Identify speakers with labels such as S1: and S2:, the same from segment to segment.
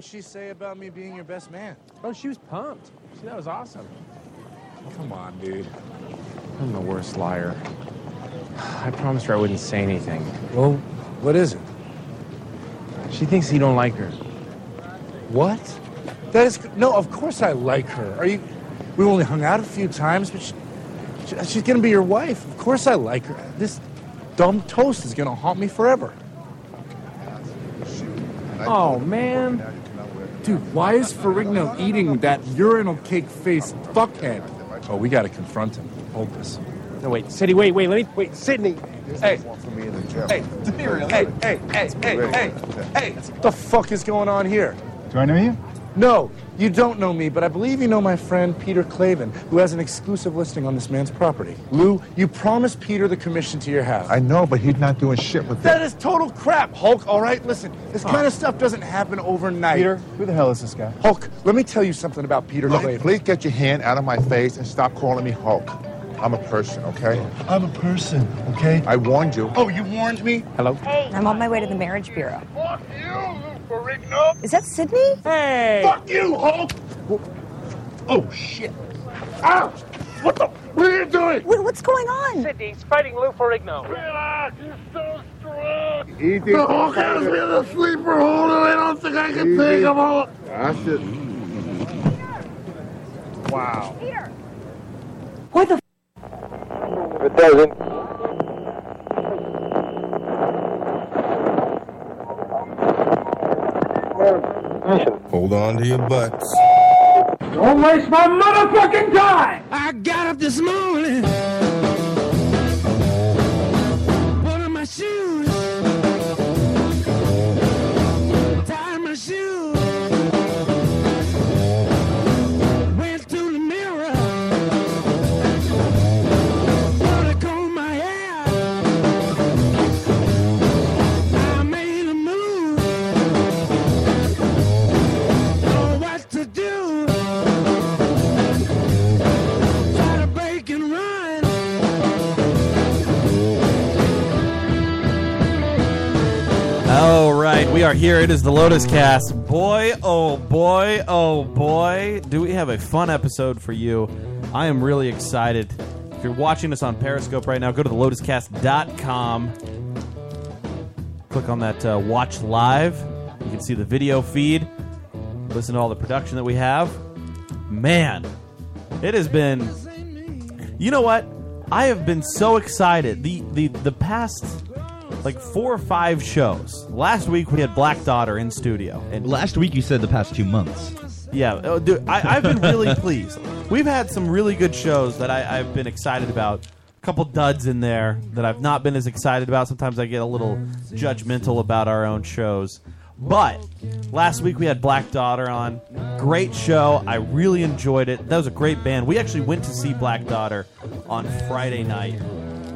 S1: she say about me being your best man?
S2: Oh, she was pumped. She that was awesome.
S1: Come on, dude.
S2: I'm the worst liar. I promised her I wouldn't say anything.
S1: Well, what is it?
S2: She thinks you don't like her.
S1: What? That is no. Of course I like her. Are you? We only hung out a few times, but she, she- she's gonna be your wife. Of course I like her. This dumb toast is gonna haunt me forever.
S2: Oh man.
S1: Dude, why is Ferrigno eating that urinal cake faced fuckhead? Oh, we gotta confront him. Hold this.
S2: No wait, Sydney, wait, wait, let me wait, Sydney.
S1: Hey,
S3: For me in the gym.
S1: hey, hey, hey, hey, hey, hey, hey! What the fuck is going on here?
S3: Do I know you?
S1: No, you don't know me, but I believe you know my friend Peter Clavin, who has an exclusive listing on this man's property. Lou, you promised Peter the commission to your house.
S3: I know, but he's not doing shit with
S1: that is total crap, Uh. Hulk, all right? Listen, this kind of stuff doesn't happen overnight.
S3: Peter, who the hell is this guy?
S1: Hulk, let me tell you something about Peter
S3: Look,
S1: Clavin.
S3: please get your hand out of my face and stop calling me Hulk. I'm a person, okay?
S1: I'm a person, okay?
S3: I warned you.
S1: Oh, you warned me?
S2: Hello?
S4: I'm on my way to the marriage bureau. Fuck you, Is that Sydney?
S2: Hey!
S1: Fuck you, Hulk! Oh, shit. Ow! What the? What are you doing?
S4: What, what's going on?
S5: He's fighting Lou Ferrigno.
S3: Easy.
S1: Hulk has me in the sleeper hold, and I don't think I can take him, Hulk!
S3: I should.
S4: Where the f-
S6: It doesn't.
S7: Hold on to your butts.
S5: Don't waste my motherfucking time!
S8: I got up this morning. Put on my shoes. Tied my shoes. Went to the mirror. Thought I combed my hair. I made a move. Know what to do try to break and run.
S9: All right, we are here. It is the Lotus Cast. Boy, oh boy, oh boy, do we have a fun episode for you. I am really excited. If you're watching us on Periscope right now, go to thelotuscast.com. Click on that uh, watch live. You can see the video feed. Listen to all the production that we have. Man, it has been You know what? I have been so excited. The the the past like four or five shows. Last week we had Black Daughter in studio, and
S10: Last week you said the past two months.
S9: yeah, oh, dude, I, I've been really pleased. We've had some really good shows that I, I've been excited about. A couple duds in there that I've not been as excited about. Sometimes I get a little judgmental about our own shows. But last week we had Black Daughter on. Great show. I really enjoyed it. That was a great band. We actually went to see Black Daughter on Friday night.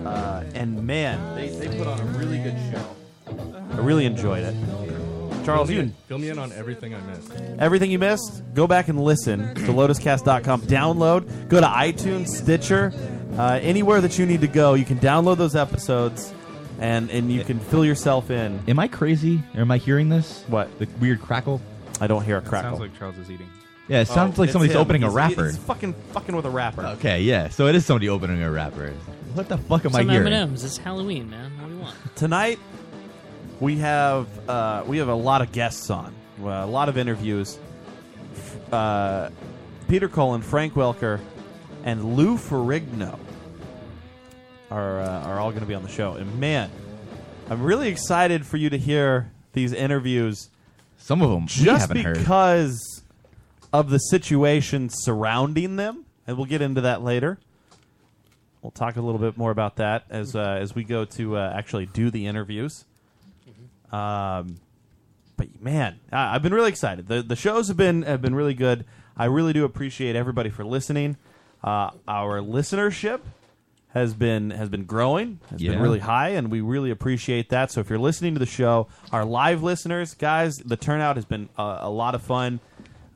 S9: Uh, and man, they, they put on a really good show. I really enjoyed it. Charles, you
S11: Fill me in on everything I missed.
S9: Everything you missed, go back and listen to lotuscast.com. Download, go to iTunes, Stitcher, uh, anywhere that you need to go. You can download those episodes and, and you can fill yourself in.
S10: Am I crazy? Or am I hearing this?
S9: What?
S10: The weird crackle?
S9: I don't hear a
S11: That
S9: crackle.
S11: sounds like Charles is eating.
S10: Yeah, it sounds
S9: Oh,
S10: like
S9: it's
S10: somebody's
S9: him.
S10: opening a
S9: He's-
S10: wrapper.
S9: He's fucking, fucking with a rapper.
S10: Okay, yeah. So it is somebody opening a wrapper. What the fuck am I hearing?
S8: It's Halloween, man. What do you want?
S9: Tonight, we have uh, we have a lot of guests on, uh, a lot of interviews. F- Uh, Peter Cullen, Frank Welker, and Lou Ferrigno are uh, are all going to be on the show. And man, I'm really excited for you to hear these interviews,
S10: Some of them we
S9: just
S10: haven't heard.
S9: because of the situation surrounding them, and we'll get into that later. We'll talk a little bit more about that as uh, as we go to uh, actually do the interviews. Um, but man, I, I've been really excited. the The shows have been have been really good. I really do appreciate everybody for listening. Uh, our listenership has been has been growing. Has been
S10: Yeah.
S9: really high, and we really appreciate that. So if you're listening to the show, our live listeners, guys, the turnout has been uh, a lot of fun.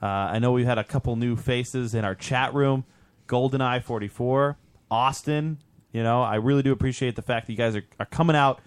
S9: Uh, I know we've had a couple new faces in our chat room. GoldenEye 44, Austin. You know, I really do appreciate the fact that you guys are, are coming out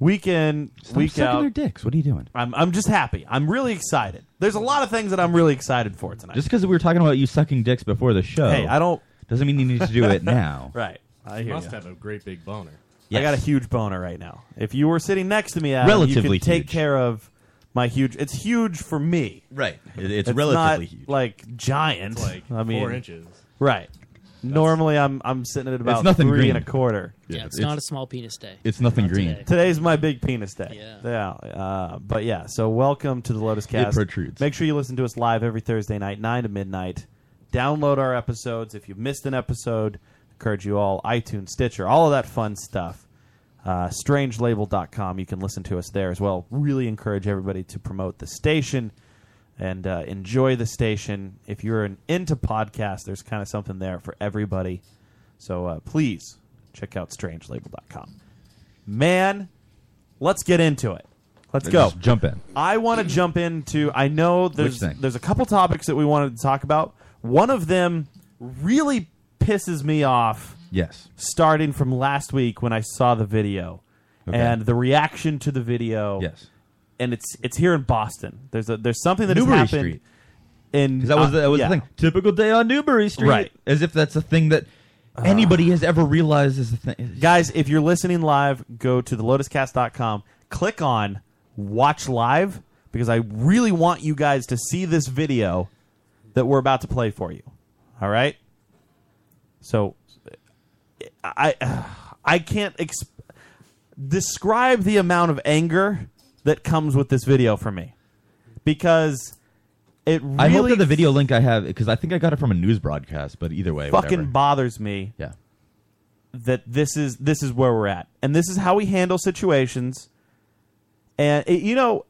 S9: week in,
S10: Stop
S9: week
S10: sucking
S9: out.
S10: their dicks. What are you doing?
S9: I'm I'm just happy. I'm really excited. There's a lot of things that I'm really excited for tonight.
S10: Just because we were talking about you sucking dicks before the show.
S9: Hey, I don't-
S10: Doesn't mean you need to do it now.
S9: right. I hear
S11: must
S9: ya.
S11: have a great big boner.
S9: I got a huge boner right now. If you were sitting next to me, Adam,
S10: Relatively
S9: you could take care of my huge. It's huge for me,
S10: right? It- it's
S9: not
S10: relatively huge.
S9: like giant.
S11: It's like
S9: I mean,
S11: four inches.
S9: Right. Normally, I'm I'm sitting at about
S10: It's nothing
S9: three
S10: green.
S9: and a quarter.
S10: Yeah, Yeah,
S12: it's it's- not a small penis day.
S10: it's nothing Not green. today.
S9: Today's my big penis day. Yeah. Uh, but yeah. So welcome to the Lotus Cast.
S10: protrudes.
S9: Make sure you listen to us live every Thursday night, nine to midnight. Download our episodes. If you missed an episode, encourage you all iTunes, Stitcher, all of that fun stuff. Uh, strangelabel.com. You can listen to us there as well. Really encourage everybody to promote the station and uh, enjoy the station. If you're an, into podcasts, there's kind of something there for everybody. So uh, please check out strangelabel.com. Man, let's get into it. Let's
S10: Let's
S9: go.
S10: just jump in.
S9: I want to jump into. I know there's
S10: thing?
S9: there's a couple topics that we wanted to talk about. One of them really pisses me off.
S10: Yes.
S9: Starting from last week when I saw the video
S10: Okay.
S9: and the reaction to the video. Yes. And it's it's here in Boston. There's a there's something that
S10: Newbury
S9: has happened.
S10: Street.
S9: In uh,
S10: 'Cause that was, the, that was
S9: yeah.
S10: the thing. Typical day on Newbury Street.
S9: Right.
S10: As if that's a thing that anybody has ever realized is a thing.
S9: Ah. Guys, if you're listening live, go to thelotuscast.com, click on watch live because I really want you guys to see this video that we're about to play for you. All right? So I I can't exp- describe the amount of anger that comes with this video for me because it really
S10: I hope that the video link I have because I think I got it from a news broadcast. But either way,
S9: fucking
S10: whatever.
S9: bothers me.
S10: Yeah.
S9: That this is this is where we're at, and this is how we handle situations. And it, you know,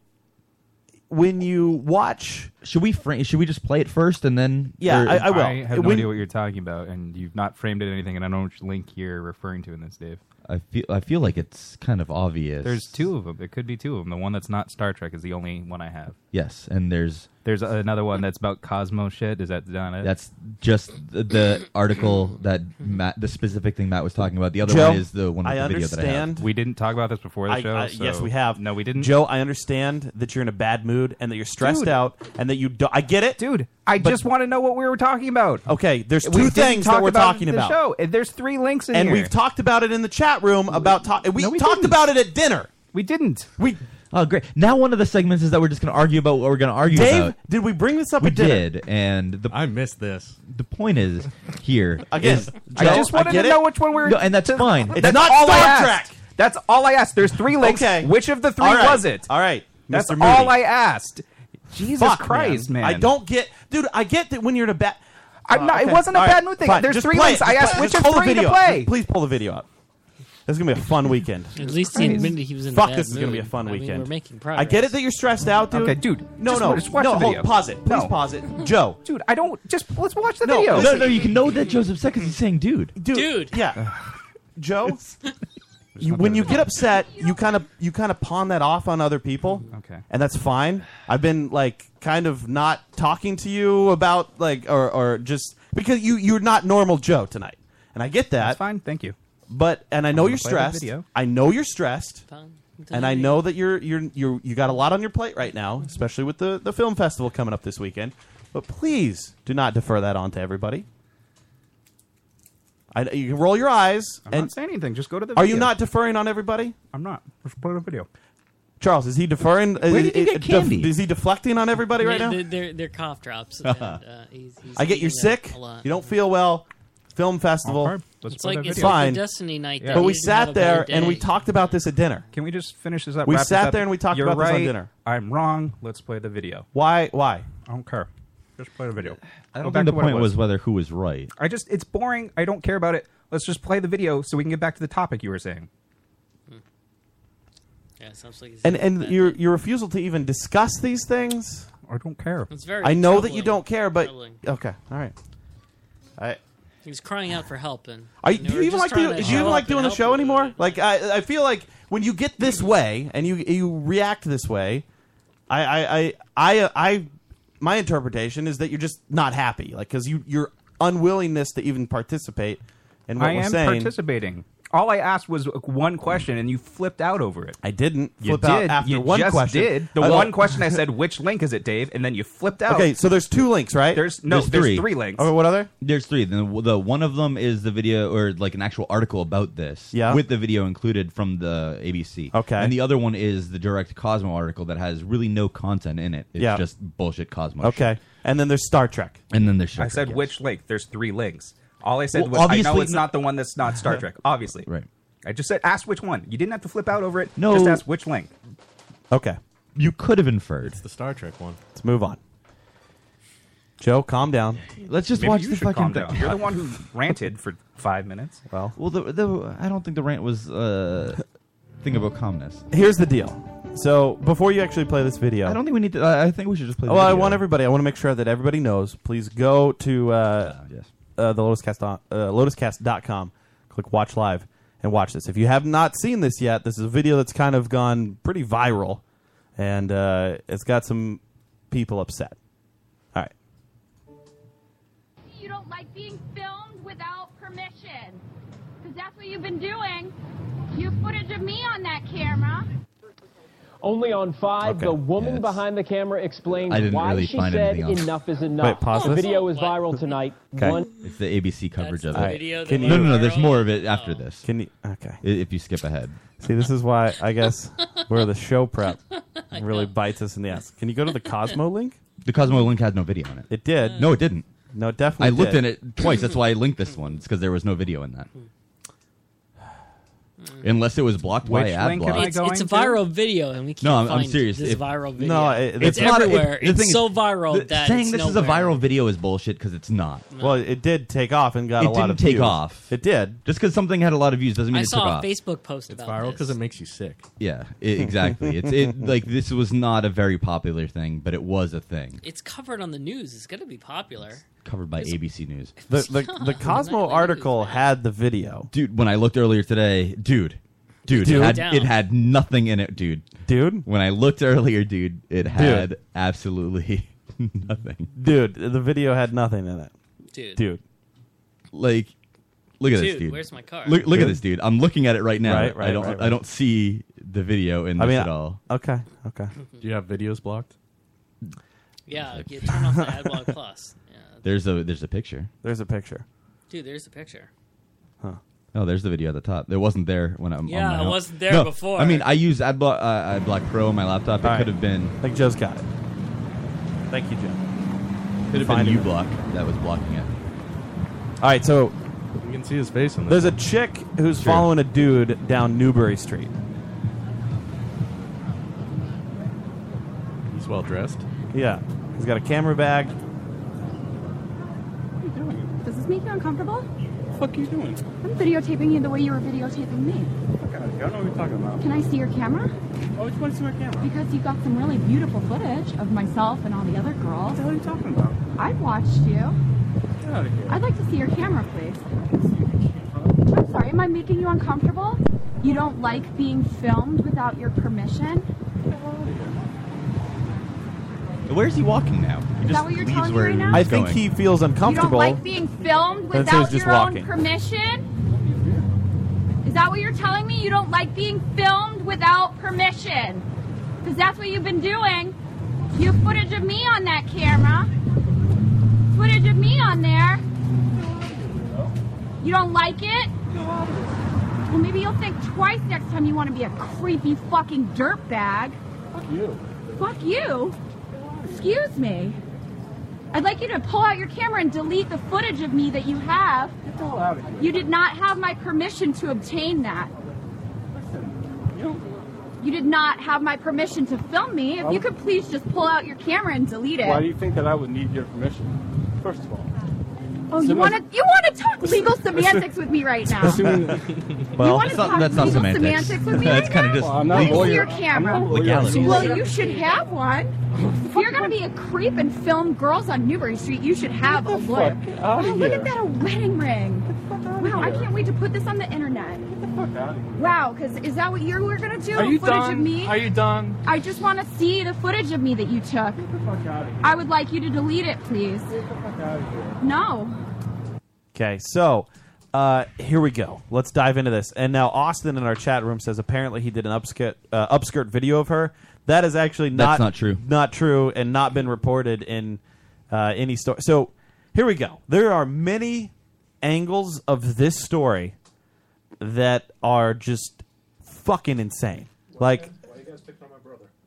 S9: when you watch,
S10: should we frame? Should we just play it first and then?
S9: Yeah, I, I will.
S13: I have no
S9: When-
S13: idea what you're talking about, and you've not framed it anything, and I don't know which link you're referring to in this, Dave.
S10: I feel I feel like it's kind of obvious.
S13: There's two of them. There could be two of them. The one that's not Star Trek is the only one I have.
S10: yes, and there's
S13: There's another one that's about Cosmo shit. Is that not it?
S10: that's just the, the article that Matt, the specific thing Matt was talking about. The other
S9: Joe,
S10: one is the one with
S9: I
S10: the video that I have.
S9: understand.
S13: We didn't talk about this before the
S9: I-
S13: show.
S9: I-
S13: so-
S9: Yes, we have.
S13: No, we didn't.
S9: Joe, I understand that you're in a bad mood and that you're stressed
S13: Dude.
S9: out and that you. Do- I get it,
S13: dude. I just want to know what we were talking about.
S9: Okay, there's
S13: We
S9: two
S13: didn't
S9: things
S13: talk
S9: that we're
S13: about
S9: talking
S13: the
S9: about.
S13: Show. And There's three links in
S9: and
S13: here.
S9: we've talked about it in the chat room about talk. We talked about it at dinner.
S13: We didn't.
S9: We
S10: Oh, great! Now one of the segments is that we're just going to argue about what we're going to argue
S9: Dave,
S10: about.
S9: did we bring this up
S10: We
S9: at dinner?
S10: did, and the I missed this. The point is here
S9: Again,
S10: is-
S13: I just wanted to know which one we were.
S10: No, and that's fine.
S13: That's all I asked. That's all I asked. There's three links.
S9: Okay.
S13: Which of the three
S9: All right.
S13: was it?
S9: All right.
S13: That's
S9: Mr. Moody.
S13: all I asked. Jesus
S9: Fuck,
S13: Christ, man.
S9: I don't get, dude. I get that when you're in a bad. uh,
S13: I'm not- it wasn't a
S9: all
S13: bad mood thing. There's
S9: just
S13: three
S9: play
S13: links.
S9: it.
S13: I
S9: Just
S13: asked
S9: play-
S13: which
S9: just
S13: of
S9: pull the
S13: three to
S9: video up.
S13: play.
S9: Please pull the video up. This is gonna be a fun weekend.
S12: At least he admitted he was in a
S9: Fuck,
S12: bad
S9: this is gonna be a
S12: mood.
S9: fun
S12: I mean,
S9: weekend.
S12: we're making
S9: I get it
S12: progress.
S9: that you're stressed out, dude.
S13: Okay, dude.
S9: No,
S13: just
S9: no,
S13: wa- just watch
S9: no.
S13: the
S9: hold,
S13: video.
S9: pause it. Please
S13: No.
S9: pause it, Joe.
S13: Dude, I don't. Just let's watch the
S9: No,
S13: video.
S10: No, no, you can know that Joe's upset because he's saying, "Dude,
S9: dude, yeah, Joe. You, when you get upset, you kind of you kind of pawn that off on other people.
S13: Okay.
S9: and that's fine. I've been like kind of not talking to you about like or or just because you you're not normal Joe tonight, and I get that.
S13: That's fine. Thank you.
S9: But and I know
S13: gonna
S9: you're
S13: play the
S9: stressed.
S13: video.
S9: I know you're stressed.
S12: Fine.
S9: And I know that you're you're you you got a lot on your plate right now, especially with the the film festival coming up this weekend. But please do not defer that on to everybody. I, you can roll your eyes
S13: I'm
S9: and
S13: not saying anything. Just go to the.
S9: are
S13: video.
S9: you not deferring on everybody?
S13: I'm not. Just play the video.
S9: Charles, is he deferring?
S10: Where did you
S9: is-
S10: get
S9: def-
S10: candy?
S9: is he deflecting on everybody right now?
S12: They're, they're, they're cough drops. and, uh, he's, he's
S9: I get you're
S12: eating that
S9: sick.
S12: a lot.
S9: You don't feel well. Film festival.
S13: Okay, let's
S12: It's
S13: play
S12: like
S13: the
S12: it's
S13: video.
S12: like
S9: Fine.
S12: the Destiny night.
S13: Yeah.
S12: that
S9: But we
S12: he didn't have
S9: sat
S12: a bad
S9: there and we
S12: day.
S9: talked about this at dinner.
S13: Can we just finish this up?
S9: We
S13: wrap this
S9: sat
S13: up?
S9: there and we talked
S13: You're
S9: about this on
S13: right.
S9: dinner.
S13: I'm wrong. Let's play the video.
S9: Why? Why?
S13: I don't care. Just play the video.
S10: I
S13: Go
S10: don't
S13: back
S10: think the
S13: to what it
S10: point was whether who was right.
S13: I just it's boring. I don't care about it. Let's just play the video so we can get back to the topic you were saying.
S12: Hmm. Yeah, sounds like he's
S9: And
S12: having a
S9: and
S12: bad
S9: your
S12: day.
S9: your refusal to even discuss these things.
S13: I don't care.
S12: It's very
S9: I know that you
S12: troubling.
S9: don't care, but
S12: Troubling.
S9: okay, all right. I,
S12: he's crying out for help. And
S9: are,
S12: and they
S9: do you
S12: were
S9: even
S12: just
S9: like do,
S12: trying to
S9: do you
S12: show
S9: even
S12: up
S9: like
S12: and
S9: doing the
S12: help
S9: show
S12: him.
S9: anymore? Like I I feel like when you get this way and you you react this way, I I I I, I my interpretation is that you're just not happy, like because you your unwillingness to even participate in what
S13: I
S9: we're
S13: am
S9: saying.
S13: participating. All I asked was like, one question, and you flipped out over it.
S9: I didn't
S13: You
S9: flip out
S13: did.
S9: after
S13: You
S9: one
S13: just
S9: question.
S13: Did the
S9: I
S10: Uh,
S9: don't-
S13: one question I said, "Which link is it, Dave?" And then you flipped out.
S9: Okay, so there's two links, right?
S13: There's no, there's three, links.
S9: Oh, what other?
S10: There's three. The, the one of them is the video or like an actual article about this,
S9: Yeah.
S10: with the video included from the ABC.
S9: Okay.
S10: and the other one is the direct Cosmo article that has really no content in it. It's
S9: Yeah.
S10: just bullshit Cosmo.
S9: Okay, and then there's Star Trek.
S10: And then there's Star
S13: I
S10: Trek,
S13: said
S10: yes.
S13: which link. There's three links. All I said
S10: Well,
S13: was, "I know
S10: obviously-
S13: it's not the one that's not Star Trek." Obviously,
S10: Right.
S13: I just said, "Ask which one." You didn't have to flip out over it.
S10: No.
S13: just ask which link.
S9: Okay.
S10: You could have inferred.
S11: It's the Star Trek one.
S9: Let's move on. Joe, calm down.
S10: Let's just
S13: Maybe
S10: watch
S13: you
S10: the
S13: should
S10: fucking
S13: calm
S10: thing.
S13: down. You're the one who ranted for five minutes.
S9: Well,
S10: Well, the, the I don't think the rant was uh thing about calmness.
S9: here's the deal. So before you actually play this video,
S10: I don't think we need to. I I think we should just play. the
S9: well, Oh, I
S10: video.
S9: want everybody. I want to make sure that everybody knows. Please go to uh, uh, the Lotuscast on, uh, lotuscast.com, click watch live, and watch this. If you have not seen this yet, this is a video that's kind of gone pretty viral, and uh, it's got some people upset. All right.
S14: You don't like being filmed without permission. Because that's what you've been doing. You have footage of me on that camera.
S15: Only on five,
S9: Okay.
S15: the woman behind the camera explains
S10: I didn't
S15: why
S10: really
S15: she
S10: find
S15: said
S10: anything else.
S15: enough is enough.
S10: Wait, pause
S15: the
S10: this?
S15: video is viral tonight.
S10: Okay.
S15: One
S10: It's the ABC coverage of
S9: the
S10: it.
S9: video that Oh. Can
S10: no,
S9: went
S10: no, no. There's more of it after this.
S9: Can you? Okay.
S10: If you skip ahead.
S9: See, this is why I guess where the show prep really bites us in the ass. Can you go to the Cosmo link?
S10: The Cosmo link had no video on it.
S9: It did.
S10: No, it didn't.
S9: No, it definitely.
S10: I looked in
S9: did.
S10: it twice. That's why I linked this one. It's because there was no video in that.
S9: Hmm.
S10: Unless it was blocked by
S12: Which
S10: ad
S12: link am
S10: block.
S12: I It's- going it's a to? viral video and we can't
S10: No, I'm, I'm
S12: find
S10: serious.
S12: this viral video.
S9: No, it- It's it's not-
S12: everywhere.
S10: the
S12: It's
S10: thing is,
S12: so viral
S10: the-
S12: that
S10: saying
S12: it's
S10: this is a
S12: nowhere.
S10: viral video is bullshit because it's not.
S9: Well, it did take off and got
S10: it
S9: a lot
S10: didn't
S9: of
S10: take
S9: views.
S10: off.
S9: It did.
S10: Just because something had a lot of views doesn't mean
S12: I
S10: it took
S12: saw a
S10: off.
S12: Facebook post about
S11: Viral
S12: this.
S11: because it makes you sick.
S10: Yeah, i exactly. it's it like this was not a very popular thing, but it was a thing
S12: It's covered on the news. It's going to be popular.
S10: covered by ABC News.
S9: The the, the Cosmo article had the video.
S10: Dude, when I looked earlier today, dude, dude,
S9: Dude.
S10: it had
S9: Down.
S10: it had nothing in it, dude.
S9: Dude,
S10: when I looked earlier, dude, it had absolutely nothing.
S9: Dude, the video had nothing in it.
S12: Dude.
S9: Dude.
S10: Like look at this,
S12: Dude,
S10: dude.
S12: where's my car?
S10: Look, look at
S9: Dude.
S10: this, dude. I'm looking at it right now.
S9: Right, right,
S10: I don't
S9: right, right.
S10: I don't see the video in
S9: I
S10: this
S9: mean,
S10: at all.
S9: Okay. Okay.
S11: Do you have videos blocked?
S12: Yeah, you turn off the AdBlock Plus. Yeah.
S10: There's a there's a picture.
S9: There's a picture.
S12: Dude, there's a picture.
S10: Oh, there's the video at the top. It wasn't there when I'm. on
S12: Yeah,
S10: my
S12: it
S10: own.
S12: wasn't there
S10: No,
S12: before.
S10: I mean, I use AdBlock uh, AdBlock Pro on my laptop. It
S9: All right.
S10: could have been.
S9: I think Joe's got it. Thank you, Joe.
S10: Could have
S9: Find
S10: been
S9: him.
S10: uBlock that was blocking it.
S9: All right, so
S11: You can see his face on this.
S9: there's a chick who's
S11: Sure.
S9: following a dude down Newbury Street.
S11: He's well dressed.
S9: Yeah, he's got a camera bag.
S14: What are you doing? Does this make you uncomfortable?
S5: fuck are you doing?
S14: I'm videotaping you the way you were videotaping me.
S5: Fuck out of here. I don't know what you're talking about.
S14: Can I see your camera?
S5: Oh, which one's my camera?
S14: Because you got some really beautiful footage of myself and all the other girls. What the hell are you talking about? I watched you.
S5: Get out of here.
S14: I'd like to see your camera, please. I'm sorry, am I making you uncomfortable? You don't like being filmed without your permission?
S10: Where is he walking now? He
S14: Is that what you're
S10: leaves
S14: telling me
S10: where
S14: right
S10: he
S14: now?
S10: was
S9: I think
S10: going.
S9: he feels uncomfortable.
S14: You don't like being filmed
S9: Then so
S14: without
S9: he's just
S14: your
S9: walking.
S14: own permission? Is that what you're telling me? You don't like being filmed without permission? Because that's what you've been doing. You have footage of me on that camera. Footage of me on there. You don't like it? Well, maybe you'll think twice next time you want to be a creepy fucking dirtbag.
S5: Fuck you.
S14: Fuck you. Excuse me. I'd like you to pull out your camera and delete the footage of me that you have.
S5: Get the hell out of here.
S14: You did not have my permission to obtain that. You did not have my permission to film me. If you could please just pull out your camera and delete
S5: Oh. Why do
S14: it.
S5: you think that I would need your permission? First of all.
S14: Oh, you
S5: Simone-
S14: want to you want to talk legal semantics with me right now?
S5: Assuming-
S10: Well,
S14: wanna
S10: that's not-
S14: talk
S10: that's not
S14: legal
S10: semantics.
S14: with me
S10: That's
S14: right
S10: kinda
S14: now?
S10: just Well, I'm not a
S14: Please
S10: lawyer.
S14: see your
S10: I'm
S14: camera.
S10: not a lawyer. Legalities.
S14: Well, you should have one. If you're gonna be a creep and film girls on Newbury Street, you should have a lawyer.
S5: fuck
S14: Oh,
S5: outta
S14: look
S5: here.
S14: at that a wedding ring. Wow, I can't wait to put this on the internet. Wow, because is that what you were gonna do?
S5: Are you
S14: footage of
S5: done?
S14: me?
S5: Are you done?
S14: I just want to see the footage of me that you took. I would like you to delete it, please. No.
S9: Okay, so Uh, here we go. Let's dive into this. And now Austin in our chat room says apparently he did an upskirt uh, upskirt video of her. That is actually not
S10: That's not true.
S9: not true, and not been reported in uh, any story. So here we go. There are many angles of this story that are just fucking insane. Like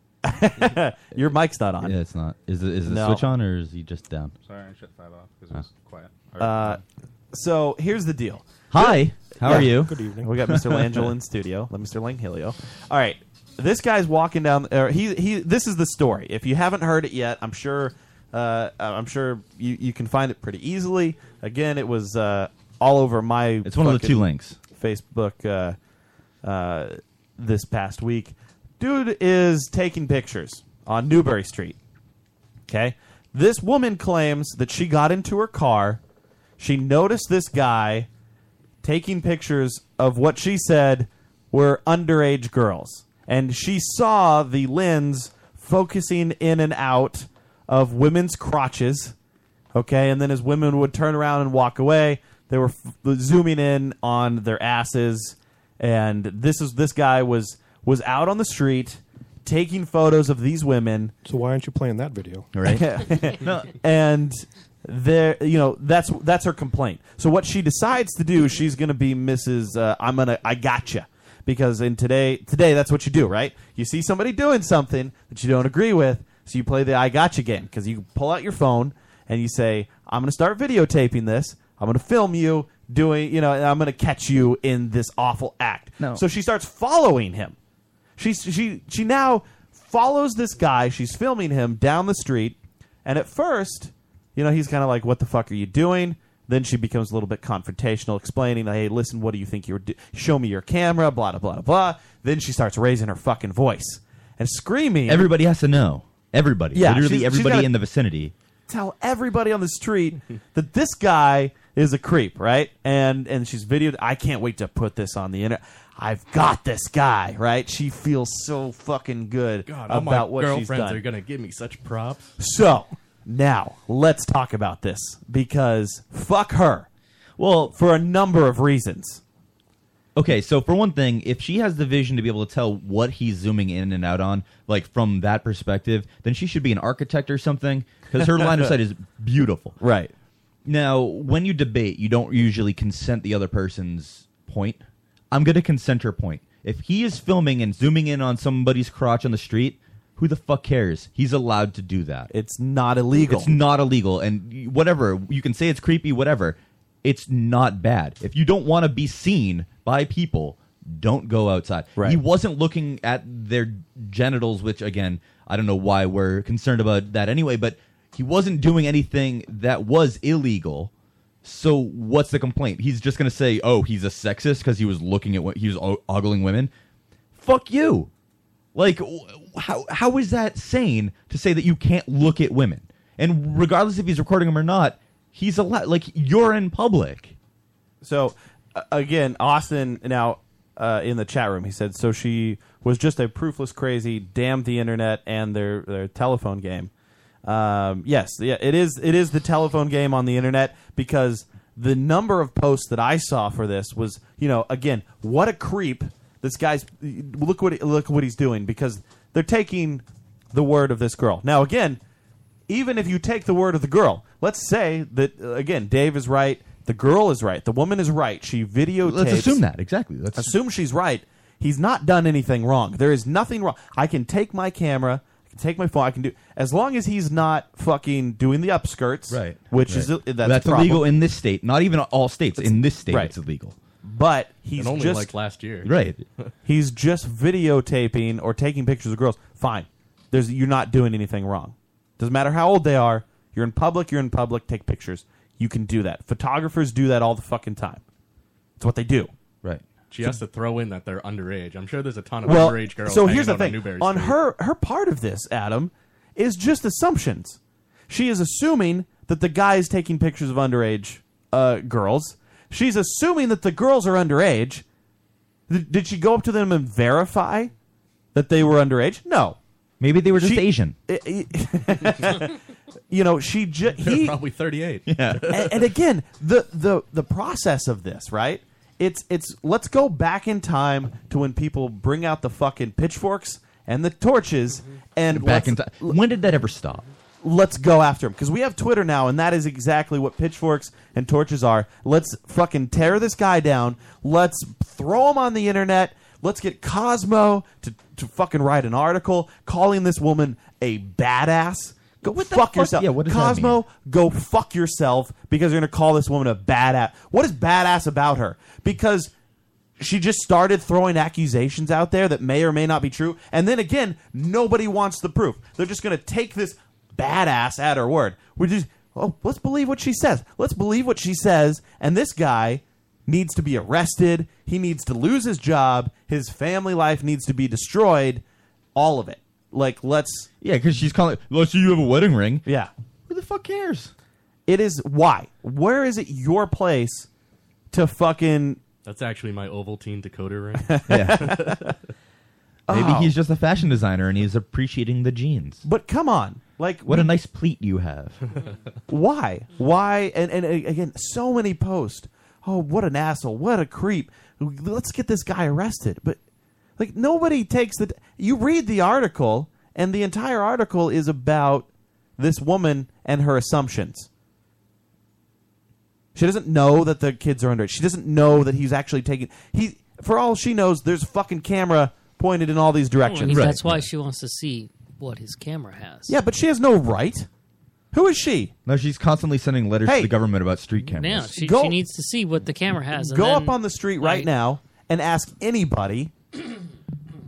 S9: your mic's not on.
S10: Yeah, it's not. Is the, is the
S9: No.
S10: switch on or is he just down?
S11: Sorry, I shut five off because
S10: Oh.
S11: it was quiet.
S9: Uh,
S10: um,
S9: so here's the deal.
S10: Hi, how are you?
S9: Good evening. We got Mr. Langell in studio. Let Mr. Langhilio. All right, this guy's walking down. Or he he. This is the story. If you haven't heard it yet, I'm sure. Uh, I'm sure you, you can find it pretty easily. Again, it was uh, all over my. It's
S10: one of the two links.
S9: Facebook uh, uh, this past week. Dude is taking pictures on Newberry Street. Okay. This woman claims that she got into her car. She noticed this guy taking pictures of what she said were underage girls. And she saw the lens focusing in and out of women's crotches. Okay. And then as women would turn around and walk away, they were f- zooming in on their asses. And this is this guy was was out on the street taking photos of these women.
S16: So why aren't you playing that video?
S9: and there, you know, that's that's her complaint. So what she decides to do, she's going to be Mrs. Uh, I'm gonna I gotcha because in today today that's what you do, right? You see somebody doing something that you don't agree with, so you play the I gotcha game because you pull out your phone and you say I'm going to start videotaping this. I'm going to film you doing, you know, and I'm going to catch you in this awful act.
S10: No.
S9: So she starts following him. She she she now follows this guy. She's filming him down the street, and at first, you know, he's kind of like, "What the fuck are you doing?" Then she becomes a little bit confrontational, explaining, "Hey, listen, what do you think you're? Do- Show me your camera." Blah blah blah blah. Then she starts raising her fucking voice and screaming.
S10: Everybody has to know. Everybody.
S9: Yeah,
S10: Literally
S9: she's- she's
S10: everybody
S9: gotta-
S10: in the vicinity.
S9: tell everybody on the street that this guy is a creep, right? And and she's videoed. I can't wait to put this on the internet. I've got this guy, right? She feels so fucking good
S11: God, all
S9: about
S11: my
S9: what she's
S11: girlfriends
S9: done.
S11: are gonna give me such props.
S9: So now let's talk about this because fuck her. Well, for a number of reasons.
S10: Okay, so for one thing, if she has the vision to be able to tell what he's zooming in and out on, like from that perspective, then she should be an architect or something because her line of sight is beautiful.
S9: Right.
S10: Now, when you debate, you don't usually consent the other person's point. I'm going to consent her point. If he is filming and zooming in on somebody's crotch on the street, who the fuck cares? He's allowed to do that.
S9: It's not illegal.
S10: It's not illegal. And y- whatever, you can say it's creepy, whatever. It's not bad. If you don't want to be seen by people, don't go outside. Right. He wasn't looking at their genitals, which, again, I don't know why we're concerned about that anyway, but he wasn't doing anything that was illegal. So what's the complaint? He's just going to say, oh, he's a sexist because he was looking at what he was o- ogling women. Fuck you. Like, w- how how is that sane to say that you can't look at women? And regardless if he's recording them or not, he's allowed. Like, you're in public.
S9: So uh, again, Austin now uh, in the chat room, he said so she was just a proofless crazy. Damn the internet and their their telephone game. Um, yes, yeah, it is. It is the telephone game on the internet because the number of posts that I saw for this was, you know, again, what a creep. This guy's look what look what he's doing because they're taking the word of this girl. Now again, even if you take the word of the girl, let's say that uh, again, Dave is right, the girl is right, the woman is right. She videotapes.
S10: Let's assume that exactly. Let's
S9: assume she's right. He's not done anything wrong. There is nothing wrong. I can take my camera, I can take my phone, I can do as long as he's not fucking doing the upskirts,
S10: Right.
S9: Which
S10: Right.
S9: is that's,
S10: That's
S9: a problem.
S10: illegal in this state. Not even all states. in this state,
S9: right.
S10: it's illegal.
S9: But he's
S11: And only,
S9: just
S11: like, last year.
S10: Right.
S9: he's just videotaping or taking pictures of girls. Fine. There's you're not doing anything wrong. Doesn't matter how old they are. You're in public. You're in public. Take pictures. You can do that. Photographers do that all the fucking time. It's what they do.
S10: Right.
S11: She has to throw in that they're underage. I'm sure there's a ton of
S9: well,
S11: underage girls.
S9: So here's the
S11: hanging out
S9: thing:
S11: on, Newberry
S9: on
S11: Street.
S9: her her part of this, Adam, is just assumptions. She is assuming that the guy is taking pictures of underage uh, girls. She's assuming that the girls are underage. Th- did she go up to them and verify that they were underage? No.
S10: Maybe they were just
S9: She-
S10: Asian.
S9: eh, you know, she just
S11: They're
S9: he
S11: probably 38.
S9: Yeah. and, and again, the the the process of this, right? It's it's let's go back in time to when people bring out the fucking pitchforks and the torches and
S10: Back in
S9: time. When
S10: did that ever stop?
S9: Let's go after him because we have Twitter now, and that is exactly what pitchforks and torches are. Let's fucking tear this guy down. Let's throw him on the internet. Let's get Cosmo to, to fucking write an article calling this woman a badass. Go fuck
S10: fuck-
S9: yourself.
S10: yeah, what does that
S9: Cosmo
S10: mean?
S9: go fuck yourself because you're going to call this woman a badass. What is badass about her? Because she just started throwing accusations out there that may or may not be true. And then again, nobody wants the proof. They're just going to take this badass at her word. We just, oh, let's believe what she says. Let's believe what she says. And this guy needs to be arrested. He needs to lose his job. His family life needs to be destroyed. All of it. Like, let's.
S10: Yeah, because she's calling. Let's say you have a wedding ring.
S9: Yeah.
S10: Who the fuck cares?
S9: It is why. Where is it your place to fucking
S11: That's actually my Ovaltine decoder ring.
S10: Yeah. Maybe
S9: Oh.
S10: he's just a fashion designer and he's appreciating the jeans.
S9: But come on, like
S10: what a
S9: we-
S10: nice pleat you have.
S9: why? Why? And and uh, again, so many posts. Oh, what an asshole! What a creep! Let's get this guy arrested. But like nobody takes the. You read the article, and the entire article is about this woman and her assumptions. She doesn't know that the kids are underage. She doesn't know that he's actually taking. He, for all she knows, there's a fucking camera pointed in all these directions.
S12: I mean, That's why she wants to see what his camera has.
S9: Yeah, but she has no right. Who is she?
S10: No, she's constantly sending letters
S9: Hey.
S10: to the government about street cameras.
S12: Now she, she needs to see what the camera has. and
S9: Go
S12: then-
S9: up on the street right now and ask anybody.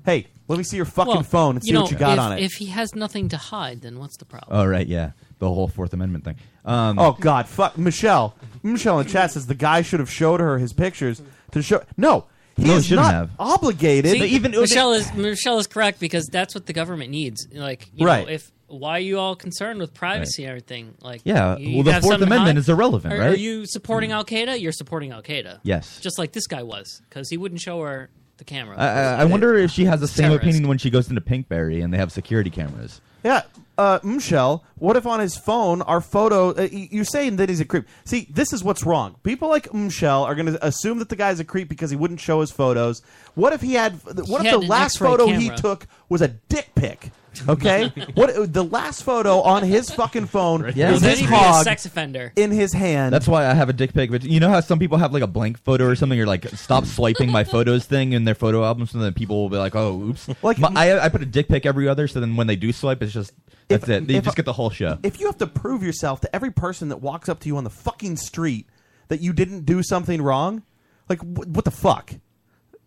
S9: hey, let me see your fucking
S12: Well,
S9: phone and see
S12: you
S9: what
S12: know,
S9: you got
S12: if-
S9: on it.
S12: If he has nothing to hide, then what's the problem?
S10: Oh right, yeah, the whole Fourth Amendment thing. Um,
S9: oh God, fuck Michelle. Michelle in chat says the guy should have showed her his pictures to show. No, he
S10: No, he
S9: is
S10: shouldn't
S9: not
S10: have.
S9: obligated.
S12: See, Michelle is Michelle is correct because that's what the government needs. Like, you
S9: Right.
S12: Know, if why are you all concerned with privacy and everything? Like,
S10: Yeah,
S12: you
S10: well, the
S12: have
S10: Fourth
S12: something to
S10: Amendment
S12: hide?
S10: is irrelevant,
S12: are, Are
S10: right?
S12: you supporting
S9: Mm.
S12: Al Qaeda? You're supporting Al Qaeda.
S10: Yes.
S12: just like this guy was because he wouldn't show her the camera.
S10: I, I, I wonder if she has the same
S12: Terrorist.
S10: opinion when she goes into Pinkberry and they have security cameras.
S9: Yeah, uh, Michelle, what if on his phone our photo? Uh, y- you're saying that he's a creep. See, this is what's wrong. People like Michelle are going to assume that the guy's a creep because he wouldn't show his photos. What if he had? What
S12: He had
S9: if the
S12: an
S9: last
S12: X-ray
S9: photo he
S12: camera.
S9: took was a dick pic? Okay, what the last photo on his fucking phone
S10: Yeah.
S9: was
S10: Well,
S9: his
S10: then he'd be a
S9: hog
S12: sex offender.
S9: in his hand.
S10: That's why I have a dick pic. But you know how some people have like a blank photo or something, or like stop swiping my photos thing in their photo albums, and then people will be like, "Oh, oops." Like my, I, I put a dick pic every other, so then when they do swipe, it's just that's it. They
S9: if-
S10: just get the whole show.
S9: if you have to prove yourself to every person that walks up to you on the fucking street that you didn't do something wrong, like wh- what the fuck?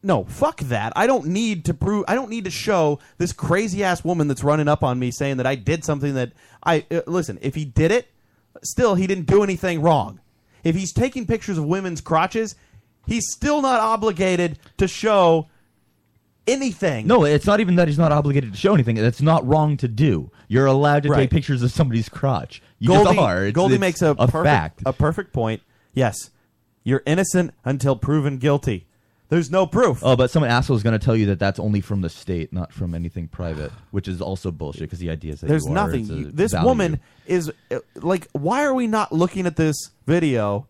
S9: No, fuck that. I don't need to prove. I don't need to show this crazy ass woman that's running up on me saying that I did something that I uh, listen. If he did it, still he didn't do anything wrong. If he's taking pictures of women's crotches, he's still not obligated to show anything.
S10: No, it's not even that he's not obligated to show anything. That's not wrong to do. You're allowed to
S9: Right.
S10: take pictures of somebody's crotch. You
S9: Goldie,
S10: just are. It's-
S9: Goldie
S10: it's
S9: makes a, perfect,
S10: fact.
S9: a perfect point. Yes, you're innocent until proven guilty. There's no proof.
S10: Oh, but some asshole is going to tell you that that's only from the state, not from anything private, which is also bullshit. Because the idea is that
S9: There's
S10: you are,
S9: nothing.
S10: it's a
S9: You- this
S10: value.
S9: woman is uh, like, why are we not looking at this video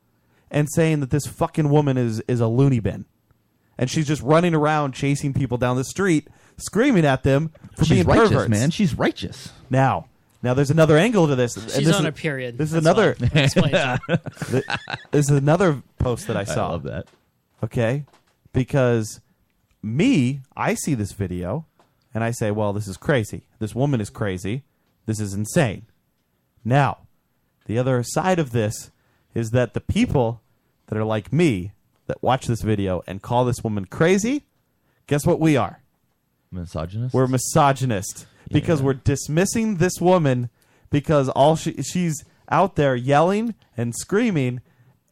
S9: and saying that this fucking woman is is a loony bin, and she's just running around chasing people down the street, screaming at them for
S10: She's
S9: being
S10: righteous,
S9: perverts.
S10: man. She's righteous.
S9: Now, now there's another angle to this. and
S12: She's
S9: this
S12: on
S9: is-
S12: her period.
S9: This is
S12: That's
S9: another.
S12: why. That explains
S9: Th- this is another post that I
S10: I
S9: saw.
S10: love that.
S9: Okay, because me, I see this video, and I say, "Well, this is crazy. This woman is crazy. This is insane." Now, the other side of this is that the people that are like me that watch this video and call this woman crazy, guess what we are?
S10: Misogynist.
S9: We're misogynist because we're dismissing this woman because all she she's out there yelling and screaming,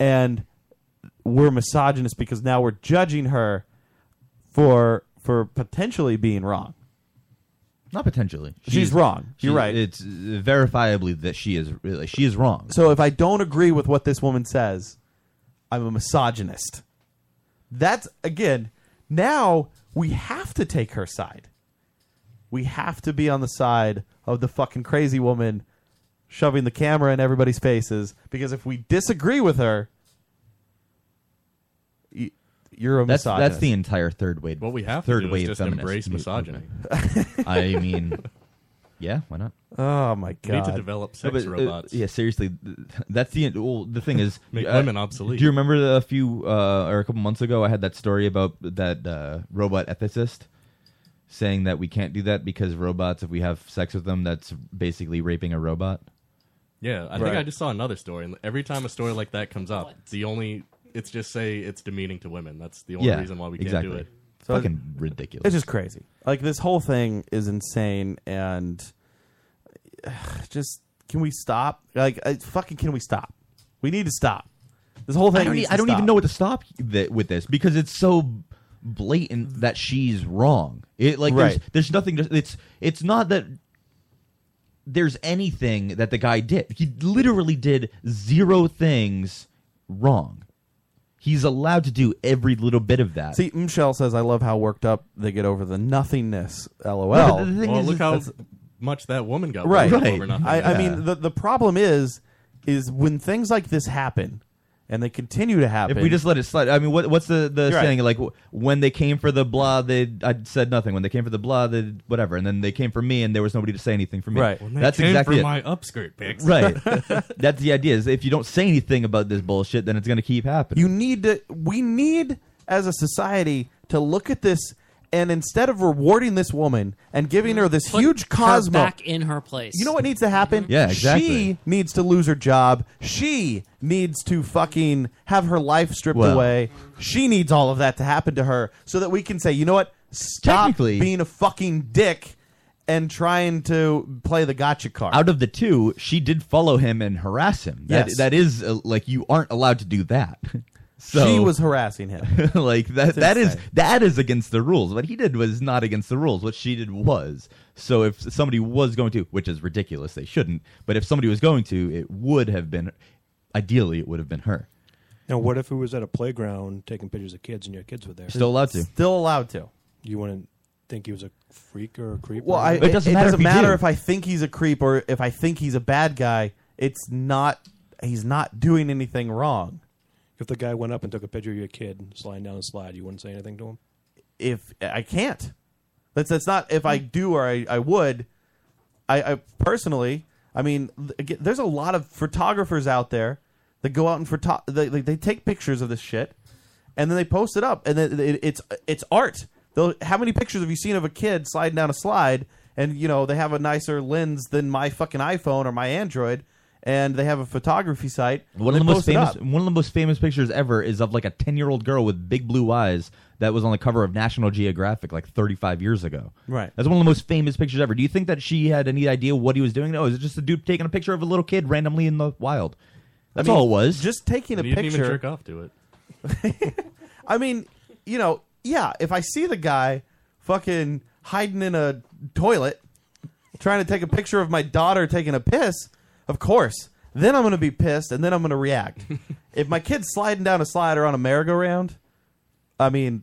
S9: and we're misogynist because now we're judging her for for potentially being wrong.
S10: Not potentially.
S9: She's wrong. You're
S10: she-
S9: right.
S10: It's uh, verifiably that she is really she is wrong.
S9: So if I don't agree with what this woman says, I'm a misogynist. That's again, now we have to take her side. we have to be on the side of the fucking crazy woman shoving the camera in everybody's faces because if we disagree with her, y- you're a
S10: That's
S9: misogynist.
S10: that's the entire third wave.
S9: What we have to
S10: third
S9: do is
S10: wave
S9: just
S10: feminist
S9: embrace
S10: movement. I mean, yeah, why not?
S9: Oh my god!
S11: We need to develop
S10: No,
S11: sex
S10: but, uh,
S11: robots.
S10: yeah, seriously, th- that's the well, the thing is
S11: Make
S10: uh,
S11: women obsolete.
S10: Do you remember the- a few uh, or a couple months ago? I had that story about that uh, robot ethicist saying that we can't do that because robots, if we have sex with them, that's basically raping a robot.
S11: Yeah, I think I just saw another story, and every time a story like that comes up, the only it's just say it's demeaning to women. That's the only
S10: Yeah,
S11: reason why we can't do
S10: exactly.
S11: it.
S10: So- Fucking ridiculous.
S9: It's just crazy. Like this whole thing is insane, and just can we stop? Like, I, fucking, can we stop? We need to stop. This whole thing.
S10: I don't, e-
S9: needs to
S10: I don't
S9: stop.
S10: even know what to stop th- with this because it's so blatant that she's wrong. It like
S9: Right.
S10: there's, there's nothing. to- It's it's not that there's anything that the guy did. He literally did zero things wrong. He's allowed to do every little bit of that.
S9: See, Michelle says, "I love how worked up they get over the nothingness." LOL.
S10: No, but the thing
S11: Well, look how much that woman got
S9: right.
S11: worked up over nothing.
S9: I, I mean, the the problem is, is when things like this happen, and they continue to happen.
S10: If we just let it slide, I mean, what, what's the, the
S9: You're right.
S10: saying? Like, wh- when they came for the blah, they I said nothing. When they came for the blah, they whatever, and then they came for me, and there was nobody to say anything for me.
S9: Right. When they
S10: That's
S11: came
S10: exactly
S11: for
S10: it.
S11: my upskirt pics.
S10: Right. That's the idea. Is if you don't say anything about this bullshit, then it's going to keep happening.
S9: You need to. We need as a society to look at this and instead of rewarding this woman and giving her this
S12: Put
S9: huge cosmo
S12: her back in her place. Mm-hmm.
S9: You know what needs to happen?
S10: Yeah, exactly.
S9: She needs to lose her job. She needs to fucking have her life stripped
S10: Well-
S9: away. She needs all of that to happen to her so that we can say, you know what? Stop being a fucking dick and trying to play the gotcha card.
S10: Out of the two, she did follow him and harass him. That,
S9: Yes.
S10: that is uh, like you aren't allowed to do that. So
S9: she was harassing him.
S10: like that.
S9: That's
S10: That is
S9: insane.
S10: that is against the rules. What he did was not against the rules. What she did was. So if somebody was going to, which is ridiculous, they shouldn't. But if somebody was going to, it would have been. Ideally, it would have been her.
S16: Now, what if it was at a playground taking pictures of kids and your kids were there?
S10: Still allowed to.
S9: Still allowed to.
S16: You wouldn't think he was a freak or a creep?
S9: Well,
S16: or
S9: I, it
S16: anything?
S9: it doesn't matter, if, I think he's a creep or if I think he's a bad guy. It's not. He's not doing anything wrong.
S16: If the guy went up and took a picture of your kid sliding down a slide, you wouldn't say anything to him.
S9: If I can't, that's that's not. If I do or I, I would, I, I personally. I mean, th- again, there's a lot of photographers out there that go out and photo. They, they, they take pictures of this shit, and then they post it up, and then it, it's it's art. They'll, how many pictures have you seen of a kid sliding down a slide? And you know they have a nicer lens than my fucking iPhone or my Android, and they have a photography site.
S10: One
S9: and
S10: of the
S9: they
S10: most
S9: post it
S10: famous
S9: up.
S10: one of the most famous pictures ever is of like a ten year old girl with big blue eyes that was on the cover of National Geographic like thirty five years ago.
S9: Right.
S10: That's one of the most famous pictures ever. Do you think that she had any idea what he was doing? No, it was just a dude taking a picture of a little kid randomly in the wild. That's
S9: I mean,
S10: all it was.
S9: Just taking a
S11: you didn't
S9: picture.
S11: even jerk off to it.
S9: I mean, you know, yeah, if I see the guy fucking hiding in a toilet trying to take a picture of my daughter taking a piss, of course. Then I'm going to be pissed and then I'm going to react. if my kid's sliding down a slide or on a merry-go-round, I mean,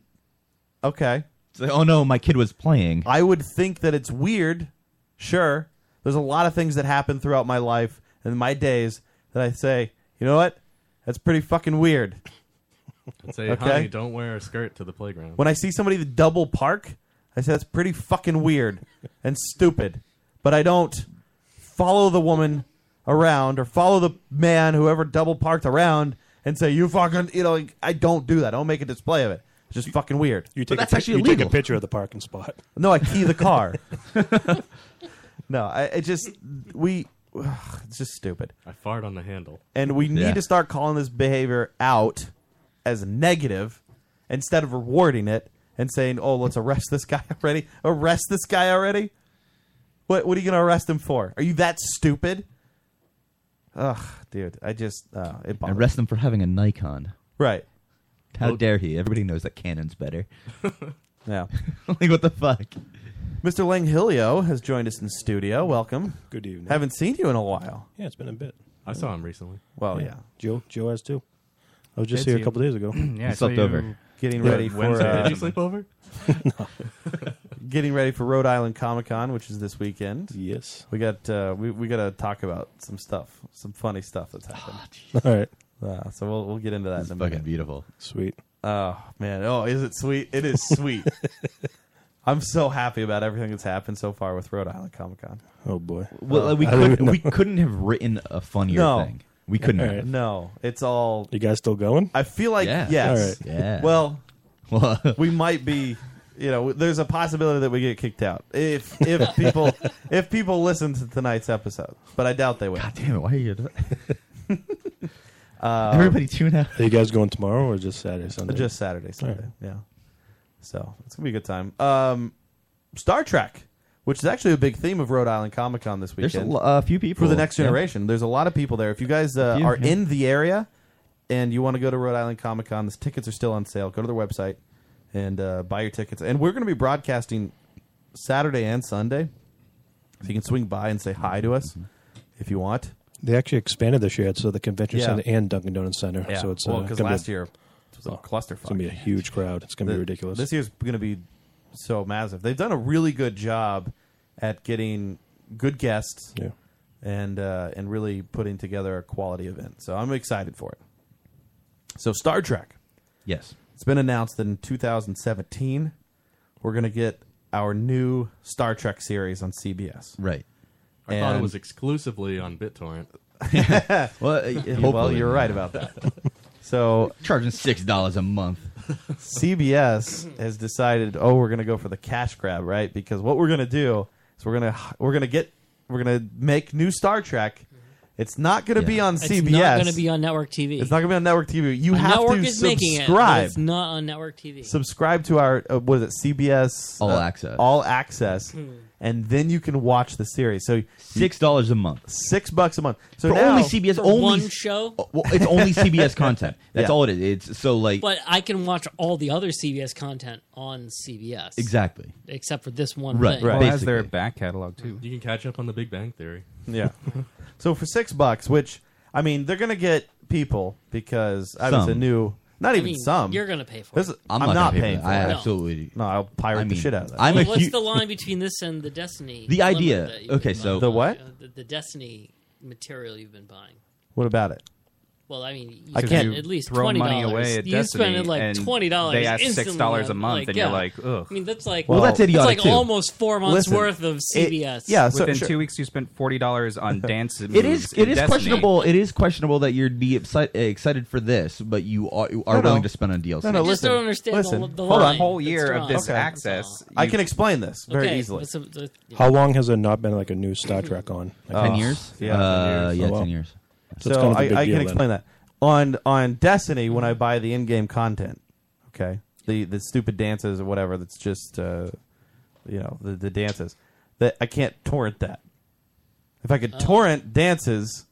S9: okay.
S10: It's like, oh no, my kid was playing.
S9: I would think that it's weird. Sure. There's a lot of things that happen throughout my life and my days that I say, you know what? That's pretty fucking weird.
S11: I'd say, honey, don't wear a skirt to the playground.
S9: When I see somebody that double park, I say that's pretty fucking weird and stupid. But I don't follow the woman around or follow the man whoever double parked around and say you fucking you know like, I don't do that. I don't make a display of it. It's just fucking weird.
S16: You take, a, pic- you take a picture of the parking spot.
S9: No, I key the car. no, I it just we ugh, it's just stupid.
S11: I fart on the handle.
S9: And we need
S11: Yeah.
S9: to start calling this behavior out as negative instead of rewarding it and saying, "Oh, let's arrest this guy already. Arrest this guy already." What what are you going to arrest him for? Are you that stupid? Ugh, dude, I just uh, it bothers.
S10: Arrest him for having a Nikon.
S9: Right.
S10: How
S9: Oh.
S10: dare he? Everybody knows that Canon's better.
S9: yeah.
S10: like what the fuck?
S9: Mr. Langhilio has joined us in studio. Welcome.
S16: Good evening.
S9: Haven't seen you in a while.
S16: Yeah, it's been a bit.
S11: I saw him recently.
S9: Well, yeah.
S16: Joe, Joe has too. I was just
S9: Did
S16: here
S9: you?
S16: a couple days ago.
S9: Yeah, I He saw slept you over. getting
S16: Yeah.
S9: ready for, Wednesday. uh, Did you sleep over?
S16: um, no.
S9: getting ready for Rhode Island Comic Con, which is this weekend. Yes, we got uh, we we got to talk about some stuff, some funny stuff that's happened.
S16: Ah, All right.
S9: Uh, so we'll we'll get into that. in a
S10: fucking
S9: minute.
S10: beautiful.
S16: Sweet.
S9: Oh man. Oh, is it sweet? It is sweet. I'm so happy about everything that's happened so far with Rhode Island Comic Con.
S16: Oh boy.
S10: Well, we couldn't we couldn't have written a funnier
S9: No.
S10: thing. We couldn't.
S9: All right.
S10: have.
S9: No, it's all.
S16: You guys still going?
S9: I feel like
S10: Yeah.
S9: yes.
S10: All right. Yeah.
S9: Well, we might be. You know, there's a possibility that we get kicked out if if people if people listen to tonight's episode, but I doubt they will. God
S10: damn it! Why are you?
S9: Uh,
S10: tune out.
S16: Are you guys going tomorrow or just Saturday, Sunday?
S9: Just Saturday, Sunday.
S16: All
S9: Yeah. So it's gonna be a good time. Um, Star Trek, which is actually a big theme of Rhode Island Comic Con this
S10: There's
S9: weekend.
S10: a lo- a few people,
S9: for the next
S10: yeah.
S9: generation. There's a lot of people there. If you guys uh,
S10: few,
S9: are
S10: yeah.
S9: in the area and you want to go to Rhode Island Comic Con, the tickets are still on sale. Go to their website and uh, buy your tickets. And we're going to be broadcasting Saturday and Sunday, so you can swing by and say hi to us if you want.
S16: They actually expanded this year, so the convention
S9: Yeah.
S16: center and Dunkin' Donuts Center. So it's
S9: well
S16: uh,
S9: because
S16: gonna be
S9: last
S16: a-
S9: year it was a clusterfuck.
S16: It's gonna be a huge crowd. It's gonna
S9: The-
S16: be ridiculous.
S9: This year's going to be so massive. They've done a really good job at getting good guests and uh, and really putting together a quality event. So I'm excited for it. So Star Trek,
S10: yes,
S9: it's been announced that in 2017 we're going to get our new Star Trek series on CBS.
S10: Right.
S11: I thought it
S9: And-
S11: was exclusively on BitTorrent.
S10: well, uh,
S9: well, you're right about that. So
S10: charging six dollars a month.
S9: CBS has decided, oh, we're going to go for the cash grab, right? Because what we're going to do is we're going to we're going to get we're going to make new Star Trek.
S10: Mm-hmm.
S9: It's not going to be on
S12: It's
S9: CBS.
S12: not going to be on network TV.
S9: It's not going to be on network TV. You
S12: The
S9: have
S12: network
S9: to
S12: is making it, but
S9: subscribe.
S12: it's not on network TV.
S9: Subscribe to our uh, what is it? CBS
S10: All
S9: uh,
S10: Access.
S9: All Access,
S12: Hmm.
S9: and then you can watch the series. So
S10: six dollars a month.
S9: Six bucks a month. So
S10: For
S9: now,
S10: only CBS,
S12: For
S10: only
S12: one show?
S10: Oh, Well, it's only CBS content. That's
S9: Yeah.
S10: all it is. It's so like
S12: But I can watch all the other CBS content on CBS.
S10: Exactly.
S12: Except for this one thing.
S17: Well, as their back catalog too.
S11: You can catch up on the Big Bang Theory.
S9: Yeah. so for six bucks, which I mean, they're gonna get people because I was a
S10: Some.
S9: new. Not
S12: I
S9: even
S12: mean,
S9: some.
S12: you're gonna pay for
S9: This
S12: it.
S9: is-
S10: I'm
S9: I'm,
S10: not
S9: not,
S10: gonna pay for
S9: paying
S10: it.
S9: for
S10: I
S9: it.
S10: absolutely-
S9: No, I'll pirate
S10: I
S9: the
S10: mean,
S9: shit out of that.
S10: I'm a
S12: Well, what's
S10: hu-
S12: the line between this and the Destiny?
S10: The
S12: limit
S10: idea-
S12: that you've
S10: okay,
S12: been
S10: so-
S12: buying?
S10: The what?
S12: Uh, The, the Destiny material you've been buying.
S9: What about it?
S12: Well, I mean, you
S9: I
S12: spend
S9: can't-
S12: at least
S17: throw
S12: twenty
S17: money away at
S12: You
S17: Destiny,
S12: spend like
S17: and
S12: twenty dollars.
S17: they ask $6 a month, and you're like, ugh.
S12: I mean, that's like
S17: Well, that's
S12: like
S17: idiotic, too.
S12: almost four months
S17: Listen,
S12: worth of CBS.
S17: within two weeks you spent forty dollars on dance.
S10: It is.
S17: moves
S10: It
S17: in
S10: is
S17: Destiny.
S10: questionable. It is questionable that you'd be exci- excited for this, but you are, you are
S9: No, no.
S10: willing to spend on DLC.
S9: No, no, I just listen, don't understand
S12: listen. the- the
S10: Hold
S12: line
S10: on.
S12: Whole year that's of this drawn. access,
S9: I
S12: you-
S9: can explain this very
S12: Okay,
S9: easily.
S12: what's the- the-
S16: How long has there not been like a new Star Trek on? Like,
S9: Oh, Yeah,
S10: Uh, yeah,
S16: Oh, wow.
S10: ten years.
S9: So,
S16: it's kind of a
S9: I,
S16: big
S9: I
S16: deal
S9: can
S16: then.
S9: explain that on on Destiny when I buy the in-game content. Okay, the the stupid dances or whatever. That's just uh, you know the the dances that I can't torrent that. If I
S12: Oh.
S9: could torrent dances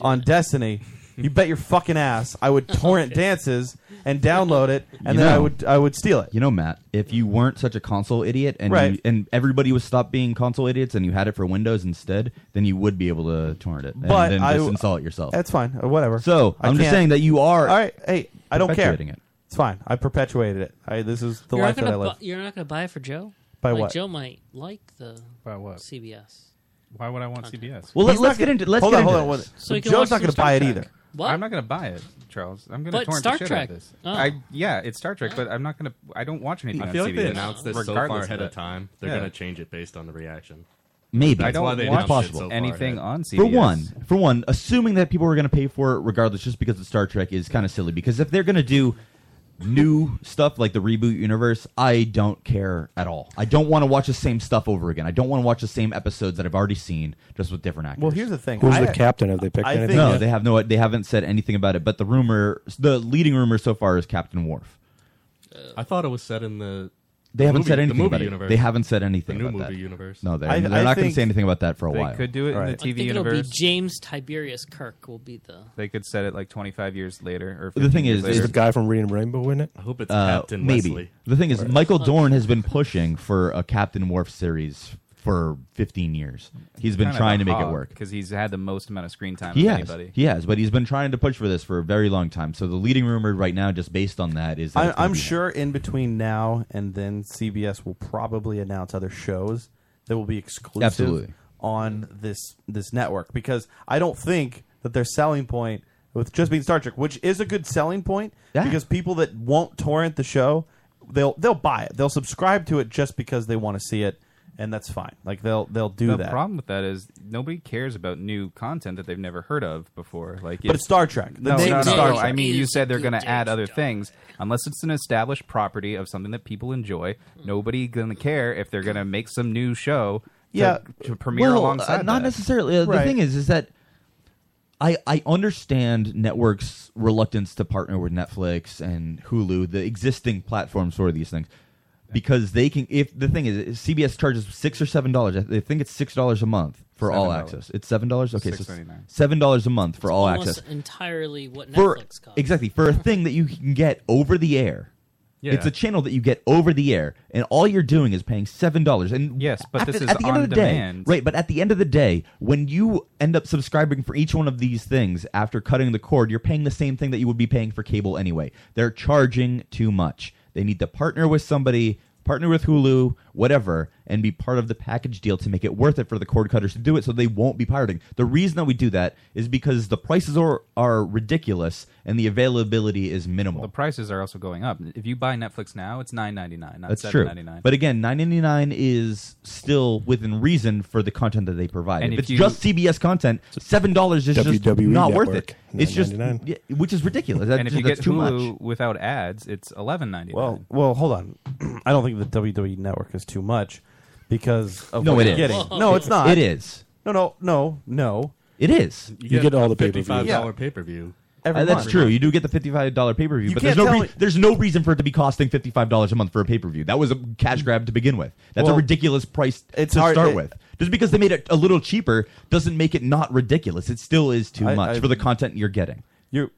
S9: on Destiny, you bet your fucking ass I would torrent dances and download it, and
S10: You
S9: then I
S10: know-
S9: would I would steal it.
S10: You know, Matt, if you weren't such a console idiot and
S9: Right.
S10: you, and everybody was stopped being console idiots and you had it for Windows instead, then you would be able to torrent it and
S9: But
S10: then
S9: I-
S10: just install it yourself.
S9: That's fine. Or whatever.
S10: So
S9: I
S10: I'm just
S9: can't-
S10: saying that you are.
S9: All right. Hey, I don't care.
S10: perpetuating it.
S9: It's fine. I perpetuated it. I, this is the
S12: you're
S9: life
S12: not
S9: that I
S12: gonna
S9: live.
S12: bu- you're not gonna buy it for Joe.
S9: By
S12: like,
S9: what?
S12: Joe might like the
S17: By what?
S12: CBS.
S17: Why would I want CBS?
S9: Well, let- He's let's not get gonna- into- let's hold get on, into hold on, this. what- So you can Joe's watch not some gonna Star buy it Trek. either.
S12: What?
S17: I'm not going to buy it, Charles. I'm going to
S12: But
S17: torrent
S12: Star
S17: the shit
S12: Trek.
S17: out of this.
S12: Oh.
S17: I yeah, it's Star Trek, but I'm not going to. I don't watch anything.
S11: I
S17: on
S11: feel like they
S17: CBS,
S11: announced this so
S17: regardless
S11: far ahead
S17: that.
S11: of time. They're
S17: Yeah.
S11: going to change it based on the reaction.
S10: Maybe
S11: That's
S10: I don't
S11: why they
S10: it's
S11: announced
S10: possible.
S11: It so far
S17: Anything
S11: ahead.
S17: on CBS
S10: For one, for one, assuming that people are going to pay for it regardless, just because it's Star Trek, is kind of silly. Because if they're going to do new stuff like the reboot universe, I don't care at all. I don't want to watch the same stuff over again. I don't want to watch the same episodes that I've already seen, just with different actors.
S9: Well, here's the thing.
S16: Who's
S9: I-
S16: the captain? Have they picked
S9: I
S16: anything?
S9: think-
S10: no, they have no. They haven't said anything about it. But the rumor, the leading rumor so far is Captain Worf.
S11: I thought it was set in the.
S10: They haven't
S11: movie-
S10: said
S11: the
S10: anything
S11: movie
S10: about
S11: universe.
S10: it. They haven't said anything
S11: The new
S10: about
S11: movie
S10: that.
S11: universe.
S10: No, they're,
S11: I-
S10: they're
S11: I
S10: not going
S11: think-
S10: to say anything about that for a
S17: They
S10: while.
S17: could do it in the
S12: I think
S17: TV
S12: it'll be
S17: universe.
S12: James Tiberius Kirk will be the.
S17: They could set it like 25 years later. Or
S10: The thing
S17: 15 years
S10: is-
S17: later.
S10: is
S16: the guy from Reading Rainbow in it?
S11: I hope
S10: Uh, maybe the thing is, Michael Dorn has been pushing for a Captain Worf series for 15 years. He's been
S17: Kind of
S10: trying
S17: a
S10: to make it
S17: hog,
S10: work.
S17: because he's had the most amount of screen time.
S10: He
S17: of
S10: has,
S17: anybody.
S10: he has, but he's been trying to push for this for a very long time. So the leading rumor right now, just based on that, is that
S9: I,
S10: it's gonna
S9: I'm
S10: be-
S9: sure in between now and then, CBS will probably announce other shows that will be exclusive
S10: Absolutely.
S9: on this this network because I don't think that their selling point with just being Star Trek, which is a good selling point, because people that won't torrent the show, they'll they'll buy it, they'll subscribe to it just because they want to see it, and that's fine. Like they'll they'll do
S17: the
S9: that.
S17: problem with that is nobody cares about new content that they've never heard of before. Like,
S9: But it's Star Trek. The
S17: no,
S9: name
S17: no, no,
S9: is Star
S17: no.
S9: Trek.
S17: I mean, you said they're
S9: It
S17: going
S9: is
S17: to add other things unless it's an established property of something that people enjoy. Nobody going to care if they're going to make some new show. to-
S10: Yeah.
S17: to, premiere
S10: Well, uh,
S17: alongside.
S10: not
S17: that.
S10: necessarily. Uh, The thing is, is that I I understand networks' reluctance to partner with Netflix and Hulu, the existing platforms for these things, because they can. If the thing is, CBS charges six or seven dollars. I I think it's six dollars a month for all
S9: $7.
S10: access. It's seven dollars. Okay, so
S9: $6.99.
S10: seven dollars a month for all
S12: Almost
S10: access.
S12: entirely what
S10: For,
S12: Netflix
S10: exactly for a thing that you can get over the air.
S12: Yeah.
S10: It's a channel that you get over the air, and all you're doing is paying seven dollars. And
S17: Yes, but
S10: after-
S17: this is
S10: at the end
S17: on
S10: of the day,
S17: demand.
S10: right? But at the end of the day, when you end up subscribing for each one of these things after cutting the cord, you're paying the same thing that you would be paying for cable anyway. They're charging too much. They need to partner with somebody, partner with Hulu, whatever, and be part of the package deal to make it worth it for the cord cutters to do it so they won't be pirating. The reason that we do that is because the prices are, are ridiculous and the availability is minimal.
S17: The prices are also going up. If you buy Netflix now, it's nine ninety nine, not
S10: That's
S17: seven
S10: true.
S17: ninety nine.
S10: But again, nine ninety nine is still within reason for the content that they provide.
S17: And
S10: if
S17: if
S10: it's
S17: you-
S10: just CBS content, seven dollars is just
S17: WWE
S10: not worth it.
S17: E Network,
S10: It's just
S17: $9.99.
S10: yeah, which is ridiculous. That,
S17: and if you
S10: that's
S17: get
S10: too
S17: Hulu
S10: much.
S17: without ads, it's eleven ninety nine.
S9: Well, well, hold on. I don't think the WWE network is too much because of
S10: No,
S9: what
S10: it
S9: you're
S10: is.
S9: getting. No, it's not.
S10: It is.
S9: No, no, no, no.
S10: It is.
S9: You You get get all the pay-per-view.
S11: $55
S9: Yeah.
S11: pay-per-view.
S9: Every
S10: Uh, that's
S9: month.
S10: true. You do get the fifty-five dollar pay-per-view,
S9: You
S10: but there's
S9: can't
S10: no
S9: tell
S10: re- there's no reason for it to be costing fifty-five dollars a month for a pay-per-view. That was a cash grab to begin with. That's
S9: Well,
S10: a ridiculous price
S9: it's
S10: to
S9: hard-
S10: start
S9: it-
S10: with. Just because they made it a little cheaper doesn't make it not ridiculous. It still is too
S11: I-
S10: much
S11: I-
S10: for the content you're getting.
S9: You,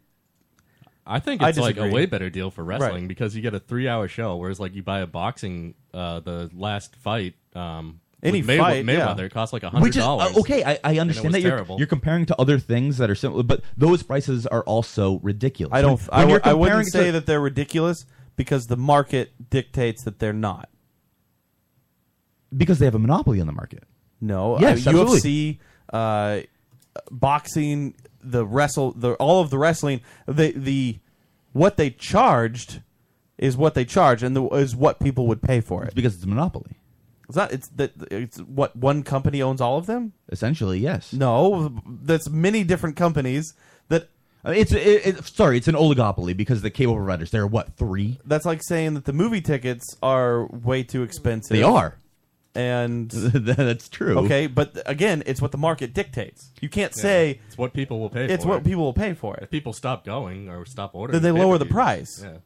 S11: I think
S10: I
S11: it's like a
S10: disagree.
S11: way better deal for wrestling
S10: Right.
S11: because you get a three-hour show, whereas like you buy a boxing, uh, the last fight, um,
S10: Any
S11: with May-
S10: fight,
S11: Mayweather
S10: yeah.
S11: costs like a
S10: Which
S11: hundred
S10: is,
S11: dollars.
S10: uh, okay, I, I understand
S11: and it
S10: that
S11: was
S10: you're,
S11: terrible.
S10: you're comparing to other things that are similar, but those prices are also ridiculous.
S9: I don't.
S10: When-
S9: I,
S10: when
S9: w-
S10: you're
S9: I
S10: comparing
S9: wouldn't
S10: to-
S9: say that they're ridiculous because the market dictates that they're not.
S10: because they have a monopoly on the market.
S9: No,
S10: Yes,
S9: uh,
S10: absolutely.
S9: UFC, uh, boxing, the wrestle, the all of the wrestling, the the what they charged is what they charge, and the, is what people would pay for it. It's
S10: because it's a monopoly.
S9: It's not. It's that. It's what one company owns all of them.
S10: Essentially, yes.
S9: No, that's many different companies that.
S10: It's it, it, sorry, it's an oligopoly because the cable providers. There are what three?
S9: That's like saying that the movie tickets are way too expensive.
S10: They are.
S9: and
S10: that's true.
S9: Okay, but th- again, it's what the market dictates. You can't
S11: Yeah.
S9: say
S11: it's what people will pay.
S9: It's
S11: for
S9: what
S11: it.
S9: people will pay for it.
S11: If people stop going or stop ordering,
S9: Then they lower the
S11: pay-per-views.
S9: price.
S11: Yeah.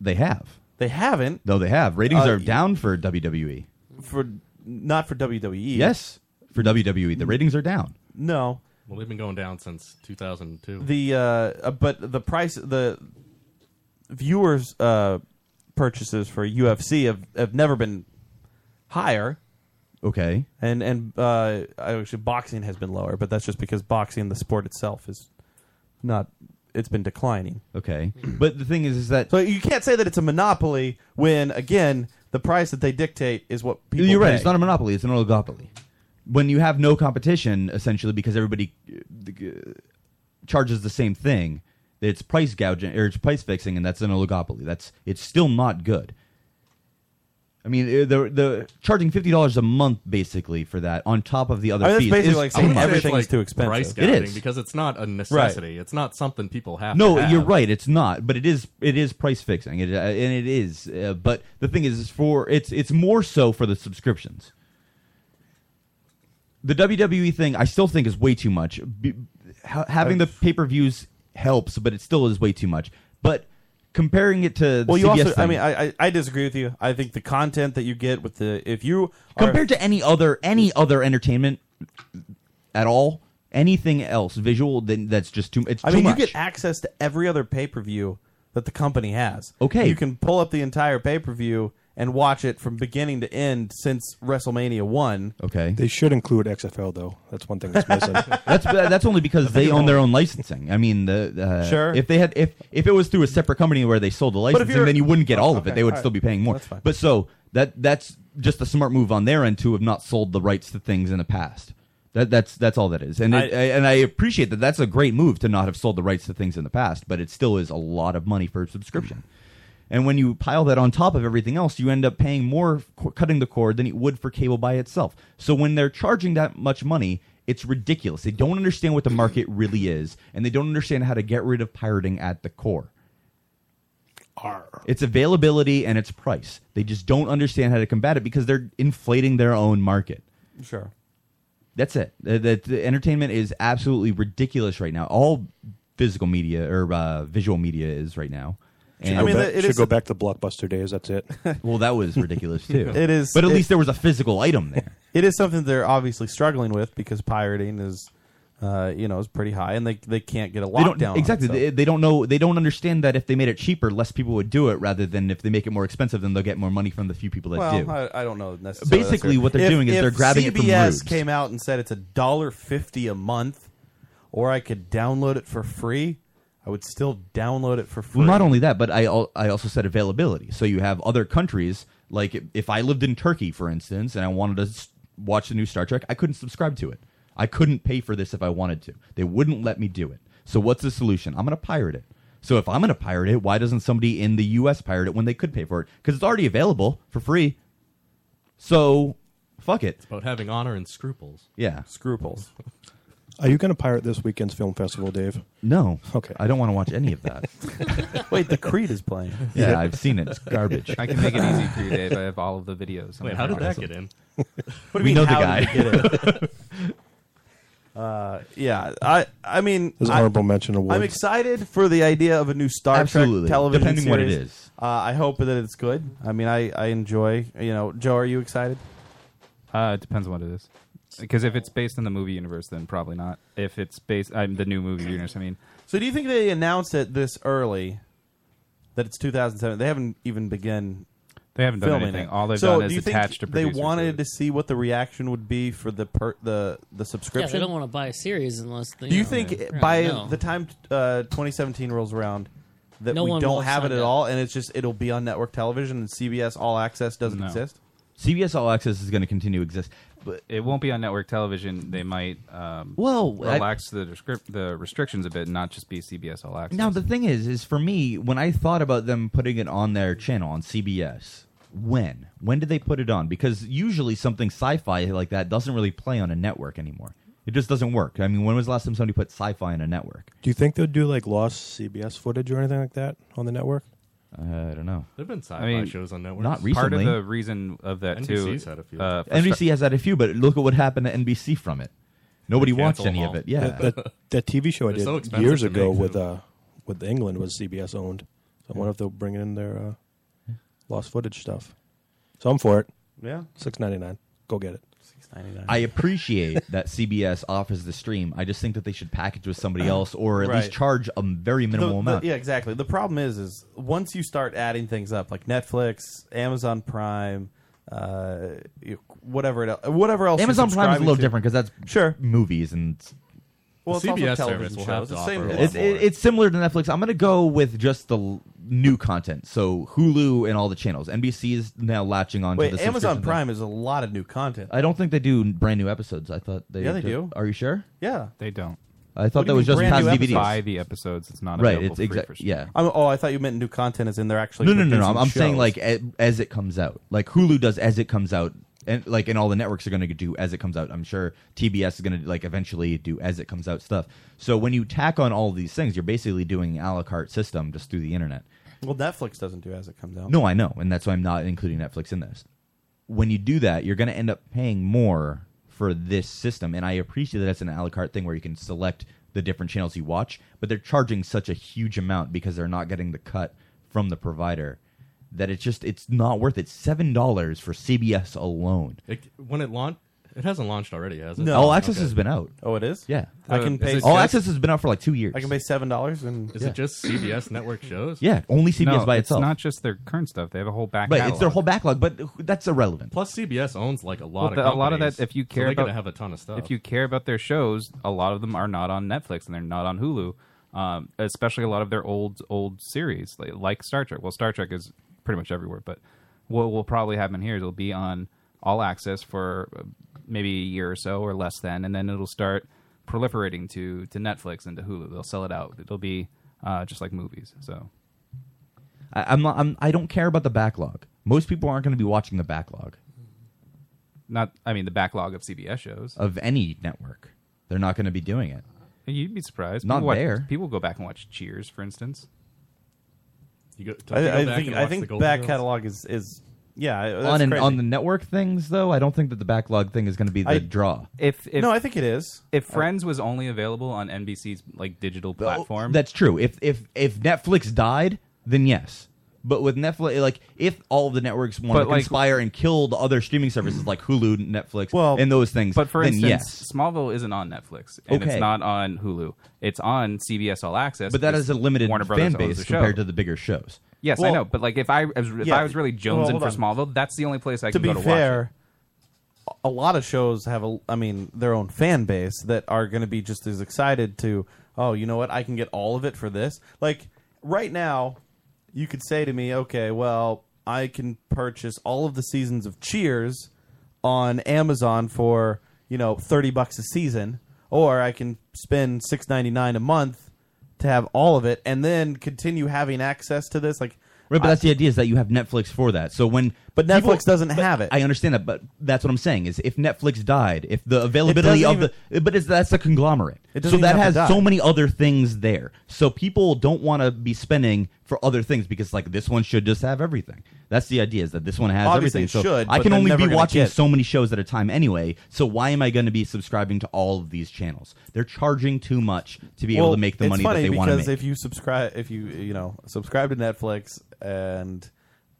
S10: They have.
S9: They haven't.
S10: No, they have. Ratings
S9: Uh,
S10: are down for WWE.
S9: for not for E. WWE.
S10: Yes, for WWE, the ratings are down.
S9: No.
S11: Well, they've been going down since 2002.
S9: The uh, uh, but the price the viewers uh, purchases for UFC have, have never been higher.
S10: Okay.
S9: And and uh, actually boxing has been lower, but that's just because boxing the sport itself is not it's been declining.
S10: Okay. But the thing is is that
S9: So you can't say that it's a monopoly when again the price that they dictate is what people
S10: You're right.
S9: pay.
S10: It's not a monopoly. It's an oligopoly. When you have no competition, essentially, because everybody uh, uh, charges the same thing, it's price gouging or it's price fixing, and that's an oligopoly. That's it's still not good. I mean, uh, the the charging fifty dollars a month basically for that on top of the other
S9: I mean, that's
S10: fees.
S9: basically
S10: is
S9: like
S10: too
S9: saying
S10: much.
S9: everything
S11: Like
S9: is too expensive.
S11: Price
S10: It
S11: gouging
S10: is.
S11: because it's not a necessity. It's not something people have.
S10: No,
S11: to have.
S10: you're right. It's not, but it is. It is price fixing, it, uh, and it is. Uh, but the thing is, is for it's it's more so for the subscriptions. The WWE thing, I still think is way too much. B- ha- having the pay per views helps, but it still is way too much. But comparing it to the
S9: Well, you
S10: CBS
S9: also I
S10: thing-
S9: mean I, I I disagree with you. I think the content that you get with the if you are-
S10: compared to any other any other entertainment at all, anything else visual, then that's just too. It's
S9: I
S10: too
S9: mean,
S10: much.
S9: you get access to every other pay per view that the company has.
S10: Okay.
S9: you can pull up the entire pay per view and watch it from beginning to end since WrestleMania one.
S10: Okay,
S16: They should include XFL though. That's one thing that's missing.
S10: that's that's only because they own their own licensing. I mean, the uh,
S16: Sure.
S10: If they had if if it was through a separate company where they sold the
S9: if
S10: licensing,
S9: you're- Oh,
S10: then you wouldn't get all of it.
S9: Okay,
S10: They would
S9: all
S10: still
S9: right.
S10: be paying more.
S9: That's fine.
S10: But so that that's just a smart move on their end to have not sold the rights to things in the past. That that's that's all that is. And it,
S9: I-
S10: I, and I appreciate that. That's a great move to not have sold the rights to things in the past, but it still is a lot of money for a subscription. And when you pile that on top of everything else, you end up paying more co- cutting the cord than you would for cable by itself. So when they're charging that much money, it's ridiculous. They don't understand what the market really is, and they don't understand how to get rid of pirating at the core. It's availability and its price. They just don't understand how to combat it because they're inflating their own market.
S9: Sure.
S10: That's it. The, the, the entertainment is absolutely ridiculous right now. All physical media or uh, visual media is right now.
S16: Should go back- should go back to blockbuster days. That's it.
S10: well, that was ridiculous too.
S9: It is,
S10: but at
S9: it-
S10: least there was a physical item there.
S9: It is something they're obviously struggling with because pirating is, uh, you know, is pretty high, and they they can't get a
S10: They don't-
S9: lockdown. on it,
S10: exactly.
S9: so-
S10: They, they don't know. They don't understand that if they made it cheaper, less people would do it. Rather than if they make it more expensive, then they'll get more money from the few people that
S9: well,
S10: do.
S9: I, I don't know necessarily. that's
S10: Basically,
S9: fair.
S10: what they're
S9: If-
S10: doing is
S9: if
S10: they're grabbing it from
S9: CBS
S10: rubes.
S9: came out and said it's a dollar fifty a month, or I could download it for free. I would still download it for free.
S10: Well, not only that, but I al- I also said availability. So you have other countries like if- if I lived in Turkey, for instance, and I wanted to s- watch the new Star Trek, I couldn't subscribe to it. I couldn't pay for this if I wanted to. They wouldn't let me do it. So what's the solution? I'm going to pirate it. So if I'm going to pirate it, why doesn't somebody in the U.S. pirate it when they could pay for it? Because it's already available for free. So fuck it.
S11: About having honor and scruples.
S10: Yeah.
S9: Scruples.
S16: Are you going to pirate this weekend's film festival, Dave?
S10: No.
S16: Okay.
S10: I don't want to watch any of that.
S9: Wait, the Creed is playing.
S10: Yeah, I've seen it. It's garbage.
S17: I can make it easy for you, Dave. I have all of the videos. on
S11: Wait,
S17: my
S11: how did that
S17: Amazon.
S11: get in?
S9: What do you
S10: We
S9: mean,
S10: know the
S9: how
S10: guy.
S9: did they get it? uh, yeah, I I mean,
S16: There's
S9: I-
S16: honorable mention awards.
S9: I'm excited for the idea of a new Star
S16: Absolutely,
S9: Trek television
S16: depending what it
S9: series.
S16: is.
S9: Uh, I hope that it's good. I mean, I I enjoy. You know, Joe, are you excited?
S17: Uh, it depends on what it is. Because if it's based on the movie universe, then probably not. If it's based, I'm the new movie universe. I mean,
S9: So do you think they announced it this early that it's 2007? They haven't even begun.
S17: They haven't done
S9: filming
S17: anything.
S9: it.
S17: All they've done
S9: so do
S17: is
S9: you think
S17: attached a
S9: They
S17: producer to
S9: wanted to see what the reaction would be for the per, the the subscription.
S12: Yeah, they don't want to buy a series unless. They,
S9: Do you
S12: know,
S9: think
S12: they-
S9: by
S12: no.
S9: the time uh, 2017 rolls around that
S12: No
S9: we
S12: one will
S9: don't
S12: have
S9: have it at
S12: signed up.
S9: all, and it's just it'll be on network television and CBS All Access doesn't exist?
S10: CBS All Access is going to continue to exist. But
S17: it won't be on network television. They might um,
S10: Well, I-
S17: relax the descrip- the restrictions a bit, and not just be CBS All Access.
S10: Now the thing is, is for me when I thought about them putting it on their channel on CBS, when when did they put it on? Because usually something sci-fi like that doesn't really play on a network anymore. It just doesn't work. I mean, when was the last time somebody put sci-fi on a network?
S16: Do you think they'll do like lost CBS footage or anything like that on the network?
S10: Uh, I don't know.
S11: There've been sci-fi
S17: I mean,
S11: shows on networks.
S10: Not
S17: Part of
S10: recently.
S17: the reason of that
S11: NBC's
S17: too.
S11: had a few.
S17: uh, for
S10: NBC has had a few, but look at what happened to NBC from it. Nobody watched
S16: Cancel
S10: any
S16: them
S10: of
S16: all.
S10: it. Yeah,
S16: that, that, that TV show I
S11: They're
S16: did
S11: so expensive
S16: years
S11: to
S16: ago
S11: make,
S16: with uh with England was CBS owned. So I wonder if they'll bring in their uh, lost footage stuff. So I'm for it.
S9: Yeah.
S16: six ninety nine. Go get it.
S9: Six ninety nine.
S10: I appreciate that CBS offers the stream. I just think that they should package with somebody else, or at
S9: Uh, Uh-huh. Right.
S10: least charge a very minimal
S9: The- the-
S10: amount.
S9: yeah, exactly. The problem is, is once you start adding things up, like Netflix, Amazon Prime, uh, you- whatever it el- whatever else. you're
S10: Amazon Prime is a
S9: subscribing
S10: little
S9: to-
S10: different because that's
S9: sure
S10: movies and
S9: Well, it's also
S11: CBS
S9: television
S11: service will have
S9: shows.
S11: to
S9: It's the same
S11: offer a lot
S10: it's
S11: more.
S10: it, it's similar to Netflix. I'm gonna go with just the l- new content, so Hulu and all the channels. NBC is now latching on
S9: Wait,
S10: to the
S9: Amazon
S10: subscription
S9: Prime is a lot of new content.
S10: Thing. I don't think they do brand new episodes. I thought they
S9: Yeah, they
S10: ju-
S9: do.
S10: Are you sure?
S9: Yeah.
S17: They don't.
S10: I thought that
S9: What do you
S10: was
S9: mean
S10: just
S9: brand
S10: past
S9: new
S10: DVDs.
S9: episodes?
S17: buy the episodes. It's not
S10: right.
S17: Available
S10: It's exactly yeah.
S9: I'm, oh, I thought you meant new content as in they're actually
S10: no, no, no, no. I'm,
S9: producing
S10: I'm saying
S9: shows.
S10: like a, as it comes out, like Hulu does as it comes out, and like and all the networks are going to do as it comes out. I'm sure TBS is going to like eventually do as it comes out stuff. So when you tack on all these things, you're basically doing an a la carte system just through the internet.
S9: well, Netflix doesn't do as it comes out.
S10: No, I know, and that's why I'm not including Netflix in this. When you do that, you're going to end up paying more for this system, and I appreciate that it's an a la carte thing where you can select the different channels you watch, but they're charging such a huge amount because they're not getting the cut from the provider that it's just it's not worth it. Seven dollars for CBS alone.
S11: It, when it launched, It hasn't launched already, has it?
S10: No. All Access has been out.
S9: Oh, it is.
S10: Yeah.
S9: I can pay.
S10: All Access has been out for like two years.
S9: I can pay seven dollars and
S11: Is it just CBS network shows?
S10: Yeah, only CBS
S17: no,
S10: by
S17: it's
S10: itself.
S17: not just their current stuff. They have a whole back.
S10: Right,
S17: catalog.
S10: it's their whole backlog, but that's irrelevant.
S11: Plus, CBS owns like a
S17: Well,
S11: lot
S17: the-
S11: of
S17: a lot of that.
S11: companies,
S17: If you
S11: so
S17: care
S11: they're
S17: about,
S11: gonna have a ton of stuff.
S17: If you care about their shows, a lot of them are not on Netflix and they're not on Hulu. Um, especially a lot of their old old series, like, like Star Trek. Well, Star Trek is pretty much everywhere, but what will probably happen here is it'll be on all access for uh, maybe a year or so or less than, and then it'll start proliferating to to Netflix and to Hulu. They'll sell it out. It'll be uh, just like movies. So
S10: I, I'm not. I'm, I don't care about the backlog. Most people aren't going to be watching the backlog
S17: not, I mean, the backlog of CBS shows.
S10: of any network. They're not going to be doing it.
S17: You'd be surprised.
S10: Not
S17: people watch-
S10: there.
S17: People go back and watch Cheers, for instance.
S11: You go,
S9: I, I think I think back catalog is is yeah I- that's
S10: on an,
S9: crazy.
S10: on the network things though, I don't think that the backlog thing is going to be the
S17: I-
S10: draw.
S17: If, if
S9: No, I think it is.
S17: If Friends was only available on NBC's like digital platform,
S10: That's true. If if if Netflix died, then yes. But with Netflix, like if all the networks want
S17: But,
S10: to
S17: like-
S10: conspire and kill the other streaming services like Hulu, Netflix, and those things,
S17: But for
S10: then
S17: instance,
S10: yes.
S17: Smallville isn't on Netflix, and
S10: Okay.
S17: it's not on Hulu. It's on CBS All Access.
S10: But that is
S17: because
S10: a limited
S17: Warner Brothers
S10: fan
S17: owns
S10: base
S17: the show.
S10: compared to the bigger shows.
S17: Yes, I
S9: Well-
S17: know. But like, if I as- if
S9: Yeah.
S17: I was really
S9: Well,
S17: jonesing
S9: hold
S17: for
S9: on.
S17: Smallville, that's the only place I
S9: to
S17: can go
S9: be
S17: to watch.
S9: fair, a lot of shows have a, I mean, their own fan base that are going to be just as excited to, oh, you know what, I can get all of it for this. Like right now, you could say to me, okay, well, I can purchase all of the seasons of Cheers on Amazon for you know thirty bucks a season, or I can spend six ninety nine a month to have all of it, and then continue having access to this. Like,
S10: Right, but
S9: I-
S10: that's the idea is that you have Netflix for that. So when but
S9: Netflix doesn't have it.
S10: I understand that, but that's what I'm saying is if Netflix died, if the availability of
S9: doesn't
S10: the but it's, that's a conglomerate,
S9: It
S10: so
S9: doesn't
S10: that
S9: even have
S10: has
S9: to
S10: so
S9: die.
S10: many other things there. So people don't want to be spending for other things because like this one should just have everything. That's the idea is that this one has
S9: Obviously,
S10: everything. So
S9: it should,
S10: I
S9: but
S10: can
S9: they're
S10: only
S9: never
S10: be
S9: gonna
S10: watching
S9: get-
S10: so many shows at a time anyway. So why am I going to be subscribing to all of these channels? They're charging too much to be able
S9: Well,
S10: to make the
S9: it's
S10: money that
S9: funny
S10: they want to
S9: because
S10: make.
S9: if you subscribe, if you you know subscribe to Netflix and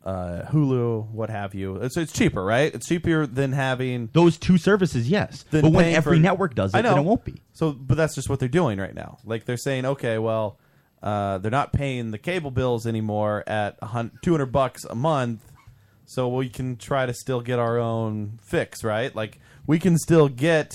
S9: uh, Hulu, what have you, it's, it's cheaper, right? It's cheaper than having
S10: those two services. Yes,
S9: than
S10: But when
S9: paying
S10: every
S9: for-
S10: network does it,
S9: I know.
S10: then it won't be.
S9: So, but that's just what they're doing right now. Like they're saying, okay, well, uh, they're not paying the cable bills anymore at two hundred bucks a month, so we can try to still get our own fix, right? Like we can still get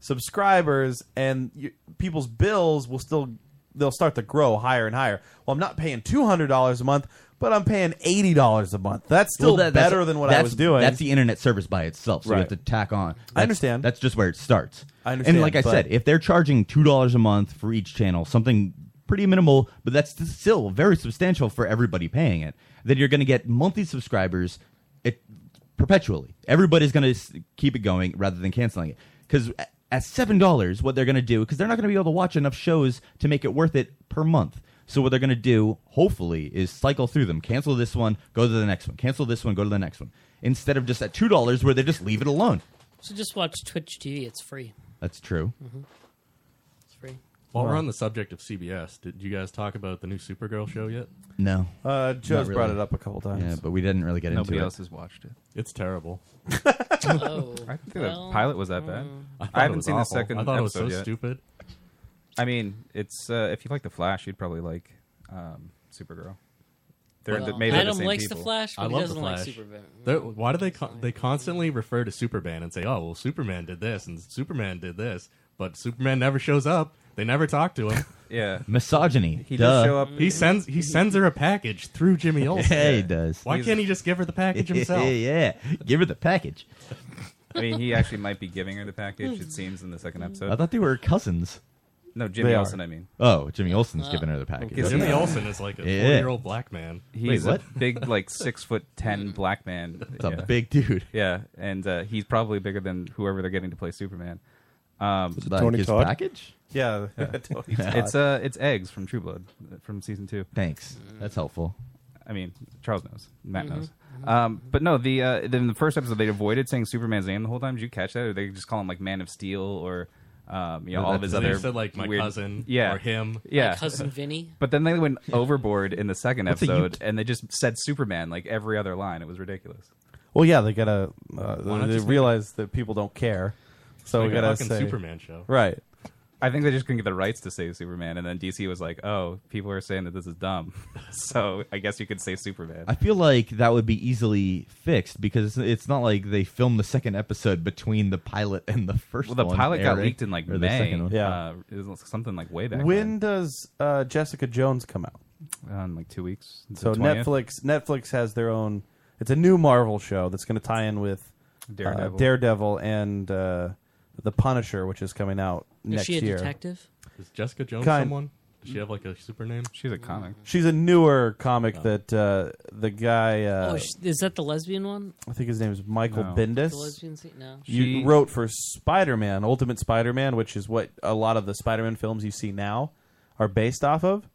S9: subscribers, and you, people's bills will still they'll start to grow higher and higher. Well, I'm not paying two hundred dollars a month, but I'm paying eighty dollars a month. That's still
S10: Well, that- that's-
S9: better than what I
S10: that's-
S9: was doing.
S10: That's the internet service by itself. So you have
S9: Right.
S10: to tack on.
S9: I
S10: That's-
S9: understand.
S10: That's just where it starts.
S9: I understand,
S10: And like I
S9: but-
S10: said, if they're charging two dollars a month for each channel, something pretty minimal, but that's st- still very substantial for everybody paying it. Then you're going to get monthly subscribers, it perpetually. Everybody's going to keep it going rather than canceling it because. At seven dollars, what they're going to do because they're not going to be able to watch enough shows to make it worth it per month. So what they're going to do, hopefully, is cycle through them. Cancel this one, go to the next one. Cancel this one, go to the next one. Instead of just at two dollars, where they just leave it alone.
S12: So just watch Twitch TV. It's free.
S10: That's true.
S12: hmm It's free.
S11: While we're
S12: Well-
S11: on the subject of CBS, did you guys talk about the new Supergirl show yet?
S10: No.
S9: Uh, Joe's
S10: Not really.
S9: brought it up a couple times.
S10: Yeah, but we didn't really get
S17: Nobody
S10: into
S17: else
S10: it.
S17: has watched it.
S11: It's terrible.
S17: I think
S11: well,
S17: the pilot was that bad.
S11: mm. I
S17: I,
S11: thought it
S17: haven't
S11: was
S17: seen
S11: awful.
S17: the second.
S11: I thought it was so
S17: episode yet.
S11: stupid.
S17: I mean, it's uh, if you like the Flash, you'd probably like um, Supergirl. They're
S12: Well,
S17: made by
S12: Adam
S17: the same
S12: likes the
S17: people.
S12: Flash, but
S11: I
S12: he
S11: love
S12: doesn't
S11: the
S12: like
S11: Flash.
S12: Superman.
S11: They're- why do they con- they constantly refer to Superman and say, "Oh, well, Superman did this and Superman did this," but Superman never shows up. They never talk to him.
S17: yeah,
S10: misogyny.
S11: He
S10: Duh.
S11: does show up. He sends he sends her a package through Jimmy Olsen.
S10: Yeah, he does.
S11: Why
S10: He's-
S11: can't he just give her the package himself?
S10: yeah, give her the package.
S17: I mean, he actually might be giving her the package. It seems in the second episode.
S10: I thought they were cousins.
S17: No, Jimmy
S10: They are.
S17: Olsen, I mean.
S10: Oh, Jimmy Olsen's giving her the package.
S11: Uh, Jimmy Olsen is like a
S10: Yeah.
S11: 40-year-old black man. Wait,
S17: He's
S11: what?
S17: a big, like six foot ten black man. It's
S10: a big dude.
S17: Yeah, and uh, he's probably bigger than whoever they're getting to play Superman. Um,
S10: it like Tony his Todd? package?
S9: Yeah, Tony Todd.
S17: it's uh, it's eggs from True Blood uh, from season two.
S10: Thanks, that's helpful.
S17: I mean, Charles knows, Matt
S10: Mhm.
S17: knows. Um, but no, the uh, then the first episode they avoided saying Superman's name the whole time. Did you catch that? Or they just call him like Man of Steel or um, you know all of his
S11: They
S17: other
S11: said, like, my
S17: weird-
S11: cousin
S17: yeah.
S11: or him.
S17: yeah,
S12: My cousin Vinny.
S17: But then they went overboard in the second
S10: What's a
S17: episode, and they just said Superman like every other line. It was ridiculous.
S9: Well, yeah, they gotta.
S17: Why
S9: Uh,
S17: not
S9: they
S17: just
S9: realize that people don't care, so we
S17: Like a
S9: gotta
S17: fucking
S9: say
S17: Superman show.
S9: right?
S17: I think they just couldn't get the rights to say Superman, and then DC was like, "Oh, people are saying that this is dumb, so I guess you could say Superman."
S10: I feel like that would be easily fixed because it's, it's not like they filmed the second episode between the pilot and the first.
S17: Well, the
S10: one
S17: pilot got
S10: airing,
S17: leaked in like
S10: or the
S17: May.
S10: second one.
S17: uh, it was something like way back.
S9: when does uh, Jessica Jones come out?
S17: Uh, in like two weeks. The
S9: So
S17: 20th?
S9: Netflix Netflix has their own. It's a new Marvel show that's going to tie in with uh,
S17: Daredevil.
S9: Daredevil and uh, the Punisher, which is coming out
S12: Is
S9: next
S12: she a
S9: year.
S12: detective?
S11: Is Jessica Jones
S9: Kind-
S11: someone? Does she have like a super name?
S17: She's a comic.
S9: She's a newer comic that uh, the guy. Uh,
S12: oh, sh- is that the lesbian one?
S9: I think his name is Michael
S12: No.
S9: Bendis.
S12: The lesbian scene? No.
S9: You
S12: She-
S9: wrote for Spider Man, Ultimate Spider Man, which is what a lot of the Spider Man films you see now are based off of.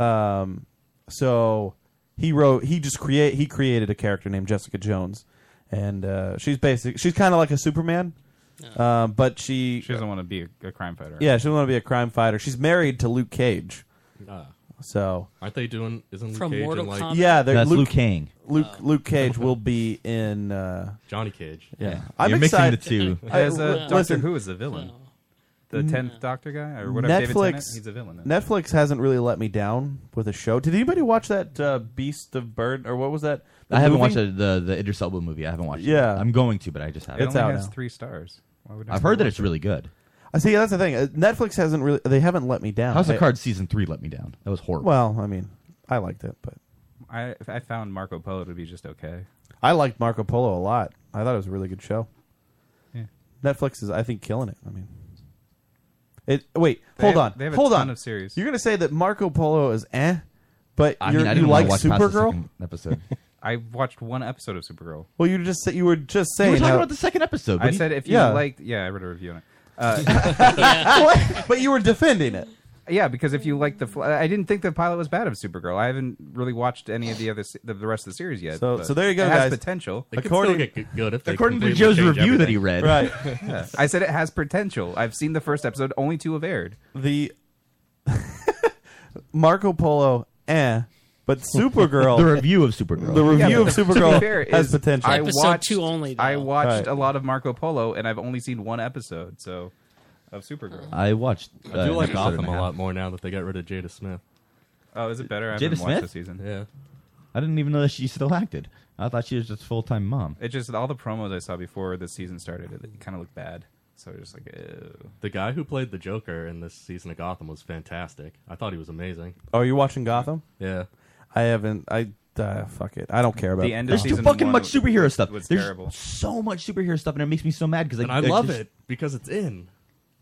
S9: Um, so he wrote, he just create, he created a character named Jessica Jones, and uh, she's basic. She's kind of like a Superman, uh, but she
S17: She doesn't want to be a, a crime fighter.
S9: yeah, she doesn't want to be a crime fighter. She's married to Luke Cage,
S11: Ah.
S9: so
S11: Aren't they doing? Isn't
S12: From
S11: Luke Cage
S12: Mortal
S11: and like
S12: Kombat?
S9: yeah, they're-
S10: That's Luke Cage.
S9: Luke Luke Cage will be in uh,
S11: Oh. Johnny Cage?
S9: Yeah,
S11: Yeah.
S9: I'm
S10: You're mixing
S9: excited.
S10: the two.
S9: I-
S17: As a
S9: li-
S17: Doctor
S9: listen,
S17: Who is the villain, the
S9: Mm.
S17: tenth Doctor guy or whatever. David Tennant, he's a villain.
S9: Netflix hasn't really let me down with a show. Did anybody watch that uh, Beast of Burden or what was that? The
S10: I haven't
S9: movie?
S10: watched the, the the Idris Elba movie. I haven't watched.
S9: Yeah.
S10: it. I'm going to, but I just haven't.
S9: It's out
S17: has
S9: now.
S17: three stars. Why would I
S10: I've
S17: wanna
S10: heard that
S17: watch
S10: it's really good.
S9: I see. That's the thing. Uh, Netflix hasn't really. They haven't let me down.
S10: House of
S9: I-
S10: Cards season three let me down. That was horrible.
S9: Well, I mean, I liked it, but
S17: I I found Marco Polo to be just okay.
S9: I liked Marco Polo a lot. I thought it was a really good show.
S17: Yeah.
S9: Netflix is, I think, killing it. I mean, it. Wait,
S17: They
S9: hold
S17: have-
S9: on.
S17: they have a
S9: hold
S17: ton
S9: on.
S17: of series.
S9: You're gonna say that Marco Polo is eh, but
S10: I
S9: you're,
S10: mean, I
S9: you
S10: didn't
S9: like
S10: wanna watch past the
S9: Supergirl?
S10: second episode.
S17: I watched one episode of Supergirl.
S9: Well, you just said you were just
S10: You
S9: saying
S10: were talking
S9: how-
S10: about the second episode.
S17: I
S10: but you-
S17: said if you
S9: Yeah.
S17: liked, yeah, I read a review on it. Uh,
S9: What? But you were defending it.
S17: Yeah, because if you like the, fl- I didn't think the pilot was bad of Supergirl. I haven't really watched any of the other se- the, the rest of the series yet.
S9: So-
S17: but
S9: so there you go,
S17: it has
S9: guys.
S17: potential.
S9: They could still According- get g- good if they
S17: according to
S9: completely
S17: Joe's
S9: change
S17: review that he
S9: everything.
S17: read,
S9: Right.
S17: Yeah. I said it has potential. I've seen the first episode. Only two have aired.
S9: The Marco Polo, eh, but Supergirl.
S10: The review of Supergirl.
S9: The review
S17: Yeah,
S9: of
S17: but to be fair
S9: Supergirl has
S17: is
S9: potential.
S17: I watched,
S12: only.
S17: I watched
S9: Right.
S17: a lot of Marco Polo, and I've only seen one episode. So of Supergirl.
S10: I watched.
S11: I do
S10: uh,
S11: like
S10: an episode
S11: Gotham
S10: and
S11: a
S10: half.
S11: lot more now that they got rid of Jada Smith.
S17: Oh, is it better? I
S10: Jada
S17: haven't watched
S10: Smith?
S17: the season.
S11: Yeah.
S10: I didn't even know that she still acted. I thought she was just full time mom.
S17: It just all the promos I saw before the season started, it kind of looked bad. So I was just like, ew.
S11: The guy who played the Joker in this season of Gotham was fantastic. I thought he was amazing.
S9: Oh, you're watching Gotham?
S11: Yeah.
S9: I haven't. I uh, fuck it. I don't care about.
S11: The end of
S10: There's
S9: it.
S10: too
S11: season
S10: fucking
S11: one
S10: much superhero
S11: was-
S10: stuff.
S11: was
S10: There's
S11: terrible.
S10: so much superhero stuff, and it makes me so mad because
S11: And I love it because it's in.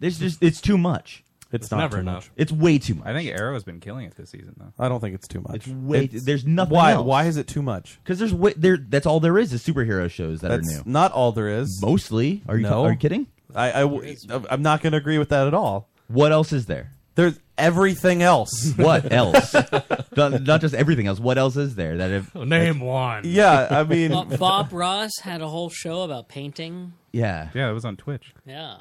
S10: There's just it's too much.
S9: It's It's not never too enough. much.
S10: It's way too much.
S17: I think Arrow's been killing it this season though.
S9: I don't think it's too much. It's
S10: way- there's nothing
S9: Why?
S10: else.
S9: Why is it too much?
S10: Because there's way, there. That's all there is is superhero shows that
S9: That's
S10: are new.
S9: Not all there is.
S10: Mostly. Are you
S9: No.
S10: are you kidding?
S9: I, I w- I'm not going to agree with that at all.
S10: What else is there?
S9: There's everything else.
S10: What else? not, not just everything else. What else is there that if
S11: name one?
S9: Yeah, I mean,
S12: Bo- Bob Ross had a whole show about painting.
S10: Yeah.
S17: Yeah, it was on Twitch.
S12: Yeah.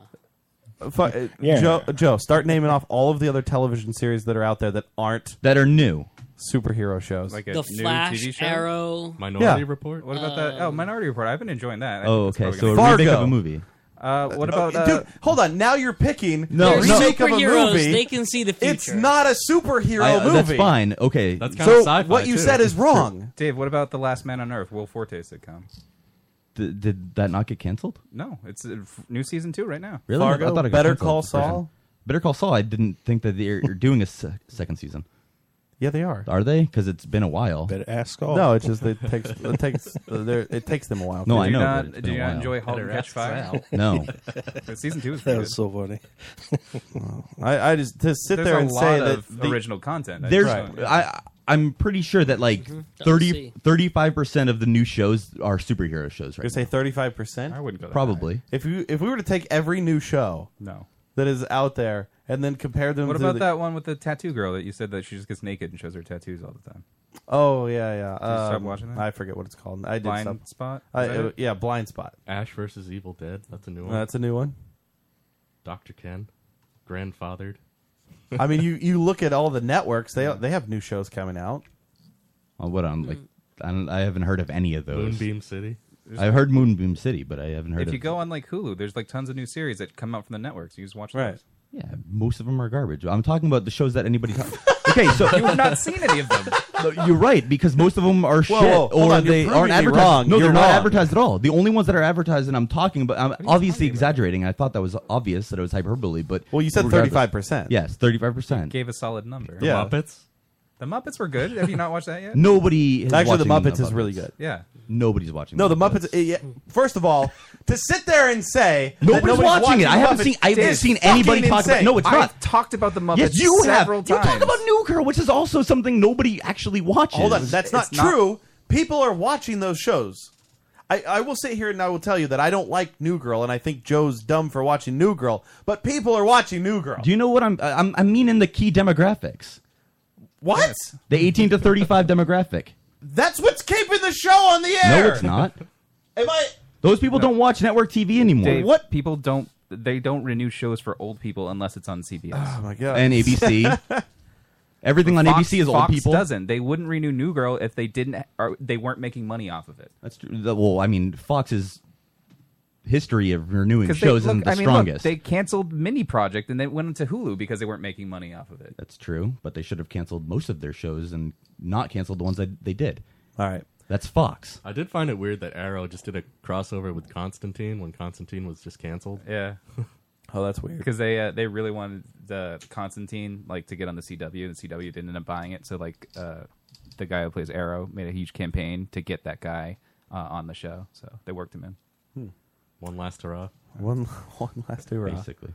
S9: Fu- uh,
S12: Yeah.
S9: Joe, Joe, start naming off all of the other television series that are out there that aren't
S10: that are new
S9: superhero shows.
S17: Like a
S12: The
S17: new
S12: Flash,
S17: TV show?
S12: Arrow,
S9: Minority Um, Yeah.
S11: Report.
S17: What about that? Oh, Minority Report. I've been enjoying that. I
S10: Oh,
S17: think that's
S10: okay, so
S17: probably gonna
S10: a
S17: be-
S10: remake of a movie.
S17: Uh, what about
S9: Uh,
S17: uh,
S9: dude, hold on. Now you're picking
S10: No,
S9: the
S10: no.
S9: remake of a
S12: Superheroes,
S9: movie.
S12: they can see the
S9: It's not a superhero
S10: I- uh,
S9: movie.
S10: That's fine. Okay.
S9: so what you said is wrong.
S17: Dave, what about the Last Man on Earth? Will Forte sitcom.
S10: Th- did that not get canceled?
S17: No, it's uh, f- new season two right now.
S10: Really? I thought it got canceled for some- Better Call Saul. I didn't think that they're you're doing a se- second season.
S9: Yeah, they are.
S10: Are they? Because it's been a while.
S16: Better ask all.
S9: No, it's just it takes it takes uh, they're- it takes them a while.
S10: No,
S9: to-
S10: I
S17: Do you
S10: know, but
S17: not,
S10: it's been
S17: do you
S10: a
S17: not
S10: while.
S17: enjoy Halt and
S10: Better
S17: Catch
S10: ask
S17: Fire?
S10: Sal. No.
S17: But season two is
S16: That
S17: pretty
S16: was
S17: good.
S16: so funny.
S9: I, I just to sit
S17: There's
S9: there
S17: a
S9: and
S17: lot
S9: say
S17: of
S9: that the-
S17: original content. I
S10: There's,
S17: just-
S10: I, I'm pretty sure that like thirty thirty five 35 percent of the new shows are superhero shows right
S9: You say thirty five percent. I
S17: wouldn't go
S10: that Probably. high.
S9: If you if we were to take every new show,
S17: No.
S9: that is out there, and then compare them.
S17: What
S9: to
S17: about
S9: the,
S17: that one with the tattoo girl that you said that she just gets naked and shows her tattoos all the time?
S9: Oh yeah, yeah.
S17: Did you stop
S9: Um,
S17: watching that?
S9: I forget what it's called. I did
S17: Blind
S9: stop.
S17: Spot?
S9: I,
S17: Is that
S9: uh,
S17: it?
S9: yeah, blind spot.
S11: Ash versus Evil Dead. That's a new
S9: Uh,
S11: one.
S9: that's a new one.
S11: Dr. Ken. Grandfathered.
S9: I mean, you you look at all the networks; they they have new shows coming out.
S10: Oh, what on like I don't I haven't heard of any of those.
S11: Moonbeam City.
S17: There's-
S10: I've heard Moonbeam City, but I haven't heard
S17: if
S10: of
S17: you go on like Hulu, there's like tons of new series that come out from the networks. You just watch right. those.
S10: Yeah, most of them are garbage. I'm talking about the shows that anybody. okay, so
S17: you have not seen any of them.
S10: No, You're right because most of them are shit,
S18: whoa, hold
S10: or
S18: on, you're
S10: they
S18: proving
S10: aren't
S18: me
S10: advertised.
S18: wrong.
S10: No,
S18: You're
S10: they're not
S18: wrong.
S10: advertised at all. The only ones that are advertised, and I'm talking, but I'm obviously exaggerating. I thought that was obvious that it was hyperbole, but well,
S18: you said 35%.
S10: Yes, thirty five percent.
S17: Gave a solid number.
S10: The Yeah.
S11: Muppets.
S17: The Muppets were good. Have you not watched that yet?
S10: Nobody is
S18: Actually, the
S10: watching
S18: Muppets is really good.
S17: Yeah.
S10: nobody's watching.
S18: No, the Muppets. eh, yeah. First of all, to sit there and say that
S10: Nobody's
S18: nobody's
S10: watching it. I haven't
S18: Muppets
S10: seen- I haven't
S18: is
S10: seen anybody
S18: fucking
S10: talk about-
S18: insane.
S10: No, it's not.
S19: talked about the Muppets
S10: Yes, you have.
S19: several
S10: You talk
S19: times.
S10: about New Girl, which is also something nobody actually watches.
S9: Hold on, that's not true. People are watching those shows. I, I will sit here and I will tell you that I don't like New Girl, and I think Joe's dumb for watching New Girl. But people are watching New Girl.
S10: Do you know what I'm? I- I'm I mean, in the key demographics,
S9: What?
S10: the eighteen to thirty five demographic.
S9: That's what's keeping the show on the air.
S10: No, it's not.
S9: Am I?
S10: Those people don't watch network TV anymore.
S17: Dave,
S10: what?
S17: people don't they don't renew shows for old people unless it's on CBS. Oh
S9: my god.
S10: And ABC. Everything on
S17: Fox,
S10: ABC is old
S17: Fox
S10: people.
S17: Doesn't they wouldn't renew New Girl if they didn't or they weren't making money off of it.
S10: That's true. The- Well, I mean, Fox's history of renewing
S17: 'Cause they-
S10: shows
S17: look,
S10: isn't the
S17: I mean, look,
S10: strongest.
S17: they canceled Mini Project and they went into Hulu because they weren't making money off of it.
S10: That's true, but they should have canceled most of their shows and not canceled the ones that they did.
S18: All right.
S10: That's Fox.
S11: I did find it weird that Arrow just did a crossover with Constantine when Constantine was just canceled.
S17: Yeah.
S20: Oh, that's weird.
S17: because they uh, they really wanted the Constantine like to get on the CW, and the CW didn't end up buying it. So like uh, the guy who plays Arrow made a huge campaign to get that guy uh, on the show. So they worked him in.
S9: Hmm.
S11: One last hurrah.
S20: One, one last hurrah.
S10: Basically.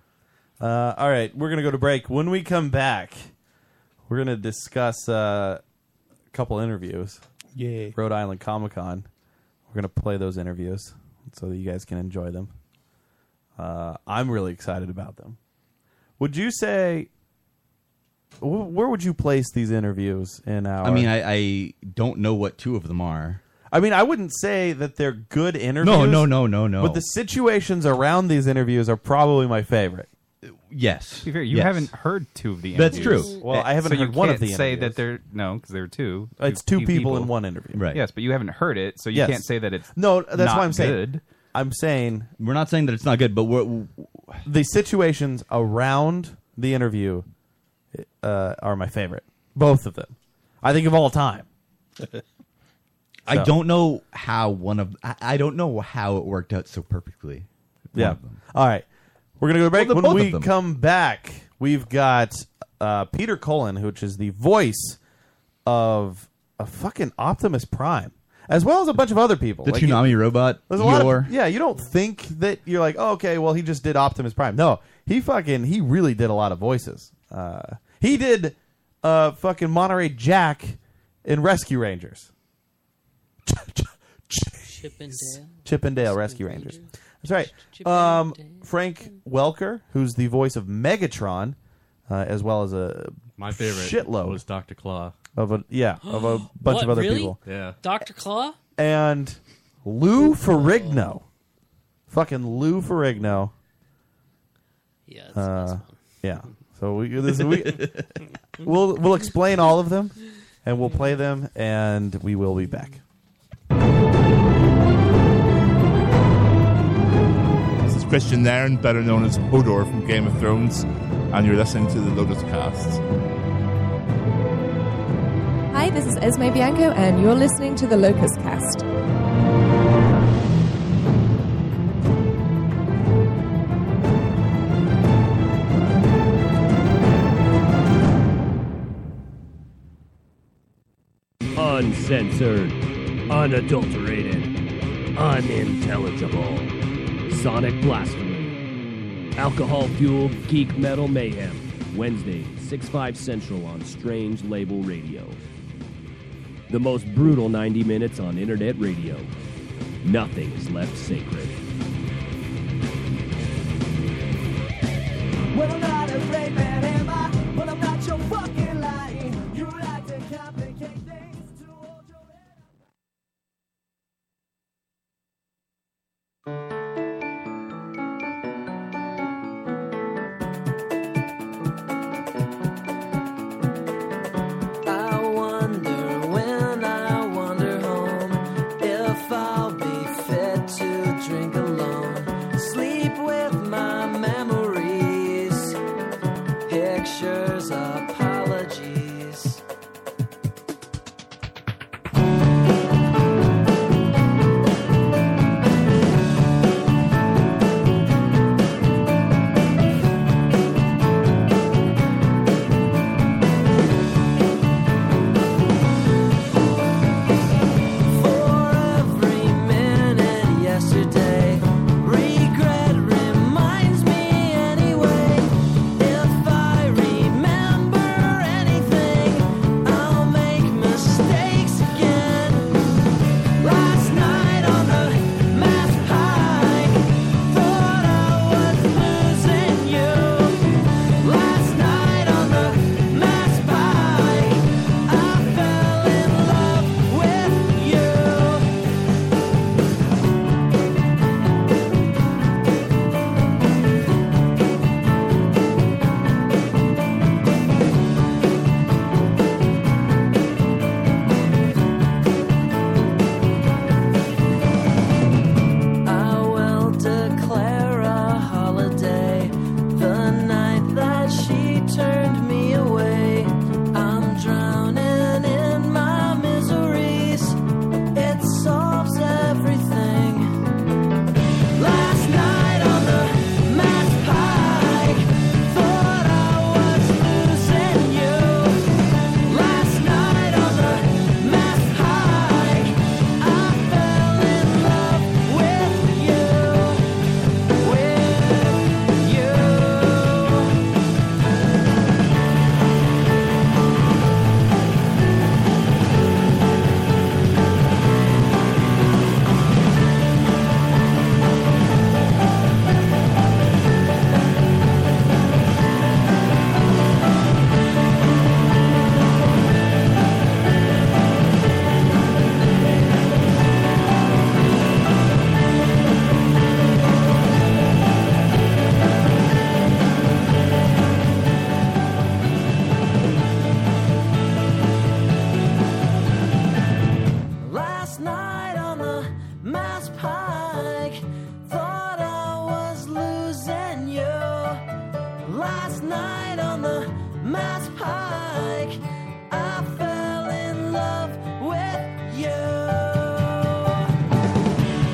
S9: Uh, all right, we're gonna go to break. When we come back, we're gonna discuss uh, a couple interviews.
S20: Yay.
S9: Rhode Island Comic Con. We're gonna play those interviews so that you guys can enjoy them. Uh, I'm really excited about them. Would you say? Wh- where would you place these interviews in our?
S10: I mean, I, I don't know what two of them are.
S9: I mean, I wouldn't say that they're good interviews.
S10: no, no, no, no.
S9: But the situations around these interviews are probably my favorite.
S10: Yes.
S17: To be fair, you
S9: Yes.
S17: haven't heard two of the.
S9: That's
S17: interviews.
S9: true. Well,
S17: Uh,
S9: I haven't
S17: so you
S9: heard one of
S17: can't
S9: the
S17: Say
S9: interviews.
S17: that there no, because there were two.
S9: It's two people in one interview. Right.
S17: Yes, but you haven't heard it, so you
S9: Yes.
S17: can't say that it's
S9: No, that's
S17: not
S9: what I'm saying.
S17: good.
S9: I'm saying
S10: we're not saying that it's not good, but we're,
S9: the situations around the interview uh, are my favorite. Both of them, I think of all time.
S10: I
S9: So.
S10: don't know how one of I, I don't know how it worked out so perfectly. One
S9: Yeah.
S10: of
S9: All right. We're going to go to break.
S10: Well, the both
S9: when
S10: of
S9: we
S10: them.
S9: come back, we've got uh, Peter Cullen, which is the voice of a fucking Optimus Prime, as well as a bunch of other people.
S10: The Toonami robot,
S9: There's a lot
S10: Eeyore.
S9: of, yeah, you don't think that you're like, oh, okay, well, he just did Optimus Prime. No, he fucking, he really did a lot of voices. Uh, he did uh, fucking Monterey Jack in Rescue Rangers.
S12: Chippendale.
S9: Chippendale Rescue Rangers. That's right. Um, Frank Welker, who's the voice of Megatron, uh, as well as a
S11: My favorite
S9: shitload
S11: was Doctor Claw.
S9: of a yeah of a bunch
S12: What,
S9: of other
S12: really?
S9: people,
S11: Yeah.
S12: Dr. Claw?
S9: and Lou Ferrigno, fucking Lou Ferrigno.
S12: Yeah,
S9: uh, yeah. So we this we we'll we'll explain all of them, and we'll play them, and we will be back.
S1: This is Christian Nairn, better known as Hodor from Game of Thrones, and you're listening to the Lotus Cast.
S21: Hi, this is Esme Bianco, and you're listening to the Locust Cast.
S22: Uncensored, unadulterated, unintelligible. Sonic Blasphemy. Alcohol fueled geek metal mayhem. Wednesday, 6 5 Central on Strange Label Radio. The most brutal 90 minutes on internet radio. Nothing is left sacred.
S23: Well, I'm not a rape man, am I? But I'm not your fucking lying. You like to complicate things.
S24: I wonder when I wander home if I'll be fit.
S22: pictures, apologies. every minute yesterday. Regret reminds me anyway. If I remember anything, I'll make mistakes again. Last night on the math high, thought I was losing you. Last night on the math high, I fell in love with you. I will declare a holiday the night that she turned me away. I'm drowning in my miseries. It solves everything. Last night on the math pie, thought I was losing you. Last night on the math high, I fell in love with you, with you. Last night on the Mass Pike, thought I was losing you. Last night on the Mass Pike, I fell in love with you.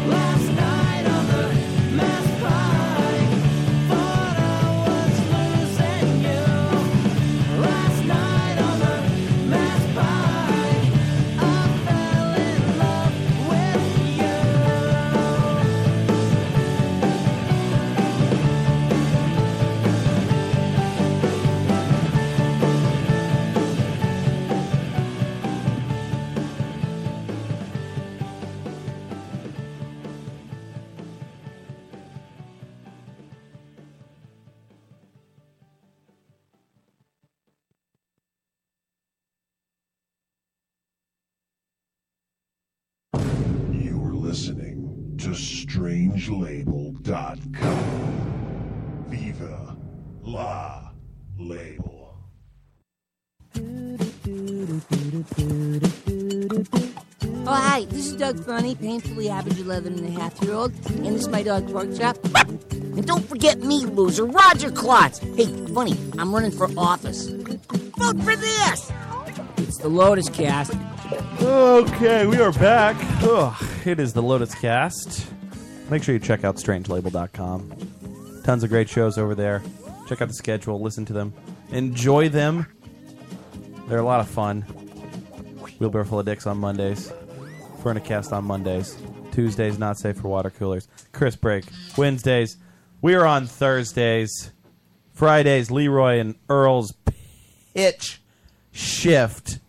S22: Last night on the Mass Pike, thought I was losing you. Last night on the Mass Pike.
S15: You're listening to Strangelabel.com. Viva La Label.
S25: Oh, hi, this is Doug Funny, painfully average 11 and a half year old, and this is my dog Porkchop. And don't forget me, loser, Roger Klotz. Hey, Funny, I'm running for office. Vote for this! It's the Lotus Cast.
S9: Okay, we are back. Ugh, it is the Lotus Cast. Make sure you check out strangelabel.com. Tons of great shows over there. Check out the schedule, listen to them, enjoy them. They're a lot of fun. Wheelbarrow full of dicks on Mondays. Furnicast on Mondays. Tuesdays not safe for water coolers. Chris break Wednesdays. We are on Thursdays. Fridays Leroy and Earl's pitch shift.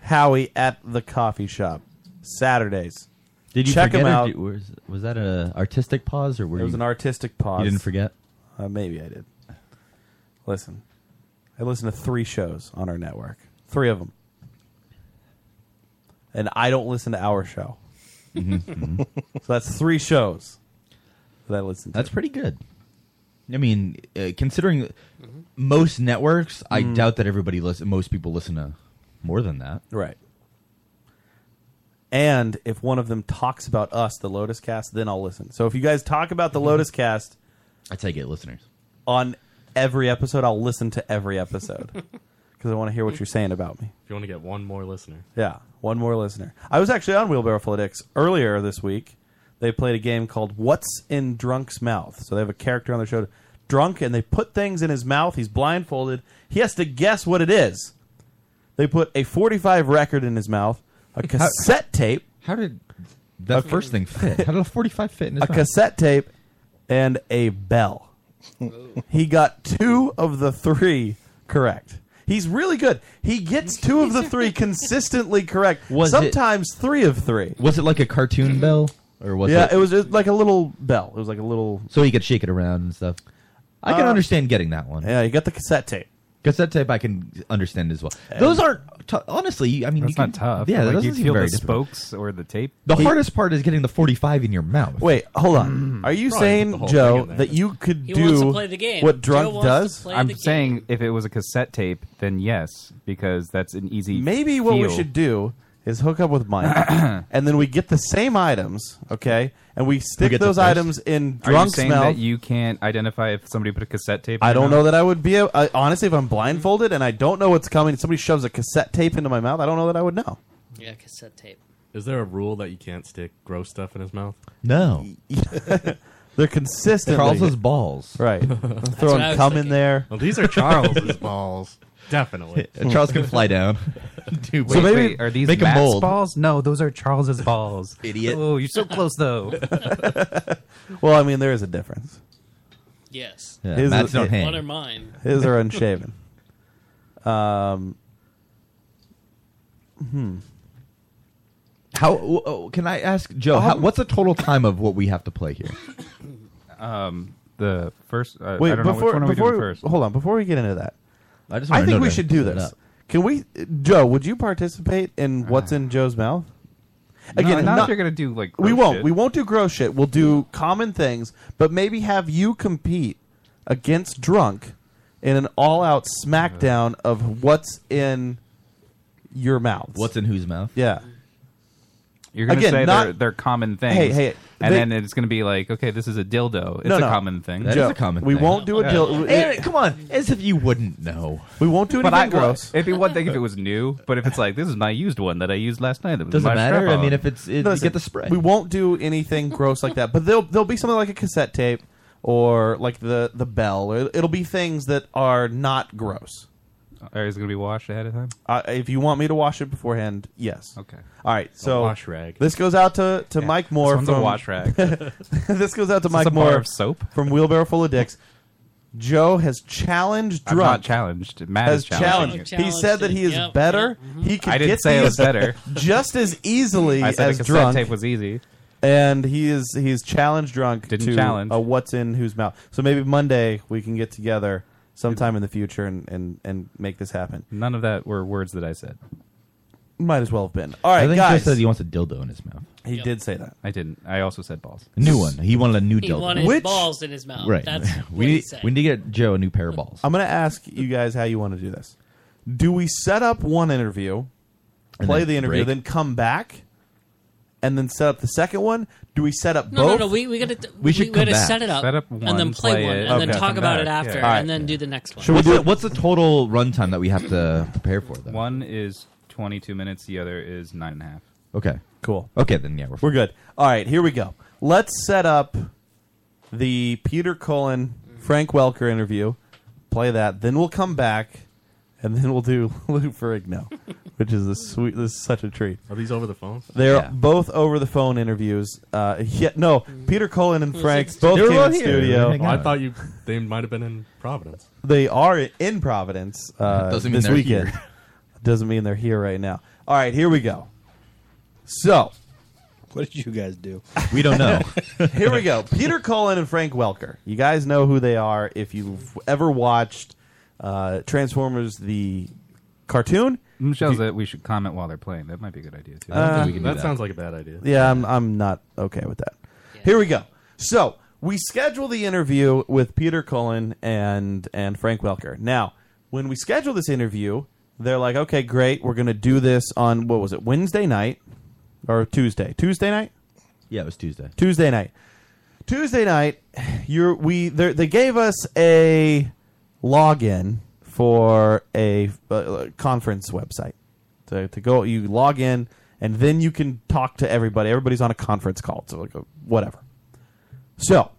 S9: Howie at the coffee shop. Saturdays.
S10: Did you
S9: check
S10: forget
S9: him
S10: or
S9: out?
S10: did- Was, was that an artistic pause or were
S9: It was
S10: you-
S9: an artistic pause.
S10: You didn't forget.
S9: Uh, maybe I did. Listen, I listened to three shows on our network, three of them, and I don't listen to our show.
S10: Mm-hmm.
S9: so that's three shows that I listened. to.
S10: That's pretty good. I mean, uh, considering most networks, I
S9: Mm.
S10: doubt that everybody listen. Most people listen to more than that.
S9: Right. And if one of them talks about us, the Lotus Cast, then I'll listen. So if you guys talk about the Lotus Cast,
S10: that's how you get listeners.
S9: on every episode. I'll listen to every episode because I want to hear what you're saying about me.
S11: If you want to get one more listener,
S9: Yeah, one more listener. I was actually on Wheelbarrow Full of Dicks earlier this week. They played a game called "What's in Drunk's Mouth." So they have a character on their show, drunk, and they put things in his mouth. He's blindfolded. He has to guess what it is. They put a 45 record in his mouth, a cassette tape.
S10: How did that first thing fit? How did a 45 fit in his
S9: a
S10: mouth?
S9: cassette tape and a bell. he got two of the three correct. He's really good. He gets two of the three consistently correct.
S10: Was it-
S9: Sometimes three of three.
S10: Was it like a cartoon bell, or was
S9: yeah,
S10: it?
S9: it, was just like a little bell. It was like a little.
S10: so he could shake it around and stuff. I can
S9: Uh,
S10: understand getting that one.
S9: Yeah, you got the cassette tape.
S10: Cassette tape, I can understand as well. Those aren't tou- honestly. I mean,
S17: That's
S10: you can,
S17: not tough.
S10: Yeah,
S17: Like,
S10: that
S17: you
S10: doesn't seem
S17: feel
S10: very
S17: the
S10: difficult.
S17: spokes or the tape.
S10: The
S17: He-
S10: hardest part is getting the 45 in your mouth.
S9: Wait, hold
S10: Mm.
S9: on. Are you
S17: Mm. Probably
S9: saying, Joe, that you could do what drunk does?
S17: I'm saying if it was a cassette tape, then yes, because that's an easy.
S9: Maybe what we
S17: feel.
S9: should do is hook up with Mike, and then we get the same items, okay, and we stick
S17: get the
S9: those
S17: first?
S9: items in
S17: Are you
S9: drunk
S17: saying
S9: smell.
S17: that you can't identify if somebody put a cassette tape? in
S9: I
S17: your
S9: don't
S17: mouth?
S9: know that I would be a- I- honestly if I'm blindfolded and I don't know what's coming. Somebody shoves a cassette tape into my mouth. I don't know that I would know.
S12: Yeah, cassette tape.
S11: is there a rule that you can't stick gross stuff in his mouth?
S10: No.
S9: They're consistently
S10: Charles's balls.
S9: Right.
S11: That's
S9: throwing
S11: what I was
S9: cum in
S11: thinking.
S9: there.
S11: Well, these are Charles's balls. Definitely.
S10: Charles can fly down.
S17: Dude, wait, wait, are these Matt's balls? No, those are Charles's balls.
S10: Idiot.
S17: Oh, you're so close though.
S9: well, I mean, there is a difference.
S12: Yes.
S17: Yeah,
S9: His
S17: Matt's
S9: are-
S17: don't hang.
S12: One are mine.
S9: His are unshaven. um. Hmm.
S10: Mm-hmm. How oh, oh, can I ask Joe? how,
S9: Um,
S10: what's the total time of what we have to play here?
S17: Um, the first. Uh,
S9: Wait,
S17: I don't know
S9: before
S17: which one are we
S9: before
S17: doing first.
S9: hold on, before we get into that,
S10: I
S17: just
S9: I
S17: wanna
S9: think
S17: know
S9: we
S17: to
S9: should do
S17: set it
S9: this.
S17: up.
S9: Can we, Joe? Would you participate in what's in Joe's mouth? Again,
S17: No, not if you're gonna do, like,
S9: we
S17: gross
S9: won't.
S17: shit.
S9: We won't do gross shit. We'll do common things, but maybe have you compete against drunk in an all-out smackdown of what's in your mouth.
S10: What's in whose mouth?
S9: Yeah.
S17: You're gonna
S9: Again,
S17: say
S9: not-
S17: they're, they're common things.
S9: Hey, hey,
S17: and
S9: they-
S17: then it's gonna be like, okay, this is a dildo. It's
S9: No,
S17: a
S9: no.
S17: common thing.
S9: That is Joe, a common we thing. won't do a dildo-
S10: Aaron, come on, as if you wouldn't know.
S9: We won't do
S17: But
S9: anything
S17: I,
S9: gross.
S17: It'd be one thing if it was new, but if it's like this is my used one that I used last night, that was
S10: Doesn't
S17: my
S10: matter.
S17: strap-on.
S10: I mean, if it's- it- you
S9: Listen,
S10: get the spread.
S9: We won't do anything gross like that, but there'll there'll be something like a cassette tape or like the the bell. Or it'll be things that are not gross.
S17: Or is it gonna be washed ahead of time?
S9: Uh, if you want me to wash it beforehand, yes.
S17: Okay.
S9: All right. So
S17: wash rag.
S9: This goes out to, to
S17: Yeah,
S9: Mike
S17: this
S9: Moore
S17: one's a
S9: from
S17: wash rag.
S9: this goes out to
S17: Is this
S9: Mike
S17: a bar
S9: Moore
S17: of soap?
S9: from Wheelbarrow Full of Dicks. Joe has challenged
S17: I'm
S9: drunk.
S17: not challenged. Matt
S9: has
S17: is challenging
S9: challenged. Mm-hmm.
S17: you.
S9: He said that he is better. He could
S17: I didn't
S9: get
S17: say I was
S9: these
S17: better.
S9: just as easily
S17: I said
S9: as
S17: a cassette
S9: drunk.
S17: tape was easy.
S9: and he is he's challenged drunk
S17: Didn't
S9: to
S17: challenge.
S9: a what's in whose mouth. So maybe Monday we can get together sometime in the future and and and make this happen.
S17: None of that were words that I said.
S9: Might as well have been. All right,
S10: I think
S9: guys.
S10: Joe said he wants a dildo in his mouth.
S9: He did say that.
S17: I didn't. I also said balls.
S10: A new one. He wanted a new
S9: He
S10: dildo.
S9: wanted Which- balls in his mouth.
S10: Right.
S9: That's
S10: we
S9: what he
S10: need,
S9: said.
S10: we need to get Joe a new pair of balls.
S9: I'm going to ask you guys how you want to do this. Do we set up one interview,
S10: And
S9: play
S10: then
S9: the interview,
S10: break?
S9: then come back, and then set up the second one? Do we set up
S12: No,
S9: both?
S12: no, no. We, we gotta we, we gotta set it up, and then play, one, and then talk about it after, and then do the next one.
S10: Should we do it? What's the total runtime that we have to prepare for? Though?
S17: One is 22 minutes. The other is nine and a half.
S10: Okay.
S9: Cool.
S10: Okay, then yeah, we're,
S9: We're good. All right, here we go. Let's set up the Peter Cullen Frank Welker interview. Play that. Then we'll come back, and then we'll do Lou Ferrigno, which is a sweet. This is such a treat.
S11: Are these over the phone?
S9: They're both over the phone interviews. Uh, yeah, no, Peter Cullen and Frank both came in studio.
S11: Oh, I thought you they might have been in Providence.
S9: They are in Providence uh,
S11: Doesn't mean
S9: this
S11: they're
S9: weekend.
S11: here.
S9: Doesn't mean they're here right now. All right, here we go. So,
S16: What did you guys do?
S10: We don't know.
S9: here we go. Peter Cullen and Frank Welker. You guys know who they are if you've ever watched uh, Transformers the cartoon.
S17: Mm, Shows that we should comment while they're playing. That might be a good idea too.
S9: Uh,
S11: that, sounds like a bad idea.
S9: Yeah, I'm, I'm not okay with that. Here we go. So we schedule the interview with Peter Cullen and and Frank Welker. Now, when we schedule this interview, they're like, okay, great, we're going to do this on what was it Wednesday night or Tuesday? Tuesday night.
S10: Yeah, it was Tuesday.
S9: Tuesday night. Tuesday night, you're, we there- they gave us a login for a uh, conference website to, to go. You log in, and then you can talk to everybody. Everybody's on a conference call, so like a, whatever. So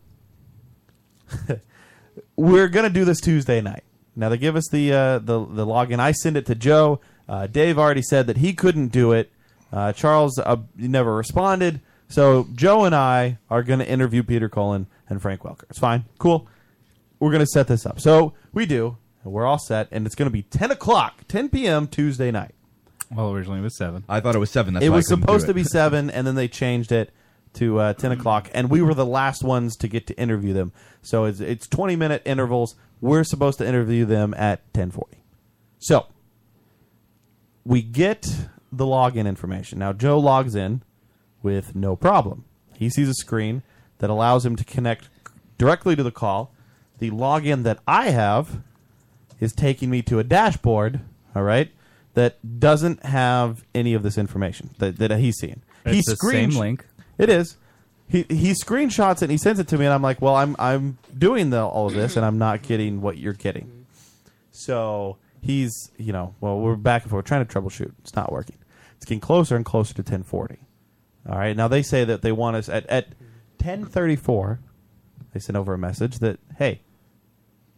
S9: we're gonna do this Tuesday night. Now they give us the uh, the the login. I send it to Joe. Uh, Dave already said that he couldn't do it. Uh, Charles uh, never responded. So Joe and I are gonna interview Peter Cullen and Frank Welker. It's fine, cool. We're gonna set this up. So we do. And we're all set, and it's gonna be ten o'clock, ten p.m. Tuesday night.
S17: Well, originally it was seven.
S10: I thought it was seven. That's
S9: it
S10: why I
S9: was
S10: couldn't do
S9: supposed to
S10: it.
S9: be seven, and then they changed it to uh, ten o'clock, and we were the last ones to get to interview them. So it's it's twenty minute intervals. We're supposed to interview them at ten forty. So we get the login information. Now Joe logs in with no problem. He sees a screen that allows him to connect directly to the call. The login that I have is taking me to a dashboard, all right, that doesn't have any of this information that, that he's seeing. he
S17: It's the same
S9: screensh-
S17: link.
S9: It is. He he screenshots it and he sends it to me and I'm like, "Well, I'm I'm doing the, all of this and I'm not getting what you're getting." So, he's, you know, well, we're back and forth trying to troubleshoot. It's not working. It's getting closer and closer to 1040. All right. Now they say that they want us at at 1034. They sent over a message that, "Hey,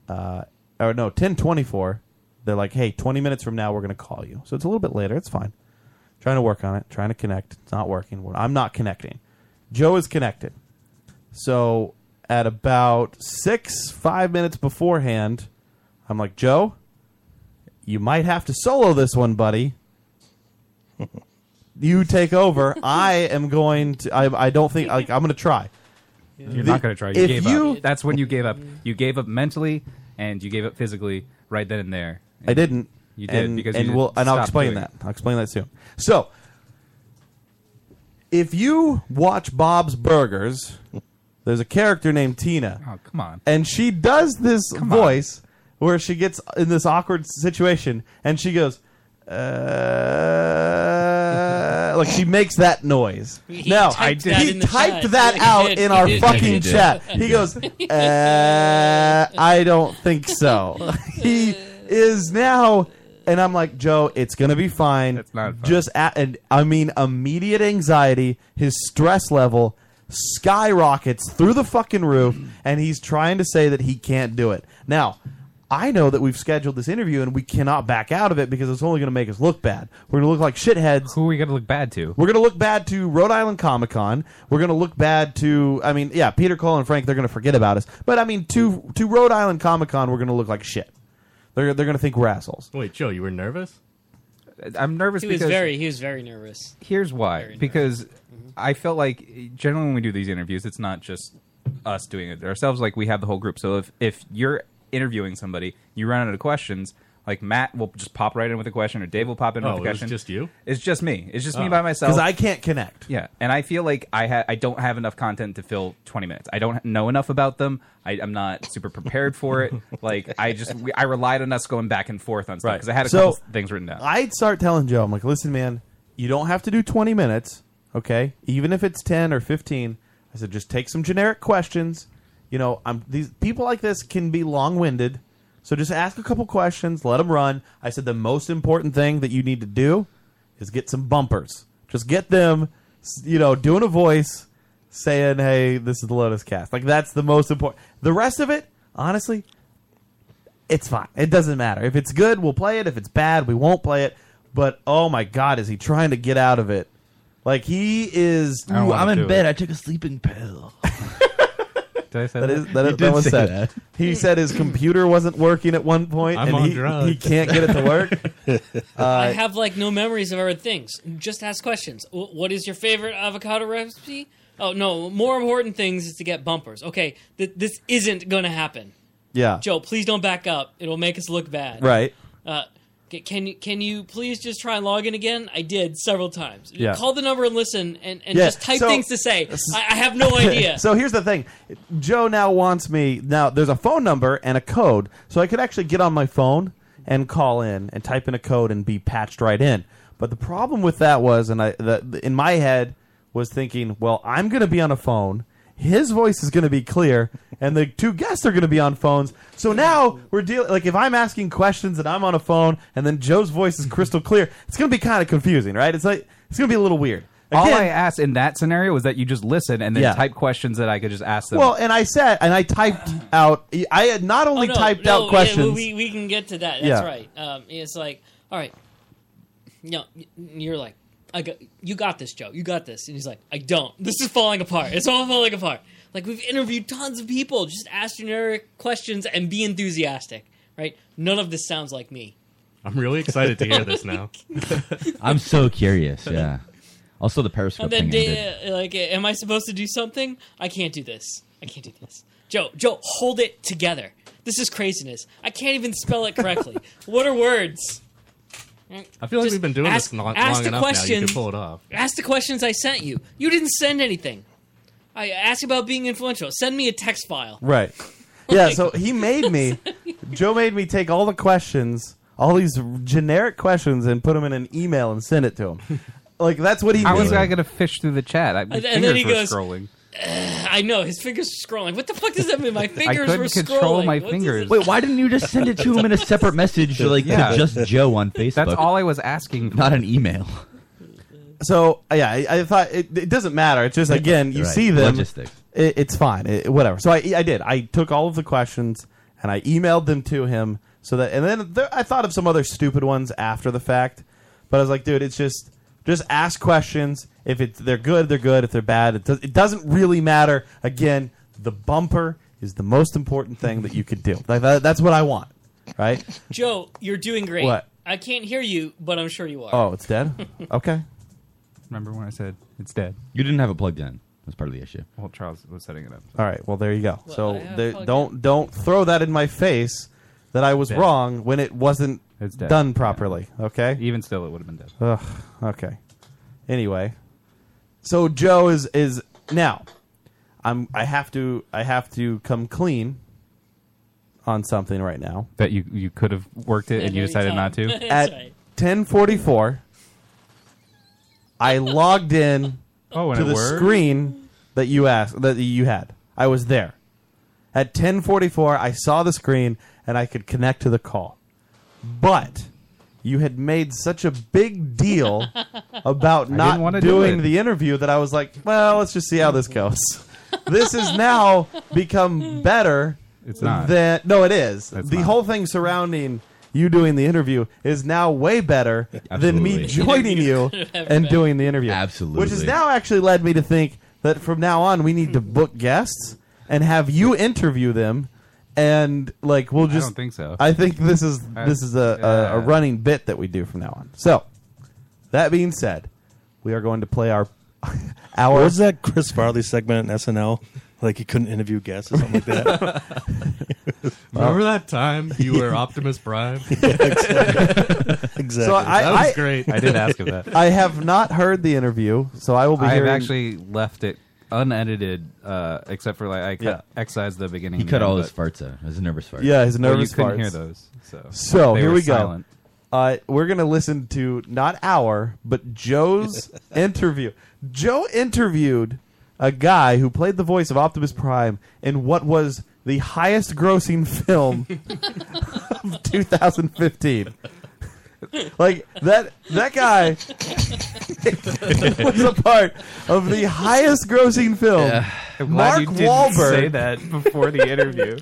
S9: uh, or no, ten twenty four. They're like, hey, twenty minutes from now, we're gonna call you. So it's a little bit later. It's fine. Trying to work on it. Trying to connect. It's not working. We're- I'm not connecting. Joe is connected. So at about six five minutes beforehand, I'm like, Joe, you might have to solo this one, buddy. You take over. I am going to. I, I don't think. Like, I'm going to try.
S17: You're
S9: The-
S17: not going to try. You
S9: if
S17: gave
S9: you-
S17: up. That's when you gave up. You gave up mentally and you gave up physically right then and there.
S9: I didn't.
S17: You did
S9: and,
S17: because
S9: and
S17: you
S9: we'll, and I'll
S17: stopped
S9: explain
S17: doing
S9: that. I'll explain that soon. So, if you watch Bob's Burgers, there's a character named Tina.
S17: Oh, come on.
S9: And she does this voice where she gets in this awkward situation and she goes, uh, like she makes that noise.
S26: He
S9: no,
S26: typed I did. that
S9: He
S26: in the
S9: typed
S26: chat.
S9: that
S26: He
S9: out
S26: did.
S9: in
S26: He
S9: our
S26: did. He
S9: fucking
S26: did.
S9: chat. He goes, uh, I don't think so. he is now, and I'm like, Joe, it's gonna be fine. It's not just at, and I mean, immediate anxiety. His stress level skyrockets through the fucking roof, and he's trying to say that he can't do it. Now, I know that we've scheduled this interview, and we cannot back out of it because it's only gonna make us look bad. We're gonna look like shitheads.
S17: Who are we gonna look bad to?
S9: We're gonna look bad to Rhode Island Comic Con. We're gonna look bad to, I mean, yeah, Peter Cole and Frank. They're gonna forget about us. But I mean, to to Rhode Island Comic Con, we're gonna look like shit. They're they're gonna think we're assholes.
S11: Wait, Joe, you were nervous?
S17: I'm nervous
S12: He was
S17: because
S12: very he was very nervous.
S17: Here's why. Because I felt like generally when we do these interviews, it's not just us doing it ourselves. Like we have the whole group. So if if you're interviewing somebody, you run out of questions. Like Matt will just pop right in with a question, or Dave will pop in
S11: Oh,
S17: with a
S11: it was
S17: question.
S11: just you?
S17: It's just me. It's just me
S11: Oh.
S17: by myself.
S9: 'Cause I can't connect.
S17: Yeah, and I feel like I ha- I don't have enough content to fill 20 minutes. I don't know enough about them. I, I'm not super prepared for it. like I just we, I relied on us going back and forth on stuff because I had a
S9: So-
S17: couple things written down.
S9: I'd start telling Joe, I'm like, listen, man, you don't have to do 20 minutes, okay? Even if it's 10 or 15, I said, just take some generic questions. You know, I'm these people like this can be long winded, so just ask a couple questions, let them run. I said the most important thing that you need to do is get some bumpers. Just get them, s- you know, doing a voice saying, "Hey, this is the Lotus Cast." Like that's the most important. The rest of it, honestly, it's fine. It doesn't matter. If it's good, we'll play it. If it's bad, we won't play it. But oh my god, is he trying to get out of it? Like he is.
S10: Ooh, I'm in bed. I
S9: That
S10: took a sleeping pill.
S17: Did I say
S9: is that, is, that was said. He said his computer wasn't working at one point,
S11: I'm
S9: and
S11: on
S9: he,
S11: drugs.
S9: he can't get it to work. Uh,
S12: I have like no memories of other things. Just ask questions. W- What is your favorite avocado recipe? Oh no, more important things is to get bumpers. Okay, th- this isn't going to happen.
S9: Yeah.
S12: Joe, please don't back up. It'll make us look bad.
S9: Right.
S12: Uh, c- can you can you please just try and log in again? I did several times.
S9: Yeah.
S12: Call the number and listen, and, and
S9: Yeah,
S12: just type
S9: so-
S12: things to say. I, I have no idea.
S9: so here's the thing. Joe now wants me now there's a phone number and a code. So I could actually get on my phone and call in and type in a code and be patched right in. But the problem with that was and I the, in my head was thinking, well, I'm going to be on a phone. His voice is going to be clear, and the two guests are going to be on phones. So now we're dealing. Like if I'm asking questions and I'm on a phone, and then Joe's voice is crystal clear, it's going to be kind of confusing, right? It's like it's going to be a little weird.
S17: All
S9: Again-
S17: I asked in that scenario was that you just listen and then
S9: Yeah.
S17: type questions that I could just ask them.
S9: Well, and I said, and I typed out. I had not only
S12: Oh, no,
S9: typed
S12: no,
S9: out
S12: yeah,
S9: questions.
S12: we, we can get to that. That's
S9: Yeah.
S12: right. Um, it's like, all right, no, y- you're like, I got, you got this, Joe. You got this. And he's like, I don't. This is falling apart. It's all falling apart. Like we've interviewed tons of people. Just ask generic questions and be enthusiastic. Right? None of this sounds like me.
S11: I'm really excited to hear this now.
S10: I'm so curious. Yeah. Also, the Periscope
S12: And then,
S10: thing. ended.
S12: da- like, am I supposed to do something? I can't do this. I can't do this. Joe, Joe, hold it together. This is craziness. I can't even spell it correctly. what are words?
S11: I feel like we've been doing
S12: ask-
S11: this long,
S12: ask
S11: long
S12: the
S11: enough now. You
S12: question.
S11: can pull it off.
S12: Ask the questions I sent you. You didn't send anything. I asked about being influential. Send me a text file.
S9: Right. Yeah, so he made me Joe made me take all the questions, all these generic questions and put them in an email and send it to him. Like that's what he
S17: How
S9: made.
S17: was I going to fish through the chat? I, my
S12: And- and
S17: fingers
S12: then he
S17: were
S12: goes-
S17: scrolling.
S12: Ugh, I know his fingers were scrolling. What the fuck does that mean? My
S17: I
S12: fingers were
S17: couldn't control
S12: scrolling.
S17: my
S12: What does
S17: fingers.
S10: Wait, why didn't you just send it to him in a separate message, like to just Joe on Facebook?
S17: That's all I was asking. For.
S10: Not an email.
S9: So yeah, I, I thought it, it doesn't matter. It's just again, you
S10: Right.
S9: see them.
S10: Logistics.
S9: It, it's fine. It, whatever. So I, I did. I took all of the questions and I emailed them to him. So that and then there, I thought of some other stupid ones after the fact, but I was like, dude, it's just just ask questions. If it's they're good, they're good. If they're bad, it, does, it doesn't really matter. Again, the bumper is the most important thing that you could do. Like that, that's what I want, right?
S12: Joe, you're doing great.
S9: What?
S12: I can't hear you, but I'm sure you are.
S9: Oh, it's dead. Okay.
S17: Remember when I said it's dead?
S10: You didn't have it plugged in. That's part of the issue.
S17: Well, Charles was setting it up.
S9: All right. Well, there you go.
S17: I
S9: so
S17: have
S9: there,
S17: plugged
S9: don't don't throw that in my face that I was
S17: Dead.
S9: wrong when it wasn't
S17: It's dead.
S9: done properly. Okay.
S17: Even still, it would have been dead.
S9: Ugh, okay. Anyway, so Joe is is now. I'm. I have to. I have to come clean on something right now
S17: that you you could have worked it and you decided not to.
S9: At ten forty four, I logged in
S17: Oh, and
S9: to
S17: it
S9: the
S17: worked?
S9: screen that you asked that you had. I was there. At ten forty four, I saw the screen and I could connect to the call. But you had made such a big deal about
S17: didn't
S9: not
S17: wanna do
S9: doing
S17: it.
S9: the interview that I was like, well, let's just see how this goes. this has now become better. It's
S17: not.
S9: Than, no, it is.
S17: It's
S9: the
S17: not.
S9: whole thing surrounding you doing the interview is now way better than me
S10: Absolutely.
S9: joining you
S10: Could've had
S9: and
S10: better.
S9: doing the interview.
S10: Absolutely.
S9: Which has now actually led me to think that from now on we need to book guests and have you interview them and like we'll
S17: I
S9: just
S17: don't think so.
S9: I think this is
S17: I-
S9: this is a, a, a running bit that we do from now on. So that being said, we are going to play our our
S16: What was that Chris Farley segment in SNL? Like he couldn't interview guests or something like that.
S11: Remember that time you were Optimus Prime?
S9: So I,
S11: that was
S9: I-
S11: great.
S9: I have not heard the interview, so I will be
S17: I have
S9: hearing-
S17: actually left it unedited, uh, except for like I cut, excised the beginning.
S10: He
S17: and
S10: cut
S17: the
S10: all
S17: end,
S10: his
S17: but-
S10: farts out. His nervous farts.
S9: Yeah, his
S17: Well, Oh, you
S9: nervous
S17: couldn't
S9: farts.
S17: hear those, so-
S9: So,
S17: They
S9: here
S17: were
S9: we
S17: silent.
S9: go. Uh, we're gonna listen to not our but Joe's interview. Joe interviewed a guy who played the voice of Optimus Prime in what was the highest grossing film of 2015. Like that that guy was a part of the highest grossing film.
S17: I'm glad
S9: Mark
S17: you didn't
S9: Wahlberg
S17: say that before the interview.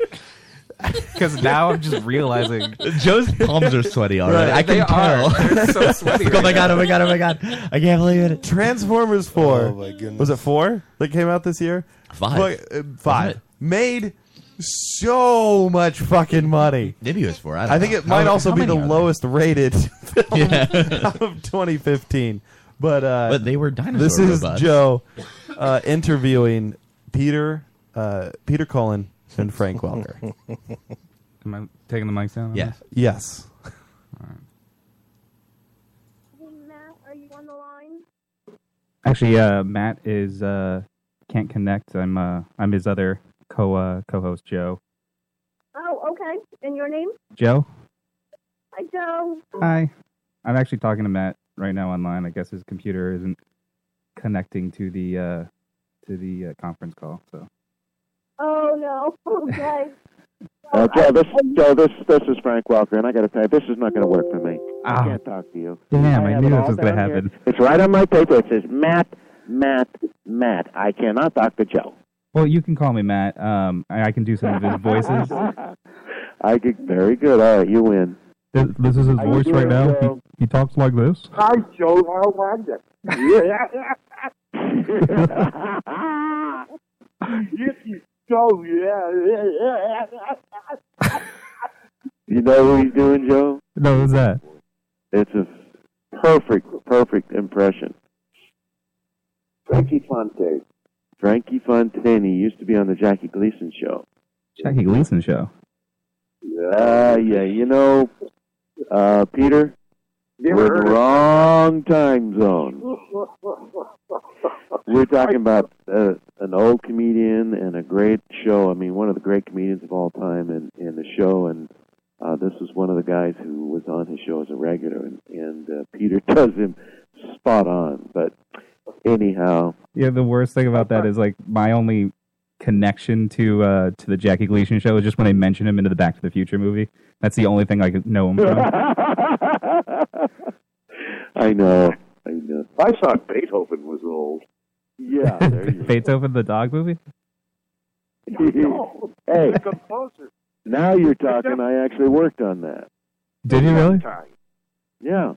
S17: Because now I'm just realizing
S10: Joe's palms are sweaty already. I
S17: They
S10: can
S17: are.
S10: tell.
S17: They're so sweaty.
S10: oh my
S17: right
S10: god!
S17: now.
S10: Oh my god! Oh my god! I can't believe it.
S9: Transformers Four.
S10: Oh my goodness.
S9: Was it four that came out this year?
S10: Five.
S9: But, uh, five made so much fucking money.
S10: Maybe it was four. I, don't
S9: think
S10: know.
S9: it might
S10: How-
S9: also
S10: how
S9: be
S10: many
S9: the
S10: are there?
S9: lowest rated film of 2015. But uh,
S10: But they were dinosaur
S9: This is
S10: robots.
S9: Joe uh, interviewing Peter uh, Peter Cullen and Frank Welker.
S17: Am I taking the mics down?
S9: Yeah. Yes.
S17: Actually, uh, Matt is uh, can't connect. I'm uh, I'm his other co uh, co-host Joe.
S3: Oh, okay. And your name?
S17: Joe,
S3: Hi, Joe.
S17: hi. I'm actually talking to Matt right now online. I guess his computer isn't connecting to the uh, to the uh, conference call. So
S27: Oh no. Okay.
S6: Uh, Joe, this, Joe, this, this is Frank Walker, and I got to tell you, this is not going to work for me. I can't talk to you.
S17: Ah. damn, I,
S6: have
S17: knew
S6: it
S17: this
S6: all
S17: was gonna
S6: down here.
S17: happen.
S6: It's right on my paper. It says Matt, Matt, Matt. I cannot talk to Joe.
S17: well, you can call me Matt. Um, I, I can do some of his voices.
S6: I get very good. All right, you win.
S17: This, this is his
S6: How you
S17: voice right now.
S6: doing,
S17: He,
S6: Joe?
S17: he talks like this.
S6: Hi, Joe. How are you?
S22: yes, you go. Yeah, yeah, yeah.
S6: You know who he's doing, Joe?
S17: No, who's that?
S6: It's a perfect, perfect impression. Frankie Fontaine. Frankie Fontaine. He used to be on the Jackie Gleason show.
S17: Jackie Gleason show.
S6: Yeah, Ah, yeah. You know, uh, Peter,
S22: You ever
S6: we're in
S22: heard
S6: the
S22: of-
S6: wrong time zone. We're talking about uh, an old comedian and a great show. I mean, one of the great comedians of all time, and and the show. And uh, this was one of the guys who was on his show as a regular, and, and uh, Peter does him spot on. But anyhow,
S17: Yeah, the worst thing about that is like my only connection to uh to the Jackie Gleason show is just when they mention him into the Back to the Future movie. That's the only thing I could know him from.
S6: I know. I know.
S22: I thought Beethoven was old.
S6: Yeah,
S17: Beethoven the dog movie.
S6: hey,
S22: The composer.
S6: now you're talking. I actually worked on that.
S17: Did you really?
S6: Yeah.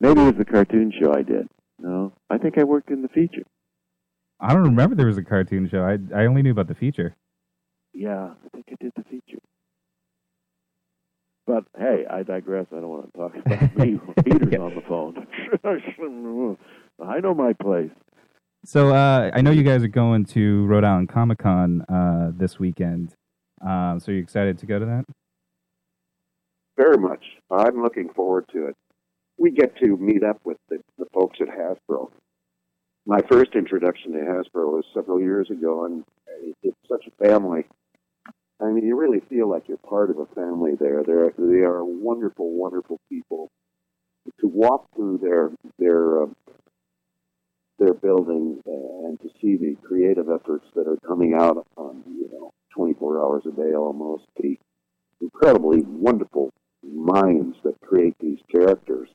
S6: Maybe it was the cartoon show I did. No, I think I worked in the feature.
S17: I don't remember there was a cartoon show. I I only knew about the feature.
S6: Yeah, I think I did the feature. But hey, I digress. I don't want to talk about me. Peter's on the phone. I know my place.
S17: So uh, I know you guys are going to Rhode Island Comic Con uh, this weekend. Um, so are you excited to go to that?
S7: Very much. I'm looking forward to it. We get to meet up with the, the folks at Hasbro. My first introduction to Hasbro was several years ago, and it- it's such a family. I mean, you really feel like you're part of a family there. They're, they are wonderful, wonderful people. To walk through their their uh, their building and to see the creative efforts that are coming out on you know 24 hours a day almost the incredibly wonderful minds that create these characters.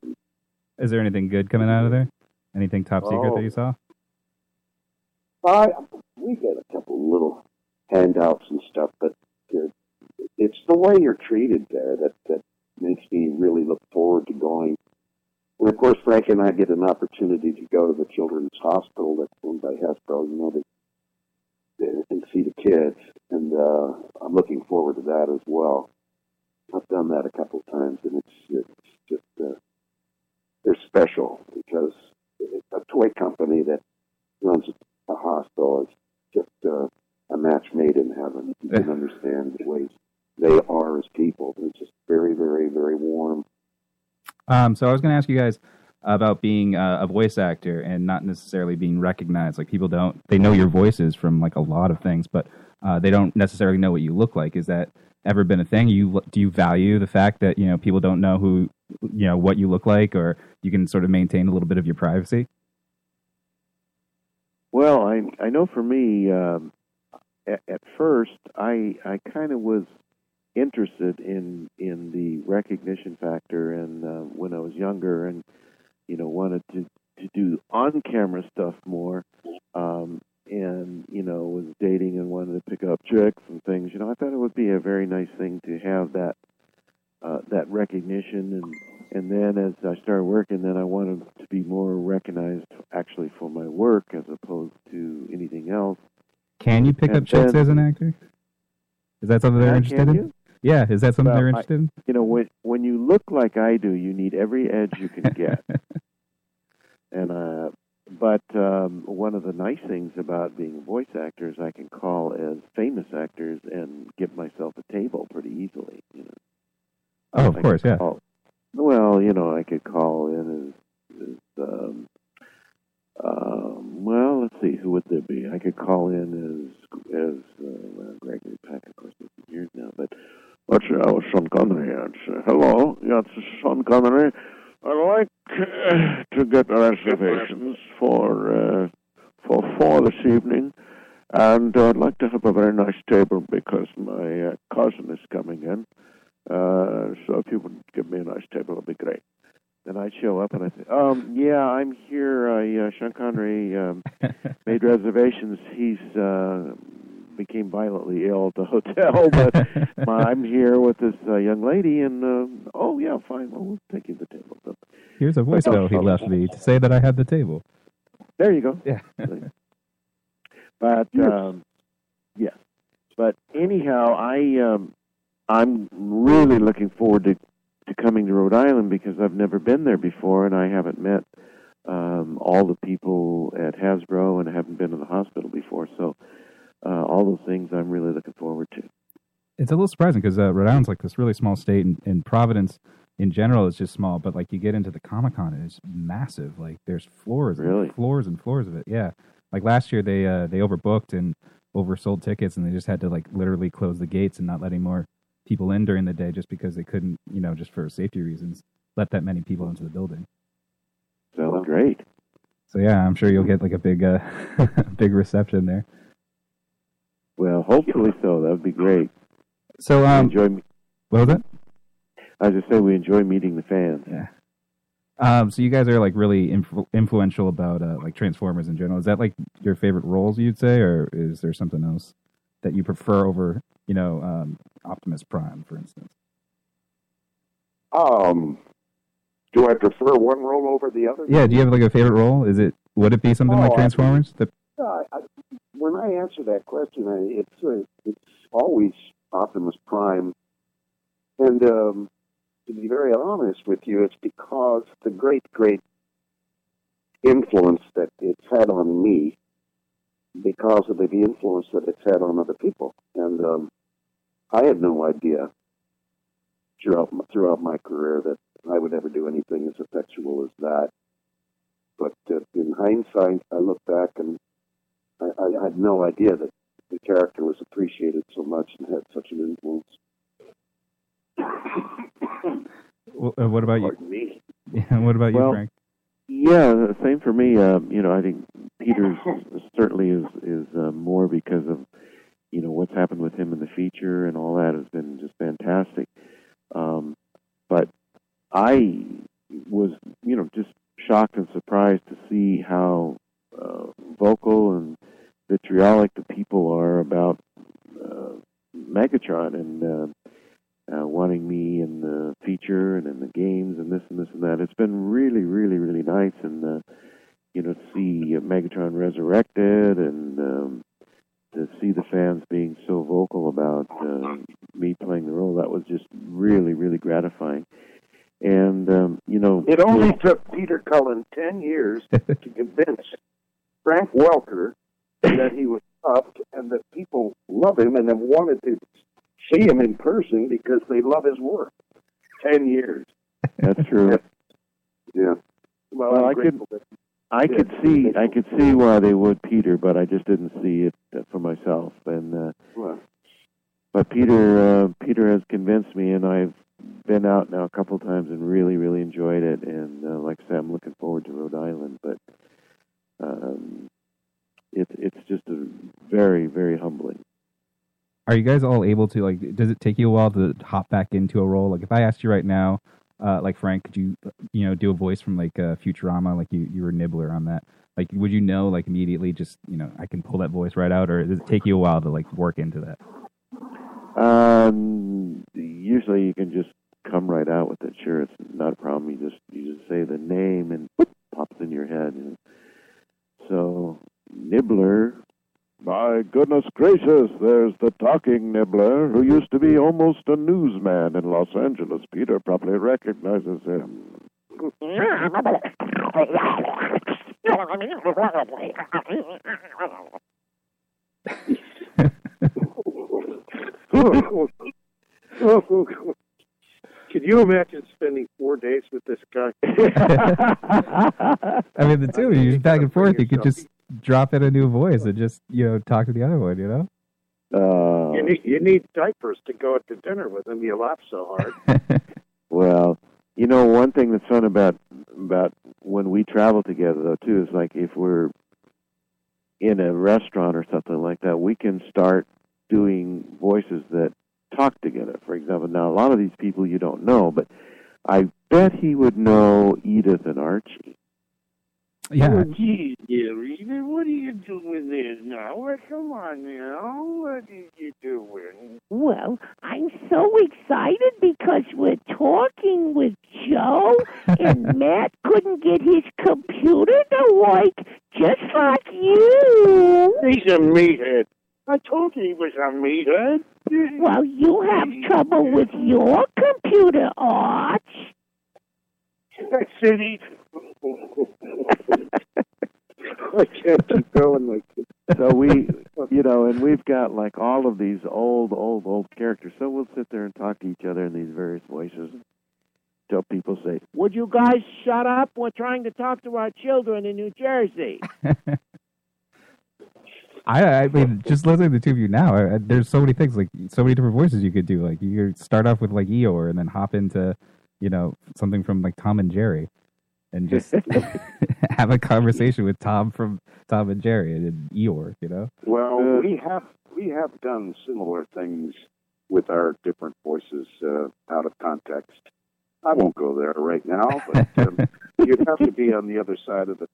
S17: Is there anything good coming out of there? Anything top secret
S7: Oh.
S17: that you saw?
S7: I we get a couple little handouts and stuff, but uh, it's the way you're treated there that that makes me really look forward to going. And of course, Frank and I get an opportunity to go to the Children's Hospital that's owned by Hasbro, you know, to, and see the kids, and uh, I'm looking forward to that as well. I've done that a couple times, and it's it's just uh, they're special because it's a toy company that runs a hospital is just uh, a match made in heaven. You can understand the ways they are as people. It's just very, very, very warm.
S17: Um, so I was going to ask you guys about being uh, a voice actor and not necessarily being recognized. Like people don't, they know your voices from like a lot of things, but uh, they don't necessarily know what you look like. Is that ever been a thing? You do you value the fact that you know people don't know who, you know, what you look like, or you can sort of maintain a little bit of your privacy?
S6: Well, I I know for me, um, at, at first, I I kind of was interested in in the recognition factor, and uh, when I was younger, and you know wanted to to do on camera stuff more, um, and you know was dating and wanted to pick up chicks and things. You know, I thought it would be a very nice thing to have that uh, that recognition and. And then as I started working, then I wanted to be more recognized actually for my work as opposed to anything else.
S17: Can you pick up
S6: And
S17: chicks
S6: then-
S17: as an actor? Is that something they're
S6: Uh,
S17: interested
S6: can
S17: in?
S6: you?
S17: Yeah, is that something
S6: Well,
S17: they're
S6: I-
S17: interested in?
S6: You know, when when you look like I do, you need every edge you can get. and uh, but um, one of the nice things about being a voice actor is I can call as famous actors and get myself a table pretty easily. You know.
S17: Oh, of course, yeah.
S6: Well, you know, I could call in as, as um, um, well, let's see, who would there be? I could call in as as uh, well, Gregory Peck, of course, he's been years now, but what's your, oh, Sean Connery? It's, uh, hello, yeah, it's Sean Connery. I'd like uh, to get reservations for uh, for four this evening, and uh, I'd like to have a very nice table because my uh, cousin is coming in. Uh, so if you would give me a nice table, it'd be great. And I show up and I say, um, yeah, I'm here. I, uh, Sean Connery um, made reservations. He's uh, became violently ill at the hotel, but my, I'm here with this uh, young lady, and uh, oh yeah, fine. Well, we'll take you to the table. So,
S17: Here's a voicemail he left me to say that I had the table.
S6: there you go.
S17: Yeah.
S6: but um, yeah. But anyhow, I um, I'm really looking forward to to coming to Rhode Island because I've never been there before, and I haven't met um, all the people at Hasbro, and I haven't been in the hospital before. So uh, all those things I'm really looking forward to.
S17: it's a little surprising because uh, Rhode Island's like this really small state, and, and Providence in general is just small. But like you get into the Comic Con, it's massive. Like there's floors,
S6: Really?
S17: and floors and floors of it. Yeah. Like last year, they uh, they overbooked and oversold tickets, and they just had to like literally close the gates and not let any more people in during the day, just because they couldn't, you know, just for safety reasons, let that many people into the building.
S6: Sounds great.
S17: So yeah, I'm sure you'll get like a big uh, big reception there.
S6: Well, hopefully so. That would be great.
S17: So um,
S6: enjoy. me-
S17: What was that?
S6: I just say we enjoy meeting the fans.
S17: Yeah. Um, so you guys are like really influ- influential about uh, like Transformers in general. Is that like your favorite roles you'd say, or is there something else that you prefer over you know um, Optimus Prime, for instance?
S7: Um, do I prefer one role over the other?
S17: Yeah. Do you have like a favorite role? Is it would it be something
S7: Oh,
S17: like
S7: I-
S17: Transformers? The,
S7: Yeah, I, I, when I answer that question, I, it's uh, it's always Optimus Prime, and um, to be very honest with you, it's because the great great influence that it's had on me, because of the influence that it's had on other people, and um, I had no idea throughout my, throughout my career that I would ever do anything as effectual as that. But uh, in hindsight, I look back and I, I, I had no idea that the character was appreciated so much and had such an influence.
S17: wh- uh, what about you?
S7: Pardon me.
S17: Yeah, what about
S6: Well,
S17: you, Frank?
S6: Yeah, the same for me. Um, you know, I think Peters certainly is is uh, more because of you know what's happened with him in the feature and all that has been just fantastic. Um, but I was you know just shocked and surprised to see how uh, vocal and vitriolic the people are about uh, Megatron and. Uh, uh, wanting me in the feature and in the games and this and this and that. It's been really, really, really nice, and uh, you know, to see uh, Megatron resurrected and um, to see the fans being so vocal about uh, me playing the role. That was just really, really gratifying. And um, you know,
S7: It only took Peter Cullen 10 years to convince Frank Welker that he was up and that people love him and have wanted to see him in person because they love his work. 10 years.
S6: that's true.
S7: Yeah. Well,
S6: Well,
S7: I'm
S6: I
S7: grateful that
S6: I could see I could see why they would Peter, but I just didn't see it uh, for myself. And uh,
S7: Well,
S6: But Peter, uh, Peter has convinced me, and I've been out now a couple times and really, really enjoyed it. And uh, like I said, I'm looking forward to Rhode Island, but um, it's it's just a very, very humbling.
S17: Are you guys all able to like? Does it take you a while to hop back into a role? Like if I asked you right now, uh, like Frank, could you you know do a voice from like uh, Futurama? Like you you were Nibbler on that. Like would you know like immediately? Just you know I can pull that voice right out, or does it take you a while to like work into that?
S6: Um, usually, you can just come right out with it. Sure, it's not a problem. You just you just say the name, and whoop, pops in your head. And so, Nibbler
S28: My goodness gracious, there's the talking nibbler who used to be almost a newsman in Los Angeles. Peter probably recognizes him.
S22: Could you imagine spending four days with this guy?
S17: I mean, the two of you just back and forth. You could just drop in a new voice and just you know talk to the other one. You know.
S6: Uh,
S22: you, need, you need diapers to go out to dinner with him. You laugh so hard.
S6: Well, you know, one thing that's fun about about when we travel together, though, too, is like if we're in a restaurant or something like that, we can start doing voices that talk together. For example, now a lot of these people you don't know, but I bet he would know Edith and Archie.
S17: Yeah.
S29: Oh, geez, Gary, then what are you doing there now? Well, Oh, Come on now, what are you doing?
S22: Well, I'm so excited because we're talking with Joe, and Matt couldn't get his computer to work just like you.
S29: He's a meathead. I told you he was a meathead.
S22: Well, you have trouble with your computer, Art.
S29: That city. I can't keep going like this.
S6: So we, you know, and we've got like all of these old, old, old characters. So we'll sit there and talk to each other in these various voices till people say,
S15: Would you guys shut up? We're trying to talk to our children in New Jersey.
S17: I, I mean, just listening to the two of you now, I, I- there's so many things, like so many different voices you could do. Like you could start off with like Eeyore, and then hop into, you know, something from like Tom and Jerry, and just have a conversation with Tom from Tom and Jerry and, then Eeyore. You know,
S7: Well, we have we have done similar things with our different voices uh, out of context. I won't go there right now, but um, you'd have to be on the other side of the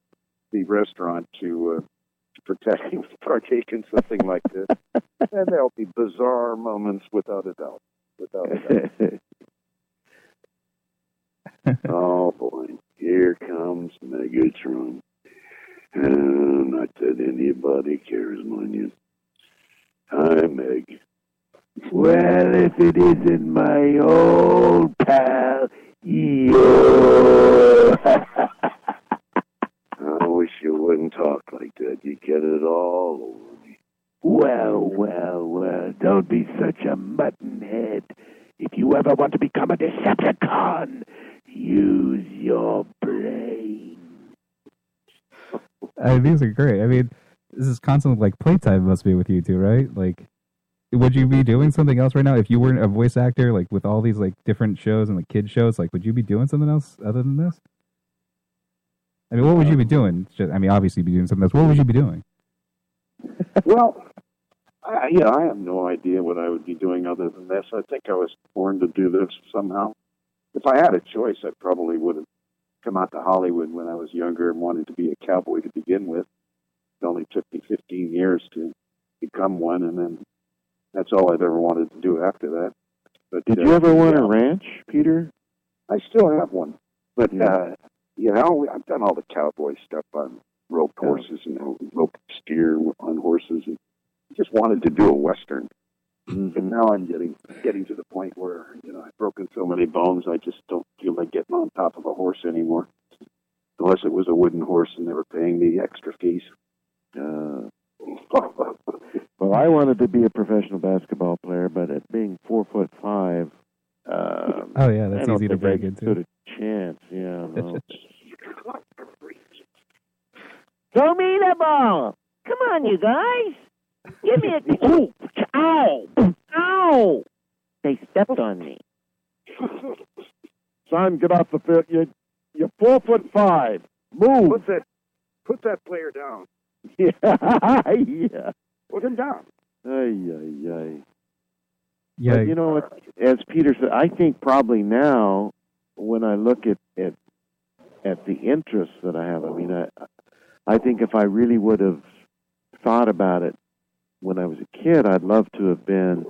S7: the restaurant to uh, protect partake in something like this, and there'll be bizarre moments without a doubt. Without a doubt.
S29: oh boy, here comes Megatron. And not that anybody cares, mind you. Hi, Meg.
S15: Well, if it isn't my old pal,
S29: I wish you wouldn't talk like that. You get it all over me.
S15: Well, well, well, don't be such a mutton head. If you ever want to become a Decepticon, use your brain.
S17: I mean, these are great. I mean, this is constant like playtime must be with you two, right? Like, would you be doing something else right now if you weren't a voice actor? Like with all these like different shows and like kid shows, like would you be doing something else other than this? I mean, what would you be doing? Just, I mean, obviously, you'd be doing something else. What would you be doing?
S7: well, I, you know, I have no idea what I would be doing other than this. I think I was born to do this somehow. If I had a choice, I probably would have come out to Hollywood when I was younger and wanted to be a cowboy to begin with. It only took me 15 years to become one, and then that's all I've ever wanted to do after that. But
S6: Did
S7: uh,
S6: you ever want
S7: yeah.
S6: a ranch, Peter?
S7: I still have one, but
S6: Yeah.
S7: uh, you know, I've done all the cowboy stuff on roped horses and rope steer on horses, and I just wanted to do a western.
S30: Mm-hmm.
S7: But now I'm getting getting to the point where you know I've broken so many bones, I just don't feel like getting on top of a horse anymore, unless it was a wooden horse and they were paying me extra fees.
S6: Uh, well, I wanted to be a professional basketball player, but at being four foot five, um,
S17: Oh, yeah, that's
S6: I don't
S17: easy to
S6: think I
S17: break into.
S6: Stood a chance, yeah. No.
S15: Throw me the ball. Come on, you guys. Give me a. Ooh, ow, ow. They stepped on me.
S31: Son, get off the field. You, you're four foot five. Move.
S30: Put that, put that player down.
S31: Yeah. yeah.
S30: Put him down.
S6: Ay, ay, ay.
S17: Yeah.
S6: But you know what? As Peter said, I think probably now, when I look at at, at the interests that I have, I mean, I I think if I really would have thought about it when I was a kid, I'd love to have been,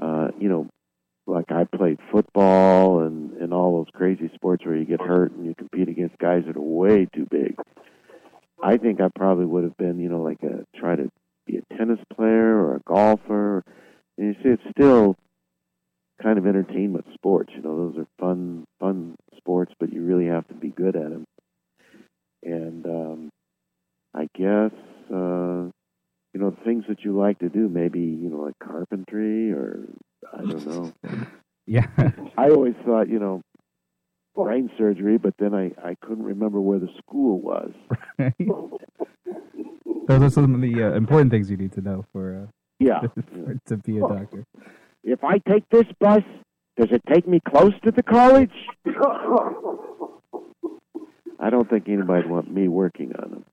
S6: uh, you know, like I played football and and all those crazy sports where you get hurt and you compete against guys that are way too big. I think I probably would have been, you know, like a try to be a tennis player or a golfer. And you see, it's still kind of entertainment sports. You know, those are fun, fun sports, but you really have to be good at them. And um, I guess uh, you know things that you like to do, maybe you know like carpentry or I don't know.
S17: yeah.
S6: I always thought, you know, brain surgery, but then I I couldn't remember where the school was.
S17: Those are some of the uh, important things you need to know for uh,
S15: Yeah.
S17: for- to be a doctor.
S15: If I take this bus, does it take me close to the college?
S6: I don't think anybody'd want me working on them.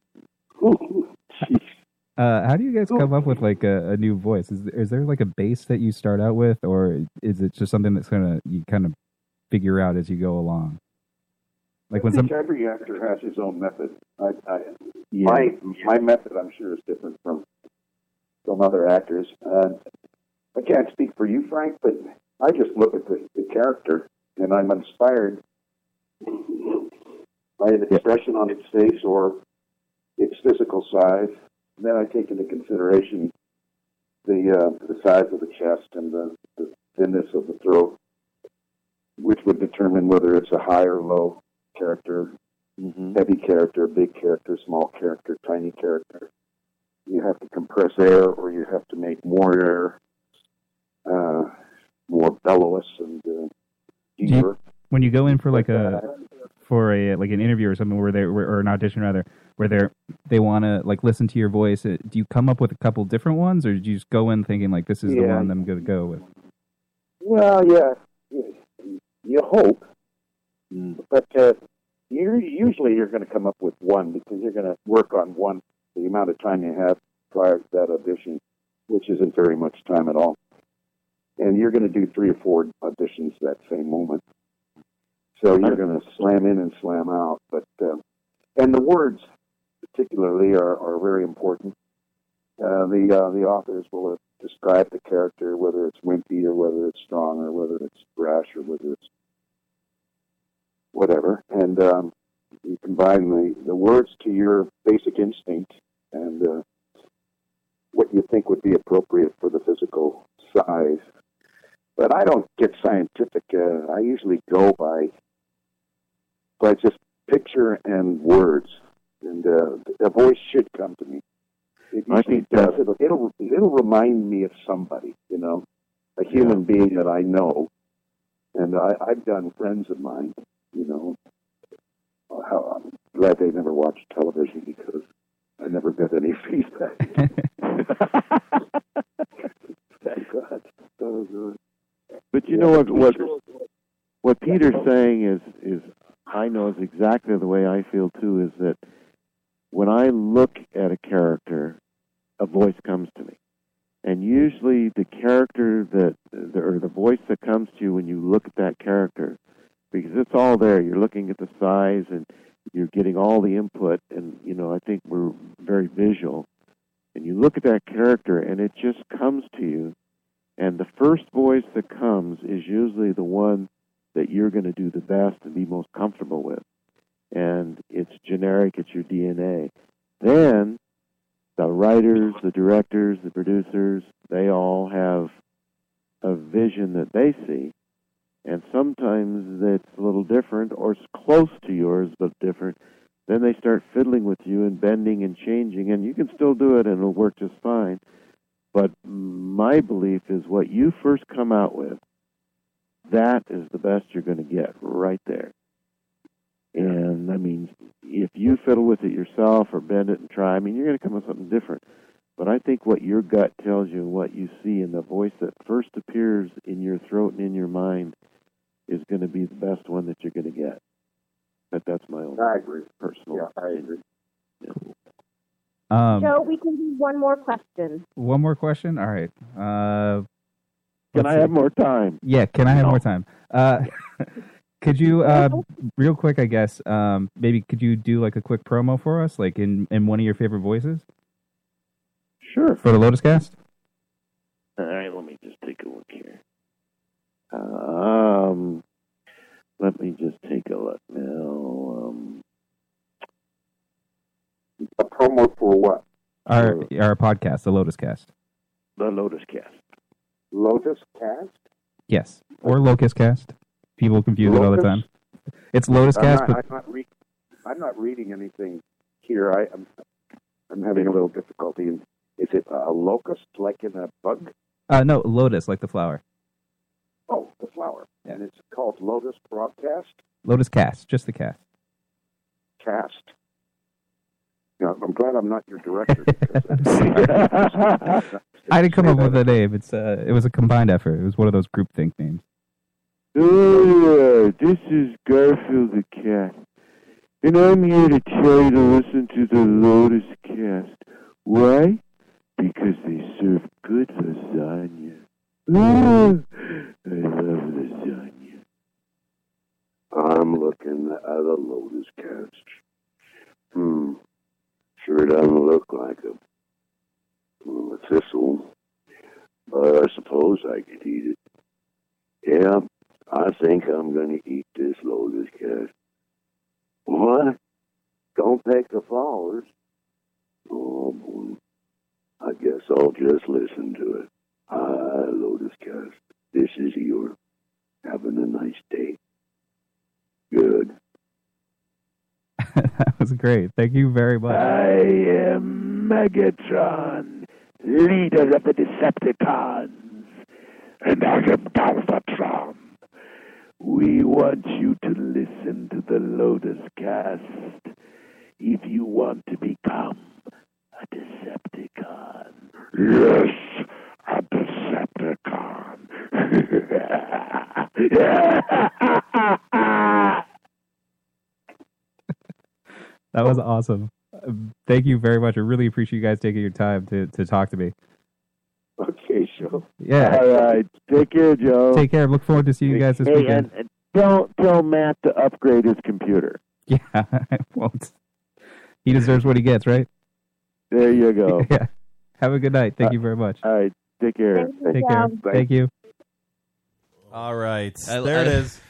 S17: Uh, how do you guys come up with like a, a new voice? Is there, is there like a base that you start out with, or is it just something that's gonna you kind of figure out as you go along? Like when
S7: I
S17: some
S7: think every actor has his own method. I, I, My my method, I'm sure, is different from from other actors. Uh, I can't speak for you, Frank, but I just look at the, the character and I'm inspired by an expression on its face or its physical size. And then I take into consideration the uh, the size of the chest and the, the thinness of the throat, which would determine whether it's a high or low character, heavy character, big character, small character, tiny character. You have to compress air, or you have to make more air, uh, more bellows and uh,
S17: Do you- when you go in for like a for a like an interview or something where they where, or an audition rather where they're they want to like listen to your voice uh, do you come up with a couple different ones or do you just go in thinking like this is the
S7: Yeah.
S17: one i'm gonna go with
S7: Well, yeah, you- you hope, but uh, you usually you're going to come up with one because you're going to work on one the amount of time you have prior to that audition, which isn't very much time at all, and you're going to do three or four auditions that same moment. So you're going to slam in and slam out, but uh, and the words particularly are, are very important. Uh, the uh, the authors will describe the character, whether it's wimpy or whether it's strong or whether it's brash or whether it's whatever. And um, you combine the, the words to your basic instinct and uh, what you think would be appropriate for the physical size. But I don't get scientific. Uh, I usually go by by just picture and words, and uh, a voice should come to me. It
S32: I
S7: usually
S32: think, uh,
S7: does. It'll, it'll it'll remind me of somebody, you know, a human being that I know, and I, I've done friends of mine, you know. How, I'm glad they never watched television because I never got any feedback. Thank God. So good.
S6: But you know what? What what Peter's saying is is I know is exactly the way I feel too. Is that when I look at a character, a voice comes to me, and usually the character that the, or the voice that comes to you when you look at that character, because it's all there. You're looking at the size and you're getting all the input, and you know I think we're very visual. And you look at that character, and it just comes to you. And the first voice that comes is usually the one that you're going to do the best and be most comfortable with. And it's generic, it's your DNA. Then the writers, the directors, the producers, they all have a vision that they see. And sometimes it's a little different or it's close to yours but different. Then they start fiddling with you and bending and changing, and you can still do it and it'll work just fine. But my belief is what you first come out with, that is the best you're going to get right there. And I mean, if you fiddle with it yourself or bend it and try, I mean, you're going to come up with something different. But I think what your gut tells you and what you see and the voice that first appears in your throat and in your mind is going to be the best one that you're going to get. But that's my own
S7: I agree.
S6: personal.
S7: Yeah, I agree.
S17: um
S3: Joe, we can do one more question.
S17: one more question all right uh
S6: Can
S17: let's
S6: I
S17: see.
S6: have more time?
S17: yeah can i have more time uh could you uh real quick i guess um maybe could you do like a quick promo for us like in in one of your favorite voices
S6: sure
S17: for the lotus cast
S6: All right, let me just take a look here. Um, let me just take a look now. Um,
S7: a promo for what?
S17: our our podcast the lotus cast
S6: The Lotus Cast.
S7: Lotus Cast?
S17: Yes, or Locust Cast. People confuse it all the
S7: Locust?
S17: time. It's Lotus
S7: I'm
S17: Cast,
S7: not,
S17: but
S7: I'm not, re- I'm not reading anything here. I, I'm, I'm having a little difficulty. In, is it a locust, like in a bug?
S17: uh, no, Lotus, like the flower.
S7: Oh, the flower. And it's called Lotus Broadcast
S17: Lotus Cast, just the cast.
S7: Cast. Yeah, I'm glad I'm not your director. because-
S17: I didn't come up with a name. It's uh, it was a combined effort. It was one of those group think names.
S6: Oh, yeah, this is Garfield the Cat. And I'm here to tell you to listen to the Lotus Cast.
S15: Why? Because they serve good lasagna.
S7: I'm
S15: I love lasagna.
S7: looking at a Lotus Cast. Hmm. Sure doesn't look like a, well, a thistle, but I suppose I could eat it. Yeah, I think I'm going to eat this Lotus Cast. What? Don't pick the flowers. Oh, boy. I guess I'll just listen to it. Hi, Lotus Cast. This is your having a nice day. Good.
S4: that was great. Thank you very much.
S15: I am Megatron, leader of the Decepticons, and I am Galvatron. We want you to listen to the Lotus Cast if you want to become a Decepticon. Yes, a Decepticon.
S4: That was awesome. Um, Thank you very much. I really appreciate you guys taking your time to, to talk to me.
S15: Okay, sure.
S4: Yeah.
S15: All right. Take care, Joe.
S4: Take care. Look forward to seeing you guys this
S15: hey,
S4: weekend.
S15: And, and tell tell Matt to upgrade his computer.
S4: Yeah, I won't. He deserves what he gets, right?
S15: There you go.
S4: yeah. Have a good night. Thank you very much.
S15: All right. Take care.
S4: Take care. Thank you.
S9: All right,
S26: I-
S9: there it
S26: I-
S9: is.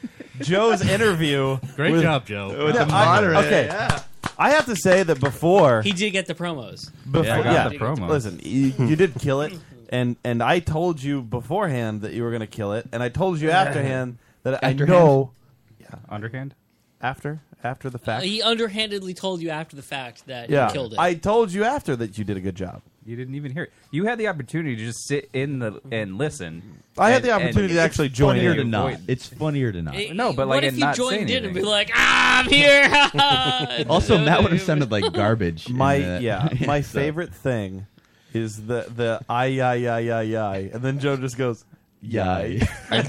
S9: Joe's interview.
S11: Great
S9: with-
S11: job, Joe.
S26: With the
S9: No, I-
S26: moderator,
S9: okay,
S26: yeah.
S9: I have to say that before
S12: He did get the promos.
S9: Before,
S12: He did get
S9: Listen, you, you did kill it, and and I told you beforehand that you were going to kill it, and I told you afterhand that
S17: Afterhand?
S9: I know. Yeah.
S17: Underhand.
S9: After after the
S12: Uh,
S9: fact.
S12: he underhandedly told you after the fact that
S9: yeah.
S12: he killed it.
S9: I told you after that you did a good job.
S17: You didn't even hear it. You had the opportunity to just sit in the and listen.
S9: I had the
S17: And- and
S9: opportunity to
S17: it's
S9: actually join
S17: funnier
S9: in.
S17: to not.
S9: Avoid-
S10: It's funnier to not.
S12: It-
S17: No, but
S12: what
S17: like
S12: if
S17: and
S12: you
S17: not say
S12: joined in and
S17: anything.
S12: be like, ah, I'm here.
S10: also, Matt would have sounded like garbage. in uh,
S9: My
S10: the-
S9: yeah, my
S10: so-
S9: favorite thing is the the I I I I I, and then Joe just goes yay.
S10: he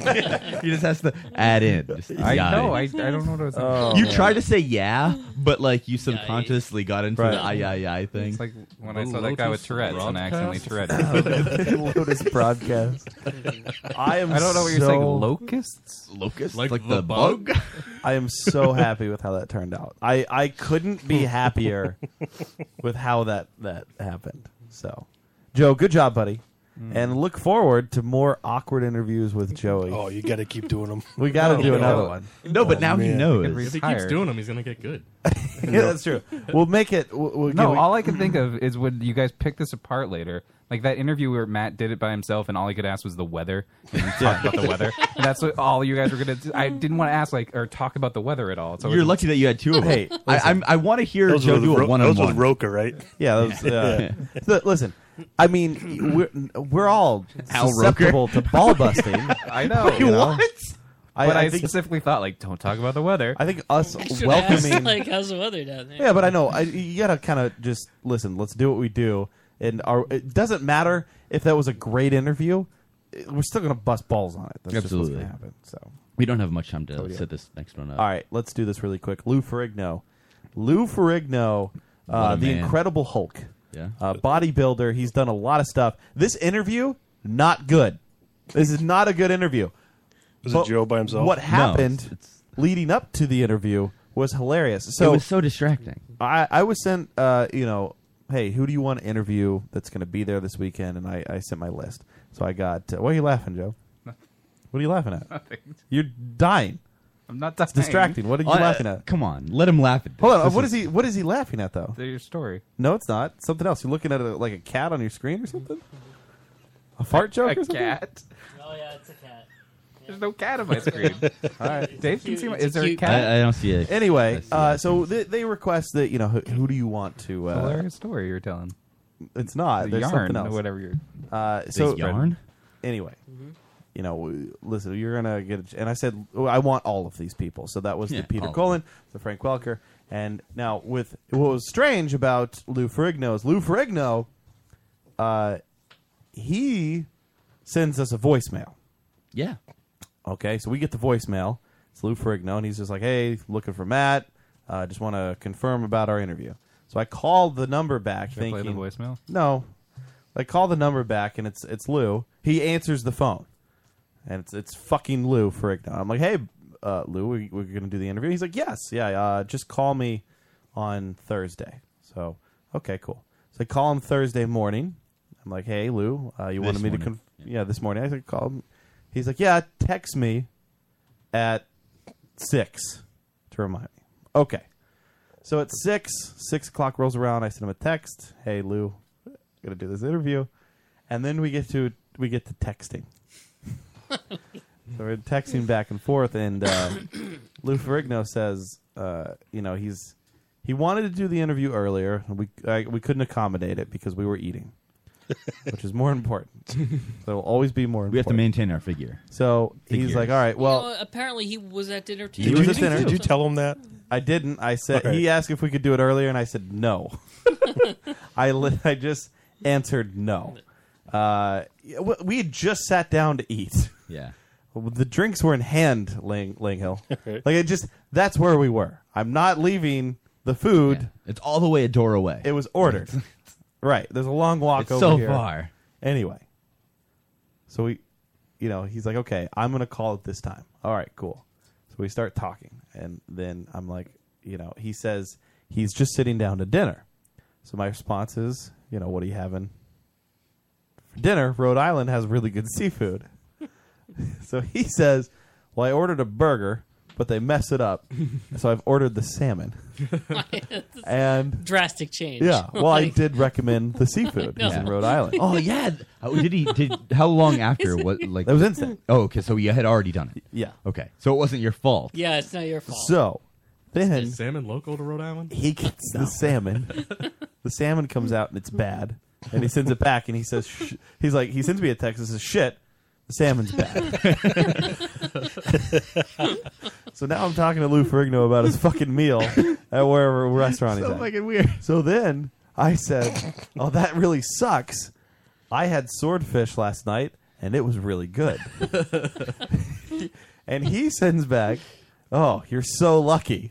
S10: just has to add in. Just
S9: I
S10: yada.
S9: know, I- I don't know what I was thinking.
S10: you
S9: Oh.
S10: tried to say yeah, but like you subconsciously got into the I I I thing.
S17: It's like when I saw that guy with Tourette's and I accidentally
S9: Tourette's.
S17: Tourette's.
S9: Lotus broadcast. I am.
S17: I don't know what you're saying.
S9: so-
S17: Locusts.
S10: Locusts.
S17: Like,
S9: the bug? I am so happy with how that turned out. I, I couldn't be happier with how that that happened. So, Joe, good job, buddy.
S17: Mm.
S9: And look forward to more awkward interviews with Joey.
S16: Oh, you got to keep doing Oh, them.
S9: We got to do another one.
S11: Oh, If he keeps doing them, he's gonna get good.
S9: yeah, that's true. We'll make it. We'll, we'll
S17: no,
S9: can we-
S17: all I can think of is when you guys pick this apart later. Like that interview where Matt did it by himself, and all he could ask was the weather. And he talked about the weather. And that's what all you guys were gonna. do. I didn't want to ask like or talk about the weather at all. So
S10: You're lucky that you had two of them.
S17: Hey,
S10: I, I'm, I want to hear
S17: Those
S10: Joe
S17: were the
S10: do
S17: Ro-
S10: a one on
S17: those was
S10: one.
S16: Roka, right?
S9: Yeah, that was, uh, so, listen. I mean, we're we're all
S17: Al Roker.
S9: susceptible to ball busting.
S17: I know.
S9: you know? I-
S17: but I,
S9: I think-
S17: specifically thought like, don't talk about the weather.
S9: I think us
S12: Should've asked,
S9: welcoming.
S12: like, how's the weather down there?
S9: Yeah, but I know I, you gotta kind of just listen. Let's do what we do, and our, it doesn't matter if that was a great interview. it- We're still gonna bust balls on it. That's
S10: Absolutely.
S9: just what's gonna happen. So
S10: We don't have much time to
S9: Oh, yeah.
S10: set this next one up.
S9: all right, let's do this really quick. Lou Ferrigno, Lou Ferrigno,
S10: What
S9: uh,
S10: a
S9: the
S10: man.
S9: Incredible Hulk,
S10: Yeah.
S9: uh, bodybuilder. He's done a lot of stuff. This interview, not good. This is not a good interview.
S16: Was it Joe by himself?
S9: What
S16: No,
S9: happened leading up to the interview was hilarious. So
S10: it was so distracting.
S9: I, I was sent, uh, you know, hey, who do you want to interview that's going to be there this weekend? And I, I sent my list. So I got. Uh, why are you laughing, Joe? What are you laughing at?
S17: Nothing.
S9: You're dying.
S17: I'm not
S9: It's distracting. What are you
S10: Uh,
S9: laughing at?
S10: Come on, let him laugh at. This.
S9: Hold on.
S10: This
S9: What is he? What is he laughing at though?
S17: Your story.
S9: No, it's not. Something else. You're looking at a, like a cat on your screen or something. A fart joke
S17: a
S9: or something?
S17: cat.
S12: Oh yeah, it's a cat.
S17: There's no cat on my screen.
S9: All right.
S17: Dave can see. My, is there a
S12: cute-
S17: cat?
S10: I, I don't see it.
S9: Anyway, uh, so they, they request that you know who, who do you want to? Uh,
S17: Hilarious story you're telling.
S9: It's not.
S17: The
S9: There's
S17: yarn,
S9: something else.
S17: whatever you're-
S9: Uh,
S17: Is
S9: so
S17: it yarn?
S9: Anyway, you know, we- listen, you're gonna get. A, ch- and I said, oh, I want all of these people. So that was
S10: Yeah,
S9: the Peter
S10: all of
S9: Cullen, the Frank Welker, and now with what was strange about Lou Ferrigno is Lou Ferrigno, uh, he sends us a voicemail.
S10: Yeah.
S9: Okay, so we get the voicemail. It's Lou Ferrigno, and he's just like, "Hey, looking for Matt. Uh, just want to confirm about our interview." So I called the number back
S17: Should I play
S9: thinking
S17: the voicemail?
S9: No. I call the number back and it's it's Lou. He answers the phone. And it's it's fucking Lou Ferrigno. I'm like, "Hey, uh, Lou, we, we're going to do the interview." He's like, "Yes. Yeah, uh, just call me on Thursday." So, okay, cool. So I call him Thursday morning. I'm like, "Hey, Lou, uh, you
S26: This
S9: wanted me to
S26: morning.
S9: conf- yeah. this morning." I said, "Call him." He's like, "Yeah, text me at 6 to remind me." Okay. So at six, six o'clock rolls around. I send him a text. Hey Lou, gonna do this interview, and then we get to we get to texting. so we're texting back and forth, and uh, Lou Ferrigno says, uh, you know, he's he wanted to do the interview earlier. We I, we couldn't accommodate it because we were eating, which is more important. There will always be more.
S10: We have to
S9: important.
S10: maintain our figure.
S9: So he's
S10: Figures.
S9: like, all right, well,
S12: You know, apparently he was at dinner too.
S9: he was at dinner.
S16: tell him that?
S9: I didn't. I said
S16: Okay.
S9: he asked if we could do it earlier, and I said no. I li- I just answered no. Uh, yeah, we- we had just sat down to eat.
S10: Yeah.
S9: the drinks were in hand, Lang Langhill. Like it just that's where we were. I'm not leaving the food.
S10: It's all the way a door away.
S9: It was ordered. right. There's a long walk
S10: It's
S9: over
S10: so
S9: here.
S10: far.
S9: Anyway, so we, you know, he's like, okay, I'm gonna call it this time. All right, cool. So we start talking, and then I'm like, you know, he says he's just sitting down to dinner. So my response is, you know, what are you having for dinner? Rhode Island has really good seafood. so he says, well, I ordered a burger, but they mess it up, so I've ordered the salmon. and
S12: Drastic change.
S9: Yeah. Well, I
S12: Like-
S9: did recommend the seafood
S12: No.
S9: in Rhode Island.
S10: oh yeah. Oh, did he? Did how long after? What like
S9: That was instant.
S10: Oh, okay. So you had already done it.
S9: Yeah.
S10: Okay. So it wasn't your fault.
S12: Yeah, it's not your fault.
S9: So then
S11: Is salmon local to Rhode Island?
S9: he gets the salmon. the salmon comes out and it's bad, and he sends it back and he says, Sh-. he's like, he sends me a text and says, "Shit, the salmon's bad." so now I'm talking to Lou Ferrigno about his fucking meal at wherever restaurant he's
S10: So
S9: at.
S10: fucking weird.
S9: So then I said, "Oh, that really sucks. I had swordfish last night and it was really good." and he sends back, "Oh, you're so lucky."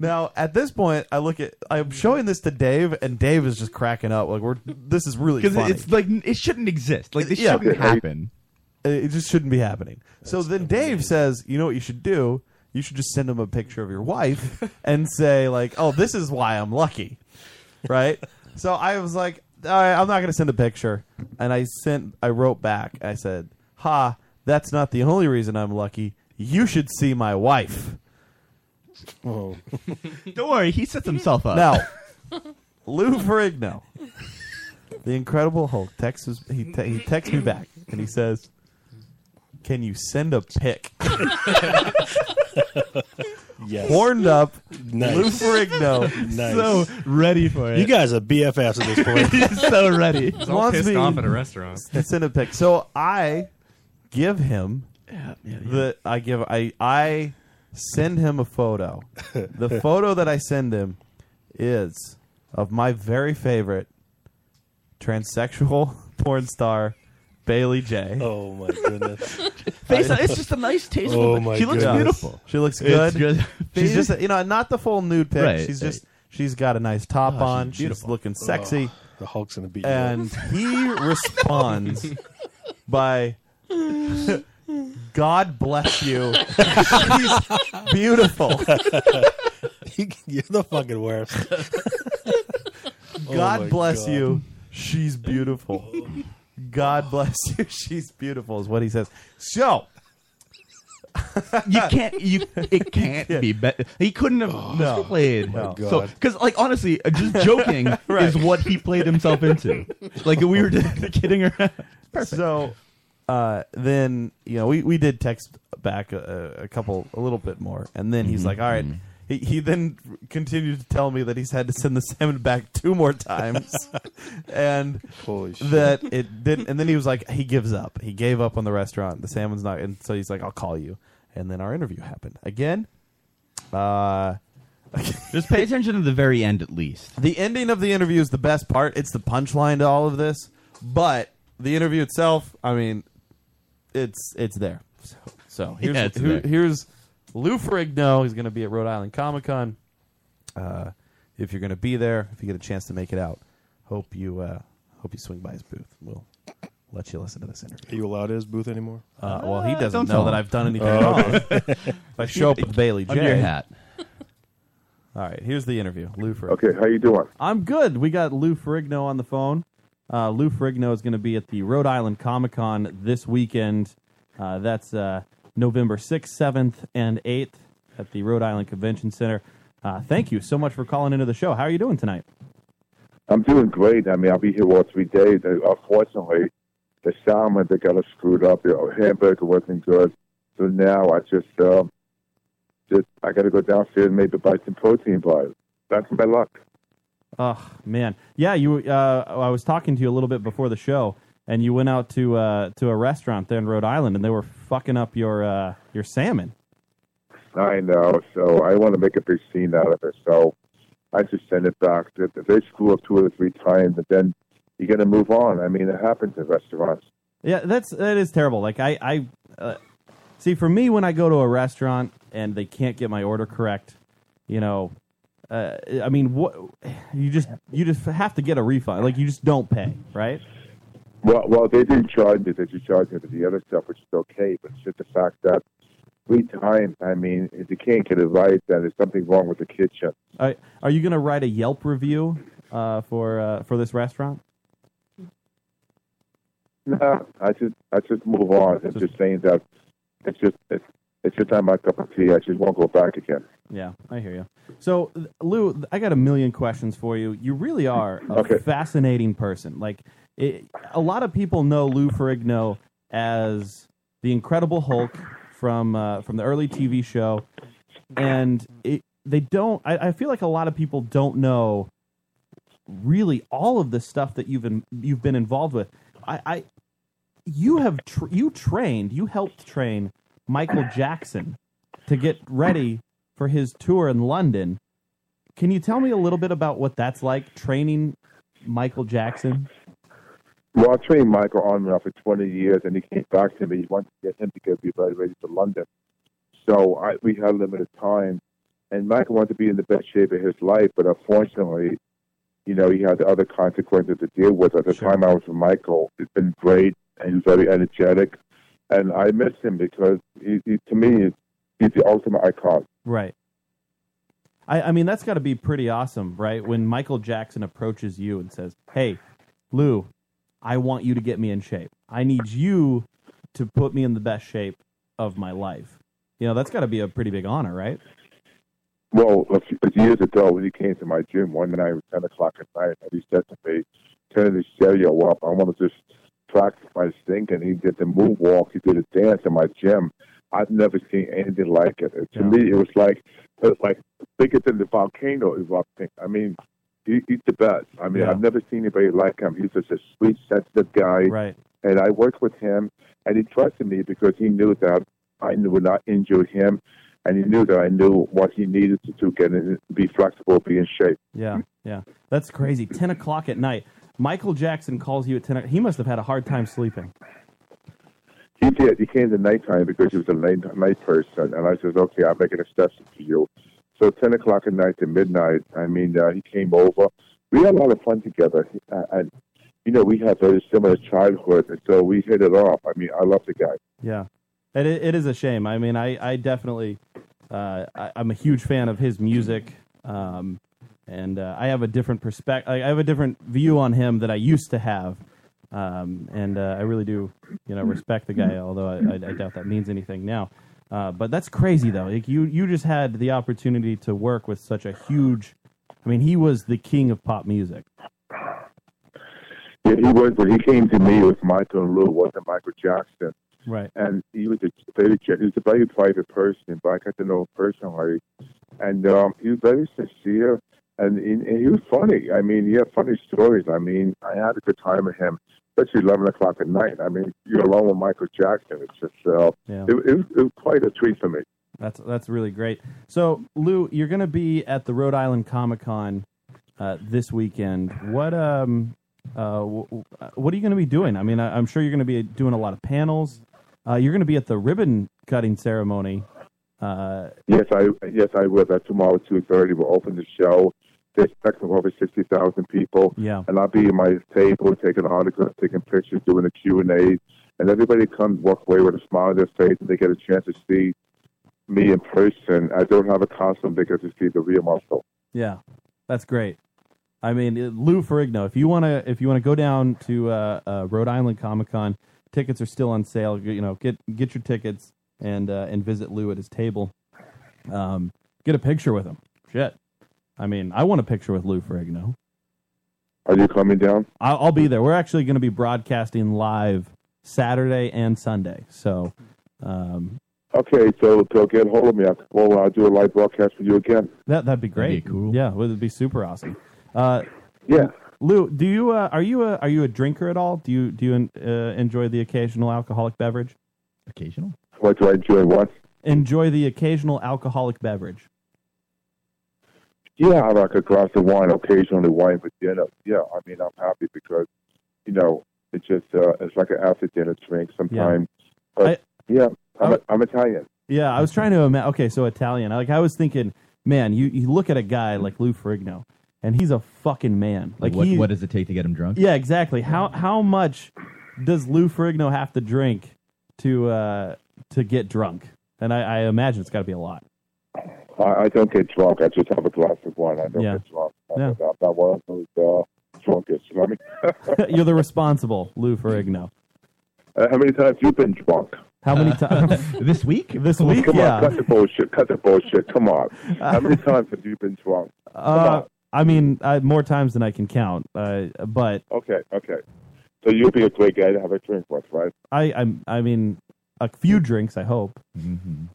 S9: Now at this point, I look at I'm showing this to Dave, and Dave is just cracking up. Like we're this is really
S10: Because
S9: funny.
S10: it's like it shouldn't exist. Like this
S9: Yeah. Uh,
S10: shouldn't happen.
S9: It it just shouldn't be happening. so then Dave says, "You know what you should do? You should just send him a picture of your wife and say like, "Oh, this is why I'm lucky." Right? so I was like, "All right, I'm not going to send a picture." And I sent I wrote back. I said, "Ha, that's not the only reason I'm lucky. You should see my wife." Oh.
S10: Don't worry, he sets himself up.
S9: Now, Lou Ferrigno, the Incredible Hulk, texts us- he te- he texts me back and he says, "Can you send a pic?"
S16: Yes.
S9: Horned up,
S16: Nice.
S9: Lou Ferrigno,
S16: Nice.
S10: So ready for it.
S16: You guys are BFFs at this point.
S10: He's so ready.
S11: He's all pissed off at a restaurant.
S9: to send a pic. So I give him the I give I I send him a photo. the photo that I send him is of my very favorite transsexual porn star Bailey J.
S16: Oh my goodness.
S10: Face- it's just a nice, tasteful-
S16: Oh my
S10: she looks
S9: Yeah.
S10: beautiful.
S9: She looks
S10: It's
S9: good.
S10: good.
S9: She's just you know not the full nude pic.
S10: Right,
S9: she's
S10: right.
S9: just she's got a nice top
S16: Oh, she's
S9: on. She's,
S16: beautiful.
S9: looking sexy.
S16: Oh, the Hulk's gonna beat you up.
S9: And he responds by God bless you. She's beautiful.
S16: You're the fucking worst.
S9: God
S16: Oh my
S9: bless
S16: God.
S9: you. She's beautiful. God bless you. She's beautiful is what he says. So
S10: you can't. You it can't be better. He couldn't have
S9: no.
S10: played.
S9: Oh, my
S10: so
S9: God.
S10: because like honestly, uh, just joking
S9: Right.
S10: is what he played himself into. Like we were just kidding around.
S9: So uh, then you know we, we did text back a, a couple a little bit more, and then he's
S10: Mhm.
S9: like, "All right."
S10: Mhm.
S9: He, he then continued to tell me that he's had to send the salmon back two more times, and that it didn't. And then he was like, he gives up. He gave up on the restaurant. The salmon's not, and so he's like, "I'll call you." And then our interview happened again. Uh,
S10: just pay attention to the very end at least.
S9: the ending of the interview is the best part. It's the punchline to all of this. But the interview itself, I mean, it's it's there. So, so here's
S10: Yeah, it's
S9: who-
S10: there.
S9: here's Lou Ferrigno. He's going to be at Rhode Island Comic Con. Uh, if you're going to be there, if you get a chance to make it out, hope you uh, hope you swing by his booth. We'll let you listen to this interview.
S16: Are you allowed at his booth anymore?
S9: Uh, well, he
S16: Ah,
S9: doesn't
S16: don't
S9: know
S16: tell
S9: that
S16: him.
S9: I've done anything
S16: Oh,
S9: wrong.
S16: okay.
S9: if I show up with Bailey J.
S16: Under your hat.
S9: All right, here's the interview. Lou Ferrigno.
S21: Okay, how you doing?
S9: I'm good. We got Lou Ferrigno on the phone. Uh, Lou Ferrigno is going to be at the Rhode Island Comic Con this weekend. Uh, that's uh, November 6th, 7th, and 8th at the Rhode Island Convention Center. Uh, thank you so much for calling into the show. How are you doing tonight?
S21: I'm doing great. I mean, I'll be here all three days. Uh, Unfortunately, the salmon they got us screwed up. The hamburger wasn't good, so now I just um, just I got to go downstairs and maybe buy some protein bars. That's my luck.
S9: Oh man, yeah. You, uh, I was talking to you a little bit before the show, and you went out to uh, to a restaurant there in Rhode Island, and they were fucking up your uh, your salmon.
S21: I know. So I want to make a big scene out of it. So I just send it back. If if they screw up two or three times, and then you got to move on. I mean, it happens at restaurants.
S9: Yeah, that's that is terrible. Like I, I uh, see for me when I go to a restaurant and they can't get my order correct, you know, uh, I mean, what you just you just have to get a refund. Like you just don't pay, right?
S21: Well, well, they didn't charge me. They just charged me for the other stuff, which is okay. But it's just the fact that three times, I mean, if you can't get it right, then there's something wrong with the kitchen.
S9: Are, are you gonna write a Yelp review uh, for uh, for this restaurant?
S21: No, I just, I just move on. I'm just saying that it's just, it's, it's just not my cup of tea. I just won't go back again.
S9: Yeah, I hear you. So, th- Lou, th- I got a million questions for you. You really are a fascinating person. Like, it, a lot of people know Lou Ferrigno as the Incredible Hulk from uh, from the early TV show, and it, they don't. I, I feel like a lot of people don't know really all of the stuff that you've in, you've been involved with. I, I you have tr- you trained, you helped train Michael Jackson to get ready for his tour in London. Can you tell me a little bit about what that's like training Michael Jackson?
S21: Well, I trained Michael on and off for 20 years, and he came back to me. He wanted to get him to get everybody ready for London. So I, we had limited time, and Michael wanted to be in the best shape of his life, but unfortunately, you know, he had other consequences to deal with. At the time I was with Michael, it's been great, and he's very energetic, and I miss him because he, he, to me, he's, he's the ultimate icon.
S9: Right. I, I mean, that's got to be pretty awesome, right? When Michael Jackson approaches you and says, "Hey, Lou, I want you to get me in shape. I need you to put me in the best shape of my life." You know, that's got to be a pretty big honor, right?
S21: Well, a few years ago, when he came to my gym one night, it was 10 o'clock at night, and he said to me, turn the stereo up. I want to just practice my sink. And he did the moonwalk. He did a dance in my gym. I've never seen anything like it. And to me, it was like it was like bigger than the volcano erupting. I mean, he, he's the best. I mean,
S22: Yeah.
S21: I've never seen anybody like him. He's just a sweet, sensitive guy.
S9: Right.
S21: And I worked with him, and he trusted me because he knew that I would not injure him, and he knew that I knew what he needed to, to get in, be flexible, be in shape.
S9: Yeah, yeah. That's crazy. 10 o'clock at night. Michael Jackson calls you at 10 o'clock. He must have had a hard time sleeping.
S21: He did. He came to nighttime because he was a late night person, and I said, "Okay, I'll make an exception for you." So ten o'clock at night to midnight. I mean, uh, he came over. We had a lot of fun together, uh, and you know, we had very similar childhood, and so we hit it off. I mean, I love the guy.
S9: Yeah. It, i- it is a shame. I mean, I, I definitely, uh, I, I'm a huge fan of his music. Um, and uh, I have a different perspective. I have a different view on him that I used to have. Um, and uh, I really do, you know, respect the guy, although I, I, I doubt that means anything now. Uh, but that's crazy, though. Like you, you just had the opportunity to work with such a huge. I mean, he was the king of pop music.
S21: Yeah, he was when he came to me. It was Michael and Lou, it wasn't Michael Jackson.
S9: Right.
S21: and he was a very he was a very private person, but I got to know him personally, and um, he was very sincere, and, he- and he was funny. I mean, he had funny stories. I mean, I had a good time with him, especially eleven o'clock at night. I mean, you're alone with Michael Jackson. It's just uh,
S9: Yeah.
S21: it, it, was, it was quite a treat for me.
S9: That's that's really great. So, Lou, you're going to be at the Rhode Island Comic Con uh, this weekend. What um, uh, w- w- uh, what are you going to be doing? I mean, I, I'm sure you're going to be doing a lot of panels. Uh, you're going to be at the ribbon cutting ceremony. Uh,
S21: Yes, I yes I will. That's tomorrow two thirty. We'll open the show. There's a spectrum of over 60,000 people.
S9: Yeah.
S21: And I'll be at my table taking autographs, taking pictures, doing a Q&A. And everybody comes, walk away with a smile on their face, and they get a chance to see me in person. I don't have a costume. They get to see the real muscle.
S9: Yeah, that's great. I mean, it- Lou Ferrigno, if you wanna if you wanna go down to uh, uh, Rhode Island Comic Con, tickets are still on sale. You you know, get get your tickets and uh, and visit Lou at his table. Um, get a picture with him. Shit, I mean, I want a picture with Lou Ferrigno.
S21: Are you coming down?
S9: I'll, I'll be there. We're actually going to be broadcasting live Saturday and Sunday. So, um,
S21: Okay, so, so get hold of me. Well, I'll do a live broadcast for you again.
S9: that that'd be great. cool. Yeah, well, it'd be super awesome. Uh,
S21: yeah.
S9: Lou, do you uh, are you a, are you a drinker at all? Do you do you en- uh, enjoy the occasional alcoholic beverage?
S10: Occasional.
S21: What do I enjoy? What?
S9: Enjoy the occasional alcoholic beverage.
S21: Yeah, I have like a glass of wine occasionally, wine for dinner. Yeah, I mean, I'm happy because, you know, it's just uh, it's like an after dinner drink sometimes. But yeah, I'm, a, I'm Italian.
S9: Yeah, I was trying to imagine. Okay, so Italian. Like I was thinking, man, you, you look at a guy like Lou Ferrigno, and he's a fucking man. Like
S10: what,
S9: he,
S10: what does it take to get him drunk?
S9: Yeah, exactly. How how much does Lou Ferrigno have to drink to uh, to get drunk? And I, I imagine it's got to be a lot.
S21: I, I don't get drunk. I just have a glass of wine. I don't
S9: Yeah.
S21: get drunk.
S9: Yeah.
S21: I'm not- I'm not one of those uh, drunkards. I mean,
S9: You're the responsible Lou Ferrigno.
S21: uh, how many times you been drunk?
S9: How many times
S10: Uh, this week?
S9: This week,
S21: Come
S9: yeah.
S21: on, cut the bullshit. Cut the bullshit. Come on. How many times have you been drunk?
S9: Uh, I mean, I, more times than I can count. Uh, but
S21: Okay, okay. So you'll be a great guy to have a drink with, right?
S9: I, I'm, I mean, a few drinks. I hope.
S10: Mm-hmm.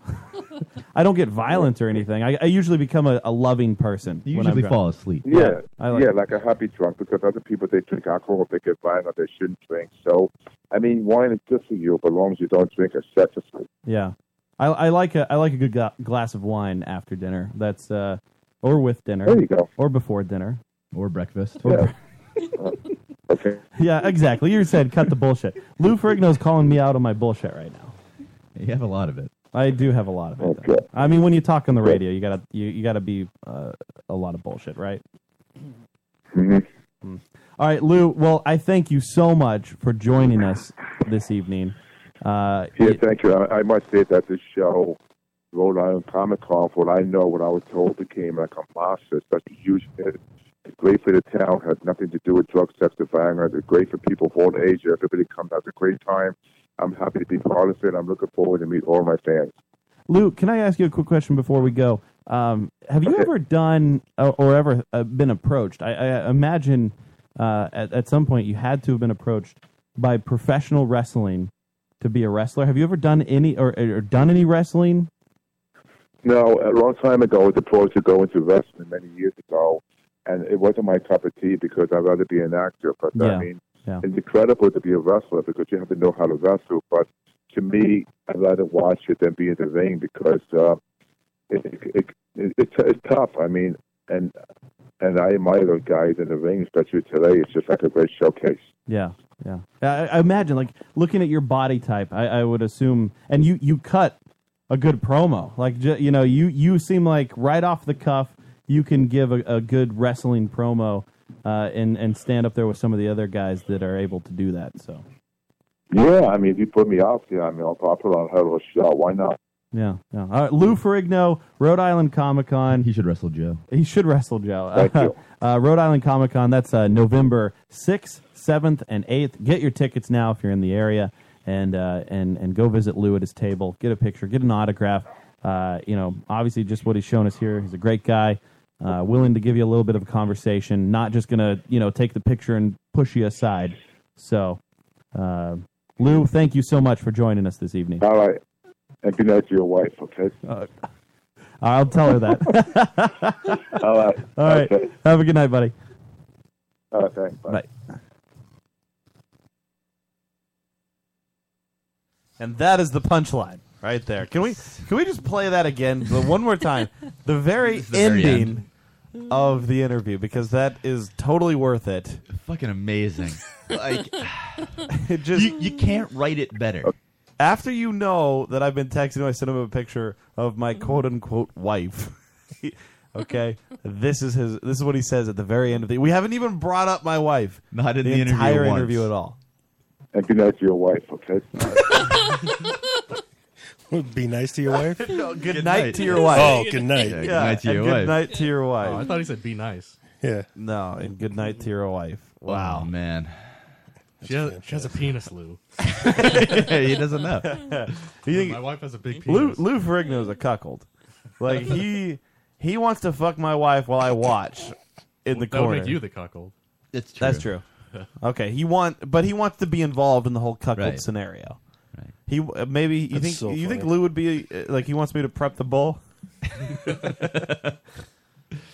S9: I don't get violent or anything. I, I usually become a, a loving person.
S10: You
S9: when I'm
S10: usually
S9: drunk.
S10: fall asleep.
S21: Yeah,
S9: I like
S21: yeah, like a happy drunk because other people they drink alcohol, they get violent, they shouldn't drink. So, I mean, wine is good for you, but as long as you don't drink excessively.
S9: Yeah, I, I like a I like a good gla- glass of wine after dinner. That's uh, or with dinner.
S10: There you go.
S9: Or before dinner.
S10: Or breakfast.
S9: Or-
S21: okay.
S9: Yeah, exactly. You said cut the bullshit. Lou Ferrigno's calling me out on my bullshit right now.
S10: You have a lot of it.
S9: I do have a lot of it. though. I mean, when you talk on the radio, you gotta you, you gotta be uh, a lot of bullshit, right?
S21: Mm-hmm.
S9: Mm. All right, Lou. Well, I thank you so much for joining us this evening. Uh,
S21: Yeah, thank you. I, I must say that this show, Rhode Island Comic Con, for what I know, what I was told, became like a monster. Such a huge hit. It's great for the town. Has nothing to do with drug, sex, or violence. It's great for people of all age. Everybody comes, has a great time. I'm happy to be part of it. I'm looking forward to meet all my fans.
S9: Lou, can I ask you a quick question before we go? Um, have you ever done uh, or ever uh, been approached? I, I imagine uh, at, at some point you had to have been approached by professional wrestling to be a wrestler. Have you ever done any or, or done any wrestling?
S21: No, a long time ago, I was supposed to go into wrestling many years ago, and it wasn't my cup of tea because I'd rather be an actor. But
S9: Yeah,
S21: I mean,
S9: yeah.
S21: it's incredible to be a wrestler because you have to know how to wrestle. But to me, I'd rather watch it than be in the ring because uh, it, it, it, it's, it's tough. I mean, and and I admire those guys in the ring, especially today. It's just like a great showcase.
S9: Yeah, yeah. I, I imagine like looking at your body type. I, I would assume, and you you cut a good promo. Like ju- you know, you you seem like right off the cuff, you can give a, a good wrestling promo. Uh, and and stand up there with some of the other guys that are able to do that. So
S21: Yeah, I mean, if you put me out there, I mean, I'll, I'll put on a hell of a show. Why not?
S9: yeah, yeah. All right, Lou Ferrigno, Rhode Island Comic Con. He
S10: should wrestle Joe.
S9: He should wrestle Joe.
S10: Thank you.
S9: Uh, Rhode Island Comic Con. That's uh, November sixth, seventh, and eighth. Get your tickets now if you're in the area, and uh, and and go visit Lou at his table. Get a picture. Get an autograph. Uh, you know, obviously, just what he's shown us here. He's a great guy, uh, willing to give you a little bit of a conversation. Not just gonna you know take the picture and push you aside. So, uh, Lou, thank you so much for joining us this evening.
S21: All right. And good night to your wife, okay?
S9: I'll tell her that.
S21: All right.
S9: All right.
S21: Okay.
S9: Have a good night, buddy.
S21: All right, thanks. Bye.
S9: And
S11: that is the punchline right there. Can we can we just play that again the one more time? The very
S10: the very
S11: ending of the interview because that is totally worth it.
S10: Fucking amazing. like
S11: it just you,
S10: you can't write it better.
S11: After you know that I've been texting him, I sent him a picture of my quote unquote wife.
S9: Okay, this is his. This is what he says at the very end of the. We haven't even brought up my wife.
S10: Not in the interview
S9: entire
S10: once.
S9: interview at all.
S21: And good night to your wife, okay?
S16: Be nice to your wife.
S9: good, night, to your wife.
S16: Oh, good night.
S9: Yeah, and Good night to your wife.
S11: Oh, I thought he said be nice.
S16: Yeah.
S9: No, and good night to your wife. Wow,
S10: man.
S11: She has, she has a penis, Lou.
S9: he doesn't know. You think-
S11: my wife has a big
S9: Lou,
S11: penis.
S9: Lou Ferrigno's a cuckold. Like he he wants to fuck my wife while I watch
S11: That
S9: in the
S11: would
S9: corner.
S11: make you the cuckold.
S10: It's
S9: That's true. okay, he want, but he wants to be involved in the whole cuckold
S11: Right.
S9: scenario. He uh, maybe you
S11: That's
S9: think
S11: so
S9: you think
S11: funny.
S9: Lou would be uh, like he wants me to prep the bull.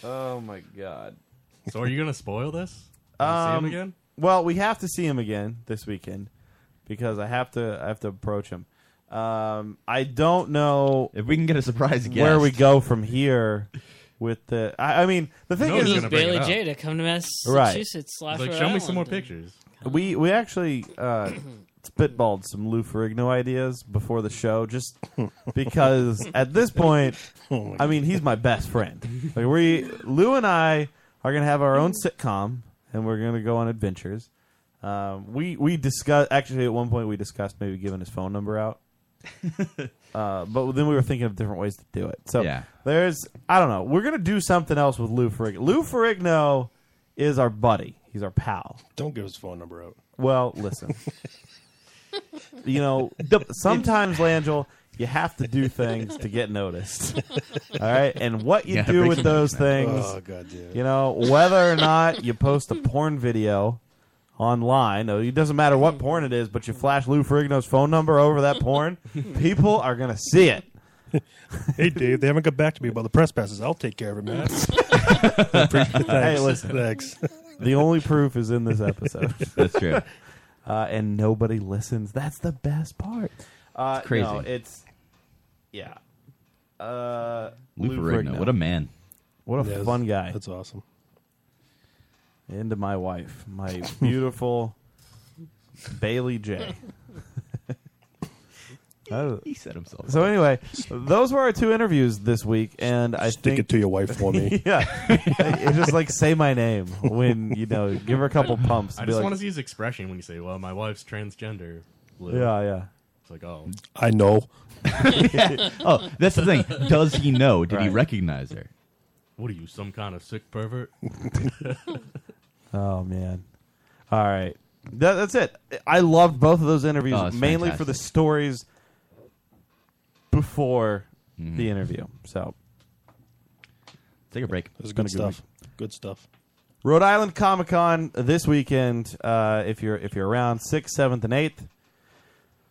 S9: oh my god!
S11: So are you gonna spoil this? Wanna
S9: Um,
S11: see him again?
S9: Well, we have to see him again this weekend because I have to. I have to approach him. Um, I don't know
S10: if we can get a surprise
S9: Where
S10: guest.
S9: we go from here with the? I, I mean, the thing is,
S12: He's Bailey J to come to Massachusetts. Right.
S11: Like, show me some more pictures.
S9: We we actually uh, spitballed some Lou Ferrigno ideas before the show, just because at this point, I mean, he's my best friend. Like we, Lou and I are gonna have our own sitcom, and we're gonna go on adventures. Um, we we discussed actually at one point we discussed maybe giving his phone number out. Uh, but then we were thinking of different ways to do it. So
S10: Yeah.
S9: there's, I don't know. We're gonna do something else with Lou Ferrigno. Lou Ferrigno is our buddy. He's our pal.
S16: Don't give his phone number out.
S9: Well, listen. you know, sometimes, Langel, you have to do things to get noticed. All right? And what you
S16: Yeah,
S9: do
S16: break
S9: with
S16: some
S9: those
S16: news now.
S9: things,
S16: Oh, God, yeah.
S9: you know, whether or not you post a porn video online, or it doesn't matter what porn it is, but you flash Lou Ferrigno's phone number over that porn, people are going to see it.
S16: Hey, Dave, they haven't got back to me about the press passes. I'll take care of it, man. I appreciate it. Thanks.
S9: Hey, listen.
S16: Thanks.
S9: The only proof is in this episode.
S10: That's true.
S9: Uh, and nobody listens. That's the best part. Uh,
S10: It's crazy.
S9: no, it's yeah. Uh,
S10: Lou Ferrigno, what a man.
S9: What a
S10: Yes,
S9: fun guy.
S16: That's awesome.
S9: And to my wife, my beautiful Bailey J. he
S10: set himself.
S9: So anyway, those were our two interviews this week, and I
S16: Stick
S9: think
S16: it to your wife for me.
S9: yeah, It's just like say my name when you know, give her a couple pumps.
S11: I
S9: and be
S11: just
S9: like,
S11: want to see his expression when you say, "Well, my wife's transgender." Lou.
S9: Yeah, yeah.
S11: It's like, oh,
S16: I know.
S10: oh, that's the thing. Does he know? Did he recognize her?
S11: what are you, some kind of sick pervert?
S9: Oh man! All right, that, that's it. I loved both of those interviews
S10: Oh, that's
S9: mainly for the stories before the interview. So
S10: Mm-hmm. take a break.
S16: This is good stuff. Good stuff.
S9: Rhode Island Comic Con this weekend. Uh, if you're if you're around sixth, seventh, and eighth,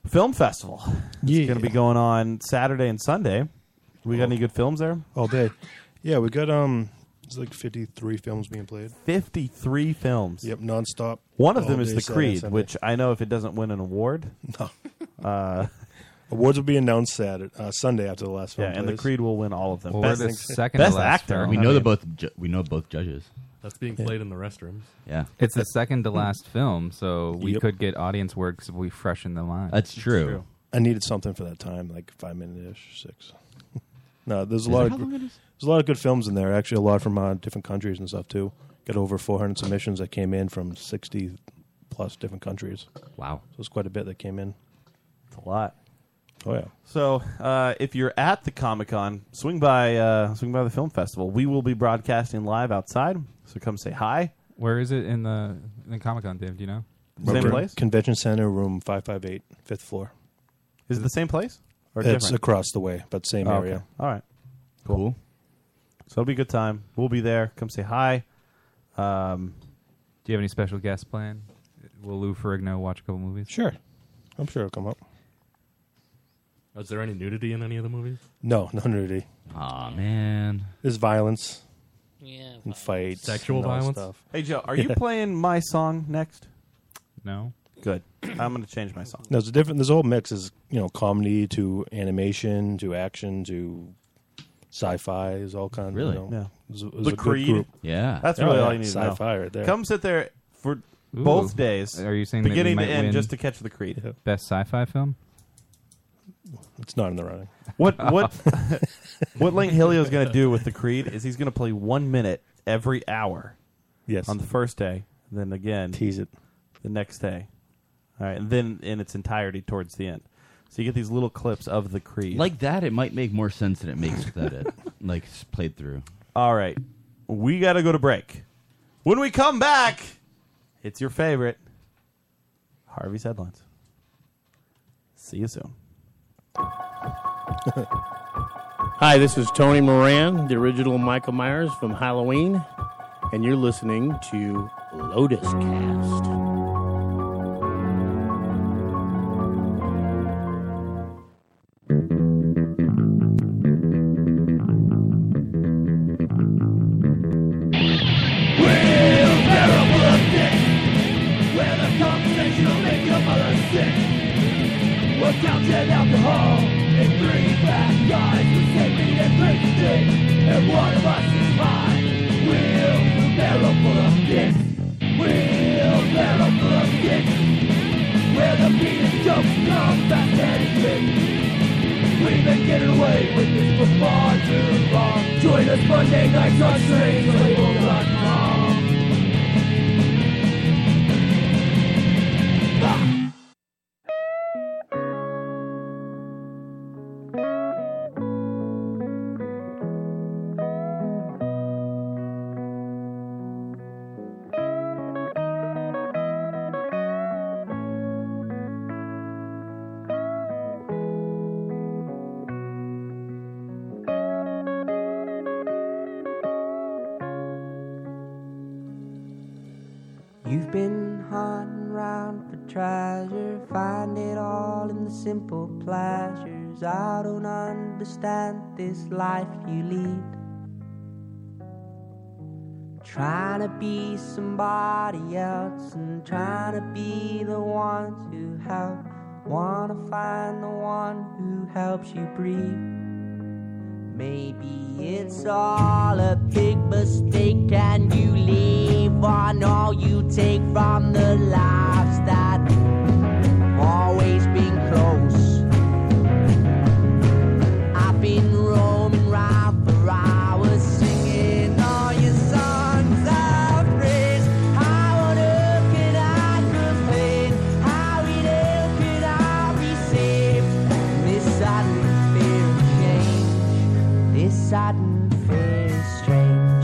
S9: film festival. Yeah. It's going to be going on Saturday and Sunday. We got any good films there?
S16: All day. Yeah, we got um, it's like fifty-three films being played.
S9: Fifty-three films.
S16: Yep, nonstop.
S9: One of
S16: All
S9: them is
S16: day
S9: the
S16: Saturday and
S9: Creed,
S16: Sunday.
S9: which I know if it doesn't win an award, no. Uh,
S16: Awards will be announced Saturday, uh, Sunday after the last film.
S9: Yeah, and the
S16: plays.
S9: Creed will win all of them.
S16: Or the second
S9: best
S16: to last
S9: actor.
S16: film.
S10: We
S16: I
S10: know the
S16: mean-
S10: both. Ju- we know both judges.
S11: That's being played in the restrooms.
S10: Yeah,
S17: It's the second to last film, so we
S16: Yep.
S17: could get audience word because we freshen the line.
S16: I needed something for that time, like five minute ish, six. no, there's a
S17: Is
S16: lot
S17: it
S16: of
S17: how
S16: gr-
S17: long it
S16: there's
S17: is?
S16: a lot of good films in there. Actually, a lot from uh, different countries and stuff too. Got over 400 submissions that came in from 60 plus different countries.
S10: Wow,
S16: so it's quite a bit that came in.
S9: It's a lot.
S16: Oh yeah.
S9: So uh, if you're at the Comic Con, swing by uh, swing by the film festival. We will be broadcasting live outside, so come say hi.
S17: Where is it in the in the Comic Con, Dave? Do you know?
S16: Over- Convention Center, room 558, fifth floor.
S9: Is it the same place? Or
S16: it's
S9: different?
S16: across the way, but same
S9: Oh,
S16: area.
S9: okay. All right. Cool. So it'll be a good time. We'll be there. Come say hi. Um,
S17: Do you have any special guests planned? Will Lou Ferrigno watch a couple movies?
S16: Sure. I'm sure it'll come up.
S11: Is there any nudity in any of the movies?
S16: No, no nudity.
S10: Aw, man.
S16: There's violence.
S12: Yeah.
S16: And fights.
S11: Sexual
S16: and all that
S11: violence?
S16: Stuff.
S9: Hey Joe, are you playing my song next?
S17: No.
S9: Good. I'm going to change my song.
S16: No, it's a different. This whole mix is you know comedy to animation to action to sci-fi is all kinds.
S9: Really?
S16: You know,
S9: Yeah.
S16: it was- it was
S9: The
S16: a good
S9: Creed?
S16: group.
S10: Yeah.
S9: That's
S16: Yeah,
S9: really
S16: yeah,
S9: all you need to know.
S16: Sci-fi right there.
S9: Come sit there for
S17: Oh, Ooh.
S9: both days.
S17: Are you saying that we
S9: beginning
S17: might
S9: to end
S17: win
S9: just to catch the Creed?
S17: Best sci-fi film.
S16: It's not in the running.
S9: What what what Lane Helio's going to do with the Creed is he's going to play one minute every hour.
S16: Yes.
S9: On the first day, then again
S16: tease it
S9: the next day. All right, and then in its entirety towards the end. So you get these little clips of the Creed.
S10: Like that, it might make more sense than it makes without it. Like s- played through.
S9: All right, we got to go to break. When we come back, it's your favorite Harvey's headlines. See you soon.
S33: Hi, this is Tony Moran, the original Michael Myers from Halloween, and you're listening to Lotus Cast.
S22: Where the conversation will make your mother sick. We'll count it alcohol and bring back guys with safety and safety. And one of us is fine. We'll barrel full of dicks. We'll barrel full of dicks. Where the penis jokes come back and quick. We've been getting away with this for far too long. Join us Monday nights on strangelabel.com.
S25: You've been hunting round for treasure, find it all in the simple pleasures. I don't understand this life you lead. Trying to be somebody else and trying to be the one to help. Wanna find the one who helps you breathe. Maybe it's all a big mistake, and you leave on all you take from the lives that have always been close. I've been roaming round for hours, singing all your songs of praise. How on earth can I complain? How in hell could I be saved? from This sudden fear of change this sudden fear is strange.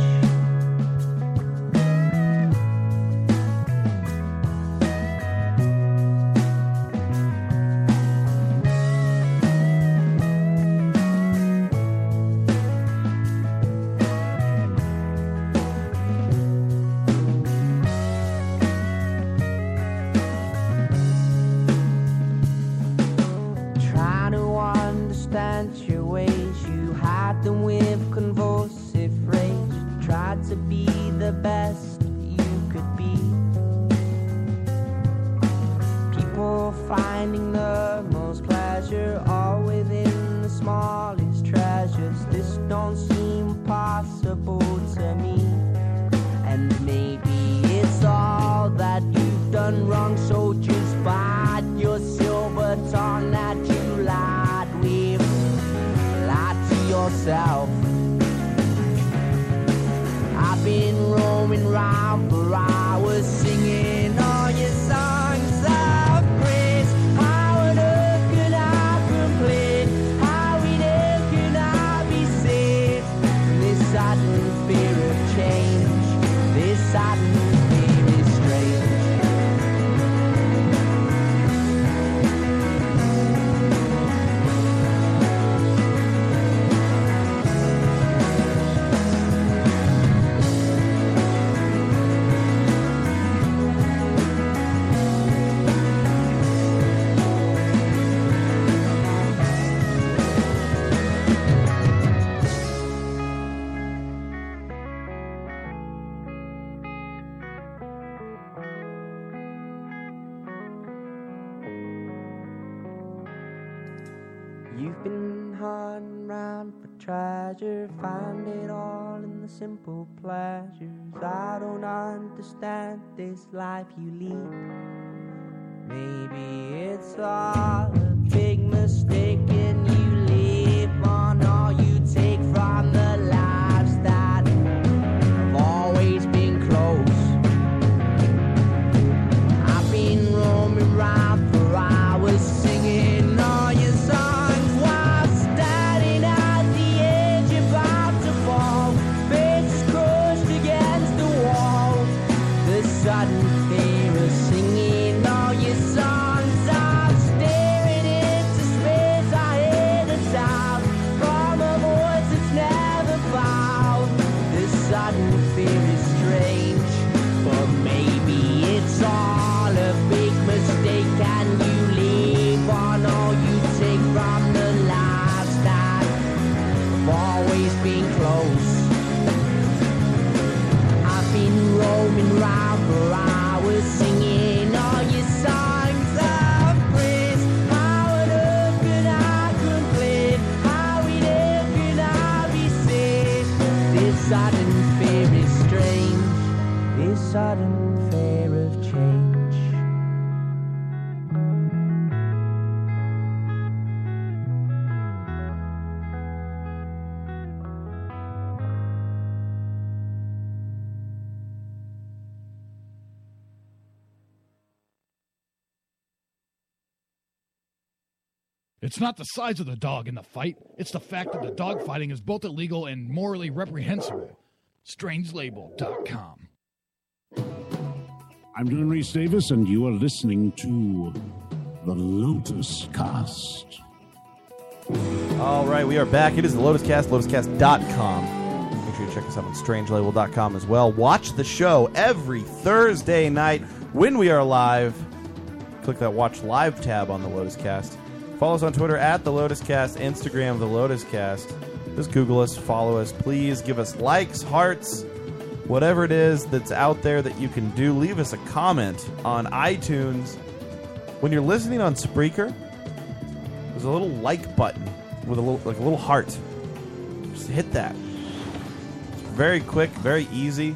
S25: Try to understand your ways. You hide them with convulsive rage. Try to be the best you could be. People finding the most pleasure all within the smallest treasures. This don't seem possible to me. And maybe it's all that you've done wrong, so just bite your silver tongue that you lied with. Lie to yourself. I've been roaming round for hours singing all your songs of praise. How on earth could I complain? How in hell could I be saved from this sudden fear of change? This sudden fear is strange. You've been hunting round for treasure, find it all in the simple pleasures. I don't understand this life you lead. Maybe it's all a big mistake. always been close. I've been roaming round for hours singing all your songs of praise. How on earth could I complain? How in hell could I be saved? This sudden fear is strange. This sudden fear of change.
S1: It's not the size of the dog in the fight, it's the fact that the dog fighting is both illegal and morally reprehensible. StrangeLabel.com.
S2: I'm John Reese Davis, and you are listening to the Lotus Cast.
S9: All right, we are back. It is the Lotus Cast, lotuscast.com. Make sure you check us out on strangelabel.com as well. Watch the show every Thursday night when we are live. Click that watch live tab on the Lotus Cast. Follow us on Twitter at the Lotus Cast, Instagram the Lotus Cast. Just Google us, follow us, please give us likes, hearts, whatever it is that's out there that you can do. Leave us a comment on iTunes. When you're listening on Spreaker, there's a little like button with a little like a little heart. Just hit that. It's very quick, very easy.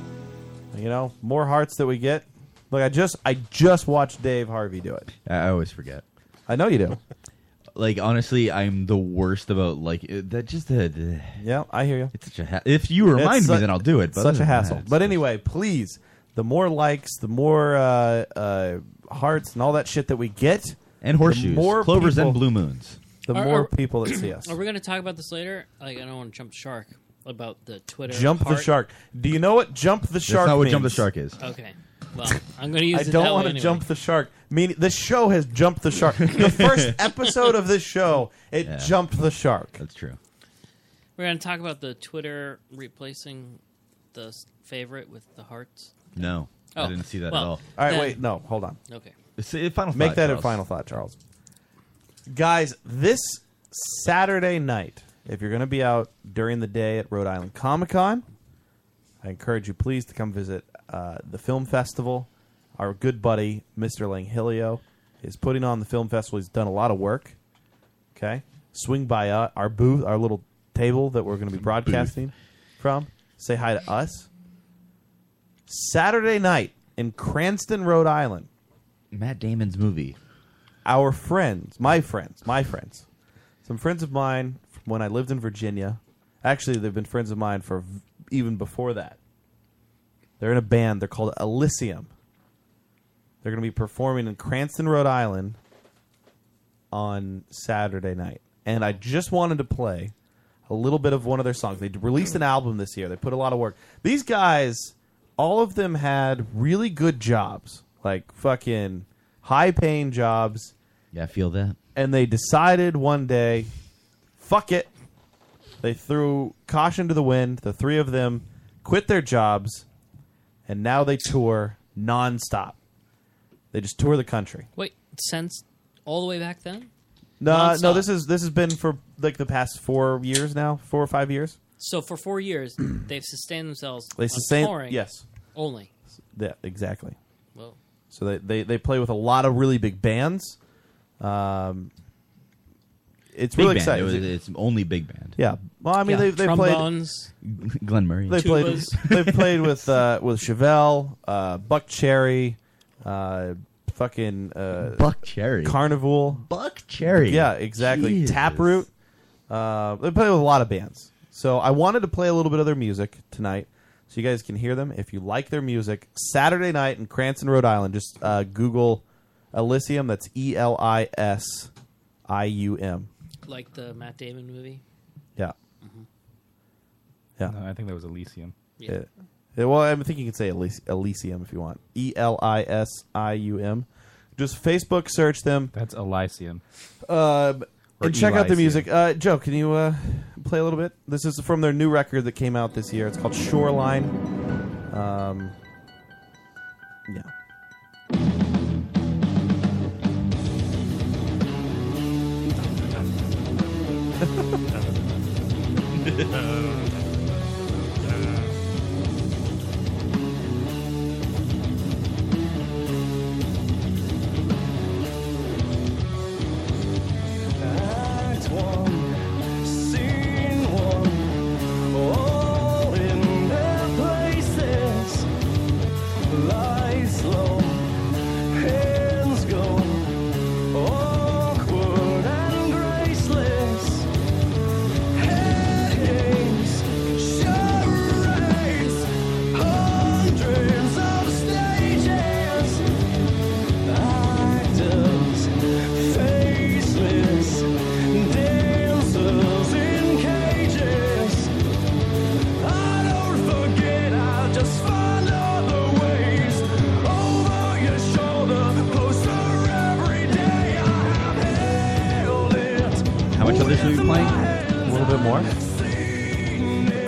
S9: You know, more hearts that we get. Look, I just I just watched Dave Harvey do it.
S10: I always forget.
S9: I know you do.
S10: like honestly, I'm the worst about like it- that. Just the, the-
S9: Yeah, I hear you.
S10: It's such a ha- if you remind
S9: It's
S10: me,
S9: su-
S10: then I'll do it.
S9: it's
S10: but
S9: such
S10: other than
S9: a hassle.
S10: that,
S9: but anyway, please, the more likes, the more uh, uh, hearts, and all that shit that we get,
S10: and horseshoes, clovers, and blue moons.
S9: The
S12: Are-
S9: more
S12: are-
S9: people that see us.
S12: Are we going to talk about this later? Like, I don't want to jump the shark about the Twitter.
S9: Jump the
S12: heart.
S9: shark. Do you know what jump the shark?
S10: not what
S9: means?
S10: jump the shark is.
S12: Okay. Well, I'm going to use.
S9: I
S12: it
S9: don't
S12: that
S9: want
S12: way
S9: to
S12: anyway.
S9: jump the shark. Meaning, this show has jumped the shark. The first episode of this show, it
S10: Yeah.
S9: jumped the shark.
S10: That's true.
S12: We're going to talk about the Twitter replacing the s- favorite with the hearts.
S10: No, I didn't see that
S12: Oh, well,
S10: at all.
S9: All right,
S12: then-
S9: wait, no, hold on.
S12: Okay.
S10: It's a final
S9: Make
S10: thought,
S9: that a
S10: Charles.
S9: final thought, Charles. Guys, this Saturday night, if you're going to be out during the day at Rhode Island Comic Con, I encourage you please to come visit uh, the film festival. Our good buddy, Mr. Langhilio, is putting on the film festival. He's done a lot of work. Okay, swing by uh, our booth, our little table that we're going to be broadcasting from. Say hi to us. Saturday night in Cranston, Rhode Island.
S10: Matt Damon's movie.
S9: Our friends, my friends, my friends, some friends of mine from when I lived in Virginia. Actually, they've been friends of mine for v- even before that. They're in a band. They're called Elysium. They're going to be performing in Cranston, Rhode Island on Saturday night. And I just wanted to play a little bit of one of their songs. They released an album this year. They put a lot of work. These guys, all of them had really good jobs, like fucking high paying jobs.
S10: Yeah, I feel that.
S9: And they decided one day, fuck it. They threw caution to the wind. The three of them quit their jobs, and now they tour nonstop. They just tour the country.
S12: Wait, since all the way back then.
S9: No, no,
S12: Nonstop.
S9: this is this has been for like the past four years now, four or five years.
S12: So for four years, they've sustained themselves.
S9: They
S12: on
S9: sustain-
S12: touring
S9: yes.
S12: Only.
S9: Yeah, exactly.
S12: Well,
S9: So they, they, they play with a lot of really big bands. Um, it's
S10: Big
S9: really
S10: band.
S9: exciting.
S10: It was- it's only big band.
S9: Yeah. Well, I mean, they they played.
S10: Glenn Murray.
S9: They played. they played with uh, with Chevelle, uh, Buck Cherry, uh, fucking uh,
S10: Buck Cherry,
S9: Carnival,
S10: Buck Cherry.
S9: Yeah, exactly.
S10: Jesus.
S9: Taproot. Uh, they play with a lot of bands. So I wanted to play a little bit of their music tonight, so you guys can hear them. If you like their music, Saturday night in Cranston, Rhode Island, just uh, Google Elysium. That's E L I S I U M.
S12: like the Matt Damon movie.
S9: Yeah. Yeah.
S17: No, I think that was Elysium.
S12: Yeah.
S9: It- it- well, I think you can say Elys- Elysium if you want. E L I S I U M. Just Facebook search them.
S17: That's Elysium.
S9: Um,
S17: Or
S9: and check out the
S17: Elysium.
S9: music. Uh, Joe, can you uh, play a little bit? This is from their new record that came out this year. It's called Shoreline. Um, yeah.
S22: Act one, scene one, all in their places. Lies low, hands go, awkward and graceless. Head games, charades, hundreds of stages. Actors, faceless, dancers in cages. I don't forget, I just find other ways. Over your shoulder, closer every day. I have held it.
S9: How much of this are you playing? A little bit more.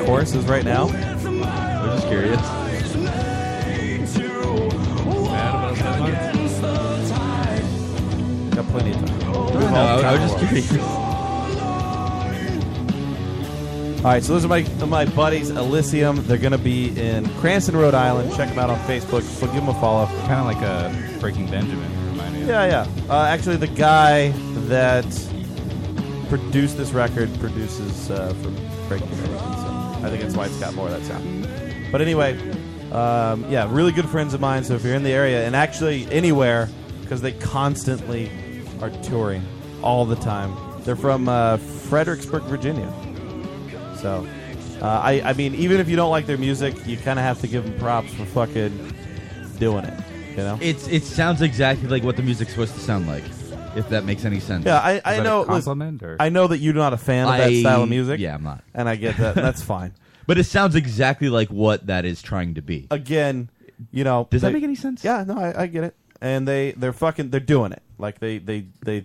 S9: Chorus is right now. I'm just curious.
S22: Against the tide.
S9: Got plenty of time.
S22: No, I was just
S9: curious. All right, so those are my my buddies Elysium. They're going to be in Cranston, Rhode Island. Check them out on Facebook. So give them a follow. Kind of like a Breaking Benjamin. Remind me. Yeah, yeah. Uh, actually, the guy that produced this record produces uh, for Breaking Benjamin. So I think that's why it's got more of that sound. But anyway, um, yeah, really good friends of mine. So if you're in the area and actually anywhere, because they constantly are touring all the time. They're from uh, Fredericksburg, Virginia. So, uh, I, I mean, even if you don't like their music, you kind of have to give them props for fucking doing it. You know?
S10: It's it sounds exactly like what the music's supposed to sound like, if that makes any sense.
S9: Yeah, I, I know. listen, I know that you're not a fan of that
S10: I-
S9: style of music.
S10: Yeah, I'm not.
S9: and I get that. and that's fine.
S10: But it sounds exactly like what that is trying to be.
S9: Again, you know,
S10: Does that
S9: they-
S10: make any sense?
S9: Yeah, no, I, I get it. And they they're fucking they're doing it. Like they they they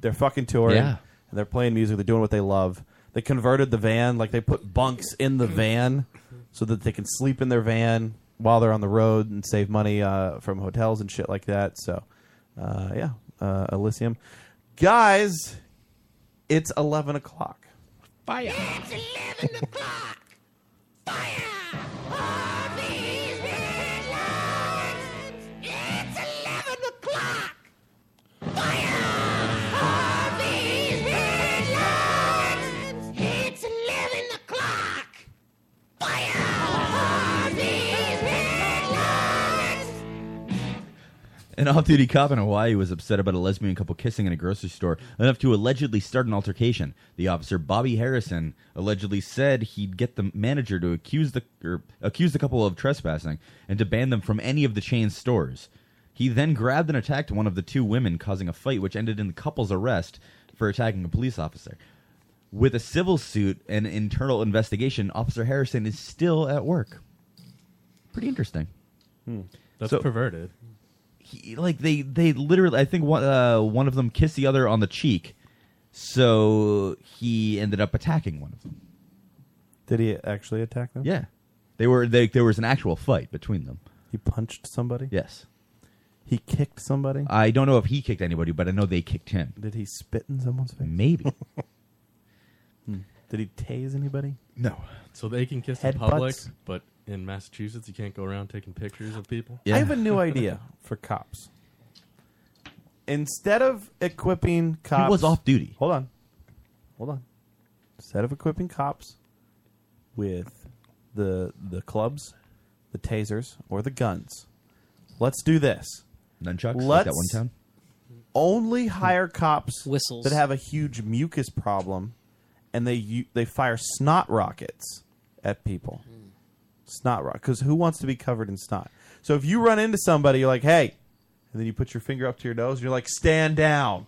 S9: they're fucking touring.
S10: Yeah.
S9: And they're playing music. They're doing what they love. They converted the van. Like they put bunks in the van so that they can sleep in their van while they're on the road and save money uh, from hotels and shit like that. So, uh, yeah, uh, Elysium, guys, it's eleven o'clock.
S22: Fire. It's 11 o'clock.
S10: An off duty cop in Hawaii was upset about a lesbian couple kissing in a grocery store, enough to allegedly start an altercation. The officer, Bobby Harrison, allegedly said he'd get the manager to accuse the, or accuse the couple of trespassing and to ban them from any of the chain's stores. He then grabbed and attacked one of the two women, causing a fight which ended in the couple's arrest for attacking a police officer. With a civil suit and internal investigation, Officer Harrison is still at work. Pretty interesting.
S11: That's
S10: Hmm. So-
S11: perverted.
S10: he, like they they literally I think one uh, one of them kissed the other on the cheek, so he ended up attacking one of them.
S9: Did he actually attack them?
S10: Yeah, they were they, there was an actual fight between them.
S9: He punched somebody.
S10: Yes,
S9: he kicked somebody.
S10: I don't know if he kicked anybody, but I know they kicked him.
S9: Did he spit in someone's face?
S10: Maybe.
S9: Did he tase anybody?
S10: No.
S11: So they can kiss
S9: Headbutts?
S11: in public, but in Massachusetts you can't go around taking pictures of people.
S9: I have a new idea for cops. Instead of equipping cops,
S11: was off
S10: duty.
S9: Hold on, hold on. Instead of equipping cops with the the clubs, the tasers, or the guns, let's do this.
S10: Nunchucks,
S9: Let's
S10: like that one town?
S9: only hire cops
S12: Whistles.
S9: that have a huge mucus problem, and they u- they fire snot rockets at people. Snot rock, because who wants to be covered in snot? So if you run into somebody, you're like, "Hey," and then you put your finger up to your nose, and you're like, "Stand down,"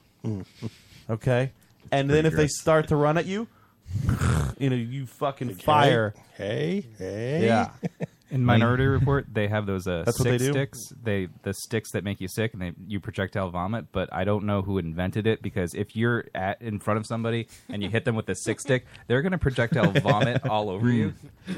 S9: okay? And then
S16: pretty
S9: if they
S16: gross.
S9: start to run at you, you know, you fucking fire.
S16: Hey, hey.
S9: yeah.
S17: In Minority Report, they have those uh,
S9: That's what
S17: sick
S9: they do?
S17: sticks. They the sticks that make you sick, and they you projectile vomit. But I don't know who invented it because if you're at in front of somebody and you hit them with a sick stick, they're gonna projectile vomit all over you.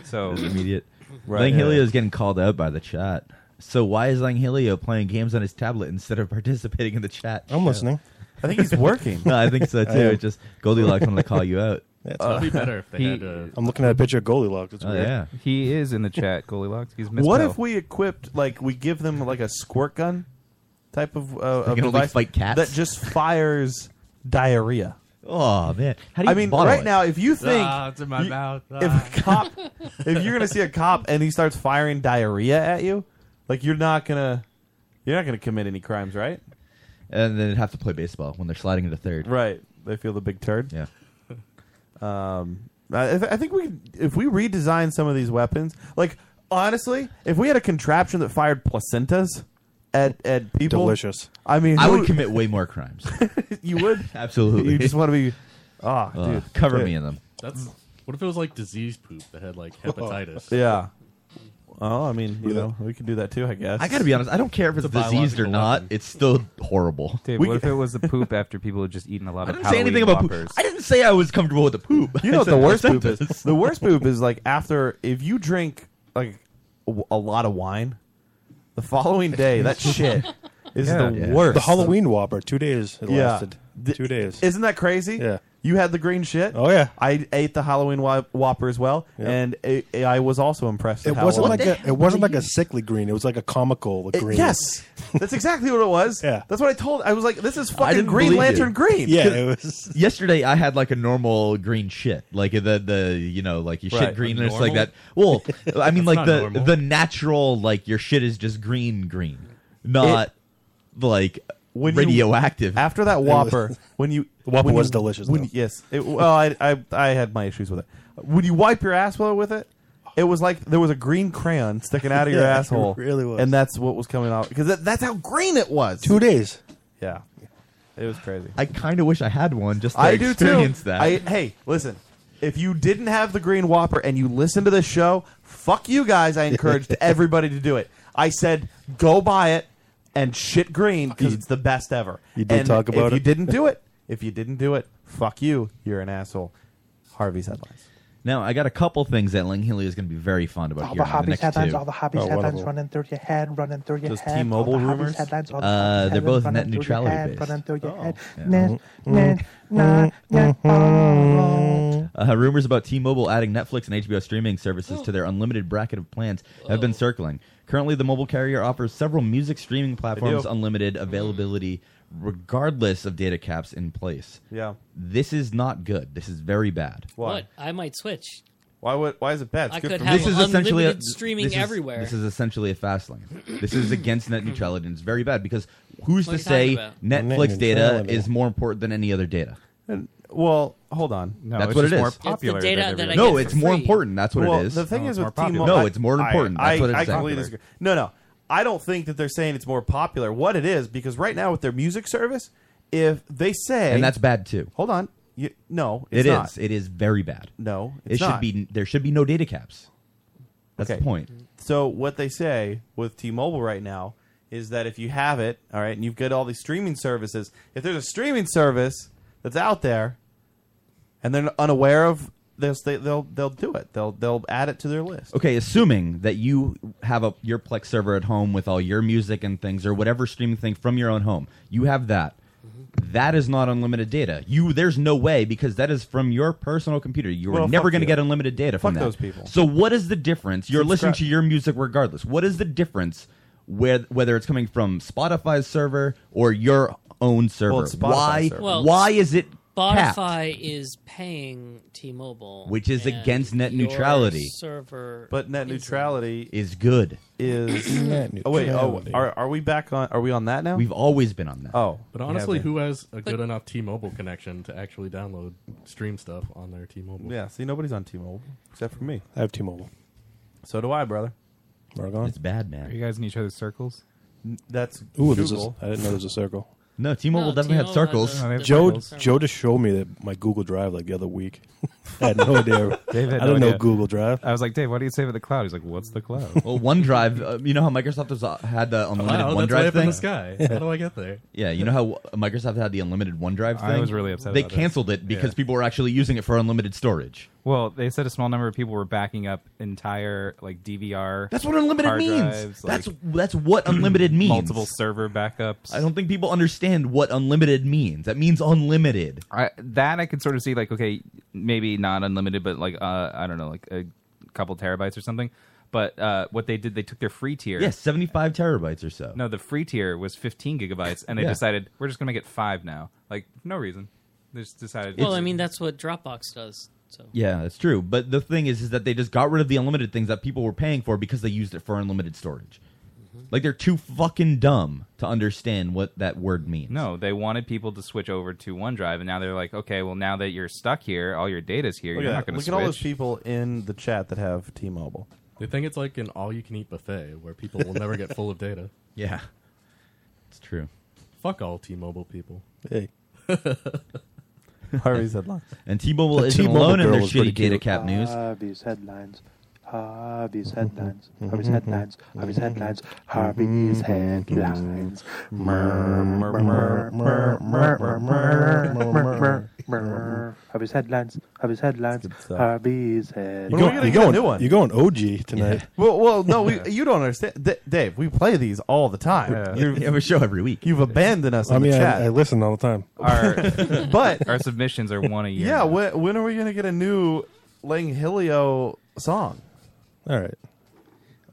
S17: So
S10: Mm. immediate.
S17: Right.
S10: Langhelio is getting called out by the chat. So why is Langhelio playing games on his tablet instead of participating in the chat?
S16: I'm listening.
S9: I think he's working.
S10: no, I think so
S16: I
S10: too.
S16: am.
S10: It's just Goldilocks wanted to call you out.
S16: Yeah,
S11: That'd be better if they
S16: he-
S11: had. Uh,
S16: I'm looking at a picture of Goldilocks. It's
S11: Oh,
S16: weird.
S11: yeah.
S34: He is in the chat, Goldilocks. He's Miss
S9: What
S34: Bell.
S9: if we equipped like we give them like a squirt gun type of, uh, of
S10: can only
S9: device
S10: fight cats?
S9: that just fires diarrhea?
S10: Oh man! How do
S9: I
S10: you
S9: mean,
S10: bottle
S9: right
S10: it?
S9: now, if you think
S11: Ah, it's in my
S9: you-
S11: mouth. Ah.
S9: if a cop, if you're gonna see a cop and he starts firing diarrhea at you, like you're not gonna, you're not gonna commit any crimes, right?
S10: and then they'd have to play baseball when they're sliding into third.
S9: Right. They feel the big turd.
S10: Yeah.
S9: Um, I, I think we if we redesign some of these weapons, like honestly, if we had a contraption that fired placentas at at people,
S10: Delicious.
S9: I mean,
S10: I
S9: who-
S10: would commit way more crimes.
S9: you would
S10: Absolutely.
S9: You just want to be, ah,
S10: Uh,
S9: dude,
S10: cover
S9: Yeah.
S10: me in them.
S11: that's what if it was like disease poop that had like hepatitis?
S9: Yeah. Oh, I mean, you know, we can do that too, I guess.
S10: I gotta be honest. I don't care if it's, diseased or not. It's still horrible.
S17: Dave, what if it was the poop after people had just eaten a lot
S10: I
S17: of
S10: didn't say anything
S17: Halloween
S10: about poop.
S17: Whoppers?
S10: I didn't say I was comfortable with the poop.
S9: You
S10: I
S9: know what
S10: said
S9: the worst poop is?
S10: placentas.
S9: The worst poop is like after if you drink like w- a lot of wine, the following day that shit is the worst.
S16: The Halloween Whopper, two days it
S9: Yeah.
S16: lasted. Two days.
S9: Isn't that crazy?
S16: Yeah.
S9: You had the green shit.
S16: Oh yeah.
S9: I ate the Halloween wha- Whopper as well,
S16: Yeah.
S9: and it, it- I was also impressed.
S16: It
S9: at how
S16: wasn't
S9: well-
S16: like a, it wasn't like a sickly green. It was like a comical
S9: It-
S16: green.
S9: yes, that's exactly what it was. Yeah, that's what I told. I was like, "This is fucking
S10: didn't
S9: Green
S10: believe
S9: Lantern
S10: you.
S9: green."
S10: Yesterday, I had like a normal green shit, like the the you know like you shit
S9: Right.
S10: green,
S9: A
S10: and it's like that.
S9: normal?
S10: Well, I mean
S9: That's
S10: like
S9: not
S10: the
S9: normal.
S10: the natural like your shit is just green, green, not like
S9: when you-
S10: radioactive.
S9: after that Whopper, when you
S10: Whopper
S9: when
S10: was
S9: you-
S10: delicious,
S9: When,
S10: though.
S9: yes, it, well, I, I I had my issues with it. When you wipe your asshole with it, it was like there was a green crayon sticking out of your
S16: Yeah, it
S9: asshole.
S16: really was.
S9: and that's what was coming out because that, that's how green it was.
S16: Two days.
S9: Yeah, it was crazy.
S10: I kind of wish I had one just to
S9: I do too.
S10: experience that.
S9: I, hey, listen. If you didn't have the Green Whopper and you listen to this show, fuck you guys. I encouraged everybody to do it. I said go buy it and shit green because it's the best ever.
S16: You did
S9: And
S16: talk about
S9: if you
S16: it.
S9: didn't do it, if you didn't do it, fuck you. You're an asshole. Harvey's headlines.
S10: Now I got a couple things that Lang Healy is going to be very fond about
S13: All the
S10: hearing in the
S13: hobbies
S10: next
S13: headlines,
S10: two.
S13: all the
S9: Oh,
S13: hobbies headlines running through your head, running through your
S10: Those
S13: head.
S10: T-Mobile
S13: all the hobbies
S10: rumors?
S13: Headlines, all the
S10: Uh,
S13: hobbies
S10: they're
S13: headlines
S10: both
S13: running
S10: net
S13: through your
S10: neutrality
S13: head,
S10: based. Mm-hmm.
S13: Running through your head.
S10: yeah.
S13: Net, net, nah, net,
S10: Mm-hmm.
S13: oh.
S12: Mm-hmm.
S10: Uh, rumors about T-Mobile adding Netflix and HBO streaming services to their unlimited bracket of plans have
S12: Oh.
S10: been circling. Currently, the mobile carrier offers several music streaming platforms
S9: do.
S10: unlimited
S12: Mm-hmm.
S10: availability, regardless of data caps in place.
S9: Yeah.
S10: this is not good. This is very bad.
S12: What? I might switch.
S9: Why would? Why is it bad?
S12: I could
S10: for
S12: have
S10: this is essentially a,
S12: unlimited streaming
S10: this is-
S12: everywhere.
S10: This is essentially a fast lane. This is against net neutrality, and it's very bad because who's
S12: What
S10: to
S12: are
S10: say
S12: you talking
S9: about?
S10: Netflix
S9: Net
S10: data
S9: neutrality.
S10: is more important than any other data?
S9: And, well, hold on. No,
S10: That's what it is. no, it's more important. That's what
S9: Well,
S10: it is.
S9: The thing is with T-Mobile,
S10: No,
S9: I-
S10: it's more
S9: I-
S10: important.
S9: I,
S10: That's what
S9: I
S10: it's
S9: completely disagree. No, no, I don't think that they're saying it's more popular. What it is, because right now with their music service, if they say
S10: And that's bad too.
S9: Hold on, you, no, it's
S10: It
S9: not.
S10: is. It is very bad.
S9: No, it's
S10: it should
S9: not.
S10: be. There should be no data caps. That's the point.
S9: So what they say with T-Mobile right now is that if you have it, all right, and you've got all these streaming services, if there's a streaming service that's out there, and they're unaware of this, they, they'll they'll do it. They'll they'll add it to their list.
S10: Okay, assuming that you have a your Plex server at home with all your music and things or whatever streaming thing from your own home, you have that.
S9: Mm-hmm.
S10: That is not unlimited data. You there's no way because that is from your personal computer. You are
S9: Well,
S10: never
S9: fuck
S10: going to
S9: you.
S10: get unlimited data from
S9: Fuck
S10: that.
S9: those people.
S10: So what is the difference? You're listening
S9: Subscribe.
S10: to your music regardless. What is the difference where whether it's coming from Spotify's server or your own server?
S9: it's Spotify's
S10: why
S9: server.
S12: Well,
S10: why is it capped?
S12: Spotify is paying T-Mobile,
S10: Which is
S12: and
S10: against net
S12: your
S10: neutrality.
S12: Server,
S9: But net neutrality
S10: is good.
S9: Is
S10: Net
S9: oh wait oh
S10: neutrality.
S9: are, are we back on? Are we on that now?
S10: We've always been on that.
S9: Oh,
S11: But honestly,
S9: yeah,
S11: who has a good enough T-Mobile connection to actually download stream stuff on their T-Mobile?
S9: yeah. See, nobody's on T-Mobile except for me.
S16: I have T-Mobile.
S9: So do I, brother.
S16: It's
S10: bad, man.
S17: Are you guys in each other's circles?
S9: That's
S16: Ooh, there's a, I didn't know there's a circle.
S10: No, T-Mobile No, definitely had T-Mobile circles. has a- has a
S16: Joe
S10: circle.
S16: Joe just showed me that my Google Drive like the other week. I had no idea.
S17: Dave had
S16: I didn't
S17: no
S16: know
S17: idea.
S16: Google Drive.
S17: I was like, Dave, why do you save it the cloud? He's like, what's the cloud?
S10: well, OneDrive. Uh, you know how Microsoft has uh, had the unlimited
S11: Wow, that's
S10: OneDrive
S11: way up in
S10: thing.
S11: the sky. How do I get there?
S10: Yeah, you know how Microsoft had the unlimited OneDrive thing.
S17: I was really upset
S10: They
S17: about it.
S10: canceled it because
S17: Yeah.
S10: people were actually using it for unlimited storage.
S17: Well, they said a small number of people were backing up entire like DVR.
S10: That's what unlimited
S17: hard
S10: means.
S17: drives,
S10: That's-
S17: like,
S10: that's what unlimited means.
S17: Multiple server backups.
S10: I don't think people understand what unlimited means. That means unlimited.
S17: I, that I could sort of see, like, okay, maybe maybe not unlimited, but like uh, I don't know, like a couple terabytes or something. But uh, what they did, they took their free tier.
S10: Yeah, 75 terabytes or so.
S17: No, the free tier was 15 gigabytes, and they
S10: Yeah.
S17: decided we're just going to make it five now. Like no reason. They just decided.
S12: Well, I mean, that's what Dropbox does. So
S10: Yeah, that's true. But the thing is, is that they just got rid of the unlimited things that people were paying for because they used it for unlimited storage.
S11: Mm-hmm.
S10: Like they're too fucking dumb to understand what that word means.
S17: No, they wanted people to switch over to OneDrive, and now they're like, okay, well, now that you're stuck here, all your data's here.
S9: Look,
S17: you're
S9: at,
S17: not
S9: that.
S17: going to
S9: Oh, Look
S17: switch.
S9: at all those people in the chat that have T-Mobile.
S11: They think it's like an all-you-can-eat buffet where people will never get full of data.
S10: Yeah, it's true.
S11: Fuck all T-Mobile people.
S16: Hey.
S9: Harvey's headline.
S10: And T-Mobile The isn't T-Mobile alone in girl their was pretty shitty data cute. cap news.
S13: Harvey's headlines.
S9: Mm-hmm.
S13: Harvey's headlines. Harvey's headlines.
S10: Mm-hmm.
S13: Harvey's headlines. Harvey's
S9: Mm-hmm.
S13: headlines. Murr, murr, murr, murr, murr, murr, murr, murr, murr.
S10: Mm-hmm.
S13: Harvey's headlines. Harvey's headlines. Harvey's headlines.
S9: You're When are we going- gonna get a new one?
S16: You're going OG tonight.
S9: Well, well, no, we, you don't understand, D- Dave. We play these all the time.
S16: Yeah.
S9: You've-
S16: Yeah, we show every week.
S9: You've abandoned us
S16: I
S9: in
S16: mean,
S9: the chat.
S16: I, I listen all the time.
S17: Our,
S9: But-
S17: our submissions are one a year.
S9: yeah, when, when are we going to get a new Langhilio song?
S16: All right.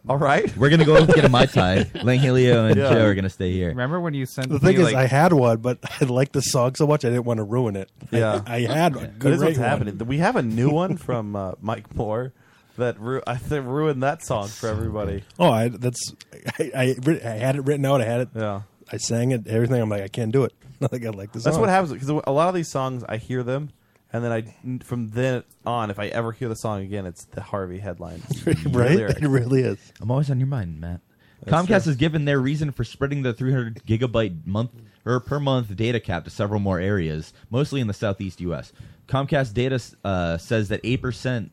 S9: All right.
S10: We're gonna go get a mai tai. Langhilio and
S16: Yeah.
S10: Joe are gonna stay here.
S17: Remember when you sent
S16: The thing
S17: me,
S16: is,
S17: like,
S16: I had one, but I liked the song so much I didn't want to ruin it. I-
S9: Yeah,
S16: I, had a
S9: That
S16: good
S9: is what's
S16: one.
S9: happening. We have a new one from uh, Mike Moore that ru- I think ruined that song for everybody.
S16: Oh, I, that's I, I, writ- I had it written out. I had it.
S9: Yeah.
S16: I sang it. Everything. I'm like, I can't do it. I think I like this.
S9: That's what happens because a lot of these songs I hear them, and then I from then on, if I ever hear the song again, it's the Harvey headline,
S16: Right?
S9: lyric.
S16: It really is.
S10: I'm always on your mind, Matt.
S9: That's
S10: Comcast
S9: true.
S10: has given their reason for spreading the 300 gigabyte month or per month data cap to several more areas, mostly in the southeast U.S. Comcast data uh, says that eight percent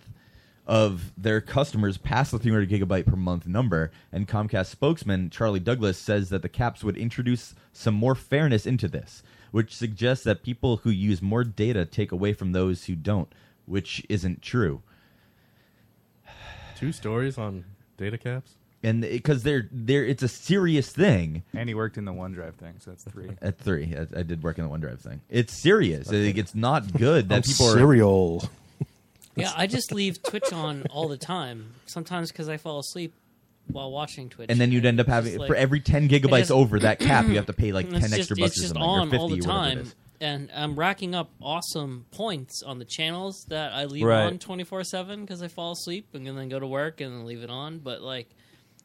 S10: of their customers pass the 300 gigabyte per month number, and Comcast spokesman Charlie Douglas says that the caps would introduce some more fairness into this, which suggests that people who use more data take away from those who don't, which isn't true.
S11: Two stories on data caps.
S10: And because they're, they're, it's a serious thing.
S17: and he worked in the OneDrive thing, so that's three.
S10: At three, I, I did work on the OneDrive thing. It's serious. Like, it's not good that
S9: Oh,
S16: I'm
S10: people are
S16: cereal.
S12: yeah, I just leave Twitch on all the time. Sometimes because I fall asleep while watching Twitch,
S10: And then you'd end up
S12: it's
S10: having-
S12: just
S10: for every 10 gigabytes
S12: it just-
S10: over that cap, you have to pay, like,
S12: it's
S10: 10
S12: just-
S10: extra bucks
S12: It's
S10: or
S12: just
S10: something, or
S12: on all the
S10: 50, whatever it
S12: time,
S10: is.
S12: and I'm racking up awesome points on the channels that I leave
S9: Right.
S12: on 24 seven because I fall asleep and then go to work and then leave it on. But like,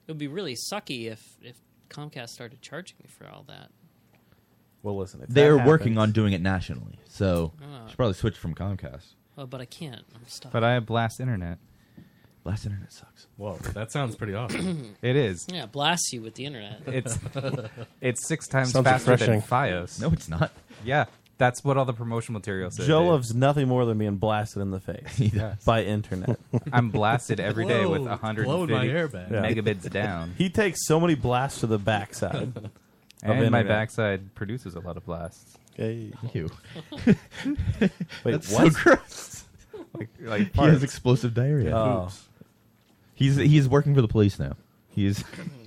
S12: it would be really sucky if if Comcast started charging me for all that.
S9: Well, listen, if
S10: They're
S9: that
S10: working
S9: happens-
S10: on doing it nationally, so
S12: Ah.
S10: should probably switch from Comcast.
S12: Oh, but I can't. I'm stuck.
S17: But I have Blast Internet.
S10: Blast Internet sucks.
S11: Whoa, that sounds pretty awesome.
S17: It is.
S12: Yeah, blast you with the internet.
S17: It's it's six times
S9: Sounds
S17: faster than
S9: refreshing.
S17: FiOS.
S10: No, it's not.
S17: Yeah, that's what all the promotional material says.
S9: Joe loves nothing more than being blasted in the face
S17: does.
S9: by internet.
S17: I'm blasted every day with
S9: Whoa,
S17: 150
S9: blowing my air back. Yeah.
S17: megabits down,
S9: He takes so many blasts to the backside. of
S17: and my
S9: internet.
S17: backside produces a lot of blasts.
S16: Hey.
S10: Ew.
S9: Wait,
S10: That's
S9: what?
S10: so gross.
S17: Like, like
S10: he has
S17: farts.
S10: explosive diarrhea.
S17: Oh.
S10: He's he's working for the police now. He's,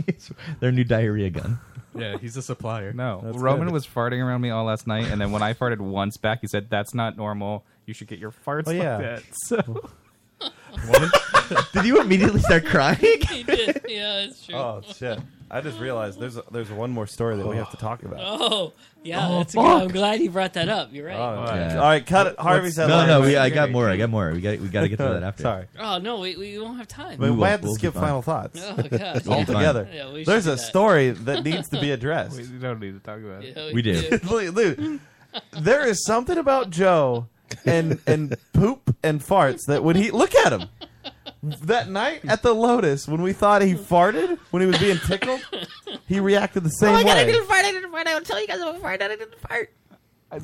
S10: he's their new diarrhea gun.
S11: Yeah, he's a supplier.
S17: No, Roman was farting around me all last night, and then when I farted once back, he said, "That's not normal. You should get your farts
S9: Oh,
S17: like
S9: yeah.
S17: that." So,
S10: Did you immediately start crying?
S12: He did. Yeah, it's true.
S9: Oh shit! I just realized there's a, there's one more story that we have to talk about.
S12: Oh, yeah.
S9: Oh,
S12: that's a good, I'm
S9: fuck.
S12: glad you brought that up. You're right.
S9: Oh, Yeah. All right, cut it. Harvey's
S10: No,
S9: headline.
S10: no, we, I got more. I got more. We got we got to get to that after.
S9: Sorry.
S12: Oh no, we, we won't have time.
S9: But we,
S10: will-
S9: have to
S10: we'll be
S9: skip
S10: fine.
S9: final thoughts
S12: Oh, God.
S9: altogether.
S12: Yeah, we should
S9: There's
S12: do
S9: a
S12: that.
S9: story that needs to be addressed.
S17: we don't need to talk about it.
S10: We do.
S9: Look, look, there is something about Joe and and poop and farts that when he look at him that night at the Lotus when we thought he farted when he was being tickled, he reacted the same
S22: oh my god, I
S9: way.
S22: didn't fart, I didn't fart, I will tell you guys about fart, I didn't fart.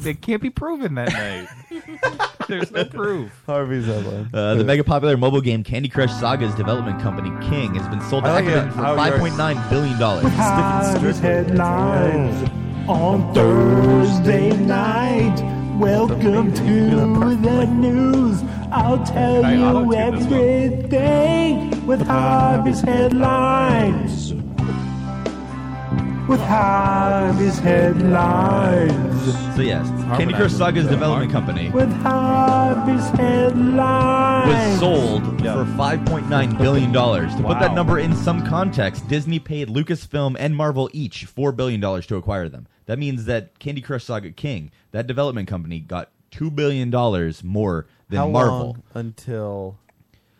S17: It can't be proven that night. There's no proof.
S9: Harvey's headline.
S10: Uh, the mega popular mobile game Candy Crush Saga's development company King has been sold to
S9: I like
S10: Activision
S9: it,
S10: for
S9: how
S10: five
S9: yours-
S10: point nine billion dollars.
S13: Harvey's headlines on Thursday night. Welcome to the news. I'll tell
S17: Can I
S13: you
S17: auto-tune this one?
S13: everything with Harvey's headlines. With Harvey's headlines.
S10: So yes, Candy Crush
S26: harmonizing
S10: Saga's
S26: the
S10: development
S26: harm-
S10: company
S26: With
S25: Harvey's
S10: was
S25: headlines.
S10: sold for 5.9 billion dollars. To put that
S25: Wow.
S10: number in some context, Disney paid Lucasfilm and Marvel each 4 billion dollars to acquire them. That means that Candy Crush Saga King, that development company got 2 billion dollars more than
S9: How
S10: Marvel.
S9: long until?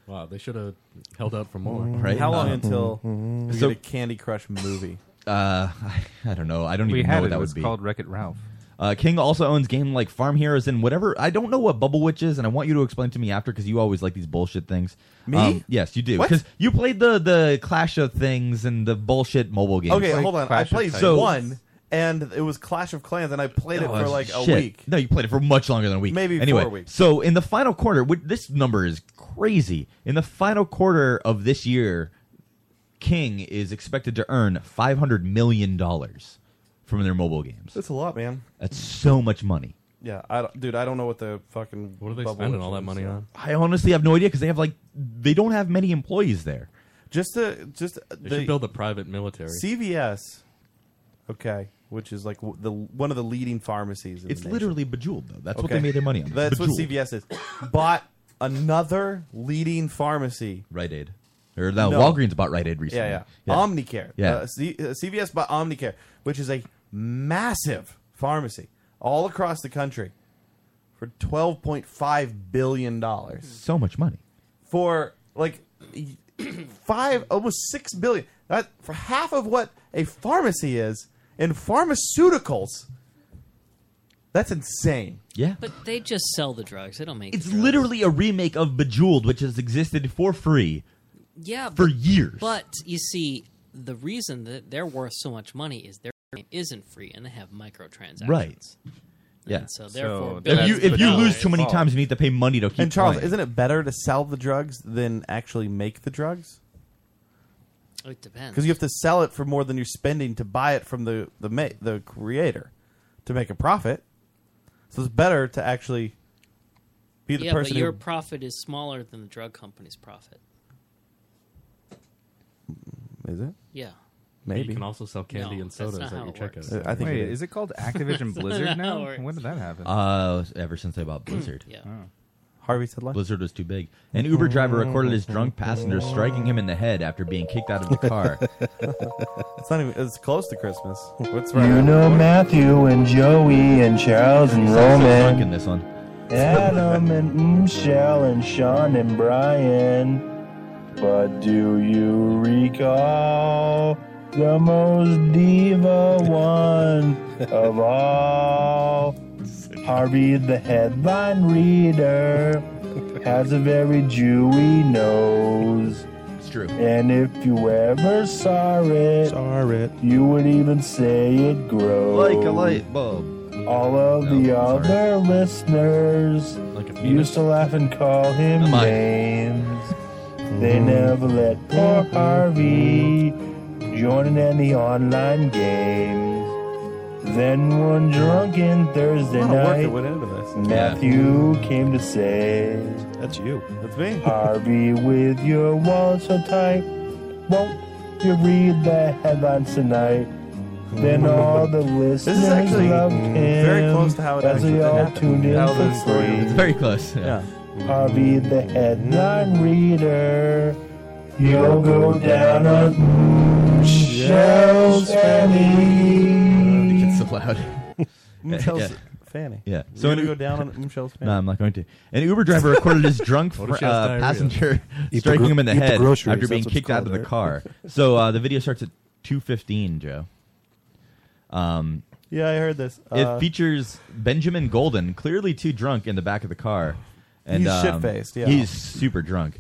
S11: Wow, they should have held out for more. Mm-hmm.
S10: Right?
S9: Mm-hmm. How long
S10: Uh,
S9: until we
S10: So-
S9: get a Candy Crush movie?
S10: Uh, I, I don't know. I don't
S17: We
S10: even
S17: had
S10: know what
S17: it.
S10: that
S17: It
S10: would
S17: was
S10: be.
S17: called Wreck-It Ralph.
S10: Uh, King also owns game like Farm Heroes and whatever. I don't know what Bubble Witch is, and I want you to explain to me after because you always like these bullshit things. Um,
S9: Me?
S10: yes, you do.
S9: What?
S10: Because you played the the Clash of Things and the bullshit mobile games.
S9: Okay, hold on. I played
S10: so,
S9: one, and it was Clash of Clans, and I played it
S10: Oh,
S9: for like a
S10: shit.
S9: week.
S10: No, you played it for much longer than a week.
S9: Maybe
S10: anyway.
S9: four weeks.
S10: So in the final quarter, which, this number is crazy. In the final quarter of this year, King is expected to earn five hundred million dollars from their mobile games.
S9: That's a lot, man.
S10: That's so much money.
S9: Yeah, I don't, dude, I don't know what the fucking what are
S11: they spending all that money on?
S10: I honestly have no idea because they have like they don't have many employees there.
S9: Just the just
S11: They should build a private military.
S9: CVS. Okay, which is like w- the one of the leading pharmacies. In
S10: It's
S9: the nation.
S10: literally Bejeweled though. That's what they made their money on.
S9: That's
S10: Bejeweled.
S9: what CVS is. Bought another leading pharmacy.
S10: Rite Aid. Or no, Walgreens bought Rite Aid recently.
S9: Yeah,
S10: Yeah.
S9: yeah. Omnicare.
S10: Yeah.
S9: Uh, C- uh, CVS bought Omnicare, which is a massive pharmacy all across the country for twelve point five billion dollars.
S10: So much money.
S9: For like five, almost six billion. That for half of what a pharmacy is in pharmaceuticals. That's insane.
S10: Yeah.
S12: But they just sell the drugs. They don't make.
S10: It's literally a remake of Bejeweled, which has existed for free.
S12: yeah,
S10: for
S12: but-
S10: years.
S12: But you see, the reason that they're worth so much money is their game isn't free, and they have microtransactions.
S10: Right. Yeah.
S12: so therefore,
S9: So
S10: if
S9: that's
S10: you if you
S9: Bejeweled.
S10: lose too many
S9: Fault.
S10: times, you need to pay money to keep.
S9: and Charles,
S10: playing.
S9: isn't it better to sell the drugs than actually make the drugs?
S12: It depends.
S9: Because you have to sell it for more than you're spending to buy it from the the ma- the creator to make a profit. So it's better to actually be the
S12: yeah,
S9: person
S12: but your
S9: who.
S12: profit is smaller than the drug company's profit.
S9: Is it?
S12: Yeah.
S9: Maybe
S11: You can also sell candy and sodas at your checkout.
S9: I think
S17: Wait,
S9: it is.
S17: is it called Activision
S12: That's not
S17: Blizzard
S12: how
S17: now?
S12: it works.
S17: When did that happen?
S10: Uh, ever since they bought Blizzard.
S12: yeah.
S9: Harvey said lunch.
S10: Blizzard was too big. An Uber driver recorded his drunk passenger striking him in the head after being kicked out of the car.
S9: it's not even. It's close to Christmas. What's right?
S13: You know Matthew and Joey and Charles and
S10: Sounds so drunk
S13: Roman.
S10: in this one.
S13: Adam and Michelle and Sean and Brian. But do you recall the most diva one of all? Harvey, the headline reader, has a very Jewy nose.
S10: It's true.
S13: And if you ever saw it, saw it. you would even say it grows.
S10: Like a light bulb.
S13: All of
S10: No,
S13: the
S10: sorry.
S13: other listeners used to laugh and call him
S10: Am I? Mm-hmm.
S13: names. They never let poor Harvey join in any online games. Then one drunken Thursday
S9: A lot of work
S13: night,
S9: that went into this.
S13: Matthew came to say,
S9: That's you. That's me.
S13: Harvey, with your wallet so tight, won't you read the headlines tonight? Then all the listeners
S9: This is actually
S13: loved him.
S9: very close to how it
S13: as
S9: actually
S13: they all
S9: happened.
S13: tuned in
S9: How
S13: for
S9: this-
S10: It's
S13: free.
S10: very close.
S9: Yeah.
S13: Harvey, the
S9: Mm.
S13: headline reader, you'll go down a shell's
S10: I
S13: valley.
S10: think it's so loud.
S9: Michelle's
S10: Yeah.
S9: Fanny.
S10: Yeah.
S9: So
S10: So
S9: gonna
S10: an
S9: go
S10: Uber-
S9: down on Michelle's Fanny.
S10: No, I'm not going to. An Uber driver recorded his drunk
S9: What
S10: fr-
S9: if she has
S10: uh,
S9: diarrhea?
S10: passenger
S9: Eat the
S10: striking
S9: gro-
S10: him in the
S9: eat the
S10: head
S9: groceries,
S10: after being
S9: that's what it's
S10: kicked out of
S9: called, eh?
S10: the
S9: right?
S10: car. So uh, the video starts at 2:15, Joe. Um,
S9: Yeah, I heard this. Uh,
S10: it features Benjamin Golden, clearly too drunk, in the back of the car. And,
S9: He's
S10: um,
S9: shit-faced, yeah.
S10: he's super drunk.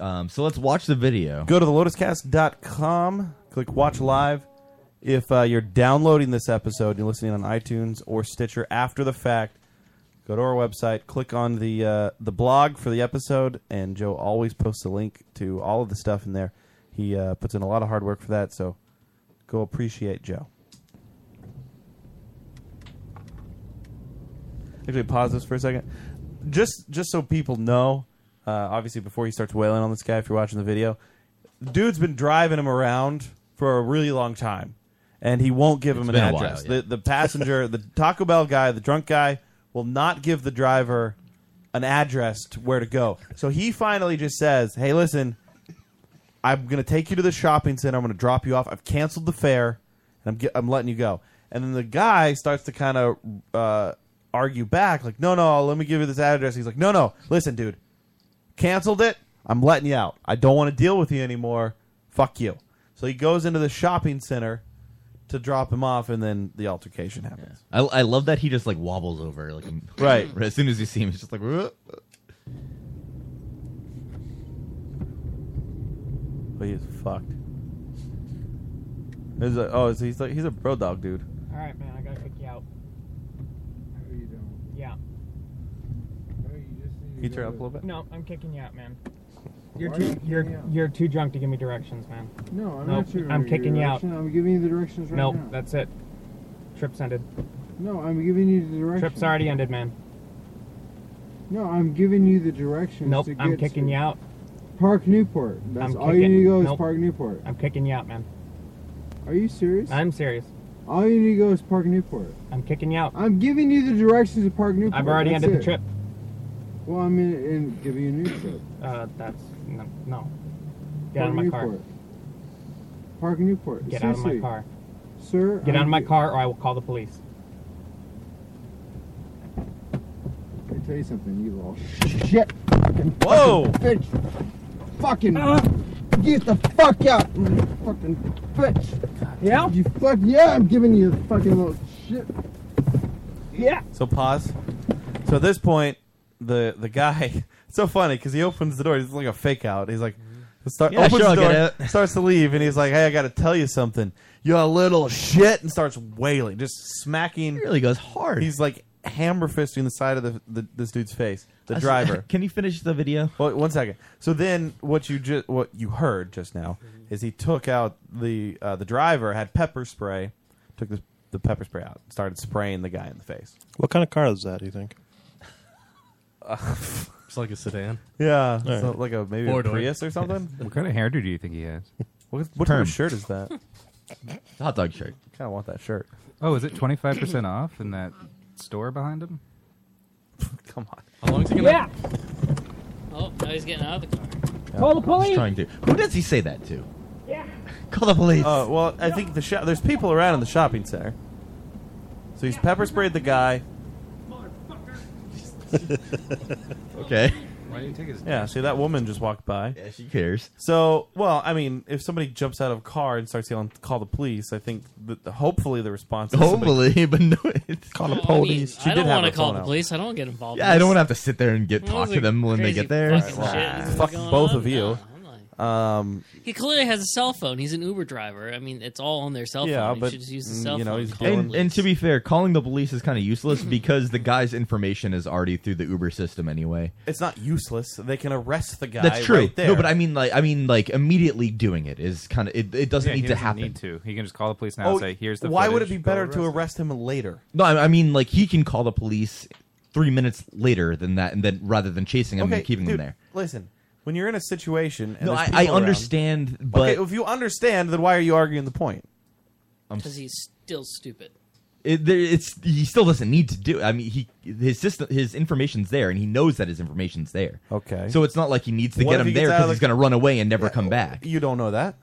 S10: Um, so let's watch the video.
S9: Go to thelotuscast.com, click watch live. If uh, you're downloading this episode, you're listening on iTunes or Stitcher after the fact, go to our website, click on the uh, the blog for the episode, and Joe always posts a link to all of the stuff in there. He uh, puts in a lot of hard work for that, so go appreciate Joe. Actually, pause this for a second. Just just so people know, uh, obviously before he starts wailing on this guy, if you're watching the video, dude's been driving him around for a really long time, and he won't give him an
S35: been a while,
S9: address. The the passenger, the Taco Bell guy, the drunk guy, will not give the driver an address to where to go. So he finally just says, "Hey, listen, I'm gonna take you to the shopping center. I'm gonna drop you off. I've canceled the fare, and I'm get, I'm letting you go." And then the guy starts to kind of uh, argue back, like, "No, no, let me give you this address." He's like, "No, no, listen, dude, canceled it. I'm letting you out. I don't want to deal with you anymore. Fuck you." So he goes into the shopping center to drop him off, and then the altercation happens.
S10: I, I love that he just like wobbles over like
S9: Right.
S10: as soon as you see him, he's just like "Whoa."
S9: But he's fucked. There's a- oh, so he's like he's a bro dog dude.
S13: All right, man, I gotta kick you out. How are you doing? Yeah.
S9: Can you turn up a little bit?
S13: No, I'm kicking you out, man.
S22: You're
S13: You're
S22: Why
S13: too
S22: too- are you kicking
S13: you're
S22: you're- me out?
S13: you're too drunk to give me directions, man.
S22: No, I'm
S13: Nope,
S22: not sure.
S13: I'm kicking you out.
S22: I'm giving you the directions right
S13: nope,
S22: now.
S13: that's it. Trip's ended.
S22: No, I'm giving you the directions.
S13: Trip's already ended, man.
S22: No, I'm giving you the directions.
S13: Nope,
S22: to
S13: I'm
S22: get
S13: kicking
S22: to
S13: you out.
S22: Park Newport. That's
S13: I'm
S22: all you need to
S13: kicking-
S22: go is
S13: nope.
S22: Park Newport.
S13: I'm kicking you out, man.
S22: Are you serious?
S13: I'm serious.
S22: All you need to go is Park Newport.
S13: I'm kicking you out.
S22: I'm giving you the directions to Park Newport.
S13: I've already
S22: That's
S13: ended
S22: it.
S13: the trip.
S22: Well, I'm in, in giving you a new trip.
S13: Uh, that's no. no. Get
S22: Park
S13: out of my car.
S22: Newport. Park Newport.
S13: Get out of my
S22: Seriously.
S13: car.
S22: Sir,
S13: Get
S22: I'm
S13: out of my car, or I will call the police.
S22: Let me tell you something, you little shit. Fucking
S9: Whoa!
S22: Fucking bitch. Fucking. Get the fuck out, you fucking bitch. Yeah? You fuck. Yeah, I'm giving you the fucking little shit. Yeah.
S9: So pause. So at this point, the the guy. It's so funny because he opens the door. He's like a fake out. He's like, start,
S10: Yeah,
S9: opens
S10: sure, I'll
S9: the
S10: get
S9: door, starts to leave, and he's like, "Hey, I got to tell you something. You little shit!" And starts wailing, just smacking. He
S10: really goes hard.
S9: He's like hammer fisting the side of the, the this dude's face. The
S10: I s-
S9: driver.
S10: Can you finish the video?
S9: Well, one second. So then, what you just what you heard just now is he took out the uh, the driver had pepper spray, took the, the pepper spray out, started spraying the guy in the face.
S16: What kind of car is that? Do you think?
S11: It's like a sedan.
S9: Yeah, it's not like a maybe
S11: Four-door.
S9: a Prius or something.
S17: What kind of hairdo do you think he has?
S9: What, what type of shirt is that?
S10: Hot dog shirt.
S9: Kind of want that shirt.
S17: Oh, is it twenty five percent off in that store behind him?
S9: Come on.
S17: How long is it
S12: Yeah. Oh, now he's getting out of the car.
S10: Call the police. Trying to. Who does he say that to?
S12: Yeah.
S10: Call the police.
S9: Uh, well, I think the shop. There's people around in the shopping center. So he's pepper sprayed the guy.
S10: okay.
S17: Why do you take his?
S9: Yeah, see that woman just walked by. Yeah,
S10: she cares.
S9: So, well, I mean, if somebody jumps out of a car and starts yelling, "Call the police!" I think that the- hopefully the response. Is
S10: Hopefully, but no, it's
S9: call
S12: the Well, I mean, police. I don't
S9: want
S12: wanna call the police. I don't get involved
S10: Yeah,
S12: in
S10: I don't
S12: this.
S10: want to have to sit there and get
S12: Well,
S10: talk
S12: this
S10: to
S12: is
S10: them when they
S12: crazy
S10: get there.
S12: fucking shit. This is
S9: Fuck
S12: going
S9: both
S12: on?
S9: of you. um,
S12: He clearly has a cell phone. He's an Uber driver. I mean, it's all on their cell
S9: Yeah,
S12: phone.
S9: but,
S12: he should just use the
S9: mm,
S12: cell
S9: you know,
S12: phone.
S9: he's
S12: Call
S10: And,
S12: the
S10: and to be fair, calling the police is kind of useless because the guy's information is already through the Uber system anyway.
S9: it's not useless. They can arrest the guy.
S10: That's true.
S9: Right there.
S10: No, but I mean, like, I mean, like, immediately doing it is kind of it. It doesn't
S17: Yeah,
S10: need
S17: he
S10: to
S17: doesn't
S10: happen.
S17: Need to. He can just call the police
S10: Oh,
S17: now. and say here's the.
S9: Oh, Why would it
S17: footage,
S9: be
S17: go
S9: better to
S17: arrest
S9: arrest him later?
S10: No, I, I mean, like, he can call the police three minutes later than that, and then rather than chasing him
S9: okay,
S10: and keeping
S9: dude,
S10: him there.
S9: Listen, when you're in a situation, and
S10: No,
S9: there's
S10: I- I
S9: people around-
S10: understand, but-
S9: okay, if you understand, then why are you arguing the point?
S12: Because he's still stupid.
S10: It, there, it's he still doesn't need to do. I mean, he his system, his information's there, and he knows that his information's there.
S9: Okay.
S10: so it's not like he needs to
S9: What
S10: get
S9: if
S10: him
S9: he
S10: there
S9: gets out of
S10: because
S9: the-
S10: he's going to run away and never come back.
S9: You don't know that.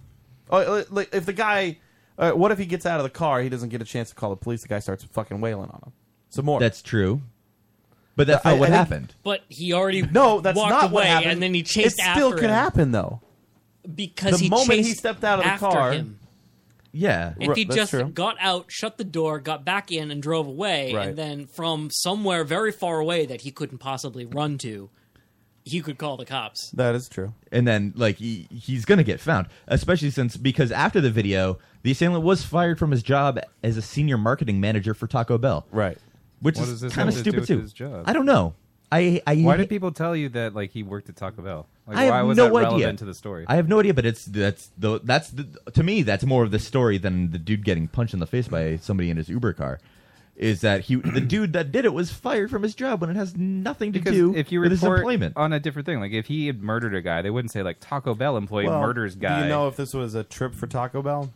S9: Oh, li- like, if the guy, uh, what if he gets out of the car? He doesn't get a chance to call the police. The guy starts fucking wailing on him. Some more.
S10: That's true, but that's not
S9: I-
S10: what
S9: I think-
S10: happened.
S12: But he already
S9: No, that's
S12: walked
S9: not
S12: away,
S9: what happened.
S12: and then he chased
S9: It
S12: after
S9: still
S12: him
S9: could happen though.
S12: because
S9: the
S12: he
S9: moment he
S12: chased
S9: stepped out of the
S12: after
S9: car.
S12: him.
S10: Yeah,
S12: If he just got out, shut the door, got back in, and drove away,
S10: Right.
S12: and then from somewhere very far away that he couldn't possibly run to, he could call the cops.
S9: That is true.
S10: And then, like, he, he's going to get found, especially since because after the video, the assailant was fired from his job as a senior marketing manager for Taco Bell.
S9: Right.
S10: Which
S17: What does
S10: is
S17: this
S10: kind
S17: have
S10: of
S17: to do
S10: stupid
S17: with
S10: too.
S17: his job?
S10: I don't know. I, I
S17: why did people tell you that like he worked at Taco Bell? Like,
S10: I have
S17: why was
S10: no
S17: that
S10: idea.
S17: relevant to the story?
S10: I have no idea, but it's that's the that's the, to me that's more of the story than the dude getting punched in the face by somebody in his Uber car. Is that he the dude that did it was fired from his job when it has nothing to
S17: because
S10: do
S17: if you
S10: with his
S17: report
S10: employment?
S17: on a different thing, like if he had murdered a guy, they wouldn't say like Taco Bell employee
S9: Well,
S17: murders guy.
S9: Do you know if this was a trip for Taco Bell?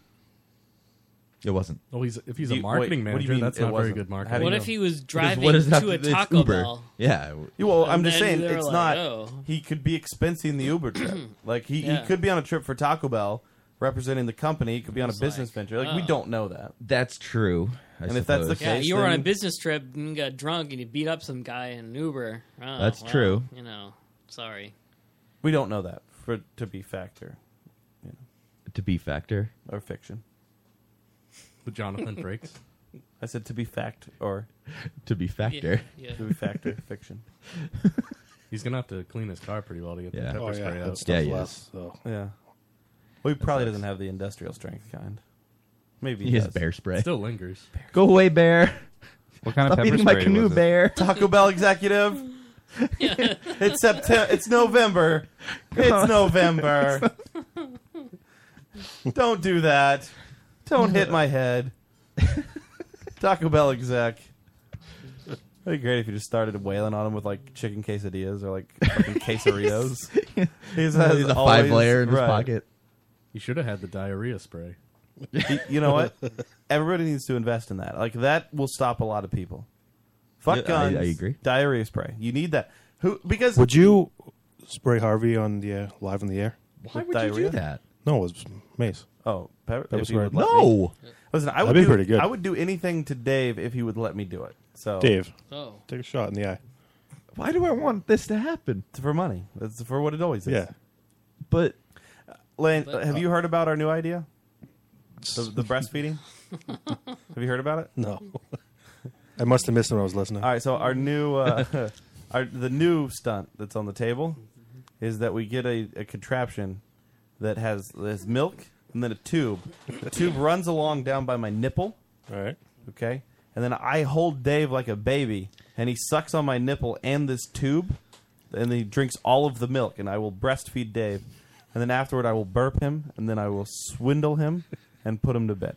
S10: It wasn't.
S11: Oh, he's if he's a
S9: You- wait,
S11: marketing
S9: what do you
S11: manager,
S9: mean
S11: that's
S9: it
S11: not very good
S9: wasn't? How do
S11: marketing.
S9: you
S12: What
S9: know?
S12: if he was driving
S9: what does that-
S12: to a
S9: it's
S12: Taco
S9: Uber.
S12: Bell?
S10: Yeah.
S9: Yeah, Well, I'm
S12: And
S9: just
S12: then
S9: saying
S12: they're
S9: it's
S12: like,
S9: not.
S12: oh.
S9: He could be expensing the Uber trip. like he,
S12: Yeah.
S9: he could be on a trip for Taco Bell, representing the company. He could be on a business venture. Like we
S12: oh.
S9: don't know that.
S10: That's true. I
S9: And if that's the
S10: suppose.
S9: case,
S12: Yeah, you were on a
S9: then-
S12: business trip and got drunk and you beat up some guy in an Uber. Oh,
S9: That's
S12: well,
S9: true.
S12: You know, sorry.
S9: we don't know that for to be factor
S10: to be factor
S9: or fiction.
S11: With Jonathan Frakes.
S9: I said to be fact or
S10: to be factor.
S12: Yeah.
S9: To be factor fiction.
S11: He's gonna have to clean his car pretty well to get
S10: Yeah.
S11: the pepper
S10: Oh, yeah,
S11: spray
S10: that
S11: out.
S10: stuff Yeah, he lasts, is.
S11: so.
S9: Yeah. Well, he probably doesn't have the industrial strength kind. Maybe
S10: He has
S9: does.
S10: bear spray.
S11: Still lingers.
S10: Go away, bear. What
S9: kind of
S10: Stop
S9: pepper
S10: eating my
S9: spray
S10: canoe,
S9: was it?
S10: bear?
S9: Taco Bell executive. it's September. It's November. It's November. Don't do that. Don't hit my head. Taco Bell exec. That'd be great if you just started wailing on him with like chicken quesadillas or like fucking quesadillas.
S10: He's
S9: has
S10: a five
S9: always-
S10: layer in his
S9: right.
S10: pocket.
S11: He should have had the diarrhea spray.
S9: Y- you know what? Everybody needs to invest in that. Like that will stop a lot of people. Fuck
S10: Yeah, I-
S9: guns.
S10: I agree.
S9: Diarrhea spray. You need that. Who? Because
S16: Would you spray Harvey on the uh, live on the air?
S9: Why With would you do diarrhea? that?
S16: No, it was mace.
S9: Oh, pepper,
S16: Pepper
S9: if you
S16: spray.
S9: would let
S16: No!
S9: me. Listen, I
S16: That'd
S9: would
S16: be
S9: do,
S16: pretty good.
S9: I would do anything to Dave if he would let me do it. So
S16: Dave,
S12: Oh.
S16: take a shot in the eye.
S10: Why do I want this to happen?
S9: It's for money. That's for what it always is.
S16: Yeah.
S9: But Uh, Lane, have you heard about our new idea? The, the breastfeeding. have you heard about it?
S16: No. I must have missed him when I was listening.
S9: All right, so our new, uh, our the new stunt that's on the table is that we get a, a contraption that has this milk and then a tube. The tube runs along down by my nipple.
S16: All right.
S9: Okay. And then I hold Dave like a baby, and he sucks on my nipple and this tube, and then he drinks all of the milk, and I will breastfeed Dave, and then afterward I will burp him, and then I will swindle him, and put him to bed.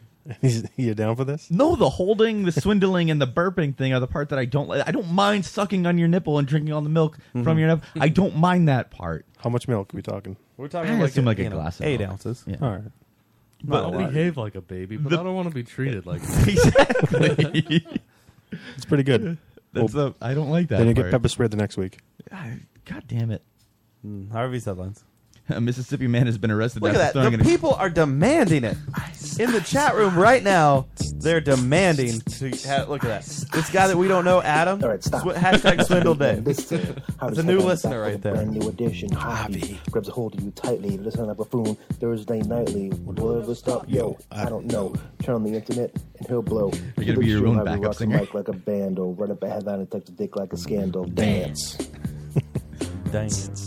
S16: you down for this?
S10: No, the holding, the swindling, and the burping thing are the part that I don't like. I don't mind sucking on your nipple and drinking all the milk from your nipple. I don't mind that part.
S16: Mm-hmm. How much milk are we talking?
S9: We're
S10: I assume like a glass of
S9: eight
S10: milk.
S9: ounces.
S10: Yeah.
S16: All right.
S10: Not a
S11: I'll
S10: lot.
S11: behave like a baby, but
S10: The-
S11: I don't want to be treated like
S10: Exactly.
S16: It's pretty good.
S10: That's
S16: Well,
S10: the- I don't like that.
S16: Then you get
S10: part.
S16: pepper sprayed the next week.
S10: I- God damn it.
S9: Harvey's headlines.
S10: A Mississippi man has been arrested.
S9: Look at
S10: after
S9: that.
S10: throwing
S9: The
S10: an ex-
S9: people are demanding it. In the chat room right now, they're demanding to ha- look at that. This guy that we don't know, Adam. swi- hashtag swindle Dave.
S3: This is
S9: That's a new listener right there.
S3: Brand new edition. Hobby grabs a hold of you tightly. Listen like a buffoon. Thursday nightly. Whatever stop, yo, I don't know. Turn on the internet and he'll blow.
S10: You're gonna be your own backup singer.
S3: Like, like a band or run up a headline and take the dick like a scandal. Dance.
S9: Dance.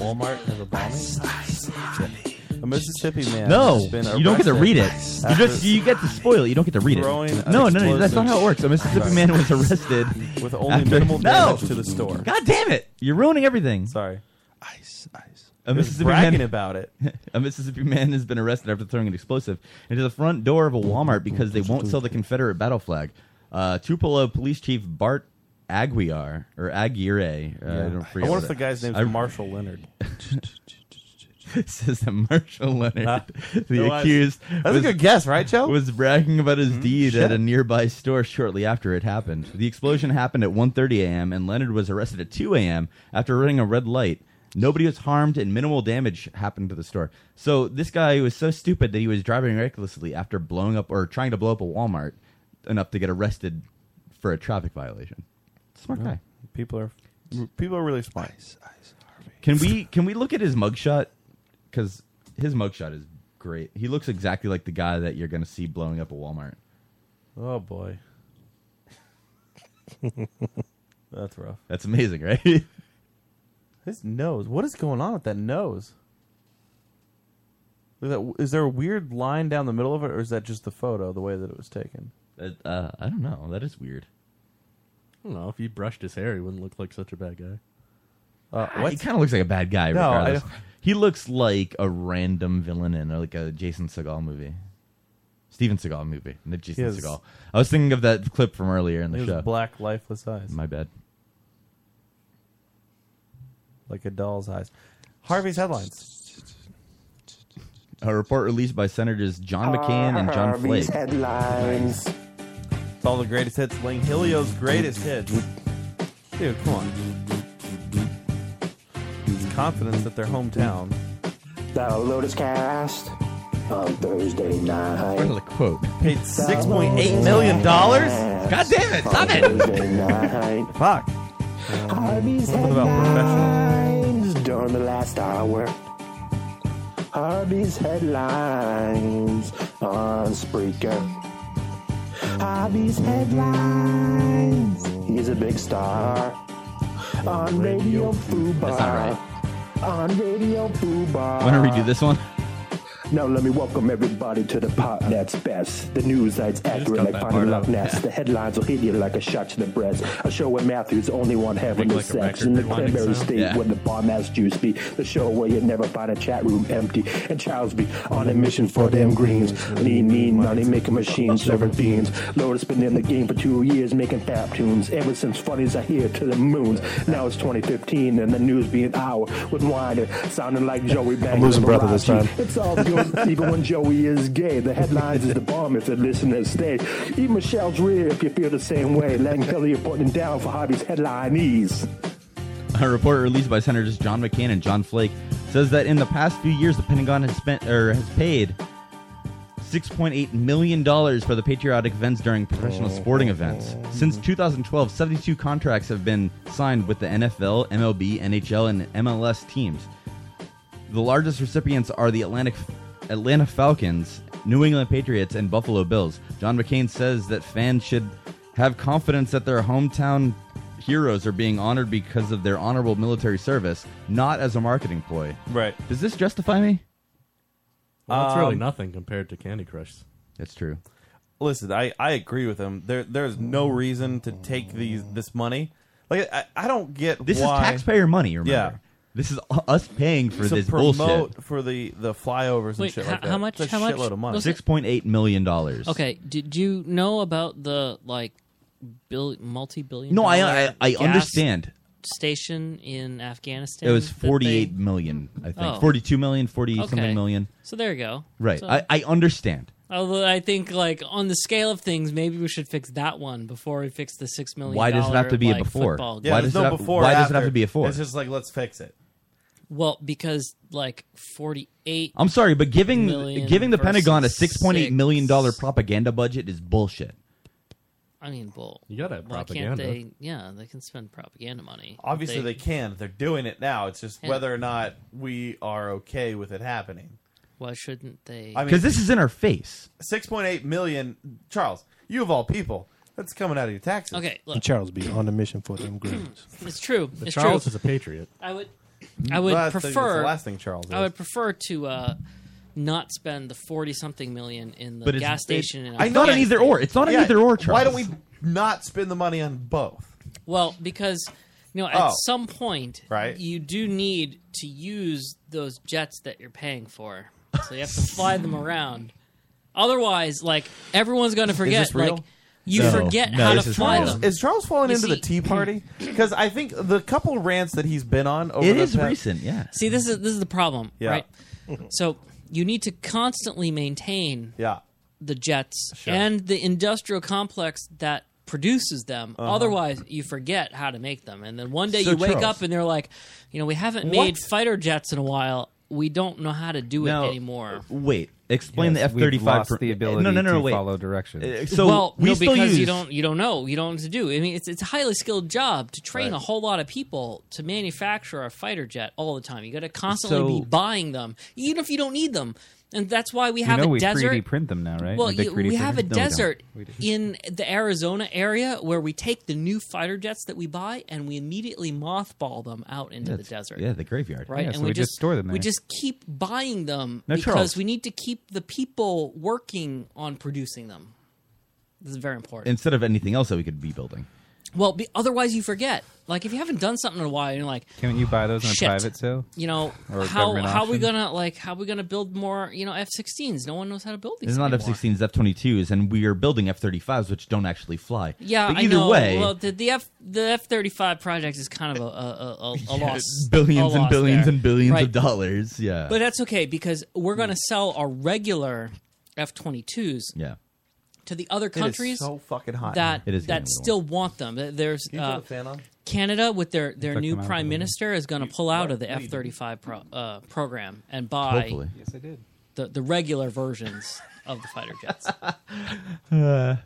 S9: Walmart has a bombing. A Mississippi man.
S10: No,
S9: has been
S10: you don't get to
S9: arrested
S10: read it. You
S9: after
S10: just you get to spoil it. You don't get to read it. No,
S9: Throwing an
S10: no, no, that's not how it works. A Mississippi
S9: explosive.
S10: man was arrested
S9: With only
S10: after-
S9: minimal damage
S10: no!
S9: to the store.
S10: God damn it! You're ruining everything.
S9: Sorry.
S10: Ice, ice.
S9: He
S10: A
S9: was
S10: Mississippi
S9: bragging
S10: man,
S9: about it.
S10: A Mississippi man has been arrested after throwing an explosive into the front door of a Walmart because they won't sell the Confederate battle flag. Uh, Tupelo Police Chief Bart Aguirre or Aguirre. Uh, I don't.
S9: I
S10: forget
S9: wonder
S10: what
S9: if
S10: it-
S9: the guy's name's
S10: I-
S9: Marshall Leonard.
S10: says that Marshall Leonard,
S9: Huh? Ah, It
S10: the
S9: was.
S10: accused.
S9: That's a good guess, right, Joe? Hmm?
S10: Was bragging about his deed
S9: Shit.
S10: at a nearby store shortly after it happened. The explosion happened at 1:30 a.m. and Leonard was arrested at 2 a.m. after running a red light. Nobody was harmed and minimal damage happened to the store. So this guy was so stupid that he was driving recklessly after blowing up or trying to blow up a Walmart enough to get arrested for a traffic violation. Smart guy.
S9: People are people are really smart.
S10: Can we can we look at his mugshot? Because his mugshot is great. He looks exactly like the guy that you're going to see blowing up a Walmart.
S9: Oh boy. That's rough.
S10: That's amazing, right?
S9: His nose. What is going on with that nose? Look at that. Is there a weird line down the middle of it, or is that just the photo, the way that it was taken?
S10: Uh, uh, I don't know. That is weird.
S11: I don't know. If he brushed his hair, he wouldn't look like such a bad guy.
S9: Uh,
S10: He kind of looks like a bad guy.
S11: No, I
S10: regardless.
S11: don't-
S10: he looks like a random villain in like a Jason Segal movie, Steven Seagal movie, not Jason
S9: Yes.
S10: Segal. I was thinking of that clip from earlier in the
S9: He
S10: show.
S9: has black, lifeless eyes,
S10: My bad.
S9: like a doll's eyes. Harvey's headlines.
S10: A report released by Senators John McCain and John Flake.
S9: Harvey's headlines. It's all the greatest hits. Langhilio's greatest hits. Dude, come on. It's confidence that their hometown.
S13: The Lotus Cast on Thursday night.
S10: Where's the quote?
S9: Paid six point eight million dollars. God damn it! Stop
S13: it!
S9: Fuck.
S13: Harvey's headlines during the last hour. Harvey's headlines on Spreaker. Harvey's headlines. He's a big star on Radio Fubar.
S10: That's not right.
S13: On Radio Fubar.
S10: Want to redo this one?
S13: Now let me welcome everybody to the part that's best. The news that's accurate
S10: that
S13: like
S10: part
S13: finding
S10: out.
S13: up nets. The headlines will hit you like a shot to the breast. A show where Matthew's the only one having
S10: Like a
S13: the sex
S10: record
S13: in the
S10: rewinding
S13: cranberry
S10: sound?
S13: state
S10: Yeah.
S13: where the bomb ass juice be. The show where you never find a chat room empty. And Charles be on a mission for them greens. Lean, mean, money making machines, serving fiends. Lotus been in the game for two years making fab tunes. Ever since funnies are here to the moons. Now it's 2015 and the news be an hour with wine and sounding like Joey Banks.
S16: losing
S13: and
S16: breath at this
S13: Liberace.
S16: time.
S13: It's all good, even when Joey is gay. The headlines is the bomb if the listeners stay. Even Michelle's rear if you feel the same way. Letting Kelly putting down for Hobby's headlinees.
S10: A report released by Senators John McCain and John Flake says that in the past few years, the Pentagon has spent or has paid six point eight million dollars for the patriotic events during professional sporting events. Since 2012, 72 contracts have been signed with the NFL, MLB, NHL, and MLS teams. The largest recipients are the Atlantic Atlanta Falcons, New England Patriots, and Buffalo Bills. John McCain says that fans should have confidence that their hometown heroes are being honored because of their honorable military service, not as a marketing ploy.
S9: Right.
S10: Does this justify me?
S11: Well, it's really
S9: Um,
S11: nothing compared to Candy Crush.
S10: That's true.
S9: Listen, I, I agree with him. There there's no reason to take these this money. Like I, I don't get
S10: This
S9: why
S10: is taxpayer money,
S9: Yeah.
S10: remember? This is u- us paying for
S9: to
S10: this
S9: promote
S10: bullshit.
S9: for the the flyovers and
S12: Wait,
S9: shit
S12: ho-
S9: like that.
S12: how much-
S9: It's a
S12: how much
S9: shitload of money.
S12: was
S10: Six point eight million dollars.
S12: Okay, did you know about the like bill multi-billion?
S10: No, I-
S12: dollar
S10: I- I
S12: gas
S10: understand.
S12: Station in Afghanistan.
S10: It was
S12: that they-
S10: forty-eight million, I think.
S12: Oh.
S10: Forty-two million, forty
S12: Okay.
S10: something million.
S12: So there you go.
S10: Right.
S12: So-
S10: I, I understand.
S12: Although I think, like on the scale of things, maybe we should fix that one before we fix the six million.
S10: Why does it have to be a
S12: like,
S10: before?
S12: football
S10: Yeah, Why
S12: game.
S10: does it have- why does it have to be a four?
S9: It's just like let's fix it.
S12: Well, because like forty-eight.
S10: I'm sorry, but giving
S12: million
S10: giving the
S12: versus
S10: Pentagon a six point eight
S12: six-
S10: million dollar propaganda budget is bullshit.
S12: I mean, well,
S11: you gotta have
S12: why
S11: propaganda.
S12: Can't they, yeah, they can spend propaganda money.
S9: Obviously they, can. They're doing it now. It's just
S12: Yeah.
S9: whether or not we are okay with it happening.
S12: Why shouldn't they?
S9: I mean-
S10: Because this is in our face.
S9: Six point eight million Charles, you of all people, that's coming out of your taxes.
S12: Okay, look.
S16: And Charles be on a mission for them greens.
S12: It's true.
S11: But
S12: it's
S11: Charles
S12: true.
S11: is a patriot.
S12: I would. I would
S9: Well, that's the- that's the
S12: prefer.
S9: last thing Charles
S12: I
S9: is.
S12: would prefer to uh, not spend the forty something million in the
S10: But it's-
S12: gas
S10: it-
S12: station. in
S10: I know- Not an
S12: Afghanistan.
S10: either or. It's not an either or,
S9: Why
S10: Charles.
S9: don't we not spend the money on both?
S12: Well, because you know, at
S9: Oh.
S12: some point,
S9: Right.
S12: you do need to use those jets that you're paying for, so you have to fly them around. Otherwise, like everyone's going to forget.
S9: this real?
S12: Like you
S9: No.
S12: forget
S9: No,
S12: how to
S9: this is
S12: fly
S9: Charles-
S12: them.
S9: Is Charles falling
S12: You
S9: into the
S12: see-
S9: Tea Party? Because I think the couple rants that he's been on over
S10: It
S9: the
S10: is
S9: past-
S10: recent, yeah.
S12: See, this is this is the problem,
S9: Yeah.
S12: right? So you need to constantly maintain
S9: Yeah.
S12: the jets
S9: Sure.
S12: and the industrial complex that produces them.
S9: Uh-huh.
S12: Otherwise, you forget how to make them, and then one day
S10: So,
S12: you wake
S10: Charles-
S12: up and they're like, you know, we haven't
S10: What?
S12: made fighter jets in a while. We don't know how to do
S10: Now,
S12: it anymore.
S10: Wait, explain
S17: Yes,
S10: the F
S17: we've
S10: thirty
S17: lost
S10: five.
S17: the ability
S10: no, no, no,
S17: to
S10: wait.
S17: follow directions.
S10: Uh, so
S12: well,
S10: we
S12: no,
S10: still
S12: because
S10: use
S12: you don't you don't know you don't know what to do. I mean, it's it's a highly skilled job to train
S10: Right.
S12: a whole lot of people to manufacture a fighter jet all the time. You got to constantly
S17: So-
S12: be buying them, even if you don't need them. And that's why we
S17: You
S12: have
S17: know
S12: a
S17: we
S12: desert.
S17: 3D print them now, right?
S12: Well,
S17: Like big
S12: you-
S17: 3D
S12: we have a
S17: printers? No, we don't.
S12: desert
S17: We do.
S12: in the Arizona area where we take the new fighter jets that we buy and we immediately mothball them out into
S10: Yeah,
S12: the
S10: it's-
S12: desert.
S10: yeah, the graveyard.
S12: Right,
S10: Yeah,
S12: and
S10: so
S12: we,
S10: we just store them
S12: We
S10: there.
S12: just keep buying them
S10: Now,
S12: because
S10: Charles-
S12: we need to keep the people working on producing them. This is very important.
S10: instead of anything else that we could be building.
S12: Well, be, otherwise you forget. Like if you haven't done something in a while, you're like,
S4: Can't you buy those in a
S12: Shit.
S4: private sale?
S12: you know,
S4: Or a
S12: how
S4: government
S12: how we
S4: auction?
S12: gonna like how we gonna build more? You know, F-16s. No one knows how to build these.
S10: It's not
S12: anymore.
S10: F-16s, F-22s, and we are building F-35s, which don't actually fly.
S12: Yeah,
S10: but
S12: I
S10: either
S12: know.
S10: way,
S12: well, the, the F the F thirty five project is kind of a a, a, a, a
S10: yeah,
S12: loss, a
S10: billions and
S12: loss
S10: billions
S12: there.
S10: and billions
S12: Right.
S10: of dollars. Yeah,
S12: But that's okay because we're going to sell our regular F 22s
S10: Yeah.
S12: to the other
S9: It is
S12: countries
S9: so fucking hot.
S12: that,
S9: It is getting
S12: that
S9: a little-
S12: still want them. Th- There's
S9: Can you
S12: uh,
S9: put a fan on?
S12: Canada with their, their
S9: Fuck
S12: new
S9: them out a
S12: prime
S9: little.
S12: minister is going to pull out of the F 35 pro, uh, program and buy
S10: Hopefully.
S17: Yes, I did.
S12: The, the regular versions of the fighter jets.
S10: Uh,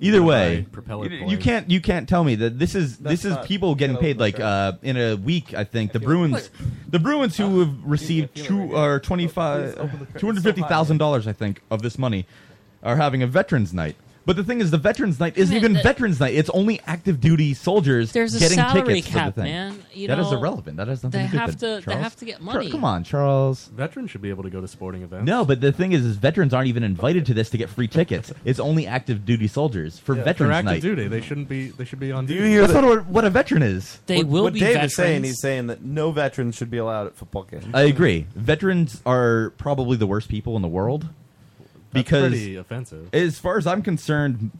S10: either way,
S12: propeller
S10: you,
S12: planes.
S10: you can't you can't tell me that this is
S12: That's
S10: this is
S12: not-
S10: people getting
S12: that's
S10: paid like uh, in a week. I think the Bruins, the Bruins
S12: Ah,
S10: who have received two or twenty five, two hundred fifty thousand dollars, I think, of this money, are having a veterans night. But the thing is, the veterans night isn't
S12: Man,
S10: even
S12: the-
S10: veterans night. It's only active duty soldiers
S12: There's a
S10: getting
S12: salary
S10: tickets
S12: cap,
S10: for the thing.
S12: man. You
S10: That is
S12: know,
S10: irrelevant. That has nothing
S12: they
S10: to do
S12: have
S10: with
S12: to-
S10: it.
S12: they
S10: Charles.
S12: have to get
S10: Char-
S12: money.
S10: Come on, Charles.
S11: Veterans should be able to go to sporting events.
S10: No, but the thing is, is veterans aren't even invited to this to get free tickets. It's only active duty soldiers for
S11: Yeah,
S10: Veterans
S11: they're active
S10: Night.
S11: duty. They shouldn't be. They should be on.
S10: Do you
S11: duty.
S10: hear That's that- not what- what a veteran is. They
S11: What-
S10: will
S11: what
S10: be
S11: Dave
S10: veterans.
S11: is saying
S9: he's
S11: he's
S9: saying that no veterans should be allowed at football games.
S10: I agree. Veterans are probably the worst people in the world because
S11: pretty offensive.
S10: As far as I'm concerned,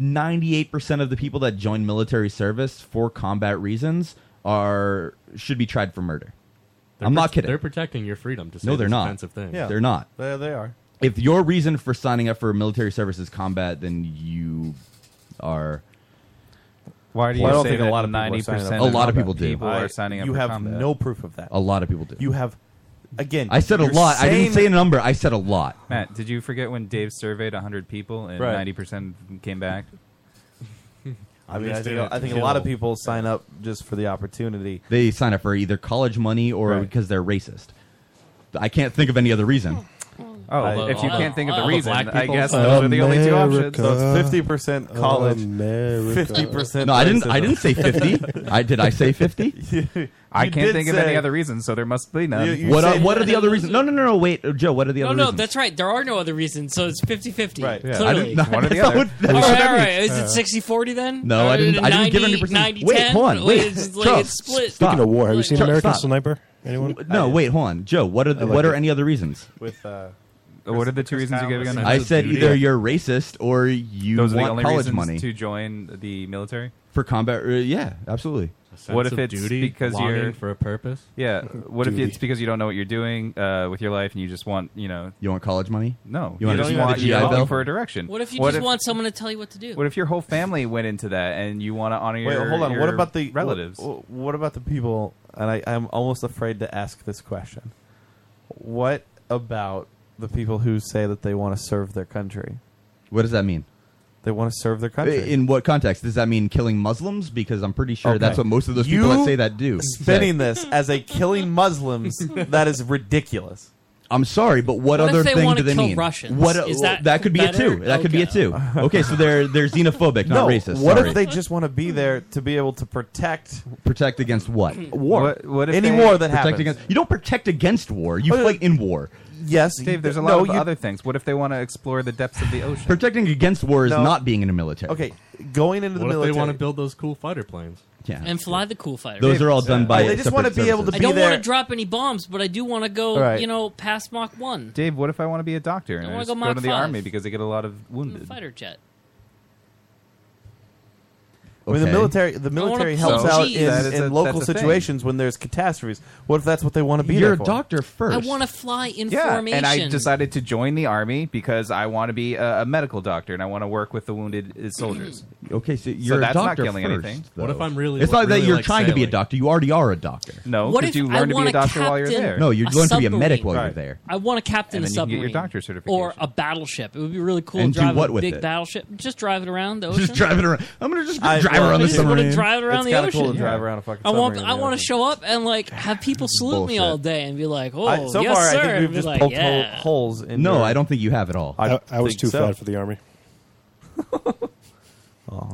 S10: 98% of the people that join military service for combat reasons are should be tried for murder.
S11: They're
S10: I'm
S11: pro-
S10: not kidding.
S11: They're protecting your freedom to say
S10: no, they're
S11: these
S10: not.
S11: offensive things.
S10: They're not.
S9: They, they are.
S10: If your reason for signing up for military service is combat, then you are.
S17: Why do you
S10: I don't
S17: say
S10: think a
S17: that
S10: lot of people are
S17: 90%
S10: signing up? A lot of
S17: of
S10: people do.
S17: people are signing up
S9: You
S17: for
S9: have
S17: combat.
S9: no proof of that.
S10: A lot of people do.
S9: You have, again.
S10: I said a
S9: you're
S10: lot. I didn't
S9: saying-
S10: say a number. I said a lot.
S17: Matt, did you forget when Dave surveyed 100 people and
S9: Right.
S17: 90% came back?
S9: I mean, I think, I think a lot of people sign up just for the opportunity.
S10: They sign up for either college money or
S9: Right.
S10: because they're racist. I can't think of any other reason.
S17: Oh,
S9: I-
S17: if you
S9: all-
S17: can't think of the
S9: all the
S17: reason,
S9: black
S17: I
S9: people
S17: guess
S9: sign
S17: those
S9: up.
S17: are the only two options.
S9: So it's fifty percent college,
S17: America.
S9: fifty percent.
S10: No, I didn't. I didn't say fifty. I did. I say fifty.
S17: I can't think of any other reason, so there must be none.
S10: what are, What are the other reasons? No, no, no, no. Wait, uh, Joe. What are the
S12: No,
S10: other
S12: no,
S10: reasons?
S12: that's right. There are no other reasons, so it's 50-50. Right.
S10: Yeah. I
S12: Clearly.
S10: didn't- One or the that's not other. what- that's
S12: all
S10: what
S12: right,
S10: that
S12: all right.
S10: means.
S12: Is it 60-40 then?
S10: No, I didn't- I didn't give
S12: 90,
S10: 100%.
S12: 90,
S10: Wait, hold on, wait.
S12: It's just like
S10: Charles,
S12: it's split.
S10: stop.
S16: Speaking of war, have you seen
S10: Chuck,
S16: American
S10: stop.
S16: Sniper? Anyone?
S10: No, wait, hold on, Joe. What are the,
S16: I like
S10: What are
S16: it.
S10: any other reasons?
S9: With uh,
S17: what are the two reasons you gave again?
S10: I said either you're racist or you
S17: Those are the
S10: want
S17: only
S10: college
S17: reasons
S10: money
S17: to join the military.
S10: for combat. Uh, yeah, absolutely.
S17: what if it's because
S11: longing
S17: you're
S11: for a purpose?
S17: Yeah. What
S10: Duty.
S17: if it's because you don't know what you're doing uh, with your life and you just want you know
S10: You want college money?
S17: no
S10: You want to
S17: just
S10: join the
S17: want
S10: GI
S17: you're looking
S10: Bill?
S17: for a direction.
S12: What if you just want someone to tell you what to do?
S17: What if your whole family went into that and you want to honor
S9: Wait,
S17: your
S9: hold on.
S17: your
S9: What about the
S17: relatives?
S9: What, what about the people? And I, I'm almost afraid to ask this question. What about the people who say that they want to serve their country?
S10: What does that mean?
S9: They want to serve their country.
S10: In what context does that mean? Killing Muslims? Because I'm pretty sure
S9: Okay.
S10: that's what most of those people
S9: You
S10: that say that do.
S9: Spinning this as a killing Muslims, that is ridiculous.
S10: I'm sorry, but what,
S9: What if
S10: other
S9: they
S10: thing
S9: wanna
S10: do they
S9: kill
S10: mean?
S9: Russians?
S10: What
S9: Is
S10: that,
S9: that
S10: could be
S9: better?
S10: a two. That could be a two. Okay, so they're they're xenophobic,
S9: no,
S10: not racist.
S9: What
S10: sorry.
S9: if they just want to be there to be able to protect
S10: protect against what
S9: war? any war that
S10: protect
S9: happens?
S10: Against, you don't protect against war. You fight in war.
S9: Yes,
S17: Dave. There's a lot
S9: no,
S17: of
S9: you-
S17: other things. What if they want to explore the depths of the ocean?
S10: Protecting against war is
S17: No.
S10: not being in a military.
S9: Okay, going into
S11: what
S9: the
S11: if
S9: military.
S11: they want to build those cool fighter planes?
S10: Yeah.
S12: and fly the cool fighter.
S10: Those are all done by.
S9: They just wanna
S10: separate
S9: be able
S10: services.
S12: I don't
S9: there-
S12: want to drop any bombs, but I do want to go,
S17: All right.
S12: you know, past Mach 1.
S17: Dave, what if I want to be a doctor and
S12: I
S17: I,
S12: wanna
S17: just
S12: go
S17: go,
S12: Mach
S17: to the
S12: five.
S17: army because I get a lot of wounded?
S12: Fighter jet.
S9: I mean, the
S17: Okay.
S9: military, the
S17: I wanna
S9: military
S17: pull
S9: helps
S17: some
S9: out
S17: Gs.
S9: in,
S17: That is
S9: in
S17: a-
S9: local
S17: that's a thing.
S9: situations when there's catastrophes. What if that's what they want to be?
S17: You're
S9: there
S17: a
S9: for?
S17: doctor
S12: I want to fly in
S17: Yeah,
S12: formation.
S17: and I decided to join the army because I want to be a, a medical doctor and I want to work with the wounded uh, soldiers.
S10: Mm-hmm. Okay, so you're
S17: that's
S10: a doctor
S17: not killing
S10: first,
S17: anything.
S10: though.
S11: What if I'm really-
S10: It's not
S11: really
S10: that you're
S11: like
S10: trying to be a
S11: sailing?
S10: doctor. You already are a doctor.
S17: No,
S12: What
S17: could
S12: if
S17: you
S12: I
S17: learn to be
S12: wanna
S17: a doctor while you're
S12: captain
S17: there?
S10: No, you
S12: a
S10: learn to be a
S12: submarine.
S10: medic while you're there.
S12: I want to captain
S17: And
S12: a
S17: then you can
S12: submarine.
S17: get your doctor's certification.
S12: Or a battleship. It would be really cool
S17: And
S12: to
S17: do
S12: drive
S17: what
S12: a
S17: with
S12: big
S17: it?
S12: battleship. Just drive it around the ocean.
S10: Just drive it around. I'm gonna just drive
S9: well,
S10: around the
S9: it's
S12: I want to
S10: submarine.
S12: drive it around
S9: It's
S12: the
S9: kinda
S12: ocean.
S9: cool to drive around a fucking
S12: I want.
S9: submarine in
S12: I
S9: the
S12: want to show up and like have people salute me all day and be like, "Oh,
S9: I- so
S12: yes,
S9: far, I
S12: sir."
S9: think
S12: and
S9: we've
S12: be
S9: just
S12: like,
S9: poked hole-
S12: yeah.
S9: holes in.
S10: No,
S9: your-
S10: I don't think you have at all.
S16: I, I was
S9: think
S16: too
S9: so.
S16: fat for the army.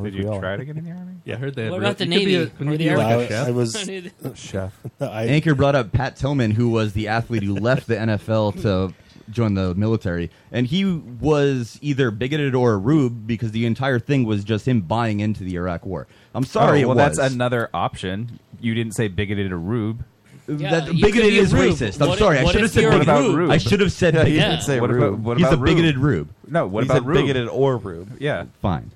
S17: Did you try to get in the army?
S11: Yeah, I heard they.
S12: What
S11: had
S12: about
S11: real-
S12: the
S11: you could be a-
S12: Navy
S11: couldn't
S12: or
S11: you
S12: the
S11: be
S12: Air
S11: like a
S12: Force?
S11: chef?
S12: I was-
S16: chef. I,
S10: Anchor brought up Pat Tillman, who was the athlete who left the NFL to join the military, and he was either bigoted or a rube because the entire thing was just him buying into the Iraq War. I'm sorry,
S17: Oh, well,
S10: it was.
S17: that's another option. You didn't say bigoted or rube.
S10: That- bigoted is racist. I'm sorry. I should have said
S17: what about
S10: bigoted.
S17: rube?
S10: I should have said
S17: uh,
S10: bigoted.
S17: What about, what
S10: He's
S17: about
S10: a bigoted rube.
S17: No, what
S10: He's
S17: about
S10: a
S17: rube?
S10: bigoted
S9: or rube?
S17: Yeah,
S10: fine.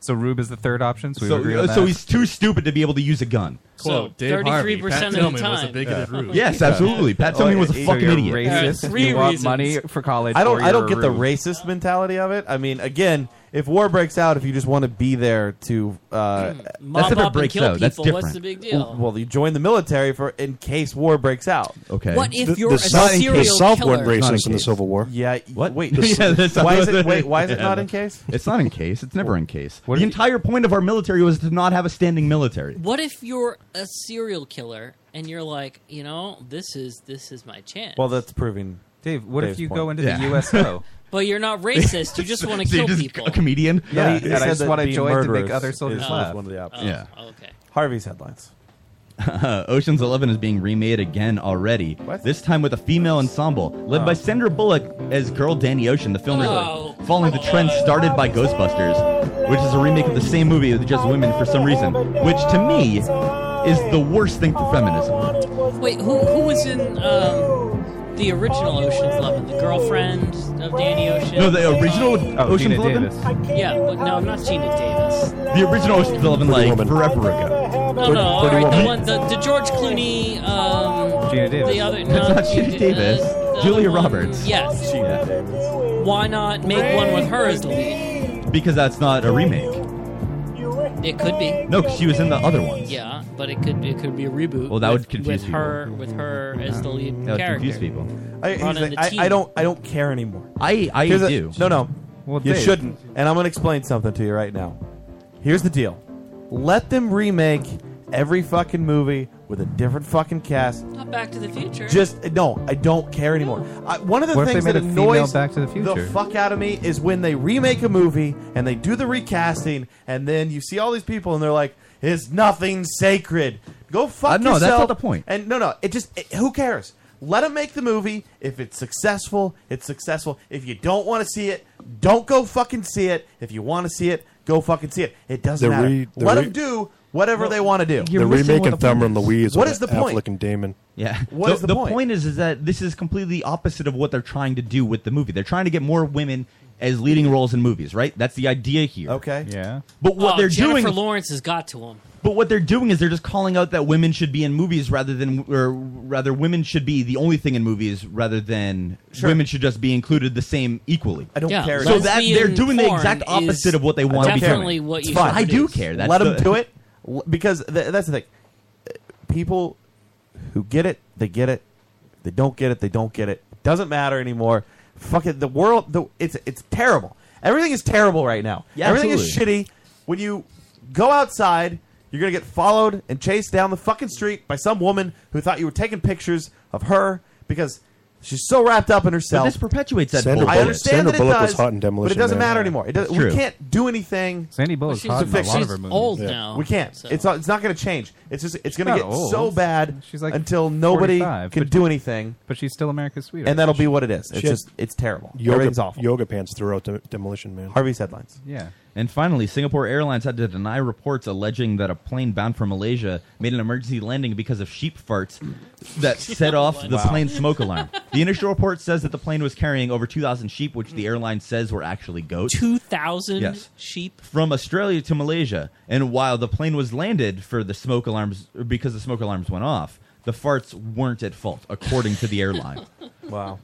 S17: So rube is the third option. So, we
S10: so,
S17: agree on
S10: uh, so
S17: that.
S10: he's too stupid to be able to use a gun.
S12: So
S17: Dave Harvey,
S12: 33%
S17: Pat
S12: of
S17: Tillman
S12: the
S17: was
S12: time.
S17: a bigoted Yeah. rube.
S10: Yes, absolutely. Pat
S17: Oh,
S10: Tillman was a
S17: so
S10: fucking
S17: you're
S10: idiot.
S17: racist, Three you want reasons. money for college,
S9: I don't.
S17: or
S9: I don't
S17: you're
S9: get
S17: a
S9: the
S17: rube.
S9: racist mentality of it. I mean, again, if war breaks out, if you just want to be there to uh,
S12: Mop
S9: that's if
S12: Hmm, up
S9: it
S12: and
S9: breaks
S12: kill
S9: out, that's
S12: people,
S9: different.
S12: what's the big deal?
S9: Well, you join the military for in case war breaks out.
S10: Okay.
S12: What if The- you're the a South- the serial South went killer? racist
S10: Not
S16: in the
S10: case.
S16: Civil War.
S9: Yeah. What? Wait.
S10: The- Yeah, that's-
S9: why is it? Wait. Why is it not in case?
S10: It's not in case. It's never in case. the entire point of our military was to not have a standing military.
S12: What if you're a serial killer and you're like, you know, this is this is my chance.
S9: Well, that's proving.
S17: Dave, what
S9: Dave's
S17: if you
S9: point.
S17: go into
S9: Yeah.
S17: the USO?
S12: But you're not racist. You just want to
S9: So you're
S12: kill
S9: just
S12: people.
S9: a comedian?
S17: Yeah,
S9: No, he-
S17: and
S9: he
S17: I
S9: said
S17: just
S9: that
S17: want to
S9: being
S17: join to
S9: murderous
S17: make other soldiers
S9: is
S17: laugh.
S9: one of the options.
S10: Oh, Yeah.
S12: okay.
S9: Harvey's headlines.
S10: Ocean's Eleven is being remade again already. This time with a female ensemble led by Sandra Bullock as girl Danny Ocean. The film is
S12: Oh.
S10: following the trend started by Ghostbusters, which is a remake of the same movie with just women for some reason, which to me is the worst thing for feminism.
S12: Wait, who who was in um, the original Ocean's Eleven? The girlfriend of Danny Ocean.
S10: No, the original Ocean's Eleven.
S12: Yeah, but no, not Gina Davis.
S10: The original Ocean's Eleven, like forever ago.
S12: No, no, all right, the one, the, the George Clooney, um,
S10: Gina Davis.
S12: the other,
S10: That's
S12: no,
S10: not Gina Davis. Julia Roberts.
S12: Yes. Why not make one with her as the lead?
S10: Because that's not a remake.
S12: It could be.
S10: No, 'cause she was in the other ones.
S12: Yeah, but it could it could be a reboot.
S10: Well, that
S12: with,
S10: would confuse
S12: with her with her as the lead
S10: That would
S12: character.
S10: confuse people.
S9: I, he's
S12: Run in
S9: like,
S12: the team.
S9: I, I don't. I don't care anymore.
S10: I- I
S9: Here's the-
S10: do.
S9: no, no.
S10: Well,
S9: you
S10: Dave-
S9: shouldn't. And I'm going to explain something to you right now. Here's the deal. Let them remake every fucking movie with a different fucking cast.
S12: Not Back to the Future.
S9: Just no, I don't care anymore. I, one of the
S17: What if they
S9: things
S17: made
S9: that
S17: a female
S9: annoys
S17: Back to the Future?
S9: fuck out of me is when they remake a movie and they do the recasting, and then you see all these people and they're like, "Is nothing sacred?" Go fuck
S10: Uh, no, that's
S9: yourself.
S10: not the point.
S9: And no, no, it just it, who cares? Let them make the movie. If it's successful, it's successful. If you don't want to see it, don't go fucking see it. If you want to see it, go fucking see it. It doesn't
S16: The
S9: matter.
S16: re- the
S9: Let
S16: re-
S9: them do whatever they want to do.
S16: They're remaking Thelma and Louise.
S9: What
S16: with
S9: is the point?
S16: Affleck and Damon.
S10: Yeah.
S9: What is the point?
S10: is, is that this is completely opposite of what they're trying to do with the movie. They're trying to get more women as leading roles in movies, right? That's the idea here.
S9: Okay.
S17: Yeah.
S10: But what
S12: oh,
S10: they're
S12: Jennifer
S10: doing,
S12: Lawrence has got to him.
S10: but what they're doing is they're just calling out that women should be in movies rather than, or rather, women should be the only thing in movies rather than
S9: Sure.
S10: women should just be included the same equally.
S9: I don't
S12: Yeah,
S9: care.
S10: So that they're
S12: Lesbian
S10: doing the
S12: porn
S10: exact opposite
S12: is
S10: of what they want to be doing.
S12: definitely what
S10: It's
S12: you
S10: fine.
S12: should
S10: I do
S12: produce.
S10: care. That's
S9: Let
S10: the,
S9: them do it L- because th- that's the thing. People who get it, they get it. They don't get it, they don't get it. Doesn't matter anymore. Fuck it. The world, the, it's it's terrible. Everything is terrible right now.
S10: Yeah,
S9: Everything is shitty. When you go outside, you're gonna get followed and chased down the fucking street by some woman who thought you were taking pictures of her because she's so wrapped up in herself.
S10: this perpetuates that
S16: Sandra
S9: I
S16: Bullock-
S9: understand
S16: Sandra
S9: that it
S16: Bullock
S9: does,
S16: was hot in
S9: but
S16: Demolition
S9: it doesn't
S16: Man.
S9: matter anymore. It does,
S16: It's
S9: we
S16: true.
S9: can't do anything.
S17: Sandy Bullock's
S9: She's
S17: hot in a lot
S9: she's
S17: of her movies.
S12: old Yeah. now,
S9: We can't.
S12: so-
S9: It's not, it's not going to change. It's just it's going to
S17: not
S9: get
S17: old.
S9: so bad
S17: She's like
S9: until nobody
S17: 45,
S9: can
S17: but-
S9: do anything,
S17: but she's still America's sweetheart.
S9: and that'll be what it is. It's
S16: She had
S9: just it's terrible. Everything's
S16: Yoga,
S9: awful.
S16: yoga pants throughout Dem- Demolition Man.
S9: Harvey's headlines.
S17: Yeah.
S10: And finally, Singapore Airlines had to deny reports alleging that a plane bound for Malaysia made an emergency landing because of sheep farts that set off the
S17: Wow.
S10: plane's smoke alarm. The initial report says that the plane was carrying over 2,000 sheep, which the airline says were actually goats.
S12: Two thousand
S10: Yes.
S12: sheep.
S10: From Australia to Malaysia. And while the plane was landed for the smoke alarms, or because the smoke alarms went off, the farts weren't at fault, according to the airline.
S9: wow.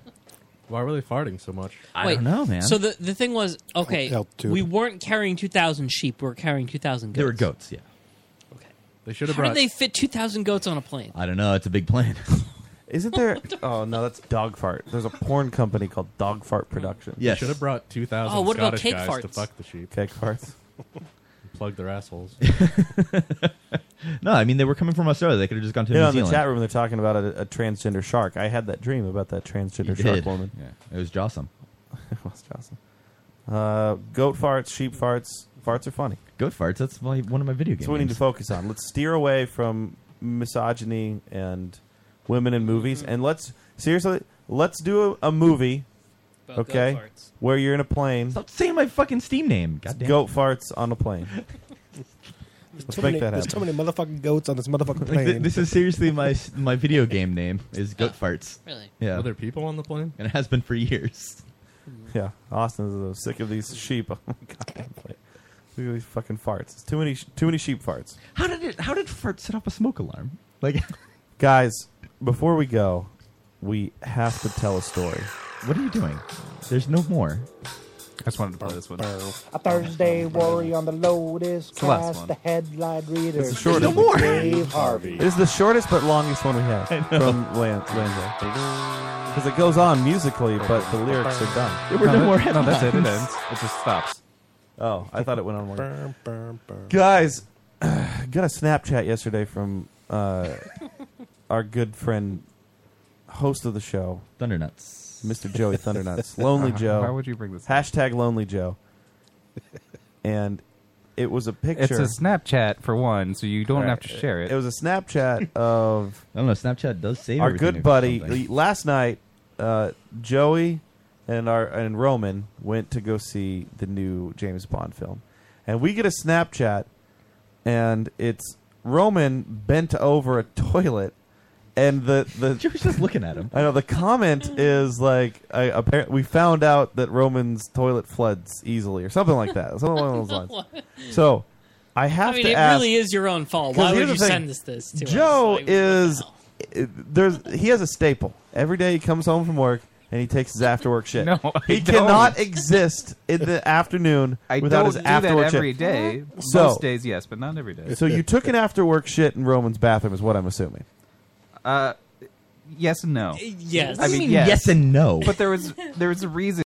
S11: Why were they farting so much?
S10: I don't know, man.
S12: So the the thing was okay.
S11: Altitude.
S12: We weren't carrying two thousand sheep. We were carrying two thousand goats.
S10: They were goats, yeah.
S11: They should have
S12: How did
S9: brought-
S12: they fit two thousand goats on a plane?
S10: I don't know. It's a big plane.
S9: Isn't there? oh no, that's dog fart. There's a porn company called Dog Fart Productions.
S11: Yes. They should have brought 2,000
S12: Oh, what about
S11: Scottish
S12: cake
S11: guys to
S12: farts?
S11: fuck the sheep.
S9: Cake farts.
S11: Plug their assholes.
S10: no, I mean, they were coming from Australia. They could have just gone to
S9: You know,
S10: New
S9: in the
S10: Zealand.
S9: chat room, they're talking about a, a transgender shark. I had that dream about that transgender
S10: You
S9: shark
S10: did.
S9: woman.
S10: Yeah, it was Jossum.
S9: it was Jossum. Uh, goat farts, sheep farts. Farts are funny.
S10: Goat farts. That's my, one of my video games.
S9: That's what we need to focus on. Let's steer away from
S12: Mm-hmm.
S9: misogyny and women in movies, and let's seriously let's do a, a movie
S12: about
S9: okay,
S12: goat farts.
S9: where you're in a plane.
S10: Stop saying my fucking Steam name.
S9: It's
S10: Goddamn.
S9: Goat farts on a plane. Let's
S13: Too
S9: make
S13: many-
S9: that
S13: There's
S9: happen.
S13: too many motherfucking goats on this motherfucking
S10: Like,
S13: plane.
S10: th- this is seriously my s- my video game name is Goat Farts.
S12: Really?
S10: Yeah.
S36: Are there people on the plane?
S10: And it has been for years.
S9: Yeah, Austin's so sick of these sheep. Oh my god, look at these fucking farts. It's too many, sh- too many sheep farts.
S10: How did it? How did Fart set off a smoke alarm? Like,
S9: Guys, before we go, we have to tell a story.
S10: What are you doing? There's no more.
S9: I just wanted to play this one.
S13: A Thursday worry on the Lotus
S9: It's the last
S13: cast,
S9: one.
S13: the headline reader.
S9: It's the shortest.
S13: Dave Harvey.
S9: It's the shortest but longest one we have
S13: I know.
S9: from Lan- Lanza. Because it goes on musically, but the lyrics are done.
S17: There were no No, more that- no, that's it. It
S9: headlines.
S17: ends. It just stops.
S9: Oh, I thought it went on one.
S13: Burm, burm.
S9: Guys, got a Snapchat yesterday from uh, our good friend, host of the show,
S10: Thundernuts,
S9: Mr. Joey Thundernuts, Lonely
S17: Why-
S9: Joe.
S17: why would you bring this
S9: Hashtag Lonely Joe. And it was a picture.
S17: It's a Snapchat for one, so you don't
S9: Right.
S17: have to share it.
S9: It was a Snapchat of
S10: I don't know. Snapchat does save
S9: our
S10: everything
S9: good
S10: or
S9: buddy.
S10: something.
S9: Last night, uh, Joey and our and Roman went to go see the new James Bond film, and we get a Snapchat, and it's Roman bent over a toilet, and the the
S10: Joey's just looking at him.
S9: I know the comment is like, I, apparently we found out that Roman's toilet floods easily or something like that, something along those lines. So. I have
S12: I mean,
S9: to
S12: it
S9: ask.
S12: really is your own fault.
S9: 'Cause
S12: Why would
S9: here's
S12: you
S9: the thing.
S12: send this this to us?
S9: Joe
S12: Like,
S9: is i- there's he has a staple. Every day he comes home from work and he takes his after work shit.
S17: No, I
S9: he
S17: don't.
S9: cannot exist in the afternoon
S17: I
S9: without
S17: don't
S9: his
S17: do
S9: after
S17: that
S9: work
S17: every
S9: shit.
S17: day.
S9: So
S17: Most days, yes, but not every day.
S9: So you took an after work shit in Roman's bathroom is what I'm assuming.
S17: Uh, yes and no.
S12: Yes.
S17: I
S12: What do you
S17: mean,
S12: mean
S17: yes.
S12: yes and no?
S17: But there was there was a reason.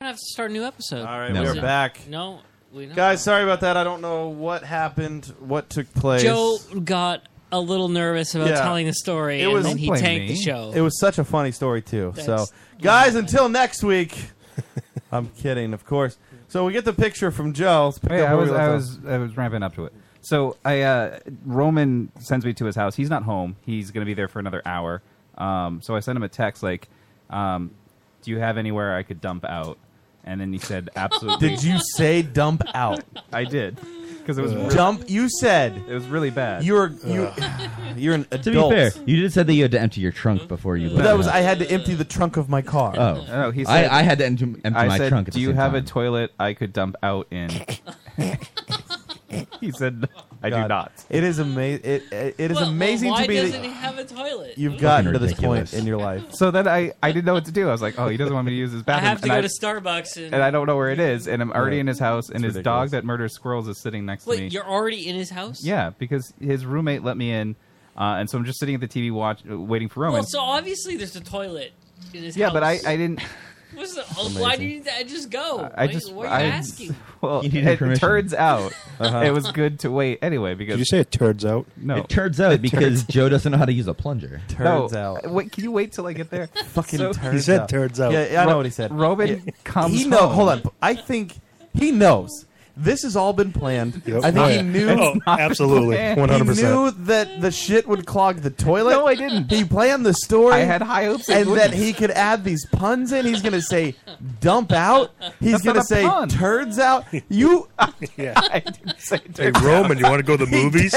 S12: We're gonna have to start a new episode.
S9: All right, we are back.
S12: No, we don't.
S9: Guys, sorry about that. I don't know what happened, what took place.
S12: Joe got a little nervous about
S9: Yeah.
S12: telling the story,
S9: It
S12: and
S9: was-
S12: then he
S9: Don't blame
S12: tanked
S9: me.
S12: the show.
S9: It was such a funny story too. so,
S12: That's-
S9: guys, until next week. I'm kidding, of course. So we get the picture from Joe. Let's pick
S17: Hey,
S9: up
S17: I
S9: where
S17: was
S9: we left
S17: I
S9: off.
S17: was I was ramping up to it. So I uh, Roman sends me to his house. He's not home. He's going to be there for another hour. Um, so I sent him a text like, um, "Do you have anywhere I could dump out?" And then he said, "Absolutely."
S9: Did you say dump out?
S17: I did because it was
S9: Ugh.
S17: really-
S9: Dump, You said
S17: it was really bad.
S9: You're you. You're an
S10: To
S9: adult.
S10: be fair, you did said that you had to empty your trunk before you.
S9: But
S10: left.
S9: that was I had to empty the trunk of my car.
S10: Oh. No, he said- I- I had to empty- empty
S17: I
S10: my
S17: said,
S10: trunk at
S17: Do
S10: the
S17: you
S10: same
S17: have
S10: time."
S17: a toilet I could dump out in? he said, "I do
S9: God.
S17: not."
S9: It is amazing. It, it, it is
S12: Well, well,
S9: amazing
S12: why
S9: to me
S12: doesn't he have a toilet?
S9: You've
S12: Fucking
S9: gotten to this
S17: ridiculous.
S9: point in your life.
S17: So then I, I didn't know what to do. I was like, oh, he doesn't want me to use his bathroom.
S12: have to
S17: and
S12: go to Starbucks and-
S17: and I don't know where it is. And I'm already
S9: Yeah.
S17: in his house, and
S9: It's
S17: his dog that murders squirrels is sitting next to me.
S12: Wait, you're already in his house?
S17: Yeah, because his roommate let me in, uh, and so I'm just sitting at the TV watch, uh, waiting for Roman.
S12: Well, so obviously there's a toilet in his
S17: yeah,
S12: house.
S17: but I, I didn't.
S12: What's the, oh, why do
S17: amazing.
S12: you need to I just go?
S17: I
S12: Why-
S17: just.
S12: What are
S17: I,
S12: you asking?
S17: Well,
S16: You needed
S17: it
S16: permission.
S17: turns out
S16: Uh-huh.
S17: it was good to wait anyway because
S16: Did you say it turds out?
S17: No.
S10: It turns out
S17: It
S10: because
S17: turns-
S10: Joe doesn't know how to use a plunger.
S17: No, uh, Wait, can you wait till I get there?
S9: Fucking turds
S10: He said
S9: out.
S10: turds out.
S9: Yeah, I know
S10: Ro-
S9: what he said.
S17: Roman
S9: Yeah.
S17: comes
S9: He know.
S17: home.
S9: Hold on. I think he knows. This has all been planned. I think
S16: Oh,
S9: he
S16: yeah.
S9: knew.
S16: Oh, absolutely.
S9: He
S16: 100%.
S9: knew that the shit would clog the toilet.
S17: No, I didn't.
S9: He planned the story.
S17: I had high hopes it
S9: and that
S17: wouldn't.
S9: he could add these puns in. He's gonna say dump out. He's
S17: That's
S9: gonna
S17: not a
S9: say
S17: pun.
S9: turds out. You.
S16: yeah.
S17: I didn't say
S16: Hey,
S17: turds out.
S16: Roman, you want to go to the movies?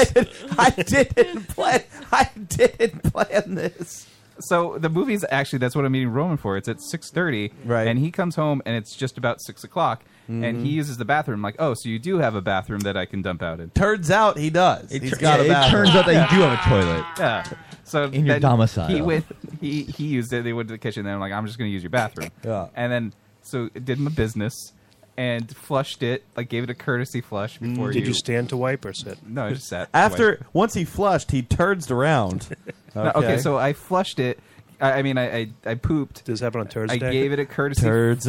S9: I didn't plan. I didn't plan this.
S17: So the movie's actually that's what I'm meeting Roman for. It's at six thirty, right? And he comes home and it's just about six o'clock,
S16: Mm-hmm.
S17: and he uses the bathroom. Like, oh, so you do have a bathroom that I can dump out in?
S9: Turns out he does.
S17: It
S9: He's
S17: tur-
S9: got a
S17: yeah, it
S9: bathroom.
S17: turns out that you do
S10: have a toilet.
S17: Yeah. So
S10: In your
S17: then
S10: domicile.
S17: he went. He he used it. They went to the kitchen. And I'm like, I'm just going to use your bathroom.
S9: Yeah.
S17: And then so it did my business and flushed it. Like gave it a courtesy flush before
S16: Mm, Did you stand to wipe or sit?
S17: No, I just sat.
S9: After once he flushed, he turds around.
S17: No, okay. so I flushed it, I, I mean, I, I I pooped.
S16: Does this happen on Thursday?
S17: I gave it a courtesy
S9: Turds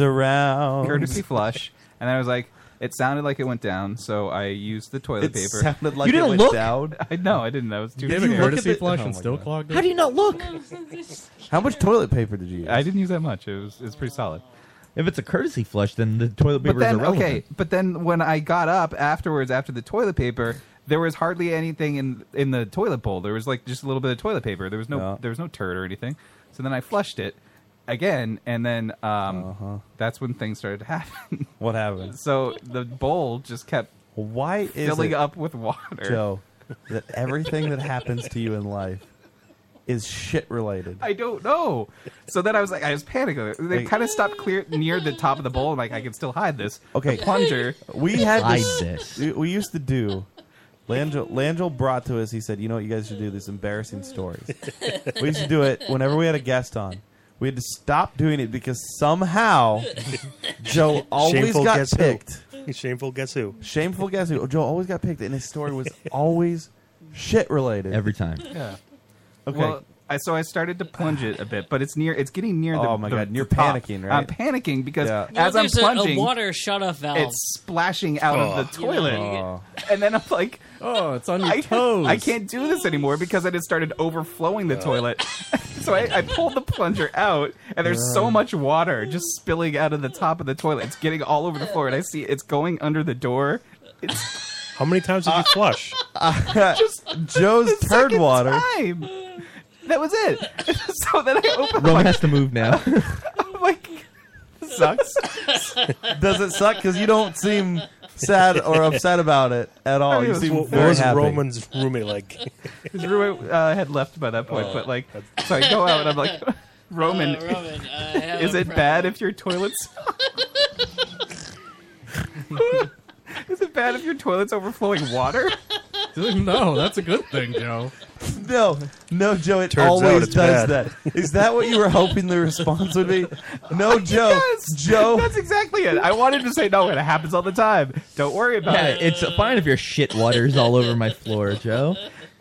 S9: around.
S17: courtesy flush, and then I was like, it sounded like it went down, so I used the toilet
S9: It
S17: paper.
S9: sounded like You didn't it went look? down?
S17: I no, I didn't. I was too.
S9: Did
S17: busy.
S9: you
S17: Look at
S9: courtesy
S17: the-
S9: flush
S17: oh
S9: and
S17: my
S9: still
S17: God.
S9: clogged
S17: How do you
S9: not
S8: look?
S9: How much toilet paper did you use?
S17: I didn't use that much. It was it's pretty solid.
S10: If it's a courtesy flush, then the toilet paper
S17: But then
S10: is irrelevant.
S17: okay, but then when I got up afterwards after the toilet paper, there was hardly anything in in the toilet bowl. There was like just a little bit of toilet paper. There was no there was no turd or anything. So then I flushed it again, and then um, that's when things started to happen.
S9: What happened?
S17: So the bowl just kept
S9: why is
S17: filling
S9: it,
S17: up with water.
S9: Joe, that everything that happens to you in life is shit related.
S17: I don't know. So then I was like, I was panicking. They
S9: Wait.
S17: kind of stopped clear near the top of the bowl. I'm like, I can still hide this.
S9: Okay,
S17: The plunger.
S9: We had
S17: Hide
S9: this. We, we used to do. Langel, Langel brought to us. He said, "You know what you guys should do? These embarrassing stories. we used to do it whenever we had a guest on. We had to stop doing it because somehow Joe always
S16: Shameful
S9: got
S16: guess who.
S9: picked.
S16: Shameful guess who?
S9: Shameful guess who? Joe always got picked, and his story was always shit related
S10: Every time.
S17: Yeah.
S9: Okay.
S17: Well, I, so I started to plunge it a bit, but it's near. It's getting near the.
S9: Oh my
S17: the-
S9: God,
S17: the
S9: you're
S17: top.
S9: panicking, right?
S17: I'm panicking because
S9: Yeah.
S12: You know,
S17: as I'm
S12: there's a- a
S17: plunging,
S12: water shut-off valve.
S17: It's splashing out
S12: Oh.
S17: of the
S12: You know,
S17: toilet,
S12: you
S17: and then I'm like,
S9: "Oh, it's on
S12: your
S17: I,
S12: toes."
S17: I can't do this anymore because I just started overflowing the toilet. so I, I pulled the plunger out, and there's so much water just spilling out of the top of the toilet. It's getting all over the floor, and I see it's going under the door. Uh, It's
S16: How many times did you flush?
S17: just
S9: Joe's
S17: the
S9: turd
S17: second
S9: water.
S17: Time. That was it. so then I opened.
S10: Roman has to move now.
S9: sucks. Does it suck? Because you don't seem sad or upset about it at all.
S16: I mean,
S9: you
S16: it was-
S9: seem
S16: what
S9: very
S16: was
S9: happy.
S16: Roman's roommate like?
S17: His roommate uh, had left by that point,
S16: Oh,
S17: but like, so I go out and I'm like, Roman,
S12: Uh, Roman, I have
S17: is
S12: a
S17: it
S12: problem."
S17: bad if your toilet's? is it bad if your toilet's overflowing water?
S11: no, that's a good thing, Joe.
S9: No, no, Joe. It
S11: Turns out
S9: always
S11: it's
S9: does
S11: bad.
S9: that. Is that what you were hoping the response would be? No, Joe. Joe.
S17: That's exactly it. I wanted to say no, it happens all the time. Don't worry about
S10: Yeah,
S17: it.
S10: it's fine if your shit waters all over my floor, Joe.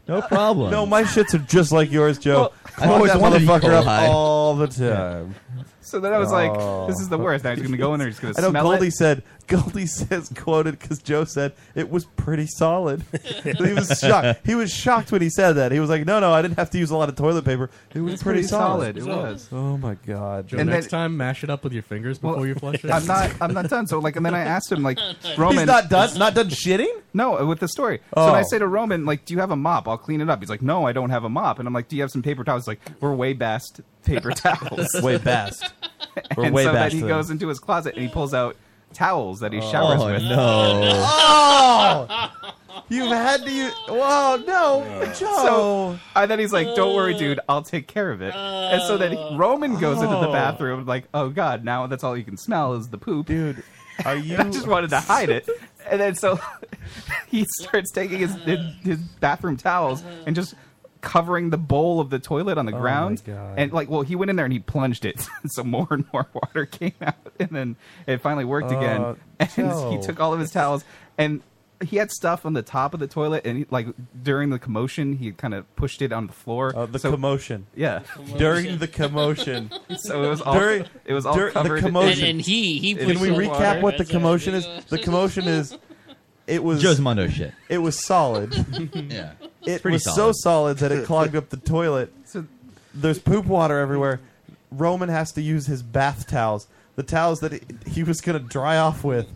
S10: No problem.
S9: No, my shits are just like yours, Joe.
S10: I
S9: Clog
S10: always
S9: that
S10: wanted E.
S9: motherfucker up
S10: coli.
S9: all the time.
S17: So then I was like,
S9: Oh.
S17: this is the worst. I was going to go in there, just going to
S9: I know
S17: smell
S9: Goldie
S17: it.
S9: said Goldie says quoted because Joe said it was pretty solid. he was shocked. He was shocked when he said that. He was like, "No, no, I didn't have to use a lot of toilet paper. It was
S17: It's
S9: pretty,
S17: pretty solid. It was.
S9: Oh my god,
S11: Joe,
S17: And
S11: next
S17: then-
S11: time, mash it up with your fingers before you flush it.
S17: I'm not. I'm not done. So like, and then I asked him like,
S11: He's
S17: Roman,
S9: not done. Not done shitting.
S17: No, uh, with the story. So
S9: Oh.
S17: I say to Roman, like, do you have a mop? I'll clean it up. He's like, no, I don't have a mop. And I'm like, do you have some paper towels? He's like, we're way best paper towels.
S9: Way best. We're
S17: and
S9: way
S17: so then
S9: best
S17: he
S9: then.
S17: goes into his closet and he pulls out towels that he showers with.
S10: Oh, no.
S9: Oh, you've had to use. Whoa, no, Joe.
S17: So I then he's like, "Don't worry, dude. I'll take care of it." And so then Roman goes into the
S9: Oh.
S17: bathroom, like, "Oh God, now that's all you can smell is the poop,
S9: dude." Are you?
S17: I just wanted to hide it, and then so he starts taking his his, his bathroom towels and just covering the bowl of the toilet on the
S9: Oh my
S17: ground.
S9: God.
S17: And like, well, he went in there and he plunged it, so more and more water came out, and then it finally worked
S9: Oh,
S17: again. And
S9: Joe.
S17: he took all of his towels and he had stuff on the top of the toilet and he, like during the commotion he kind of pushed it on the floor
S9: Uh, the
S17: So-
S9: commotion.
S17: yeah
S9: During the commotion.
S17: So it was all-
S9: During,
S17: it was all
S9: dur-
S17: covered
S9: The commotion.
S12: And- and he- he
S9: Can
S12: pushed
S9: we
S12: the
S9: recap
S12: water.
S9: what the
S12: That's what I
S9: commotion is?
S12: think.
S9: The commotion is. It was
S10: Joe's Mondo shit.
S9: It was solid.
S10: Yeah.
S9: It
S10: pretty
S9: was so
S10: solid.
S9: solid that it clogged up the toilet. There's poop water everywhere. Roman has to use his bath towels, the towels that he, he was going to dry off with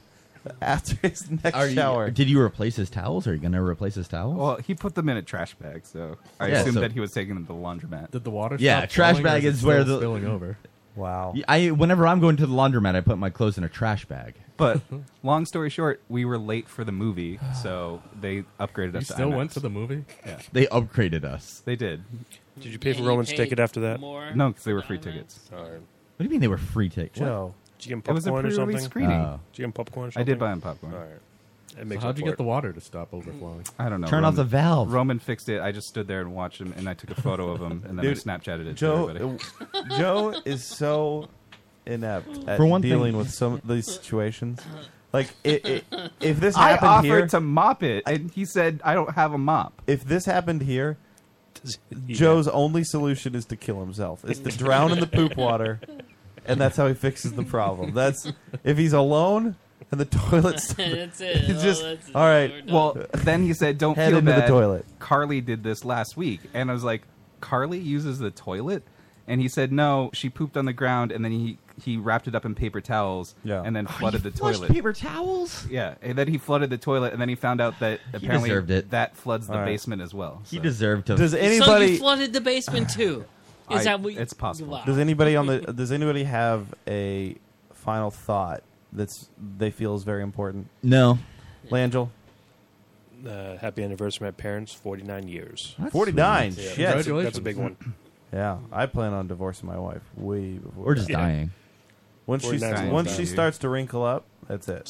S9: after his next
S10: Are you-
S9: shower.
S10: did you replace his towels? Are you gonna replace his towels?
S17: well he put them in a trash bag so i
S10: Yeah,
S17: assumed
S10: so-
S17: that he was taking them to the laundromat
S11: did the water
S10: yeah, trash bag is, where the
S11: spilling over.
S9: Wow.
S10: Yeah, I whenever I'm going to the laundromat, I put my clothes in a trash bag.
S17: But long story short, we were late for the movie, so they upgraded us.
S11: You
S17: to
S11: still
S17: IMAX.
S11: went to the movie?
S17: Yeah,
S10: They upgraded us.
S17: they did.
S16: Did you pay for Roman's ticket after that?
S17: No, because they were free tickets.
S10: What do you mean they were free tickets?
S16: Joe, did you get
S17: It was a
S16: popcorn or
S17: pre-release
S16: something?
S17: screening.
S10: Oh.
S16: Did you get popcorn? Or
S17: I
S16: something?
S17: did buy him popcorn.
S16: All right. It
S11: So
S16: makes
S11: how'd
S16: up
S11: you
S16: for
S11: get
S16: it.
S11: the water to stop overflowing?
S17: I don't know.
S10: Turn off
S17: Roman-
S10: the valve.
S17: Roman fixed it. I just stood there and watched him, and I took a photo of him, and then
S9: Dude,
S17: I Snapchatted it
S9: Joe,
S17: to everybody.
S9: uh, Joe is so inept at
S10: For one thing-
S9: dealing with some of these situations. Like, it, it, if this
S17: I
S9: happened
S17: offered
S9: here,
S17: to mop it, and he said, "I don't have a mop."
S9: if this happened here,
S33: does it.
S9: Joe's only solution is to kill himself. Is to drown in the poop water, and that's how he fixes the problem. That's if he's alone and the toilet's
S12: That's it.
S9: It's
S12: Oh,
S9: just
S12: that's it.
S9: all right.
S17: Well, then he said, "Don't
S9: Head
S17: feel
S9: into the
S17: bad."
S9: toilet.
S17: Carly did this last week, and I was like, "Carly uses the toilet," and he said, "No, she pooped on the ground, and then he he wrapped it up in paper towels, and then flooded the
S10: Flushed
S17: toilet."
S10: paper towels.
S17: Yeah, and then he flooded the toilet, and then he found out that apparently
S10: deserved it.
S17: that floods the
S10: All right.
S17: basement as well.
S10: He deserved to-
S9: Does
S12: So
S9: anybody-
S12: you flooded the basement too? Is
S9: I-
S12: that what? Wow.
S9: Does anybody on the does anybody have a final thought that's they feel is very important?
S10: No.
S9: Langel.
S16: Uh, happy anniversary, my parents. Forty-nine years.
S9: Forty nine.
S16: Yeah,
S9: Shit.
S16: that's a- That's a big one.
S9: Yeah, I plan on divorcing my wife way before.
S16: Or just
S9: that.
S16: dying.
S9: When she
S16: 49 's
S9: once
S16: about
S9: she
S16: you.
S9: starts to wrinkle up, that's it.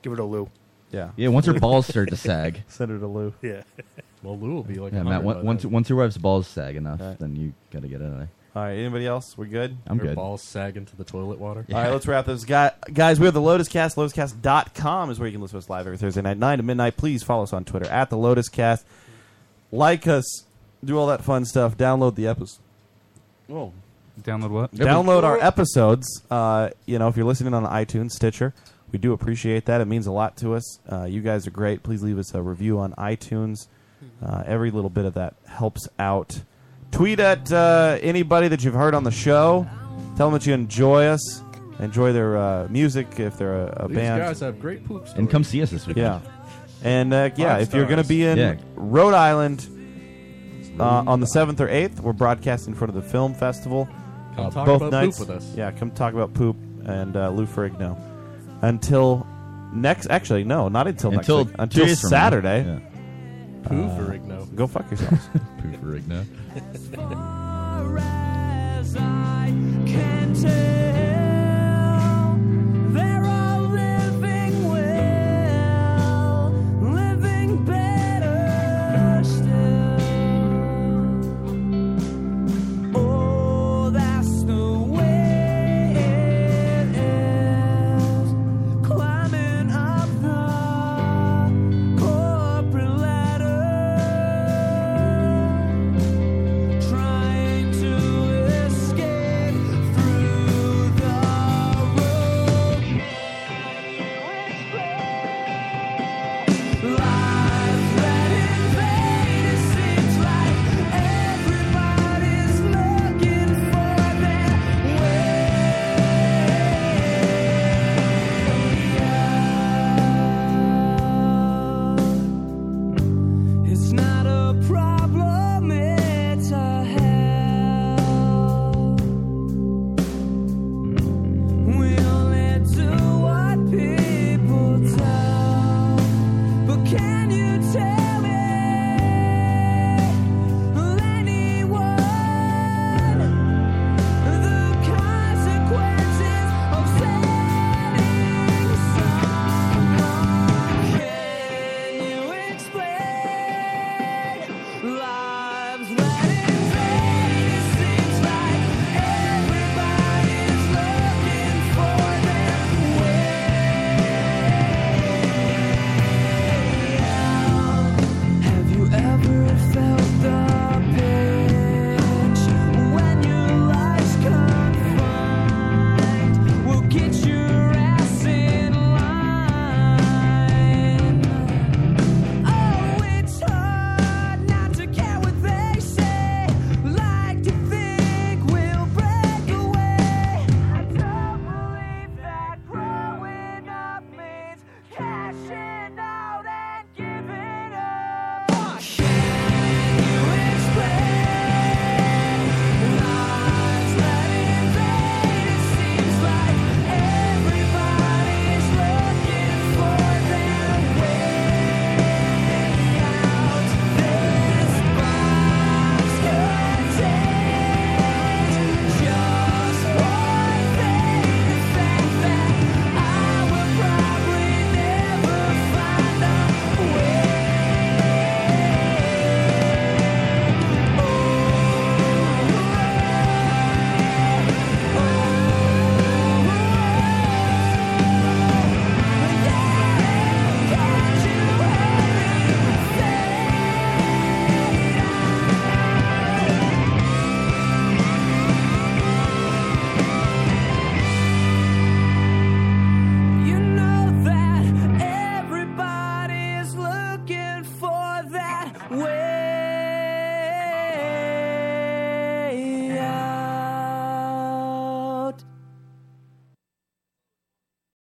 S16: give her to Lou.
S9: Yeah.
S10: Yeah, once her balls start to sag.
S9: Send her to Lou.
S16: Yeah.
S11: Well, Lou will be like.
S10: yeah, Matt. on- Once once your wife's balls sag enough, then you gotta get out of there.
S9: All right. Anybody else? We're good.
S10: I'm
S11: Your
S10: good.
S11: balls sag into the toilet water.
S9: All right, let's wrap this. Guy, guys, we are the Lotus Cast. LotusCast.com is where you can listen to us live every Thursday night, 9 to midnight. Please follow us on Twitter at the Lotus Cast. Like us. Do all that fun stuff. Download the episode.
S33: Whoa.
S17: Download what?
S9: Download our episodes. Uh, you know, if you're listening on iTunes, Stitcher, we do appreciate that. It means a lot to us. Uh, you guys are great. Please leave us a review on iTunes.
S11: Mm-hmm.
S9: Uh, every little bit of that helps out. Tweet at uh, anybody that you've heard on the show. Tell them that you enjoy us, enjoy their uh, music if they're a, a
S11: These
S9: band.
S11: guys have great poops.
S10: And come see us this weekend.
S9: Yeah. And uh, yeah,
S10: Five
S9: if you're going to
S10: stars.
S9: be in
S10: Yeah.
S9: Rhode Island uh, on the 7th or 8th, we're broadcasting in front of the film festival.
S11: Come
S9: Uh,
S11: talk
S9: both
S11: about poop
S9: nights.
S11: with us.
S9: Yeah, come talk about poop and uh, Lou Ferrigno. Until next, actually, no, not until,
S10: Until
S9: next week. Until
S10: two years from now.
S9: Saturday.
S10: Yeah.
S9: Uh,
S11: Poo Ferrigno.
S9: Go fuck yourselves.
S10: Poo Ferrigno.
S22: Oh,